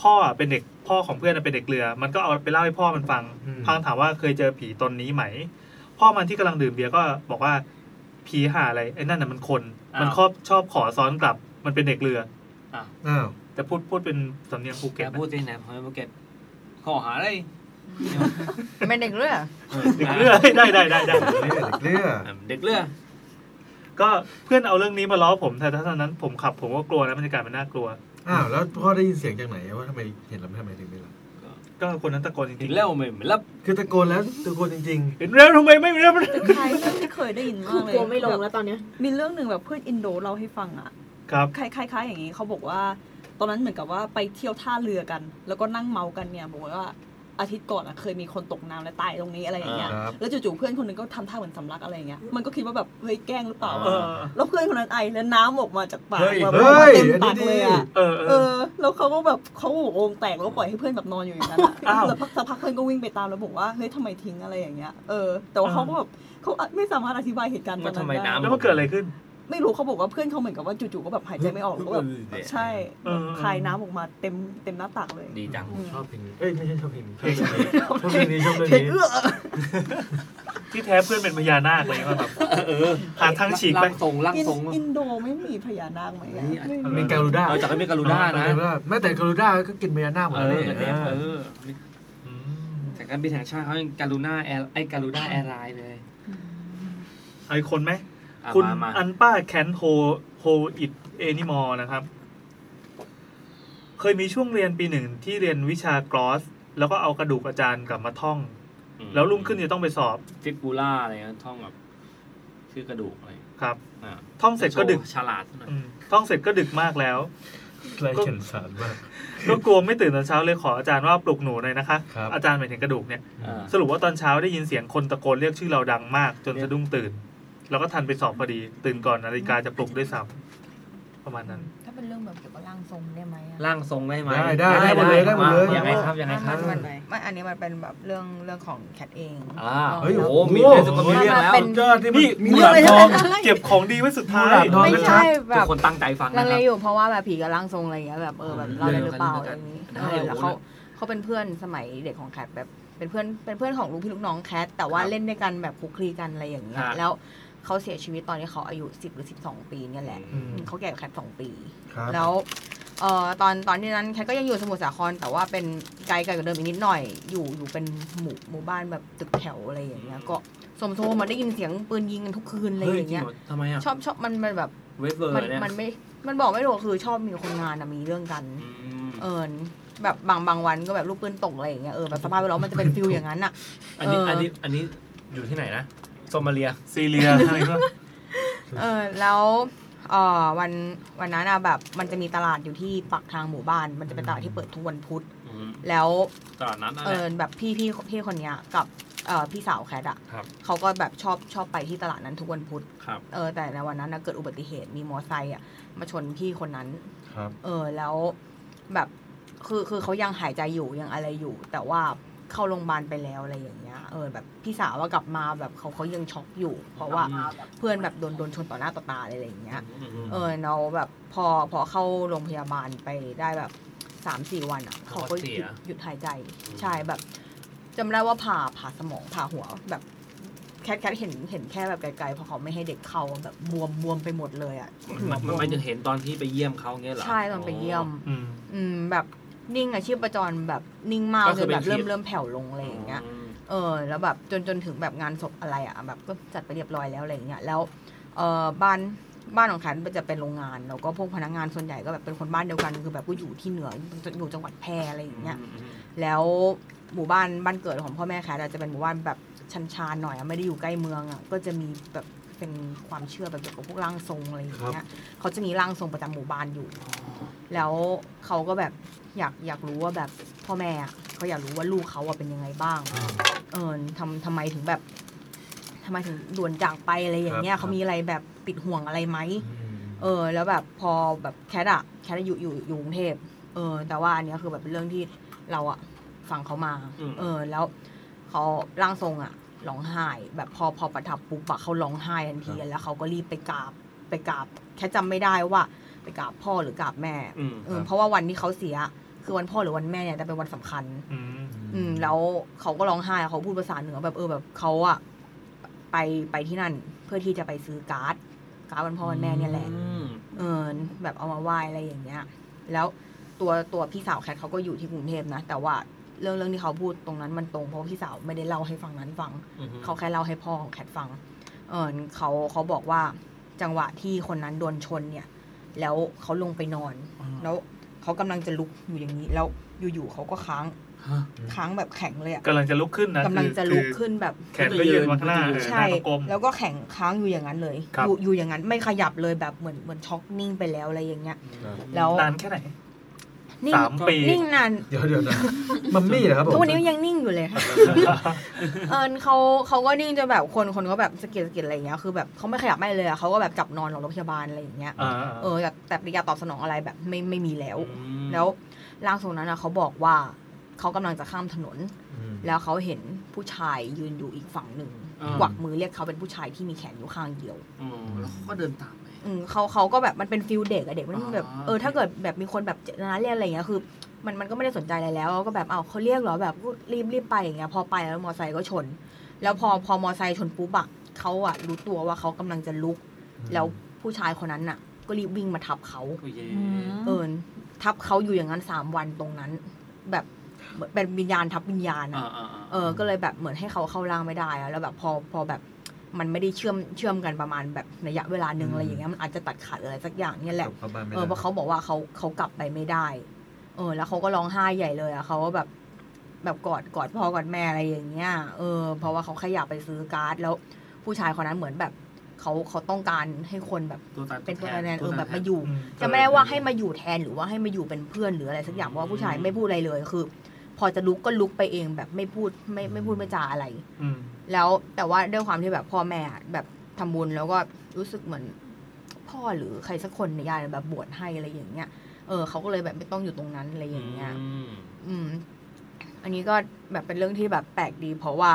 S1: พ่อเป็นเด็กพ่อของเพื่อนนะเป็นเด็กเรือ มันก็เอาไปเล่าให้พ่อมันฟัง
S8: อืม
S1: พังถามว่าเคยเจอผีตนนี้ไหม พ่อมันที่กำลังดื่มเบียร์ก็บอกว่าผีหาอะไรไอ้นั่นน่ะมันคน มันชอบชอบขอซ้อนกลับ มันเป็นเด็กเรือ
S8: อ้าว
S1: แต่พูดพูดเป็นสำเนียงภู
S4: แก
S1: เก็ตนะ
S4: พูดที่ไหนพอยภูเก็ตข้อหาอะไร
S7: เป็นเด็กเรือ
S1: เด็กเรือ [laughs] ได้ได้ได้ได้
S8: เลือดเลือด
S4: อ่ะเด็กเรือ
S1: ก็เพื่อนเอาเรื่องนี้มาล้อผมแต่ถ้าตอนนั้นผมขับผมก็กลัวนะบรรยากาศมันน่ากลัว
S8: อ้าวแล้วพ่อได้ยินเสียงจากไหนว่าทำไมเห็นแล้วทำไมถึงไม่รับ
S1: ก็คนนั้นตะโกนจ
S4: ถึ
S1: ริ
S4: ง
S1: งๆ
S4: แล้วไม่ไม่รับ
S8: คือตะโกนแล้วตะโกนจริง
S1: เห็นแล้วทำไมไม่เรียบ
S6: ใครที่เคยได้ยินมากเลย
S3: กลัวไม่ลงแล้วตอนเนี้ย
S6: มีเรื่องหนึ่งแบบเพื่อนอินโดเล่าให้ฟังอ่ะ
S1: ครับ
S6: คล้ายๆคล้ายๆอย่างนี้เขาบอกว่า ตอนนั้นเหมือนกับว่าไปเที่ยวท่าเรือกัน แล้วก็นั่งเมากันเนี่ยบอกว่าอาทิตย์ก่อนอะเคยมีคนตกน้ำและตายตรงนี้อะไรอย่างเงี้ย
S8: อ่าครับ
S6: แล้วจู่ๆเพื่อนคนหนึงก็ทำท่าเหมือนสำลักอะไรอย่างเงี้ยมันก็คิดว่าแบบเฮ้ยแกล้งหรือเปล่า
S1: เอ
S6: วะ
S1: อ
S6: แล้วเพื่อนคนนั้นไอแล้วน้ำออกมาจากปาก
S9: เฮ้ย
S6: แบบ
S8: เฮ้ย
S6: เต็ม
S8: อันนี้
S6: ปาก
S8: ดี
S6: เลยอ่ะ
S1: เออเอ
S6: เอ
S1: อ
S6: อ แล้วเขาก็แบบเขาก็บอกโองแตกแล้วก็ปล่อยให้เพื่อนแบบนอนอยู่อย่างนั้นอะ
S1: อ้าว
S6: แล้วพักสักพักเพื่อนก็วิ่งไปตามแล้วบอกว่าเฮ้ยทำไมทิ้งอะไรอย่างเงี้ยเออแต่ว่าเขาก็แบบเขาไม่สามารถอธิบายเหตุการณ์ตอนนั้นได้
S1: แล้วมันเกิดอะไรขึ้น
S6: ไม่รู้เขาบอกว่าเพื่อนเขาเหมือนกับว่าจู่ๆก็แบบหายใจไม่ออกแล้วก็แบบใช่
S1: เออ
S6: คลายน้ำออกมาเต็มเต็มหน้าตักเลย
S4: ดีจัง
S8: ๆชอบเพลงนี้เอ้ยไม่ใช่ชอบเพลงนี้ชอบเพลงนี้ชอบเพลงนี้ชอบเพลง
S6: เพลง
S8: นี้
S6: เอื้อ
S1: ที่แท้เพื่อนเป็นพญานาคอะไรอย่างเลยครับหาทางฉีกไป
S4: ร่างทรงร่าง
S6: อิน
S4: ทรง
S6: อินโดไม่มีพญานาคไหมอะไม่
S8: มัน
S6: มี
S8: เป็นการูด้า
S4: เอาจากไอ้เมกาลูด้านะ
S8: ไม่แต่การูด้าก็กินเมียหน้าคหมด
S4: เอ
S8: เล
S4: อย เอ
S8: เนี่ย
S4: อ
S8: เอ
S4: เอ
S8: อ
S4: อแต่การบินแห่งชาติเขายังการูน่าแอร์ไอ้การูน่าแอร์ไลน์เลย
S1: ไอาอีกคนไหม
S4: อ่ะ
S1: คุณ
S4: มามา
S1: อันป้าแคนโฮโฮอิดเอนิมอลนะครับ เคยมีช่วงเรียนปีหนึ่งที่เรียนวิชากรอส แล้วก็เอากระดูกอาจารย์กลับมาท่อง แล้วรุ่งขึ้นจะต้องไปสอบ
S4: ฟิกบูล่าอะไรนะท่องแบบชื่อกระดูกอะไร
S1: ครับ
S4: อ่ะ
S1: ท่องเสร็จก็ดึก
S4: โชว์ฉลาดหน่อย
S1: อืมท่องเสร็จก็ดึกมาก
S8: [laughs]
S1: แล้ว
S8: ไรเขียนสารมาก
S1: ก็กลัวไม่ตื่นตอนเช้าเลยขออาจารย์ว่าปลุกหนูหน่อยนะคะ
S8: ครับ
S1: อาจารย์หมายถึงกระดูกเนี่ย
S4: อ่า
S1: สรุปว่าตอนเช้าได้ยินเสียงคนตะโกนเรียกชื่อเราดังมาก จนสะดุ้งตื่น แล้วก็ทันไปสอบพอดี ตื่นก่อนนาฬิกาจะปลุกด้วยซ้ำประมาณนั้น
S7: ถ้าเป็นเรื่องแบบเกี่ยวกับร่างทรงได้ไหมอะ
S5: ร่างทรงได้ไหม
S8: ได้ได้ได้หมดเลยได้หมดเลย
S5: ยังไงครับยังไงค
S7: มั
S5: รับ
S7: นมันมันไม่อันนี้มันเป็นแบบเรื่องเรื่องของแคทเอง
S5: อ่า
S8: เฮ้ย
S5: โอ้
S8: โอ้
S5: โห
S8: โห
S5: มี
S8: มี
S5: เรื่อสกอตมีเรื่
S8: เรื่อง งสมมติ
S5: องแล้ว
S8: เป็นยอดที่
S1: นี่
S8: มี
S1: มู
S8: ห
S1: หลา
S8: ลาน น
S1: ท
S8: ท
S1: อ
S8: องง
S1: เก็บของดีไว้สุดท้าย
S8: มูหลานทอง
S7: ไม่ใช่แบ
S4: ทุก
S7: บ
S4: คนตั้งใจฟัง
S7: ลั
S4: นะ
S7: ง
S4: ค
S7: เล
S4: รับ
S7: อยู่เพราะว่าแบบผีกับร่างทรงอะไรอย่างเงี้ยแบบเออแบบเราเลยหรือเปล่าอะไรอย่างงี้
S4: ได้
S7: เออแล้ว
S4: โอ้โห
S7: เขาเขาเป็นเพื่อนสมัยเด็กของแคทแบบเป็นเพื่อนเป็นเพื่อนของลูกพี่ลูกน้องแคทแต่ว่าเล่นด้วยกันแบบคลุกคลีกันอะไรอย่างเงี้ย
S4: ฮะ
S7: แล้วเขาเสียชีวิตตอนที่เขาอายุ10หรือ12 ปีเนี่ยแหละ
S8: อืม
S7: เขาแก่กว่าแคทสองปี
S8: ครับ
S7: แล้วเอ่อตอนตอนที่นั้นแคทก็ยังอยู่สมุทรสาครแต่ว่าเป็นไกลไกลกว่าเดิมอีกนิดหน่อย อยู่อยู่เป็นหมู่หมู่บ้านแบบตึกแถวอะไรอย่างเงี้ยก็สมโซมาได้ยินเสียงปืนยิงกันทุกคืนอะไร
S4: เฮ้ย
S7: อย่าง
S4: จริง
S7: เงี้ย
S4: เหรอทำไมอ่ะ
S7: ชอบชอบมันมันแบบ
S4: เวฟเวอร์
S7: มัน
S4: เนี่ย
S7: มันไม่มันบอกไม่ถูกคือชอบมีคนงานอะมีเรื่องกัน
S4: อืม
S7: เออแบบบางบางวันก็แบบลูกปืนตกอะไรอย่างเงี้ยเออแบบสภาพแวดล้อมมันจะเป็นฟิลอย่างนั้นอะ
S5: อันนี้
S7: เอออั
S5: อันนี้อันนี้อยู่ที่ไหนนะโซมาเลีย
S1: ซีเรียอะไรก็
S7: เออแล้วเอ่อวันวันนั้นอะแบบมันจะมีตลาดอยู่ที่ปากทางหมู่บ้าน มันจะเป็นตลาดที่เปิดทุกวันพุธ
S4: อืม
S7: แล้ว
S4: ตลาดนั้นนั่น
S7: เอ
S4: แหละ
S7: อแบบพี่พี่พี่คนเนี้ยกับเออพี่สาวแคทอ่ะ
S4: ครับ
S7: เขาก็แบบชอบชอบไปที่ตลาดนั้นทุกวันพุธ
S4: ครับ
S7: เออแต่ในวันนั้นนะเกิดอุบัติเหตุมีมอไซค์อ่ะมาชนพี่คนนั้น
S8: ครับ
S7: เออแล้วแบบคือคือเขายังหายใจอยู่ยังอะไรอยู่ แต่ว่าเข้าโรงพยาบาลไปแล้วอะไรอย่างเงี้ยเออแบบพี่สาวว่ากลับมาแบบเขาเขายังช็อกอยู่ เพราะว่า
S4: อืม
S7: เพื่อนแบบโดนโดนชนต่อหน้าต่อตาอะไรอย่างเงี้ย
S4: อืม
S7: เออเราแบบพอพอเข้าโรงพยาบาลไปได้แบบสามสี่วันอ่ะเขาก็หยุดหยุดหายใจใช่แบบจำได้ว่าผ่าผ่าสมองผ่าหัวแบบแคทแคทเห็นเห็นแค่แบบไกลๆเพราะเขาไม่ให้เด็กเข้าแบบบวมบวมไปหมดเลยอ่ะหัว
S4: มัน
S7: บ
S4: มัน
S7: วม
S4: ไม่ถึงเห็นตอนที่ไปเยี่ยมเขาเงี้ยเหรอ
S7: ใช่ตอนไปเยี่ยม
S1: อืม
S7: อืมแบบนิ่งอะชีพจรแบบนิ่งมากจนแบบเริ่มเริ่มแผ่วลงอะไรอย่างเงี้ย
S4: ม
S7: เออแล้วแบบจนจนถึงแบบงานศพอะไรอ่ะแบบก็จัดไปเรียบร้อยแล้วอะไรอย่างเงี้ยแล้วเออบ้านบ้านของขันจะเป็นโรงงานแล้วก็พวกพนักงานส่วนใหญ่ก็แบบเป็นคนบ้านเดียวกันคือแบบก็อยู่ที่เหนืออยู่จังหวัดแพร่อะไรอย่างเงี้ยแล้วหมู่บ้านบ้านเกิดของพ่อแม่แคทอะจะเป็นหมู่บ้านแบบชันชานๆหน่อยอะไม่ได้อยู่ใกล้เมืองอ่ะก็จะมีแบบเป็นความเชื่อแบบเกี่ยวกับพวกร่างทรงอะไรอย่างเงี้ยเขาจะมีร่างทรงประจำหมู่บ้านอยู่ แล้วเขาก็แบบอยากอยากรู้ว่าแบบพ่อแม่อะเขาอยากรู้ว่าลูกเขาอะเป็นยังไงบ้าง เออทำทำไมถึงแบบ ทำไมถึงด่วนจากไปอะไรอย่างเงี้ย
S8: ครับ
S7: เขามีอะไรแบบติดห่วงอะไรไหม เออ แล้วแบบพอแบบแคทอะแคทอะอยู่อยู่อยู่กรุงเทพเออ แต่ว่าอันเนี้ยคือแบบเป็นเรื่องที่เราอะฟังเขามา
S12: อืม
S7: เออ แล้วเขาร่างทรงอะร้องไห้ แบบพอพอประทับปุ๊บอะเขาร้องไห้ทันที
S8: ครับ
S7: แล้วเขาก็รีบไปกราบไปกราบ แค่จำไม่ได้ว่า ไปกราบพ่อหรือกราบแม่
S12: อืม
S7: เออเพราะว่าวันที่เขาเสีย คือวันพ่อหรือวันแม่เนี่ยจะเป็นวันสำคัญ
S1: อืม
S7: อืมแล้วเขาก็ร้องไห้เขาพูดภาษาเหนือแบบเออแบบเขาอะไปไปที่นั่นเพื่อที่จะไปซื้อการ์ดการ์ดวันพ่อวันแม่เนี่ยแหละ เออแบบเอามาไหว้อะไรอย่างเงี้ย แล้วตัวตัวพี่สาวแคทเขาก็อยู่ที่กรุงเทพนะ แต่ว่าเรื่องเรื่องที่เขาพูดตรงนั้นมันตรงเพราะว่าพี่สาวไม่ได้เล่าให้ฟังนั้นฟัง เขาแค่เล่าให้พ่อของแคทฟัง เออเขาเขาบอกว่าจังหวะที่คนนั้นโดนชนเนี่ย แล้วเขาลงไปนอน แล้วเขากำลังจะลุกอยู่อย่างนี้ แล้วอยู่ๆเขาก็ค้าง
S12: ฮะ
S7: ค้างแบบแข็งเลยอะ
S1: กำลังจะลุกขึ้นนะ
S7: กำลังจะลุกขึ้นแบบ
S1: แขนก็ยืนมาข้างหน้า
S7: ใช่
S1: หน้าก็กลม
S7: แล้วก็แข็งค้างอยู่อย่างนั้นเลย
S1: ครับ
S7: อยู่อยู่อย่างนั้นไม่ขยับเลยแบบเหมือนเหมือนช็อกนิ่งไปแล้วอะไรอย่างเงี้ย แล้ว
S1: นานแค่ไหน
S7: นิ่ง
S1: สามปี
S7: นิ่งนาน
S8: เดี๋ยวเดี๋ยวนะมัมมี่เหรอครับผม
S7: ทุกวันนี้ยังนิ่งอยู่เลยค่ะ เอิญเขาเขาก็นิ่งจนแบบคนคนก็แบบสะกิดสะกิดอะไรอย่างเงี้ยคือแบบเขาไม่ขยับไม่เลยอะเขาก็แบบจับนอนของโรงพยาบาลอะไรอย่างเงี้ย
S1: อ่า
S7: เออแต่แต่ปฏิกิริยาตอบสนองอะไรแบบไม่ไม่มีแล้ว แล้วร่างทรงนั้นอะเขาบอกว่าเขากำลังจะข้ามถนน
S8: อืม
S7: แล้วเขาเห็นผู้ชายยืนอยู่อีกฝั่งหนึ่ง
S12: อ่าก ก
S7: วักมือเรียกเขาเป็นผู้ชายที่มีแขนอยู่ข้างเดียว
S12: อ๋อแล้วเขาก็เดินตามไป
S7: อืมเขาเขาก็แบบมันเป็นฟิลเด็กอะเด็กมันแบบ
S12: อ๋อ
S7: เออถ้าเกิดแบบมีคนแบบเจตนาเรียกอะไรอย่างเงี้ยคือ มันมันก็ไม่ได้สนใจอะไรแล้วก็แบบเอาเขาเรียกเหรอแบบก็รีบรีบไปอย่างเงี้ยพอไปแล้วมอไซค์ก็ชน แล้วพอพอมอไซค์ชนปุ๊บอะเขาอะรู้ตัวว่าเขากำลังจะลุก แล้วผู้ชายคนนั้นอะก็รีบวิ่งมาทับเขา
S12: โอ้เย
S7: เออทับเขาอยู่อย่างนั้นสามวันตรงนั้น แบบเหมือนเป็นวิญญาณทับวิญญาณอะ
S12: อ่าอ่าอ่า
S7: เออ ก็เลยแบบเหมือนให้เขาเข้าร่างไม่ได้อะแล้วแบบพอพอแบบมันไม่ได้เชื่อมเชื่อมกันประมาณแบบระยะเวลาหนึ่ง
S8: อืม
S7: อะไรอย่างเงี้ยมันอาจจะตัดขาดอะไรสักอย่างเนี่ยแห
S8: ก
S7: ละ
S8: ลับเข้าบ้านไม่
S7: เออเพ
S8: ได้
S7: ราะเขาบอกว่าเขาเขากลับไปไม่ได้ เออ แล้วเขาก็ร้องไห้ใหญ่เลยอะเขาก็แบบแบบกอดกอดพ่อกอดแม่อะไรอย่างเงี้ย เออ เพราะว่าเขาแค่อยากไปซื้อการ์ด แล้วผู้ชายคนนั้นเหมือนแบบเขาเขาต้องการให้คนแบบ
S12: ตัวตาย
S7: เป็นตัวแทนเอ
S12: ตัว
S7: อ
S12: ตาย
S7: แบบมาอยู่
S1: อืม
S7: จะไม่ได้ว่าให้มาอยู่แทนหรือว่าให้มาอยู่เป็นเพื่อนหรืออะไรสักอย่างเพราะว่าผู้ชายไม่พูดอะไรเลยคือ พอจะลุกก็ลุกไปเองแบบไม่พูดไม่ไม่พูดไม่จาอะไร
S1: อืม
S7: แล้วแต่ว่าด้วยความที่แบบพ่อแม่อะแบบทำบุญแล้วก็รู้สึกเหมือนพ่อหรือใครสักคนในญาติแบบบวชให้อะไรอย่างเงี้ยเออเขาก็เลยแบบไม่ต้องอยู่ตรงนั้นอะไรอย่างเงี้ย อืม อันนี้ก็แบบเป็นเรื่องที่แบบแปลกดี เพราะว่า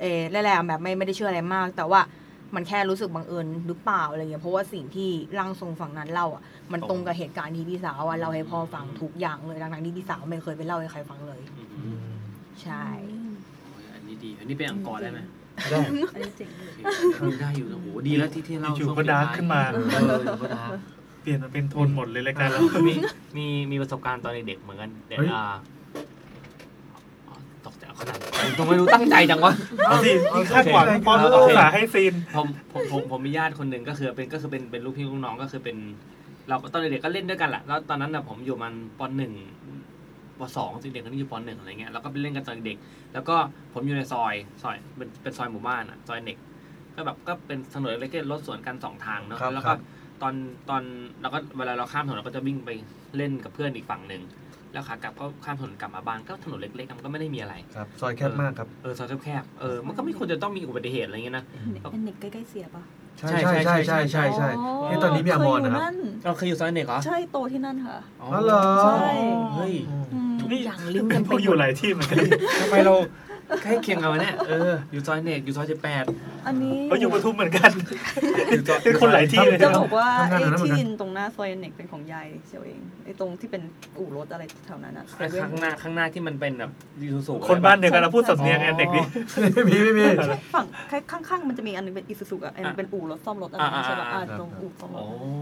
S7: เออแรกๆแบบไม่ไม่ได้เชื่ออะไรมาก แต่ว่ามันแค่รู้สึกบังเอิญหรือเปล่าอะไรเงี้ยเพราะว่าสิ่งที่ร่างทรงฝั่งนั้นเล่าอ่ะมันตรงกับเหตุการณ์ที่พี่สาวอ่ะเล่าให้พ่อฟังทุกอย่างเลยทั้งๆที่พี่สาวไม่เคยไปเล่าให้ใครฟังเลย
S12: อืม
S7: ใช่
S12: โอ้ยอันนี้ดี อันนี้เป็นอังกอร์ได้ไหม
S6: อันนี้เจ๋งเลย
S12: โอเคได้อยู่นะโหดีแล้วที่ที่เล่า
S1: อยู่ๆ
S12: ช่วง
S1: ก็ดาร์ก
S12: ท้ย
S1: ขึ้นมา
S12: เอออยู่ๆก็ดาร์ก
S1: เปลี่ยนมาเป็นโทนหมดเลยรายการเรา
S2: มีมีมีประสบการณ์ตอนเด็กๆเหมือนกันเด็ก
S8: เฮ้ย
S2: อ่าอ๋อตกใจเอาขนาดผมต้องไม่รู้ตั้งใจจังวะ
S1: เอาสินี่คาดหวังป้อน
S2: โอเค
S1: อุตส่าห์ให้ซีน
S2: ผมผมผมผมมีญาติคนหนึ่งก็คือเป็นก็คือเป็นเป็นลูกพี่ลูกน้องก็คือเป็น เราก็ตอนเด็กๆก็เล่นด้วยกันแหละแล้วตอนนั้นนะผมอยู่มันปหนึ่งปสองเด็กๆคนนี้อยู่ปหนึ่งอะไรเงี้ยเราก็ไปเล่นกันตอนเด็กแล้วก็ผมอยู่ในซอยซอยเป็นเป็นซอยหมู่บ้านอะซอยเด็กก็แบบก็เป็นถนนเล็กๆรถสวนกันสองทางเนาะ
S8: ครับ
S2: แล้ว
S8: ค
S2: ก็
S8: รับ
S2: ตอนตอนเราก็เวลาเราข้ามถนนเราก็จะวิ่งไปเล่นกับเพื่อนอีกฝั่งหนึ่งแล้วขากลับก็ข้ามถนนกลับมาบ้านก็ถนนเล็กๆมันก็ไม่ได้มีอะไร
S8: ครับ ซอยแคบมากครับ
S2: เออซอยแคบๆเออมันก็ไม่ควรจะต้องมีอุบัติเหตุอะไรเงี้ยนะ
S6: เป็นเด็กใกล้ๆเสียปะ
S8: ใช่ใช่ใช่ใช่ใช่ใช่ นี่ตอนนี้มีอมรนะครับ
S6: เยยู่
S2: เราเคยอยู่ซอยเด็กเหรอ
S6: ใช่โตที่นั่นค่ะ
S2: อ๋อ
S8: อ๋อเหรอ
S6: ใช่
S2: เฮ้ย
S6: อืม
S1: นี่
S7: อย่างลิงก์กันไป
S1: กูอยู่หลายที่เหมือนกัน
S2: ทำไมเราใกล้เคียงกันวะเนี่ย เออ อยู่ซอยเนกอยู่ซอยเจ็ดแป
S8: [laughs]
S2: ด
S6: อันนี้
S1: ก็อยู่ปทุมเหมือนกัน เป็นคนหลายที่เลย
S6: จะ
S1: นะ
S6: บอกว่า
S8: ทำงานห
S6: ไอ้
S8: นักนะเหมือน
S6: ที่
S8: กัน
S6: ดินตรงหน้าซอยเน็กเป็นของยายเชียวเองไอ้ตรงที่เป็นอู่รถอะไรแถวนั้นอะเซเว่น
S2: ข้างหน้าข้างหน้าที่มันเป็นแบบยูสู
S1: คนบ้านเดียวกันนะพูดสำเนียงไงเด็กนี่
S8: ไม่มีไม่มี
S6: ใช่ฝั่งข้างๆมันจะมีอันนึงเป็นอิซูซุกับอันนึงเป็นอู่รถซ่อมรถอะไรนั่นใช่ปะอ่าตรงอู่ซ่อมร
S2: โอ้
S6: ถ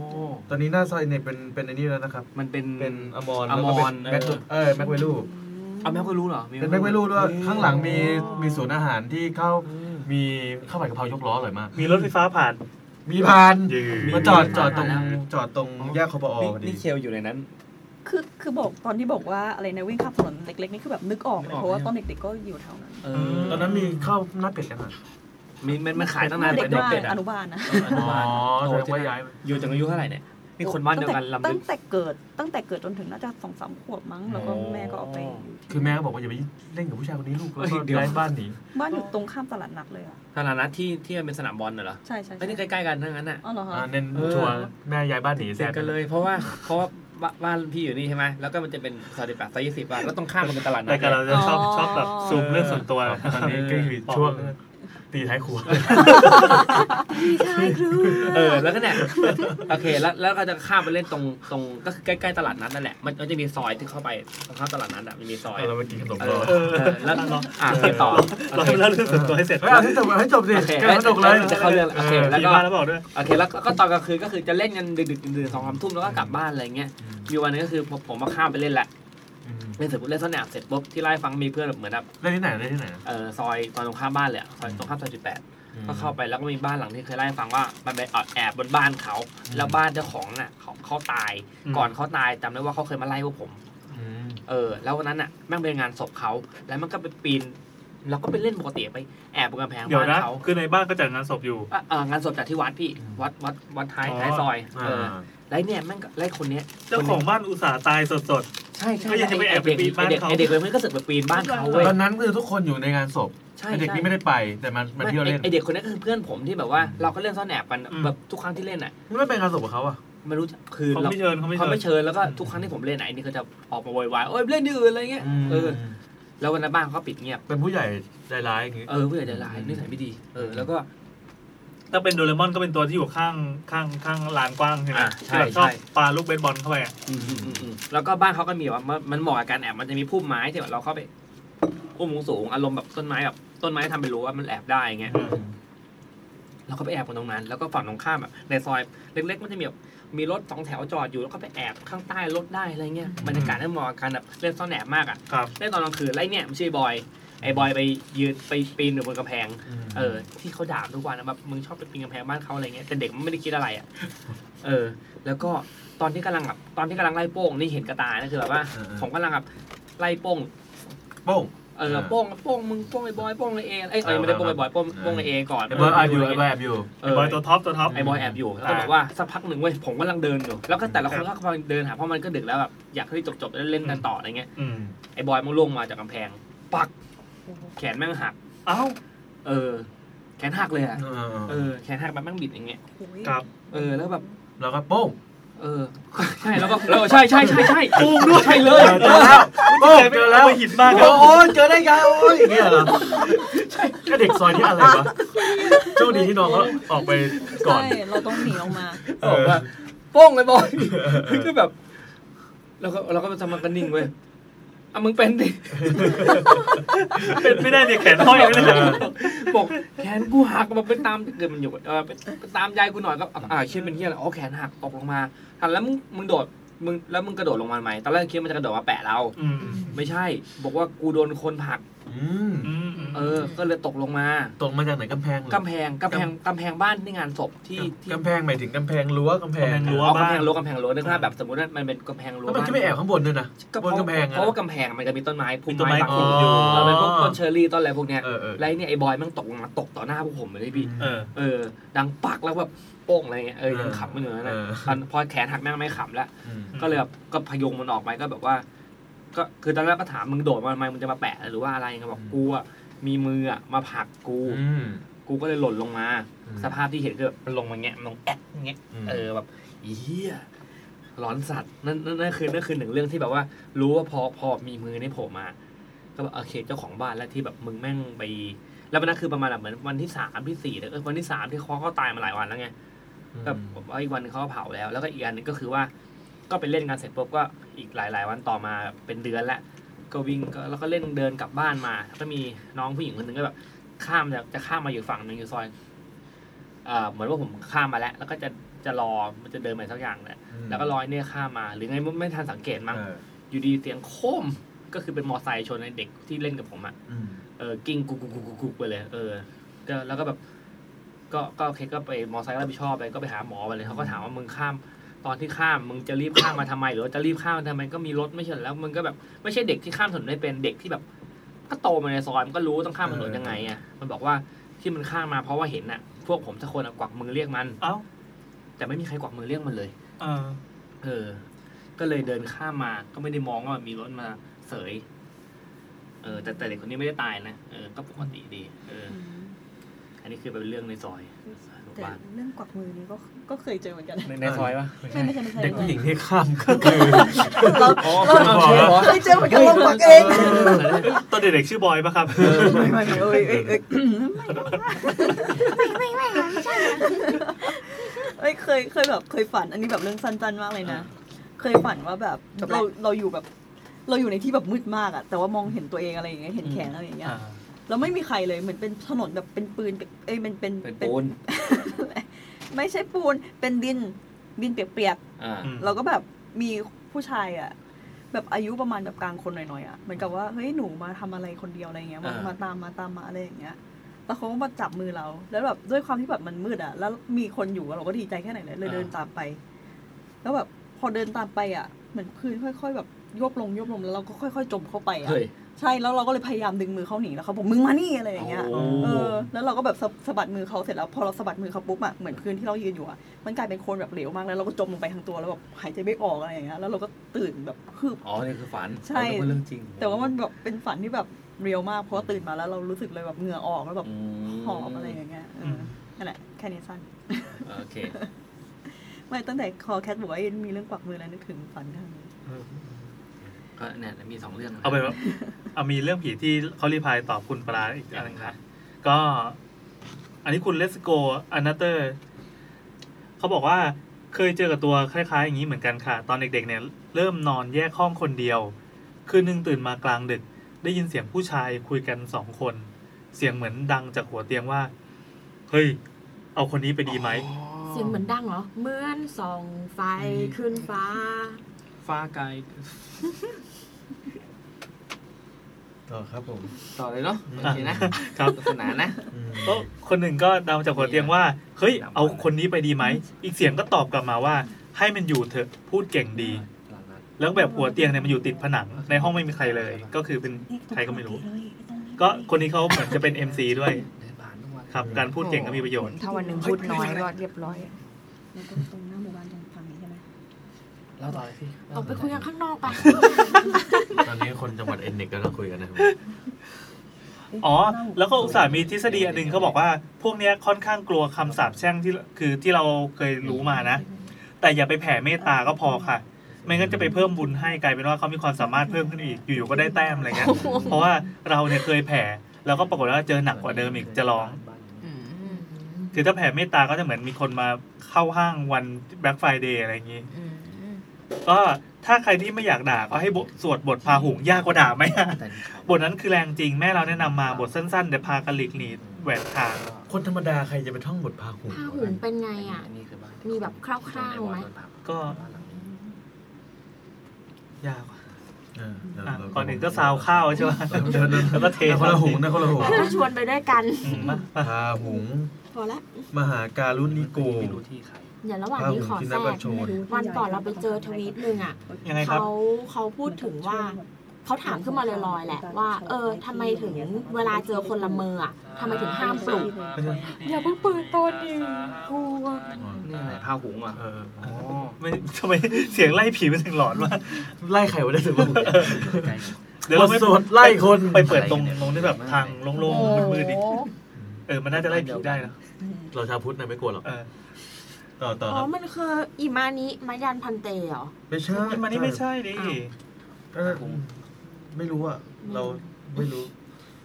S8: ตอนนี้หน้าซอยเนี่ยเป็นเป็นไอันนี้แล้วนะครับ
S2: มันเป็น
S8: เป็นอมร
S2: อมร
S8: แล้วก็เป็น
S2: เออ
S8: แม็กซ์เออแม็กไวลู
S2: เอาแม่ก็รู้เหรอ
S8: เป็นแม็กไวลูด้วยข้างหลังมีมีศูนย์อาหารที่เข้ามีข้าวผัดกะเพรายกล้ออร่อยมาก
S1: มีรถไฟฟ้าผ่าน
S8: มีพาน
S1: ยืน
S8: มาจอดจอดตรงจอดตรงแยกคอปอ
S2: นี่
S8: พอดี
S2: นี่เชลอยู่ในนั้น
S6: คือคือบอกตอนที่บอกว่าอะไรนะวิ่งข้ามถนนเล็กๆนี่คือแบบนึกออกเล
S2: นึก
S6: ย
S2: ออก
S6: เพราะว่า
S2: เลย
S6: ตอนเด็กๆก็อยู่แถวนั้น
S2: เออ
S8: ตอนนั้นมีข้าวหน้าเป็ดยังอ่ะ
S2: มีมันมันขายตั้งนาน
S6: เด็ก
S2: แต่
S6: มาก
S2: เด็กๆ
S6: อ
S2: อะ
S6: นุบาลนะ
S2: เอออนุบาล
S8: แสดงว่าย้าย
S2: อยู่จากอายุเท่าไหร่เนี่ย มีคนบ้านเดียวกันลำ
S6: ตั้
S2: ลึ
S6: ง
S2: ก
S6: แต่เกิดตั้งแต่เกิดจนถึงน่าจะสองสามขวบมั้ง แล้วก็แม่ก็เอาไปอยู่ที่
S8: คือแม่ก็บอกว่าอย่าไปเล่นกับผู้ชายคนนี้ลูกแล้วก็
S2: เดี๋ยว
S8: ย้ายบ้านหนี
S6: บ้านอยู่ตรงข้ามตลาดนัดเลยอ่ะ
S2: สถานะที่ที่มันเป็นสนามบอลน่ะเหรอ
S6: ใช่ใช่
S2: ไม่
S6: ใช่
S2: ได้ใกล้ๆกันทั้งนั้นอ่ะ
S6: อ๋อเหรอคะ
S8: อ่าเน้น
S2: เออ
S8: ชัวร์แม่ย้ายบ้านหนีแซ
S2: เสีย
S8: ม
S2: กันเลยเพราะว่าเพราะว่าบ้านบ้านพี่อยู่นี่ใช่ไหมแล้วก็มันจะเป็นซอยสิบแปดซอยยี่สิบอ่ะแล้วต้องข้ามมันเป็นตลาดนั
S1: ราย
S2: ด
S1: การ
S2: เลย
S1: เราจะชอบชอบแบบซูมเรื่องส่วนตัว
S8: ตอนนี้ก็คือช่วงตีท้ายครัว
S7: พี่ชายครู
S2: เออแล้วก็เนี่ยโอเคแล้วแล้วก็จะข้ามไปเล่นตรงตรงก็คือใกล้ๆตลาดนัดนั่นแหละมันมันจะมีซอยที่เข้าไปตรงข้ามตลาดนัดอ่ะมันมีซอย
S8: เอาเรามากินขนม
S2: เอ
S8: ต่อ
S2: อเออเออแล้วอ่ะไปต่อโอ
S1: เรา
S2: เค
S1: เล่าเรื่องส่วนตัวให้เสร็จ
S8: เฮ้ยเอาที่จบให้จบสิ
S2: โอเค
S8: แกสนุกเลย
S2: จะเข้าเรื่องโอเคแล้ว
S1: มีบ้านแล้วบอกด้วย
S2: โอเคแล้วก็ตอนกลางคืนก็คือจะเล่นกันดึกๆดื่นๆสองสามทุ่มแล้วก็กลับบ้านอะไรเงี้ยมีวันหนึงก็คือผมผมมาข้ามไปเล่นแหละ
S8: อืม
S2: เล่นเสร็จปุ๊บเล่นสนามเสร็จปุ๊บที่ไล่าให้ฟังมีเพื่อนแบบเหมือนแบบ
S8: เล่นที่ไหนเล่นที่ไหน
S2: เออซอยตอนตรงข้ามบ้านเลยอะซอยตรงข้ามซอยสิบแปด ก็เข้าไปแล้วก็มีบ้านหลังที่เคยเล่าให้ฟังว่ามันไปแอบบนบ้านเขา แล้วบ้านเจ้าของน่ะเขาเขาตาย
S1: อืม
S2: ก่อนเขาตายจำได้ว่าเขาเคยมาไล่พวกผม
S8: อืม
S2: เออ แล้ววันนั้นน่ะแม่งเป็นงานศพเขาแล้วมันก็ไปปีนแล้วก็ไปเล่นปกติไปแอบบนกำแพง
S1: เดี๋ยว
S2: บ้าน
S1: นะ
S2: เขา
S1: คือในบ้านก็จัดงานศพอยู่
S2: อ่ะเอ่องานศพจากที่วัดพี่วัดวัดวัดท้ายท้ายซอย
S8: อ่า
S2: เออไล่เนี่ยแม่งก็ไล่คนเนี้ย
S1: เจ้าของบ้านอุตส่าห์ตายสด
S2: ใช่ใช่
S1: ก็ยังจะไปแอบไปปีนบ้านเขา
S2: ไอเด็กไอ้เด็กเลยมันก็สึกไปปีนบ้านเขาเว้ย
S8: ตอนนั้นคือทุกคนอยู่ในงานศพ
S2: ใช่
S8: ไอ้เด็ก
S2: ใช่
S8: นี่ไม่ได้ไปแต่มันมันเที่ยวเล่น
S2: ไอเด็กคนนี้ก็คือเพื่อนผมที่แบบว่าเราก็เล่นซ่อนแอบกัน
S1: อืม
S2: แบบทุกครั้งที่เล่นอ่ะ
S8: นี่ไม่เป็นงานศพของเขาอ่ะ
S2: ไม่รู้จะคื
S1: ๆ
S2: อ
S1: เขา
S2: เรา
S1: ไม่เชิญเขาไม่
S2: เขา
S1: เชิญ
S2: ไม่เชิญแล้วก็ทุกครั้งที่ผมเล่นไหนนี่เขาจะออกมาโวยวายโอ้ยเล่นที่อื่นอะไรเงี้ยเออแล้ววันนั้นบ้านเขาก็ปิดเงียบ
S8: เป็นผู้ใหญ่ใจร้ายอย่างงี้
S2: เออผู้ใหญ่ใจร้ายนิสัยไม่ดีเออแล้วก็
S1: ถ้าเป็นโดเรมอนก็เป็นตัวที่อยู่ข้างข้างข้างลานกว้างใช่ไหม
S2: อ่ะใช่
S1: ที่แบบชอบ
S2: ใช่
S1: ปาลูกเบสบอลเข้าไปอ่ะ
S2: อืมอืมอืมอืมแล้วก็บ้านเขาก็มีแบบว่ามันมันเหมาะกับการแอบมันจะมีพุ่มไม้ที่แบบเราเข้าไปอุ้มสูงๆอารมณ์แบบต้นไม้แบบต้นไม้ทำเป็นรั้วมันแอบได้อย่างเงี้ย เราก็ไปแอบกันตรงนั้น แล้วก็ฝั่งตรงข้ามแบบในซอยเล็กๆ มันจะมีแบบมีรถสองแถวจอดอยู่แล้วก็ไปแอบข้างใต้รถได้อะไรเงี้ยบรรยากาศน่นเหมาะกับการแบบเล่นซ่อนแอบมากอ่ะ
S1: ครับ
S2: เล่นตอนกลางคืนไล่เนี่ยมันชื่อบอยไอ้บอยไปยืนไปปีนอยู่บนกำแพงเออที่เขาด่าทุกวันนะแบบมึงชอบไปปีนกำแพงบ้านเขาอะไรเงี้ยแต่เด็กมันไม่ได้คิดอะไรอ่ะเออ แล้วก็ตอนที่กำลังแบบตอนที่กำลังไล่โป้งนี่เห็นกระตายนะคือแบบว่า
S8: เออเออ
S2: ผมกำลังแบบไล่โป้ง
S8: โป้ง
S2: เออ
S8: อ่า
S2: โป้งโป้งมึงโป้งไอ้บอยโป้งไอ้เอไอ้ยเอ
S8: อ่า
S2: อไม่ได้โป้งไอ้บอยโป้ง
S8: อ่า
S2: โป้งไอ้เอก่อน
S8: ไอ้บอยแอบอยู่ไอ้บอยแอบอยู่
S2: เอ
S1: ไอ้
S2: อ
S1: บอยตัวท็อปตัวท็อป
S2: ไอ้บอยแอบอยู่แล้วก็
S1: อ่า
S2: บอกว่าสักพักหนึ่งเว้ยผมกำลังเดินอยู่ แล้วก็แต่ละคน
S1: ครั
S2: ก็
S1: บ
S2: กำลังเดินหาเพราะมันก็ดึกแล้วแบบอยากให้จบๆแล้วเล่นกันต่ออะไรเงี้ย
S1: อืม
S2: ไอ้บอยมันล่วงมาจากกำแพง ปัก แขนแม่งหัก
S1: เอ้า
S2: เออ แขนหักเลยอ่ะเออแขนหักแบบแม่งบิดอย่างเงี้ย
S6: โอ้ย
S1: ครับ
S2: เออแล้วแบบ
S8: แล้วก็โป้ง
S2: เออ [laughs] ใช่แล้วก็แล้วใช่ใช่ใช่ [laughs] ใช่ปูงด้วยใช่เล
S8: เจ
S2: ย
S8: อแล้วโป้งเจอแล้ว
S1: ไปหินมาก
S8: โอ้โหเจอได้ไงโอ้ยอย่างเงี้ยเหรอก็เด็กซอยนี่อะไรวะโชคดีที่น้องเขาออกไปก่อน
S6: ใช่ เราต้องหนีออกมา
S8: เอ
S2: บอก
S8: อ
S2: ว่าโป้งไอ้บอย ก็ [laughs] แบบเราก็เราก็จะมากันนิ่งเว้ย [laughs] อ่ะมึงเป็นดิ [laughs]
S1: เป็นไม่ได้เนี่ยแขนห้อยไม่ได้เลย
S2: บอกแขนกูหักมาไปตามเกิดมันอยู่เออไปไปตามยายกูหน่อยก็อ่ะอ่าเชื่อเป็นเฮียอะไรอ๋อแขนหักตกลงมาหันแล้วมึงมึงโดดมึงแล้วมึงกระโดดลงมาไหมตอนแรกคิดมันจะกระโดดมาแปะเรา
S1: อืม
S2: ไม่ใช่ บอกว่ากูโดนคนผลัก
S8: อืม
S1: อืมอืม
S2: เออ ก็เลยตกลงมา
S8: ตรงมาจากไหนกำแพงเหรอก
S2: ำแพงกำแพงกำแพงบ้านที่งานศพที่ที่
S8: กำแพงหมายถึงกำแพงรั้วกำแพง
S1: ำแพงรั้ว
S2: เอากำแพงรั้วกำแพงรั้วนึกภาพแบบสมมติว่ามันเป็นกำแพงรั้ว
S8: แล้วมัน
S2: บ้าน
S8: ขึ้นไปแอบข้างบนด้วยนะ
S2: ก็
S8: บนกำแพง
S2: เพ
S8: อะ
S2: ราะว่ากำแพงมันจะมีต้นไม้พุ่ม
S1: มีต้นไม้
S2: ไม้ปัก
S8: ปกอยู่
S2: อยู่เราเป็นพวกต้นเชอร์รี่ต้นอะไรพวกเนี้ย
S8: เออเออ
S2: ไรเนี่ยไอ้บอยมันตกลงมาตกต่อหน้าพวกผมเลยพี่
S1: เออ
S2: เออ ดังปักแล้วแบบโป้งอะไรเงี้ย เออ ยังขำกันอยู่นะ
S8: เอ
S2: นะ
S8: อ
S2: ตอนพอแขนหักแม่งไม่ขำแล้ว
S8: อืม
S2: ก็เลยแบบก็พยุงมันออกไปก็แบบว่า ก็คือตอนแรกก็ถามมึงโดดมาทำไมมึงจะมาแปะหรือว่าอะไรก็บอกกูอะมีมืออะมาผลักกู
S8: อืม
S2: กูก็เลยหล่นลงมา
S8: อืม
S2: สภาพที่เห็นคือแบบมันลงมาเงี้ยมันลงแอะอย่างเงี้ย เออแบบอีเหี้ยร้อนสัตว์นั่นนั่นนั่นคือนั่นคือหนึ่งเรื่องที่แบบว่า รู้ว่าพอพอมีมือในโผล่มา ก็แบบโอเคเจ้าของบ้านแล้วที่แบบมึงแม่งไป แล้วมันนั่นคือประมาณแบบเหมือนวันที่สามที่สี่เออวันที่สามที่เขาก็ตายมาหลายวันแล้วไงแบบว่าอีกวันหนึงเขาก็เผาแล้ว แล้วก็อีกอันหนึงก็คือว่า ก็ไปเล่นงานเสร็จปุ๊บก็อีกหลายหลายๆวันต่อมาแบบเป็นเดือนละก็วิ่งก็แล้วก็เล่นเดินกลับบ้านมาแล้วก็มีน้องผู้หญิงคนหนึ่งก็แบบ ข้ามจะจะข้ามมาอยู่ฝั่งหนึ่งอยู่ซอยเอ่อเหมือนว่าผมข้ามมาแล้ว แล้วก็จะจะรอมันจะเดินไปสักอย่างแหละ
S8: อืม
S2: แล้วก็ลอยเนี่ยข้ามมา หรือไงไม่ไม่ทันสังเกตมั้ง
S8: เออ
S2: อยู่ดีเสียงโครมก็คือเป็นมอไซค์ชนไอ้เด็กที่เล่นกับผมอะ
S8: อืม
S2: เออกิ้งกุกกุกกุกกุกกุกไปเลย เออก็แล้วก็แบบ ก็ก็โอเคก็ไปมอไซค์ก็รับผิดชอบไปก็ไปหาหมอไปเลยเขาก็ถามว่ามึงข้าม ตอนที่ข้ามมึงจะรีบข้ามมาทำไม หรือว่าจะรีบข้ามมาทำไมก็มีรถไม่ใช่เหรอแล้วมึงก็แบบไม่ใช่เด็กที่ข้ามถนนได้เป็นเด็กที่แบบ ก็โตมาในซอยมันก็รู้ว่าต้องข้ามถนนยังไงอ่ะมันบอกว่าที่มันข้ามมาเพราะว่าเห็นน่ะ พวกผมทุกคนอะกวักมือเรียกมัน
S1: เอ้า
S2: แต่ไม่มีใครกวักมือเรียกมันเลย
S1: เออ
S4: เออ ก็เลยเดินข้ามมาก็ไม่ได้มองว่ามีรถมาเสย เออ แต่แต่เด็กคนนี้ไม่ได้ตายนะเออก็ปกติดี เออ อันนี้คือเป็นเรื่องในซอยหมู่
S6: แต่
S4: บ้าน
S6: เรื่องกวักมือนี่ก็ก็เคยเจอเหมือนกัน
S4: ในในซอยปะไม่ใช่
S6: ไม่ใช่ไม่ใช่
S8: เด็กผู้หญิง
S6: ไม่
S8: ที่ข้ามก็คือ
S6: เรา
S4: อ๋อ
S8: เริ่มบอกแล้ว
S6: เคยเจอเหมือนกันเรากวักเอง
S1: ตอนเด็กๆชื่อบอยปะครับ
S6: ไม่ไม่ไม่เอ้ยเอ้ยเอ้ย
S7: ไม่ไม่ไม่ใช่
S6: เอ้ยเคยเคยแบบเคยฝัน อันนี้แบบเรื่องสั้นๆมากเลยนะ เคยฝันว่าแบบเราเราอยู่แบบ เราอยู่ในที่แบบมืดมากอะแต่ว่ามองเห็นตัวเองอะไรอย่างเงี้ยเห็นแขนอะไรอย่างเงี้ย
S1: อ่า
S6: แล้วไม่มีใครเลยเหมือนเป็นถนนแบบเป็นปืนแบบเอ้ยเป็นเป็น
S4: เป็น
S6: เป็น
S4: ปูน
S6: ไม่ใช่ปูน เป็นดิน ดินเปียก
S4: อ่า
S1: อืม
S6: ๆ เราก็แบบมีผู้ชายอะแบบอายุประมาณแบบกลางคนหน่อยๆอะเหมือนกับว่าเฮ้ยหนูมาทำอะไรคนเดียวอะไรเงี้ยมามาตามมาตามมาอะไรอย่างเงี้ยแล้วเขาก็มาจับมือเรา แล้วแบบด้วยความที่แบบมันมืดอะแล้วมีคนอยู่อะเราก็ดีใจแค่ไหนเลยเลยเดินตามไป แล้วแบบพอเดินตามไปอะเหมือนพื้นค่อย ๆ แบบโยบลงโยบลงแล้วเราก็ค่อย ๆ จมเข้าไปอะ
S4: เฮ้ย
S6: ใช่แล้วเราก็เลยพยายามดึงมือเขาหนีแล้วเขาบอกมึงมานี่อะไรอย่างเงี้ย
S4: โอ้
S6: เออแล้วเราก็แบบสะสะบัดมือเขาเสร็จแล้วพอเราสะบัดมือเขาปุ๊บอะเหมือนพื้นที่เรายืนอยู่อะมันกลายเป็นโคลนแบบเหลวมากแล้วเราก็จมลงไปทั้งตัวแล้วแบบหายใจไม่ออกอะไรอย่างเงี้ยแล้วเราก็ตื่นแบบคืบ
S4: อ๋อนี่คือฝัน
S6: ใช่
S4: อ๋อนึกว่าเรื่องจริง
S6: แต่ว่ามันแบบเป็นฝันที่แบบเรียวมากเพราะว่าตื่นมาแล้วเรารู้สึกเลยแบบเหงื่อออกแล้วแบบ
S4: อืม
S6: หอมอะไรอย่างเงี้ยเอออนั่นแหละแค่นี้สั้น
S4: โอเค
S6: ไม่ตั้งแต่คอแคทบอกว่ามีเรื่องกวักมือแล้วนึกถึงฝันทางนี้
S4: ก็เนี่ยมีสองเรื่อง
S1: เอาไปนว่าเอามีเรื่องผีที่เขารีพายตอบคุณปลาอีกอันหนึงนะก็ อันนี้คุณเลสโกอันเตอร์เขาบอกว่าเคยเจอกับตัวคล้าย ๆ อย่างนี้เหมือนกันค่ะ ตอนเด็ก ๆ เนี่ย เริ่มนอนแยกห้องคนเดียว คืนหนึ่งตื่นมากลางดึก ได้ยินเสียงผู้ชายคุยกันสองคน เสียงเหมือนดังจากหัวเตียงว่า เฮ้ย เอาคนนี้ไปดีไหม
S3: เสียงเหมือนดังเหรอเหมือนส่องไฟขึ้นฟ้า
S4: ฟ้าไกล
S8: ต่อครับผม
S4: ต่อเลยเนาะโอเคนะครับ สนุกสนานนะ
S8: อืม
S1: ก็คนหนึ่งก็เดาจากหัวเตียงว่า เฮ้ย เอาคนนี้ไปดีไหม อีกเสียงก็ตอบกลับมาว่า ให้มันอยู่เถอะพูดเก่งดี แล้วแบบหัวเตียงเนี่ยมันอยู่ติดผนัง ในห้องไม่มีใครเลย ก็คือเป็นใครก็ไม่รู้ ก็คนนี้เขาเหมือนจะเป็น MC ด้วย
S4: เดินผ่านทุกวัน
S1: ครับ การพูดเก่งก็มีประโยชน์
S7: ถ้าวันหนึ่งพูดน้อยก็เรียบร้อย
S6: แล้วก็ตรงหน้าหมู่บ้านตรงฝั่งนี้ใช่ไหม
S4: เล่าต่อเลยพี่
S3: ออกไปคุยกันข้างนอกไป
S8: ตอนนี้คนจังหวัดเอ็นเน็กกำลังคุยกันนะครับ
S1: อ๋อ แล้วก็อุตส่าห์มีทฤษฎีอันหนึ่งเขาบอกว่า พวกเนี้ยค่อนข้างกลัวคำสาปแช่งที่คือที่เราเคยรู้มานะ แต่อย่าไปแผ่เมตตาก็พอค่ะ ไม่งั้นจะไปเพิ่มบุญให้กลายเป็นว่าเขามีความสามารถเพิ่มขึ้นอีก อยู่ๆก็ได้แต้มอะไรเงี้ย เพราะว่าเราเนี่ยเคยแผ่ แล้วก็ปรากฏว่าเจอหนักกว่าเดิมอีกจะร้อง คือถ้าแผ่เมตตาก็จะเหมือนมีคนมาเข้าห้างวันแบล็กไฟเดย์อะไรอย่างงี้ ก็ถ้าใครที่ไม่อยากด่าก็ให้บทสวดบทพาหุงยากกว่าด่าไหมอะ
S4: แต่นี่ครับ
S1: บทนั้นคือแรงจริงแม่เราแนะนำมาบทสั้นๆแต่พากะหลิกหนีแหวกทาง
S8: คนธรรมดาใครจะไปท่องบทพาหุง
S3: ผ้าห่มเป็นไงอ่ะ
S4: นนี้คือบ้าน
S3: มีแบบคร่าวๆไหม
S1: ก็
S4: บ้านหลังนี้
S1: ยากว่ะ
S8: เออเดี๋ยว
S1: อ่ะ
S8: เรา
S1: ก่อนหนึ่งก็ซาวข้าวใช่ไหม
S8: เดินๆ
S1: แล้วก็เท
S8: เดี๋ยวคนละหุงนะคนละหุง
S3: ก็ชวนไปด้วยกัน
S1: อืมมามา
S8: พาหุง
S3: พอละ
S8: มหาการุณิโก
S4: ไม่รู้ที่ใคร
S3: อย่าระหว่าง
S8: ผ้า
S3: นี้
S8: ห่ม
S3: ขอ
S8: ที่
S3: แท
S8: นั
S3: ร
S8: กบั
S3: ก
S8: ญชน
S3: วันก่อนเราไปเจอทวีตหนึ่งอ่ะ
S1: ยังไงครับ
S3: เขาเขาพูดถึงว่า เขาถามขึ้นมาลอยๆแหละว่า เออทำไมถึงเวลาเจอคนละเมออ่ะทำไมถึงห้ามปลุก
S7: อย่าเพิ่งเปิดตอนนี้กลัว
S4: นี่อะไรผ้าหุงเหรอ่ะ
S8: เออ
S4: อ๋อ
S1: ไม่ทำไมเสียงไล่ผีมันถึงหลอนวะ
S8: ไล่ไข่ไว้ได้ถึงว่าหุง
S4: ไกล
S1: เดี๋ยว
S8: บ
S1: เรา
S8: ท
S1: ไป
S8: สวดไล่คน
S1: ไปเปิดตรงตรงนี้แบบทางโล่งๆมืดๆดิเออมันน่าจะไล่ผีได้นะ
S8: เราชาวพุทธนะไม่กลัวหรอก
S1: เออ
S8: ต่อต่อ
S3: อ๋
S8: ค
S3: อ
S8: รับ
S3: มันคืออิมานิมายันพันเตเหรอ
S8: ไม่ใช่
S1: มันมานี่ไม่ใช่ดิ
S3: อ้าว
S8: เออไม่รู้อ่ะเราไม่รู้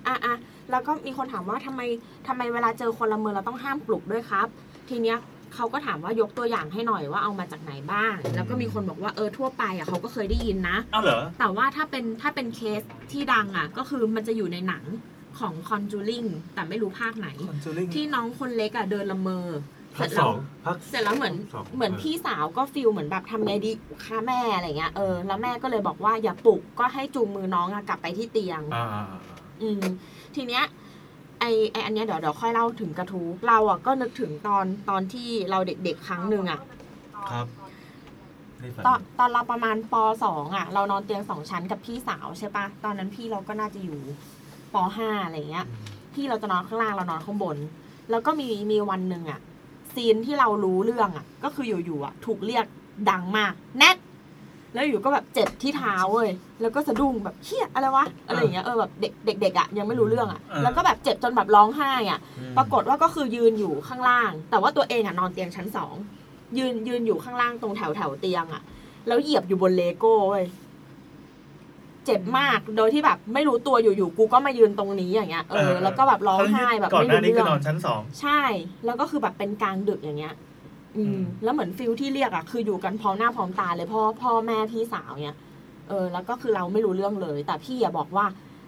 S3: อ่ะอ่ะแล้วก็มีคนถามว่าทำไมทำไมเวลาเจอคนละเมือเราต้องห้ามปลุกด้วยครับ ทีเนี้ยเขาก็ถามว่ายกตัวอย่างให้หน่อยว่าเอามาจากไหนบ้าง แล้วก็มีคนบอกว่าเออทั่วไปอ่ะเขาก็เคยได้ยินนะ
S1: อ้าวเหรอ
S3: แต่ว่าถ้าเป็นถ้าเป็นเคสที่ดังอ่ะ ก็คือมันจะอยู่ในหนังของ Conjuring แต่ไม่รู้ภาคไหน
S1: Conjuring
S3: ที่น้องคนเล็กอ่ะเดินละเมอเส
S8: ภา
S3: ร็จ
S8: คส
S3: แล้
S8: อ
S3: ว
S8: งภาค
S3: เสร็จแล้วเหมือน
S8: สอง
S3: เหมือนพี่สาวก็ฟิลเหมือนแบบทำไงดีฆ่าแม่อะไรเงี้ยเออแล้วแม่ก็เลยบอกว่าอย่าปลุกก็ให้จูงมือน้องอะกลับไปที่เตียง
S8: อ่า
S3: อืมทีเนี้ยไอไออันเนี้ยเดี๋ยวเดี๋ยวค่อยเล่าถึงกระทู้เราอ่ะก็นึกถึงตอนตอนที่เราเด็กๆ ครั้งหนึ่งอ่ะ
S8: ครับได้ฝัน
S3: ตอนตอนเราประมาณปสองอ่ะ เรานอนเตียงสองชั้นกับพี่สาวใช่ปะตอนนั้นพี่เราก็น่าจะอยู่ปห้าอะไรเงี้ย พี่เราจะนอนข้างล่างเรานอนข้างบน แล้วก็มีมีวันหนึ่งอ่ะ ซีนที่เรารู้เรื่องอ่ะ ก็คืออยู่ๆอ่ะ ถูกเรียก ดังมาก แนทแล้วอยู่ก็แบบเจ็บที่เท้าเว้ยแล้วก็สะดุ้งแบบเฮียอะไรวะอะไรอย่างเงี้ยเออแบบเด็กเด็กๆอ่ะยังไม่รู้เรื่องอ่ะ
S1: อ่า
S3: แล้วก็แบบเจ็บจนแบบร้องไห้อ่ะ ปรากฏว่าก็คือยืนอยู่ข้างล่าง แต่ว่าตัวเองอ่ะนอนเตียงชั้นสองยืนยืนอยู่ข้างล่างตรงแถวแถวเตียงอ่ะ แล้วเหยียบอยู่บนเลโก้เว้ยเจ็บมากโดยที่แบบไม่รู้ตัวอยู่ๆกูก็มายืนตรงนี้อย่างเงี้ยเออแล้วก็แบบร้องไห้แบบ
S1: ก่อน
S3: ไม่
S1: หน้า
S3: รู้
S1: นี้คื
S3: เรื่
S1: อ
S3: อง
S1: นอนชั้นสอง
S3: ใช่ แล้วก็คือแบบเป็นกลางดึกอย่างเงี้ย อื
S1: อื
S3: ม
S1: ม
S3: แล้วเหมือนฟิลที่เรียกอะคืออยู่กันพร้อมหน้าพร้อมตาเลยพ่อพ่อแม่พี่สาวเนี่ยเออ แล้วก็คือเราไม่รู้เรื่องเลย แต่พี่อะบอกว่า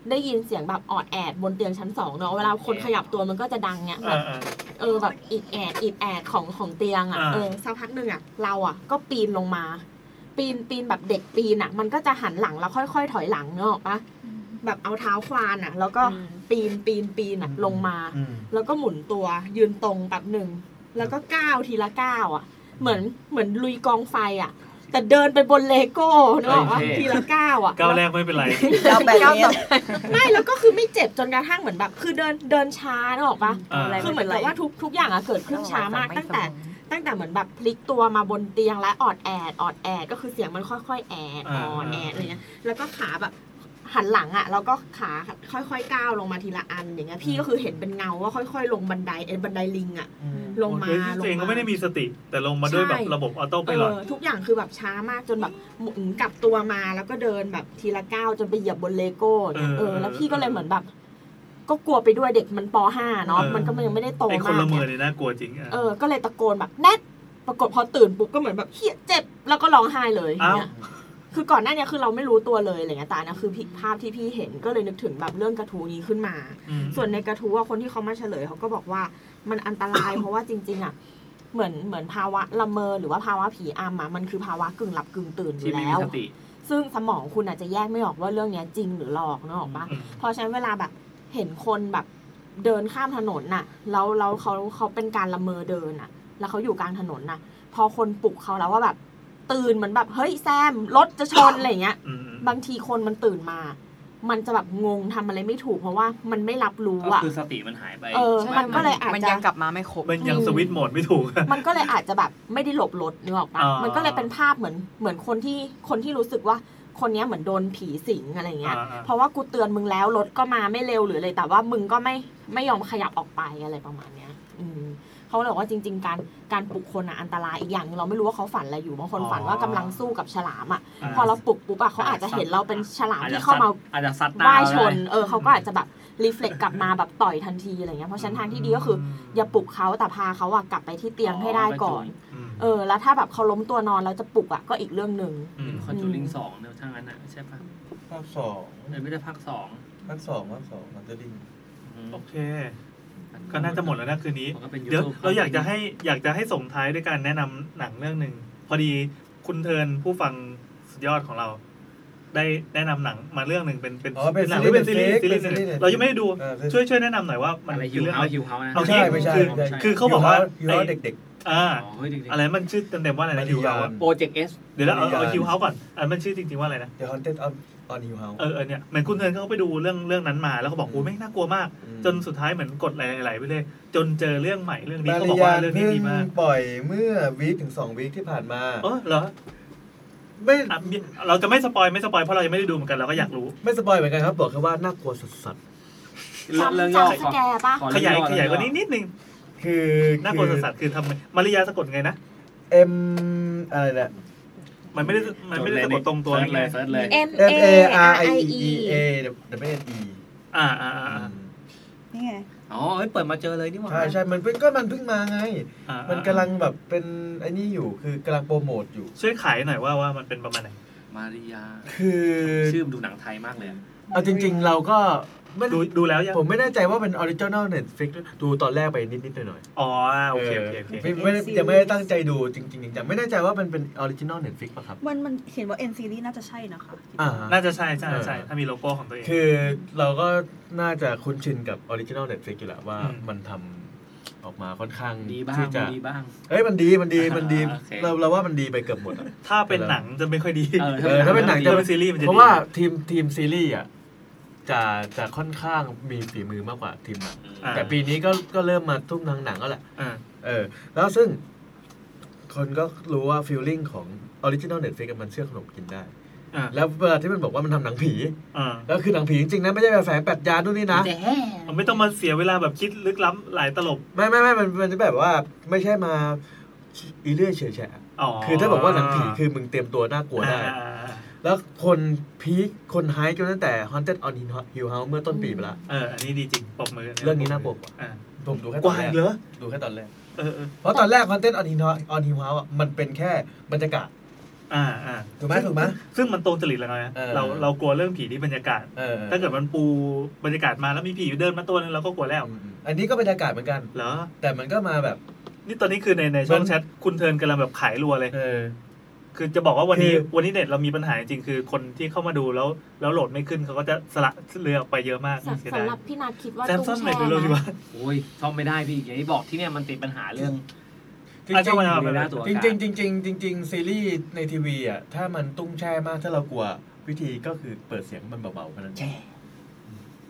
S3: ได้ยินเสียงแบบออดแอดบนเตียงชั้นสองเนาะ เวลาคนขยับตัวมันก็จะดังเนี่ยแบบ
S1: อ่าอ่า
S3: เออแบบอิดแอดอิดแอดของของเตียงอ่ะ
S1: อ่า
S3: เออสักพักหนึ่งอ่ะเราอ่ะ ก็ปีนลงมา ปีนปีนแบบเด็กปีนอ่ะ มันก็จะหันหลังแล้วค่อยๆ ถอยหลังเนกอะปะแบบเอาเท้าควานอ่ะ แล้วก็
S7: อืม
S3: ปีนปีนปีนอ่ะลงมา
S13: อืม
S3: แล้วก็หมุนตัวยืนตรงแบบหนึ่ง แล้วก็ก้าวทีละก้าวอ่ะ เหมือนเหมือนลุยกองไฟอ่ะ แต่เดินไปบนเลโก้นึกออกว่า
S2: เฮ้ยเท่
S3: ทีละก้าวอ่ะ
S1: ก้าวแรกไม่เป็นไร
S6: เราแบบนี้
S3: ไม่แล้วก็คือไม่เจ็บจนกระทั่งเหมือนแบบ คือเดินเดินช้านึกออกปะ
S1: อ่า
S3: คือเหมือนกับว่าทุกทุกอย่างอะเกิดขึ้นช้ามากตั้งแต่ ตั้งแต่เหมือนแบบพลิกตัวมาบนเตียงและออดแอดออดแอดก็คือเสียงมันค่อยๆแอดอ
S1: อ่า
S3: อดแอดอะไรเงี้ยแล้วก็ขาแบบหันหลังอ่ะแล้วก็ขาค่อยๆก้าวลงมาทีละอันอย่างเงี้ยพี่ก็คือเห็นเป็นเงาว่าค่อย ๆ ลงบันไดเอ็นบันไดลิงอ่ะ ลงมา
S1: โอ้ยคือ
S3: ลงมา
S1: ตัวเองก็ไม่ได้มีสติ แต่ลงมาด้วยแบบ
S3: ใช่
S1: ระบบออโต้
S3: เอ
S1: ไพายโลอต
S3: อทุกอย่างคือแบบช้ามากจนแบบหมุนกลับตัวมาแล้วก็เดินแบบทีละก้าวจนไปเหยียบบนเลโก้อย่างเงี้ยเออแล้วพี่ก็เลยเหมือนแบบ ก็กลัวไปด้วยเด็กมันป .5 เนาะมันก็ยังไม่ได้โต
S1: ไอ้ค
S3: มาน ก
S1: ละเม
S3: เนี่
S1: อ
S3: ย
S1: เนี่ยน่ากลัวจริงอ่ะ
S3: เออ ก็เลยตะโกนแบบแนทปรากฏพอตื่นปุ๊บก็เหมือนแบบเฮียเจ็บ แล้วก็ร้องไห้เลย
S1: อ้าว
S3: เนี่ยคือก่อนหน้าเนี้คือเราไม่รู้ตัวเลยอะไรเงี้ยแต่อันเนะคือภาพที่พี่เห็นก็เลยนึกถึงแบบเรื่องกระทูนี้ขึ้นมา
S1: ม
S3: ส่วนในกระทู้ว่าคนที่เขามาเฉลยเขาก็บอกว่ามันอันตราย [coughs] เพราะว่าจริง ๆ อ่ะ เหมือนเหมือนภาวะละเมอหรือว่าภาวะผีอำอ่ะมันคือภาวะกึ่งหลับกึ่งตื่นอ
S2: ที่
S3: ยู่
S2: ไม่
S3: แล้
S2: มี
S3: ว
S2: สติ
S3: ซึ่งสมองคุณอาจจะแยกไม่ออกว่าเรื่องเนี้ยจริงหรือหลอกนึกออกปะ
S1: อืม
S3: เพราะฉะนั้นเวลาแบบเห็นคนแบบเดินข้ามถนนน่ะ แล้วแล้วเขาเขาเป็นการละเมอเดินน่ะ แล้วเขาอยู่กลางถนนน่ะ พอคนปลุกเขาแล้วว่าแบบ ตื่นเหมือนแบบเฮ้ยแซมรถจะชนอะไรเงี้ย
S1: อืมอืม
S3: บางทีคนมันตื่นมา มันจะแบบงงทำอะไรไม่ถูกเพราะว่ามันไม่รับรู้
S2: ก็
S3: อ่ะ
S2: คือสติมันหายไป
S3: เออ
S7: ใช่
S3: มันก็เลยอาจ
S7: มัน
S3: จะ
S7: ยังกลับมาไม่ครบ
S1: มันยัง
S3: อืม
S1: สวิตช์โหมดไม่ถูก
S3: มันก็เลยอาจจะแบบไม่ได้หลบรถนึกออกปะ
S1: อ่ามั
S3: มันก็เลยเป็นภาพเหมือนเหมือนคนที่คนที่รู้สึกว่าคนเนี้ยเหมือนโดนผีสิงอะไรเงี้ย
S1: อ่า
S3: เพราะว่ากูเตือนมึงแล้วรถก็มาไม่เร็วหรืออะไรแต่ว่ามึงก็ไม่ไม่ยอมขยับออกไปอะไรประมาณเนี้ย อืมเขาเลยบอกว่าจริง ๆ การการปลุกคนอ่ะอันตรายอีกอย่างหนึ่งเราไม่รู้ว่าเขาฝันอะไรอยู่บางคนฝันว่ากำลังสู้กับฉลามอ่ะ
S1: อ่า
S3: พอเราปลุกปุ๊บอ่ะเขาอาจจะเห็นเราเป็นฉลาม
S2: อาจจะ
S3: ที่เข้ามา
S2: ซัดอาจจะซัดหน้า
S3: ว่าย
S2: เรา
S3: ชน
S2: ได้
S3: เออเขาก็อาจจะแบบรีเฟล็กกลับมาแบบต่อยทันทีอะไรเงี้ยเพราะฉะนั้นทางที่ดีก็คือ อย่าปลุกเขาแต่พาเขาอะกลับไปที่เตียงให้ได้ก่อน
S1: อืม
S3: เออ แล้วถ้าแบบเขาล้มตัวนอนแล้วจะปลุกอะก็อีกเรื่องหนึ่ง
S1: อืม
S2: คอนจูริงสองเนี่ยช่างนั้นน่ะใช่ปะ
S8: ภาคสอง
S2: เออไม่ได้ภาคสอง
S8: ภาคสองภาคสองมันจะดิ้ง
S2: อืม
S1: โอเค ก็น่าจะหมดแล้วนะคืนนี้
S2: มันก็เป็น
S1: เดี๋ยว
S2: YouTube
S1: เราอยากจะให้อยากจะให้ส่งท้ายด้วยการแนะนำหนังเรื่องหนึ่งพอดีคุณเทิร์นผู้ฟังสุดยอดของเรา ได้แนะนำหนังมาเรื่องหนึ่งเป็นเป็น
S8: อ๋อเป็น
S1: หนัง
S8: ซีรีส์
S1: เป็นซีรีส์ซีรีส์
S8: เป็นซีรีส์
S1: หนึ่งเรายังไม่ได้ดู
S8: เออคือ
S1: ช่วยช่วยแนะนำหน่อยว่ามัน
S2: อะไร
S1: คื
S2: ฮิ
S1: อ
S2: ว
S1: เรื่อง
S2: เฮา
S1: อะไร
S2: ฮิวเฮานะ
S1: เอา
S8: ใช่ไม่ใช่
S1: คือ
S8: ไม่ใช่
S1: คือเขาบอกว่า
S8: อยู่แล้วเด็ก
S1: อ่า
S2: เฮ้ยจริง
S1: อะไรมันชื่อเต็มๆว่าอะไรนะ
S8: มัน
S1: ฮิวเฮา
S8: ฮิว
S1: อะ
S8: เฮา
S2: โปรเจกต์เอส
S1: เดี๋ยวเราเอาเอาฮิวเฮาก่อนอันมันชื่อจริงๆว่าอะไรนะ
S8: ๆ The Haunted on on Hill House
S1: เออเออเนี่ยเหมือนคุณเทิร์นเขาไปดูเรื่องเรื่องนั้นมาแล้วเขาบอกโอ้ไม่งน่ากลัวมาก จนสุดท้ายเหมือนกดหลายๆไปเลย จนเจอเรื่องใหม่เรื่องนี้
S8: มา
S1: เขา
S8: ริ
S1: บอก
S8: ยา
S1: ว่าเรื่อง
S8: เพิ่
S1: นี้
S8: ง
S1: ดีมาก
S8: ปล่อยเมื่อวีคถึงสองวีคที่ผ่านมา
S1: เออเหรอ
S8: ไม่
S1: อ่ะมีเราจะไม่สปอยไม่สปอยเพราะเรายังไม่ได้ดูเหมือนกันเราก็อยากรู้
S8: ไม่สปอยเหมือนกันครับ บอกแค่ว่าน่ากลัวสุด
S2: เรื่องเรื่อง
S3: จำ
S2: ย่อ
S3: จำสแกร์ปะ
S2: ขอ
S1: ข
S2: เรื่อง
S1: ยาย
S2: อ
S1: ขยายกว่านี้นิดนึง
S8: ๆ คือ
S1: น่ากลัวสัสๆคือทำไมมาริยาสะกดไงนะ
S8: เอ็มอะไรนะ
S1: มันไม่ได้มันไม่ได้สะกดตรงตัว
S2: เล
S1: เลย ย
S2: เซิร์ชเลย
S3: M
S8: M A R I E E A W N E
S1: อ่าอ่าอ่า
S6: นี่ไง
S2: อ๋อเอ้ยเปิดมาเจอเลยนี่หว่า
S8: ใช่ใช่มันเพิ่งก็มันเพิ่งมาไง
S1: อ่า
S8: มันกำลังแบบเป็นไอ้นี่อยู่คือกำลังโปรโมทอยู่
S1: ช่วยขายหน่อยว่าว่ามันเป็นประมาณไหน
S2: มาริยา
S8: คือ
S2: ชื่อมันดูหนังไทยมากเลยอะ
S8: เอาจริง ๆ เราก็ไม่
S1: ดู
S8: รู้
S1: ดูแล้วยัง
S8: ผมไม่แน่ใจว่าเป็นออริจินอลเน็ตฟิกดูตอนแรกไปนิด ๆ หน่อย
S1: อ๋อ
S8: ๆ
S1: โอเคโอเคโอเค
S8: ไม่ไม่ได้ยังไม่ได้ตั้งใจดูจริงๆจริงๆไม่แน่ใจว่ามันเป็นออริจินอลเน็ตฟิกป่ะครับ
S6: มันมันเขียนว่า N series น่าจะใช่นะคะคิด
S8: อ่า
S6: ว่า
S8: ฮะ
S1: น่าจะใช่ใช่ใช่
S8: เออ
S1: ถ้ามีโลโก้ของตัวเอง
S8: คือเราก็น่าจะคุ้นชินกับออริจินอลเน็ตฟิกอยู่แล้วว่า
S1: อืม
S8: มันทำออกมาค่อนข้าง
S2: ดีบ้าง
S8: ที่จะ
S2: ดีบ้าง
S8: เอ้ยมันดีมันดีมันดี
S2: อ่าโอเค
S8: เราเราว่ามันดีไปเกือบหมดอะ
S1: ถ้าเป็นหนังจะไม่ค่อยดี
S2: เออ
S8: เออถ้าเป็นหนัง
S1: ถ้าเป็นซีรีส์มันจะ
S8: เพ
S1: ดี
S8: ราะว่าทีมทีมซีรีส์อ่ะจะจะค่อนข้างมีฝีมือมากกว่าทีมหนัง
S1: อ่า
S8: แต่ปีนี้ก็ก็เริ่มมาทุ่มทางหนังก็แหละ
S1: อ่า
S8: เออ แล้วซึ่ง คนก็รู้ว่าฟิลลิ่งของออริจินอลเน็ตฟิกมันเชื่อขนมกินได้
S1: อ่า
S8: แล้วเวลาที่มันบอกว่ามันทำหนังผี
S1: อ่า
S8: แล้วคือหนังผีจริงๆนะไม่ได้แบบแฝงปรัชญาด้วยนี่นะ
S1: ไม่ต้องมาเสียเวลาแบบคิดลึกล้ำหลายตลบ
S8: ไม่ไม่ไม่มันมันจะแบบว่าไม่ใช่มาอีเลื่อยเฉยแฉะ
S1: อ๋อ
S8: คือถ้าบอกว่าหนังผีคือมึงเตรียมตัวน่ากลัวได้
S1: อ่าอ่าอ่า
S8: แล้วคนพีคคนไฮจนตั้งแต่ Haunted on Hill House เมื่อต้นปีไปละ
S1: เอออันนี้ดีจริงปรบมือ
S8: เรื่องนี้น่ากลัวกว่า
S1: อ่า
S8: ผมดูแค่
S1: ก
S8: ตอ
S1: ว่าน
S8: แร
S1: อี
S8: ก
S1: กเหรอ
S8: ดูแค่ตอนแรก
S1: เออเออ
S8: เพราะตอนแรก Haunted on Hill House on Hill House อะมันเป็นแค่บรรยากาศ
S1: อ่าอ่า
S8: ถูกไหมถูกไหม
S1: ซึ่งมันตรงจริตเราไง
S8: เออ
S1: เราเรากลัวเรื่องผีที่บรรยากาศ
S8: เออ
S1: ถ้าเกิดมันปูบรรยากาศมาแล้วมีผีเดินมาตัวนึงเราก็กลัวแล้ว
S8: อืมอันนี้ก็บรรยากาศเหมือนกัน
S1: เหรอ
S8: แต่มันก็มาแบบ
S1: นี่ตอนนี้คือในในช่องแชทคุณเทิร์นกำลังแบบขายรัวเลย
S8: เออ
S1: คือจะบอกว่าวันนี้
S8: คือ
S1: วันนี้เน็ตเรามีปัญหาจริงๆคือคนที่เข้ามาดูแล้วแล้วโหลดไม่ขึ้นเขาก็จะสละเรือออกไปเยอะมากเสียดาย
S3: สำหรับพี่นาคิดว่า
S1: แซมซอ
S3: ตู้
S1: น
S3: แช่
S1: เน็ตดูเร็วดีกว่า
S4: โอ้ยซ่อมไม่ได้พี่อย่างที่บอกที่เนี่ยมันติดปัญหาเรื่อง
S8: จริง
S1: อาจจะมา
S4: เวลา
S1: แบบ
S4: ตัว
S8: จริงๆจริงๆจริงๆจริงๆซีรีส์ในทีวีอ่ะถ้ามันตุ้งแช่มากถ้าเรากลัววิธีก็คือเปิดเสียงมันเบาๆแค่นั้นแช่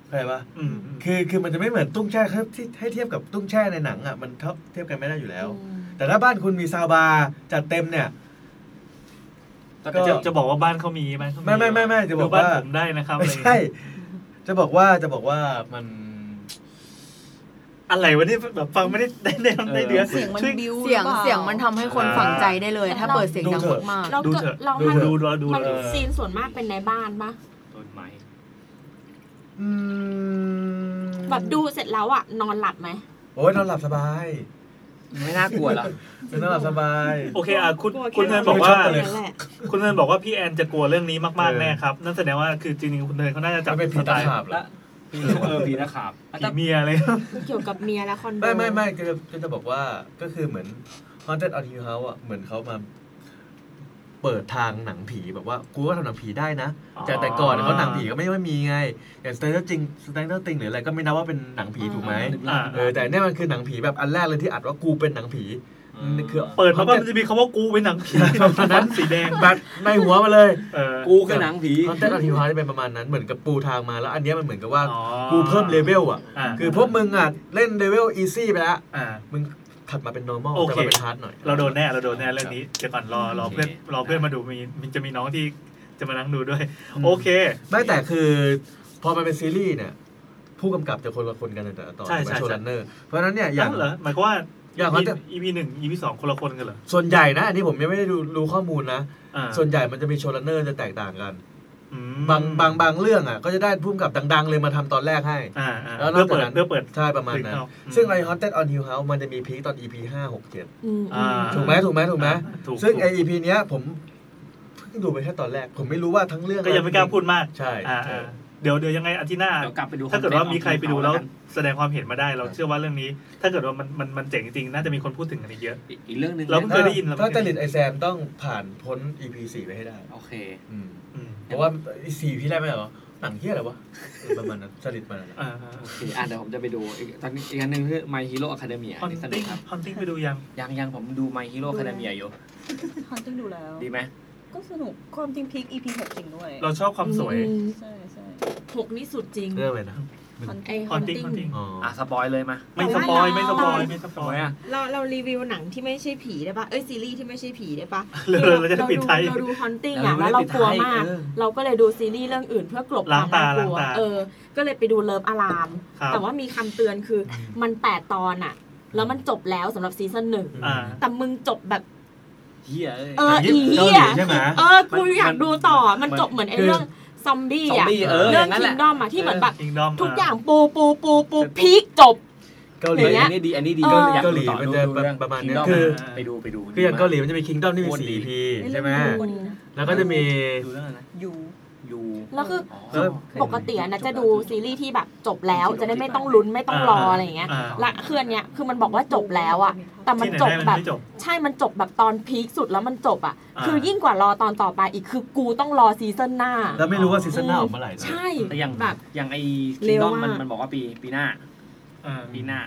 S8: เข้าใจปะ
S1: อืมอืม
S8: คือคือมันจะไม่เหมือนตุ้งแช่ครับที่ให้เทียบกับตุ้งแช่ในหนังอ่ะมันเท่าเทียบกันไม่ได้อยู่แล้ว
S3: อืม
S8: แต่ถ้าบ้านคุณมีซาวบาร์จัดเต็มเนี่ย
S1: แต่จะ [laughs] จะบอกว่าบ้านเขามีไหมเขา
S8: ไม่ไม่ไม่ไม่จะบอกว่า
S1: ดูบ้านผมได้นะครับ
S8: ไม่ใช่ จะบอกว่าจะบอกว่ามัน
S1: อะไรวะเนี่ยแบบฟังไม่ได้ได้ได้ได้เดือด
S6: เสียงมัน
S1: ช่ว
S6: บิ้ว
S7: เสียง
S6: หรือปล่า
S7: เสียงมันทำให้คนฝังใจได้เลย ถ้าเปิดเสียงดัง
S8: ดูเถอะ
S7: มาก
S3: เรา
S1: ดู
S3: เกิ
S1: เถอะ
S3: ดเรา
S8: ดูเถ
S1: ดู
S8: อะ
S1: ดูดู
S3: มัน
S1: ดู
S8: อ
S3: ซีนส่วนมากเป็นในบ้านปะ
S4: ต้นไม้
S8: อืม
S3: แบบดูเสร็จแล้วอ่ะ นอนหลับไหม
S8: โอ้ยนอนหลับสบาย
S4: ไม่น่ากลัวหรอ
S8: นอนหลับสบาย
S1: โอเคอ่ะคุณ
S3: กลัว
S1: คุณ
S3: แค่
S1: เทิร์นบอกว่า
S8: ช็อกเลย
S1: คุณเทิร์นบอกว่าพี่แอนจะกลัวเรื่องนี้มาก
S8: เอ
S1: ๆ
S8: อ
S1: แน่ครับนั่นแสดงว่าคือจริงๆคุณเทิร์นเขาน่าจะจับ
S8: จะเป็นผีตาขาบเหรอ
S4: เออผีนะครับ
S1: ผีเมียอะไร
S3: เกี่ยวกับเมียและคอนโด
S8: ไม่ไม่ไม่ก็จะก็จะบอกว่าก็คือเหมือน Haunted on Hill House อ่ะเหมือนเขามาเปิดทางหนังผีแบบว่ากูก็ทำหนังผีได้นะแต่แต่ก่อนเขาหนังผีก็ไม่ไม่มีไงอย่างสแตนเดอร์จริงสแตนเดอร์ติงหรืออะไรก็ไม่นับว่าเป็นหนังผีถูกไหม
S1: อ่า
S8: เออแต่เนี่ยมันคือหนังผีแบบอันแรกเลยที่อัดว่ากูเป็นหนังผีนี่คือ
S1: เปิดมาบ้างมันจะมีคำว่ากูเป็นหนังผีแบบนั้นสีแดง
S8: แบบในหัวมาเลย
S1: เออ
S4: กูคือหนังผี
S8: Haunted on Hill House จะเป็นประมาณนั้นเหมือนกับปูทางมาแล้ว อันเนี้ยมันเหมือนกับว่า
S1: อ๋อ
S8: กูเพิ่มเลเวลอ่ะ
S1: อ่า
S8: คือพวกมึงอ่ะเล่นเลเวลอีซี่ไปแล้ว
S1: อ่า
S8: มึงถัดมาเป็น normal
S1: โอ
S8: แต่
S1: เค
S8: มาเป็น hard หน่อย
S1: เราโดนแน่เราโดนแน่เรื่องนี้เดี๋ยวก่อนรอรอ
S4: โอเค
S1: เพื่อนรอเพื่อนมาดูมีมีจะมีน้องที่จะมานั่งดูด้วย โอเค
S8: ไม่แต่คือพอมันเป็นซีรีส์เนี่ย ผู้กำกับจะคนละคนกันในแต่ละตอน
S1: ใช่ใช่
S8: โชว์รันเนอร์เพราะฉะนั้นเนี่ยอ
S1: อย่า
S8: ย่าง ง
S1: เหรอหมายความว่า
S8: อย่างเขาจะ
S1: อีพีหนึ่งอีพีสองคนละคนกันเหรอ
S8: ส่วนใหญ่นะอันนี้ผมยังไม่ได้ดูรู้ข้อมูลนะ
S1: อ่า
S8: ส่วนใหญ่มันจะมีโชว์รันเนอร์จะแตกต่างกัน
S1: อืม
S8: บางบางบางเรื่องอ่ะก็จะได้ผู้กำกับดัง ๆ เลยมาทำตอนแรกให้
S1: อ่าอ่า
S8: แล้วน
S1: เพื่
S8: อ
S1: อกเปิด
S8: จากนั้น
S1: เพื่อเปิด
S8: ใช่ประมาณนั้น
S1: ครับ
S8: ซึ่งไอ Haunted on Hill House มันจะมีพีคตอน EP ห้าหกเจ็ด
S3: อืมอื
S1: อ่าม
S8: ถูกไหมถูกไหมถูกไหม
S1: ถูก
S8: ซึ่งไอ
S1: ถูก
S8: EP เนี้ยผมเพิ่งดูไปแค่ตอนแรก ผมไม่รู้ว่าทั้งเรื่อง
S1: ก็ยังไม่กล้าพูดมาก
S8: ใช่
S1: อ่า
S8: ใช่
S1: อ่าเดี๋ยวเดี๋ยวยังไงอาทิตย์หน้า
S4: เดี๋ยวกลับไปดู
S1: ถ้าเกิดว่ามีใครไปดูแล้ว
S4: กัน
S1: แสดงความเห็นมาได้ เราเชื่อว่าเรื่องนี้ ถ้าเกิดว่ามันมันมันเจ๋งจริงน่าจะมีคนพูดถึงกันอีกเยอะ
S4: อีกเรื่องหนึ่ง
S1: เราเพิ่งเคยได้ยิน
S8: ถ้าจริตไอแซมต้องผ่านพ้น EP สี่ไปให้ได้
S4: โอเค
S8: อืม
S1: อืม
S8: เพราะว่าสี่พี่ได้ไหมเหรอ หนังเที่ยอะไรวะเออประมาณนั้นสลิดมาแล้วนะ
S1: อ่าอ่า
S4: โอเคอ่ะเดี๋ยวผมจะไปดูอีกตอนนี้อีกอันหนึ่งคือ My Hero Academia
S1: ฮอน
S4: นี่สนุ
S1: ติ้
S4: ก
S1: ง
S4: ครับ
S1: ฮอนติ้งไปดูยัง
S4: ยังยังผมดู My Hero Academia อยู่
S6: ฮอนติ้งดูแล้ว
S4: ดีไหม
S6: ก็สนุกความจริงพีค EP หกจริงด้วย
S1: เราชอบความสวย
S6: ใช่ใช่
S3: หกนี่สุดจริง
S8: [laughs] เรื่องอะไรนะ
S6: ฮอน
S3: ไอ
S1: ฮอนติ้งฮอนติ้ง
S8: อ๋อ
S4: อ่ะสปอยเลยมา
S1: ไม่สปอยไม่สปอยไม่สป
S4: ส
S1: อ
S4: ปอย ยอ่ะ
S3: เราเรารีวิวหนังที่ไม่ใช่ผีได้ปะเอ้ยซีรีส์ที่ไม่ใช่ผีได้ปะ
S1: เราเราจะได้ปิดท้าย
S3: เราดูฮอนติ้งอ่ะแล้วเรากลัวมาก
S4: เออ
S3: เราก็เลยดูซีรีส์เรื่องอื่นเพื่อกลบ
S1: ล้างตา
S3: ความน่กลัว
S1: ล้างตา
S3: เออ ก็เลยไปดูเลิฟอาราม
S1: ครับ
S3: แต่ว่ามีคำเตือนคือมันแปดตอนอ่ะ แล้วมันจบแล้วสำหรับซีซั่นหนึ่ง
S1: อ่า
S3: แต่มึงจบแบบ
S4: เฮียเอ้ย
S3: เออ
S8: หนังญี่
S3: อี
S8: ปุ่นเกา
S3: เหี้ย
S8: หลีใช่ไหม
S3: เออกูอยากดูต่อ
S4: มั
S3: มัน นจบเหมือนไอ้
S8: คือ
S3: เรื่องซอมบี้
S4: ซอม
S3: อะ
S4: บี้เออ
S3: เรื่อง
S4: อย่างนั้น
S3: คิ
S4: แหละ
S3: งดอมอะที่เหมือนแบบ
S1: คิงดอม
S3: ทุกอย่างปูปูปูปูพีคจบ
S8: เกาหลี
S3: อย่าง
S4: อัน
S3: เงี้ย
S4: นี้ดีอันนี้ดี
S3: เออ
S4: อยาก
S8: เกาหลี
S4: ดูต่อ
S8: มันจะ
S4: ดูเอง
S8: ประมาณเนี้ย
S4: Kingdom
S8: คือ
S4: ไปดูไปดู
S8: คืออย่าง
S4: ดีม
S8: เกาหลีมันจะมีคิงดอมที่มี
S4: โคตร
S8: สี่
S4: ดี
S8: EP ใช่ไหม แล้วก็จะมี
S4: ดูเรื่องอะไรนะ
S6: ยู
S4: ยู
S3: แล้วคือ
S4: อ๋อ
S8: แล้ว
S3: ปกติอะนะจะดูซีรีส์ที่แบบจบแล้วจะได้ไม่ต้องลุ้นไม่ต้องรออะไรอย่างเงี้ย
S1: อ่า
S3: และคืออนเนี้ยคือมันบอกว่าจบแล้วอะแต่มัน
S1: ที่ไหน
S3: จบ
S1: ได้มัน
S3: แบบ
S1: ไม่จบ
S3: ใช่ มันจบแบบตอนพีคสุดแล้วมันจบอ่ะ
S1: อ่า
S3: คือยิ่งกว่ารอตอนต่อไปอีก คือกูต้องรอซีซั่นหน้า
S8: แล้วไม่รู้ว่าซีซั่นหน้าออกเมื่อไหร่นะ
S3: ใช่
S4: แต่อย่าง
S3: แบบ
S4: อย่างไอ้
S3: เร็
S4: คิง
S3: ว
S4: ดอมมัน
S3: มาก
S4: มันบอกว่าปีปีหน้า
S1: อ่า
S4: ปีหน้า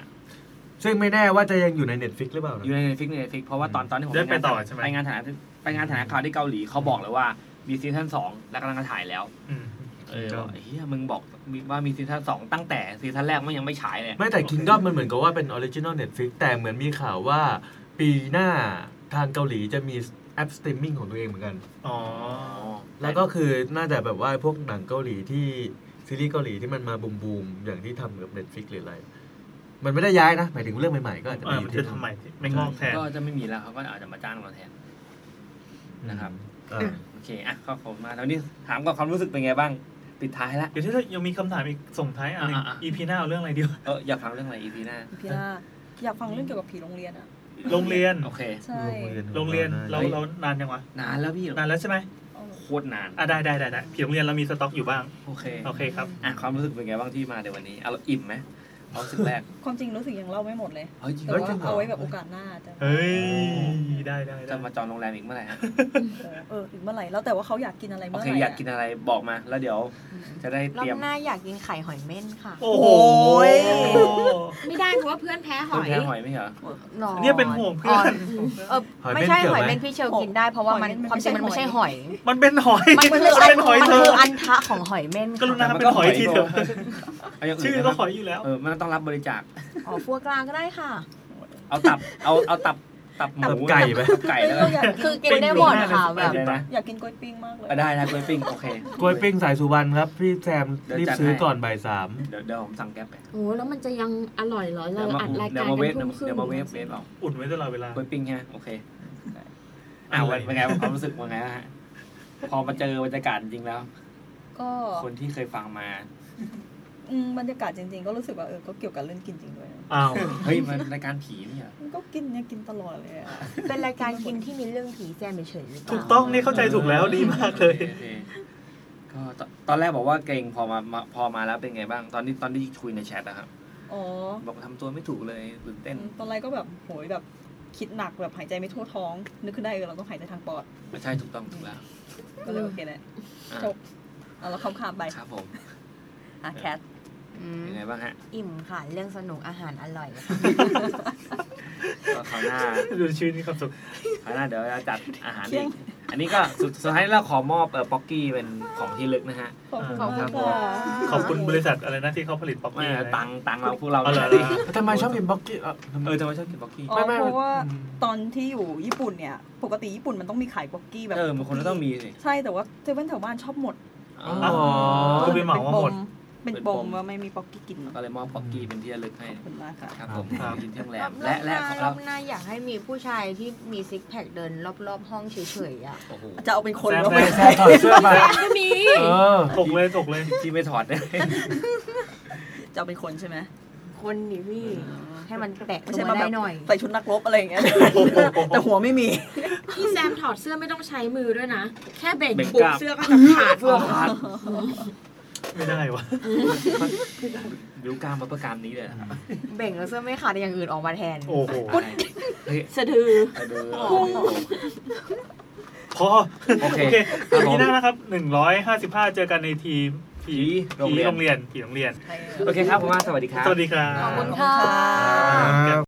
S8: ซึ่งไม่แน่ว่าจะยังอยู่ใน Netflix หรือเปล่านะ
S4: อยู่ในเน็ตฟิกในเน็ตฟิกเพราะว่าตอนตอนที่ผม
S1: ได้ไปต่อ
S4: งาน
S1: ใช่ไหม
S4: ไปงานถ่ายไปงานถ่ายข่าวที่เกาหลีเขาบอกเลยว่ามีซีซั่นสองแล้วกำลังจะถ่ายแล้ว
S1: อืม
S4: เออ
S1: Kingdom
S4: เฮียมึงบอกมีว่ามีซีซั่นสองตั้งแต่ซีซั่นแรกมันยังไม่ฉายเลย
S8: ไม่แต่คิงดอมมันเหมือนกับว่าเป็นออริจินอลเน็ตฟิกแต่เหมือนมีข่าวว่าปีหน้า ทางเกาหลีจะมีแอปสตรีมมิ่งของตัวเองเหมือนกัน
S1: อ๋อ
S8: แล้วก็คือน่าจะแบบว่าพวกหนังเกาหลีที่ซีรีส์เกาหลีที่มันมาบูมบูมๆอย่างที่ทำกับ Netflix หรืออะไร มันไม่ได้ย้ายนะ หมายถึงเรื่องใหม่ๆ ก็อาจจะ
S1: เออมันจะ
S8: ที่
S1: ทำใหม่สิไม่งอกแทน
S2: ก็จะไม่มีแล้วเขาก็อาจจะมาจ้างเราแทน นะครับ
S8: เออ
S2: โอเคอ่ะขอบคุณมากแล้วนี่ถามก่อนความรู้สึกเป็นไงบ้าง ปิดท้ายละ
S1: เดี๋ยวที่ยังมีคำถามอีกส่งท้ายอันหนึง
S2: อ่ะอ่ะอ่ะ
S1: EP หน้าเอาเรื่องอะไรดีวะ
S2: เอออยากฟังเรื่องอะไร EP หน้า
S6: พี่ล่าอยากฟังเรื่องเกี่ยวกับผีโรงเรียนอ่ะ
S1: โรงเรียน
S2: โอเค
S6: ใช่
S1: โรงเรียนเรา
S2: เฮ้ย
S1: เรานานยังวะ
S2: นานแล้วพี่
S1: นานแล้วใช่ไหม
S2: โคตรนาน
S1: อ่ะได้ได้ได้ได้ผีโรงเรียนเรามีสต็อกอยู่บ้าง
S2: โอเค
S1: โอเคครับ
S2: อ่ะความรู้สึกเป็นไงบ้างที่มาในวันนี้เอาเราอิ่มไหมความรู้สึก
S1: [laughs]
S2: แรก
S6: ความจริงรู้สึกยังเล่าไม่หมดเลย
S2: เฮ้ยจริง
S6: แต่
S2: เหรอ
S6: ว่าเอาไว้แบบโอกาสหน้าจะ
S1: เฮ้ย ได้ได้ได้
S2: จะมาจองโรงแรมอีกเมื่อไหร่ฮะ
S6: เออเอออีกเมื่อไหร่แล้วแต่ว่าเขาอยากกินอะไร
S2: โอ
S6: เมื่อ
S2: เค
S6: ไหร่
S2: อยากกินอะไรบอกมา แล้วเดี๋ยวจะได้
S7: รอ
S2: เตรีย
S7: บ
S2: ม
S7: หน้าอยากกินไข่หอยเม่นค่ะ
S1: โอ้โห
S3: ไม่ได้เพราะว่าเพื่อนแพ้ห
S2: ต้น
S3: อย
S2: แพ้หอยไหมเหรอ
S7: หรอ
S1: เนี่ยเป็นห่วงเพื่อน
S7: เออ
S8: หอยเม่น
S7: ไม่ใช่
S8: เกี่ยว
S7: หอย
S8: ไหม
S7: เม่นพี่เชลกินได้เพราะว่ามันความจริงมันไม่ใช่หอย
S1: มันเป็นหอย
S7: มันคือ
S1: มันเป็นหอย
S7: มัน
S1: เธ
S7: คือ ออันทะของหอยเม่น
S1: กรุณา
S2: มัน
S1: เป็
S2: ก็
S1: นหอย
S2: หอย
S1: ทีเถอะ
S2: เดียว เอาย่างน
S1: ชื่อ
S2: ได้ไหม
S1: ก็หอยอยู่แล้ว
S2: เออมันต้องรับบริจาค
S7: อ๋อฟัวกลางก็ได้ค่ะ
S2: เอาตับ เอา เอาตับ ตับหมู
S8: ตับไก่ไหม
S2: ตับไก่แล้วกั
S6: เรา
S2: น
S6: อยาก
S7: คือกินได้หมดค่ะ
S1: เป็นอยู่หน้าเลย
S2: ได้
S7: แบบ
S2: นะ
S6: อยากกินกล้วยปิ้งมากเลย
S2: เอาได้นะกล้วยปิ้งโอเค
S8: กล้วยปิ้งสายสุวรรณครับ พี่แซมรีบซื้อก่อนบ่ายสาม
S2: เดี๋ยวเดี๋ยวผมสั่งแก๊ปไป
S3: โอ้แล้วมันจะยังอร่อยเหรอ เรา
S2: เดี๋ยวมา
S3: อัดราย
S2: เดี๋
S3: กาย รกั
S2: วมาเวน ฟ
S3: ทุ่มครึ่ง
S2: เดี๋ยวมาเวฟเวฟเอา
S1: อุ่นไว้ตลอดเวลา
S2: กล้วยปิ้งใช่ไหมโอเคได้อ่าวันเป็นไงความรู้สึกเป็นไงฮะ พอมาเจอบรรยากาศจริงแล้ว
S6: ก็
S2: คนที่เคยฟังมา
S6: อืมบรรยากาศจริง ๆ ก็รู้สึกว่าเออก็เกี่ยวกับเรื่องกินจริงด้วยนะ
S1: อ้าว
S2: เฮ้ย มันรายการผีนี่เหรอ
S6: มันก็กินเนี่ยกินตลอดเลยอะ
S7: เป็นรายการกินที่มีเรื่องผีแซมเฉยๆหรือเป
S1: ถูก
S7: ล่า
S1: ต้องนี่เข้าใจถูกแล้วดีมากเลย
S2: โอคโอคก็ตอนตอนแรกบอกว่าเก่งพอมามาพอมาแล้วเป็นไงบ้าง ตอนนี้ตอนที่คุยในแชทนะครับ
S6: อ๋อ
S2: บอกทำตัวไม่ถูกเลยตื่นเต้น
S6: ตอนแรกก็แบบโหยแบบคิดหนักแบบหายใจไม่ทั่วท้อง นึกขึ้นได้เออเราต้องหายใจทางปอด
S2: ไม่ใช่ถูกต้องถูกแล้ว
S6: ก็เลยโอเคแหละ
S2: อ่ะ
S6: จบเอาแล้วคำขาไป
S2: ครับผม
S6: อ่ะแคท
S7: อืม
S2: ยังไงบ้างฮะ
S7: อิ่มค่ะ เรื่องสนุกอาหารอร่อยค่ะ
S2: ก็คราวหน้า
S1: ดูชื่นนี่ความสุข
S2: คราวหน้าเดี๋ยวจะจัดอาหารอีกอันนี้ก็สุดสุดท้ายเราขอมอบเออป๊อกกี้เป็นของที่ลึกนะฮะ
S6: ขอบคุณ
S1: ขอบคุณ
S6: มาก
S2: ครับ
S6: ค่ะ
S1: ขอบคุณบริษัทอะไรนะที่เขาผลิตป๊อป
S2: ไม่
S1: ปี้นะ
S2: ตังตังเราพวกเรา
S1: เอาเหรอ
S2: นี่ย
S8: ทำไมชอบกินบล็อกกี้อ่ะทำไม
S2: เออทำไมชอบกินป๊อกกี้
S6: อ๋อ
S8: ไม่ไม่
S6: เพราะว่าตอนที่อยู่ญี่ปุ่นเนี่ย ปกติญี่ปุ่นมันต้องมีขายบ็อกกี้แบบ
S2: เออมันคนก็ต้องมีสิ
S6: ใช่แต่ว่าเซเว่นแถวบ้านชอบหมด
S2: อ๋อ
S1: อ๋อคือไปเหมาว่าหมด
S6: เป็นปมว่าไม่มีป๊อกกี้กินข
S2: ก็เลยมอบป๊อกกี้เป็นที่ระลึกให้
S6: อบคุณมากค่ะ
S2: ครับผม
S1: ครับ
S2: กินเที่ยงแร
S7: รอ
S2: ม
S7: บ
S2: และและข
S7: ห
S2: อ
S7: น้าง ร
S2: เรา
S7: อบหน้าอยากให้มีผู้ชายที่มีซิกแพคเดินรอบๆห้องเฉยๆอ่ะ
S2: โอ้โห
S6: จะเอาเป็นคน
S1: แซม
S6: แล้ว
S1: แซม
S8: แซมถอดเสื้อมา
S3: ก็มี
S8: เออ
S1: ถกเลยถกเลย
S2: ที่ไม่ถอดเนี่ย
S6: จะเอาเป็นคนใช่ไหม
S3: คนนี่พี่
S7: ให้มันแตะ
S6: ไม่
S7: ตั
S6: ใช่
S7: ว
S6: มาแบ
S7: ได้
S6: บ
S7: หน่อย
S6: ใส่ชุดนักรบอะไรอย่างเงี้ยแต่หัวไม่มี
S3: พี่แซมถอดเสื้อไม่ต้องใช้มือด้วยนะ แค่เบ่ง
S2: เบ่ง
S3: ปุ๊
S2: ก
S3: บ
S2: ล้าม
S3: เสื้อก็จะขาด
S2: เสื้อขาด
S1: ไม่ได้วะ
S2: ดูกล้ามมาเพื่อกล้ามนี้เลยเหรอครับ
S7: เบ่งแล้วเสื้อไม่ขาดแต่อย่างอื่นออกมาแทน
S1: โอ้โห
S2: เฮ้ย
S3: สะดือ
S2: ไปดู
S1: พอ
S2: โอเค
S1: โอเคทีหน้านะครับหนึ่งร้อยห้าสิบห้าเจอกันในทีมผี
S2: โรง
S1: ผี
S2: เรียน
S1: โรงเรียนผีโรงเรียน
S2: โอเคครับผมว่าสวัสดีครับ
S1: สวัสดีครับ
S7: ขอบคุณค่ะ
S1: ครับ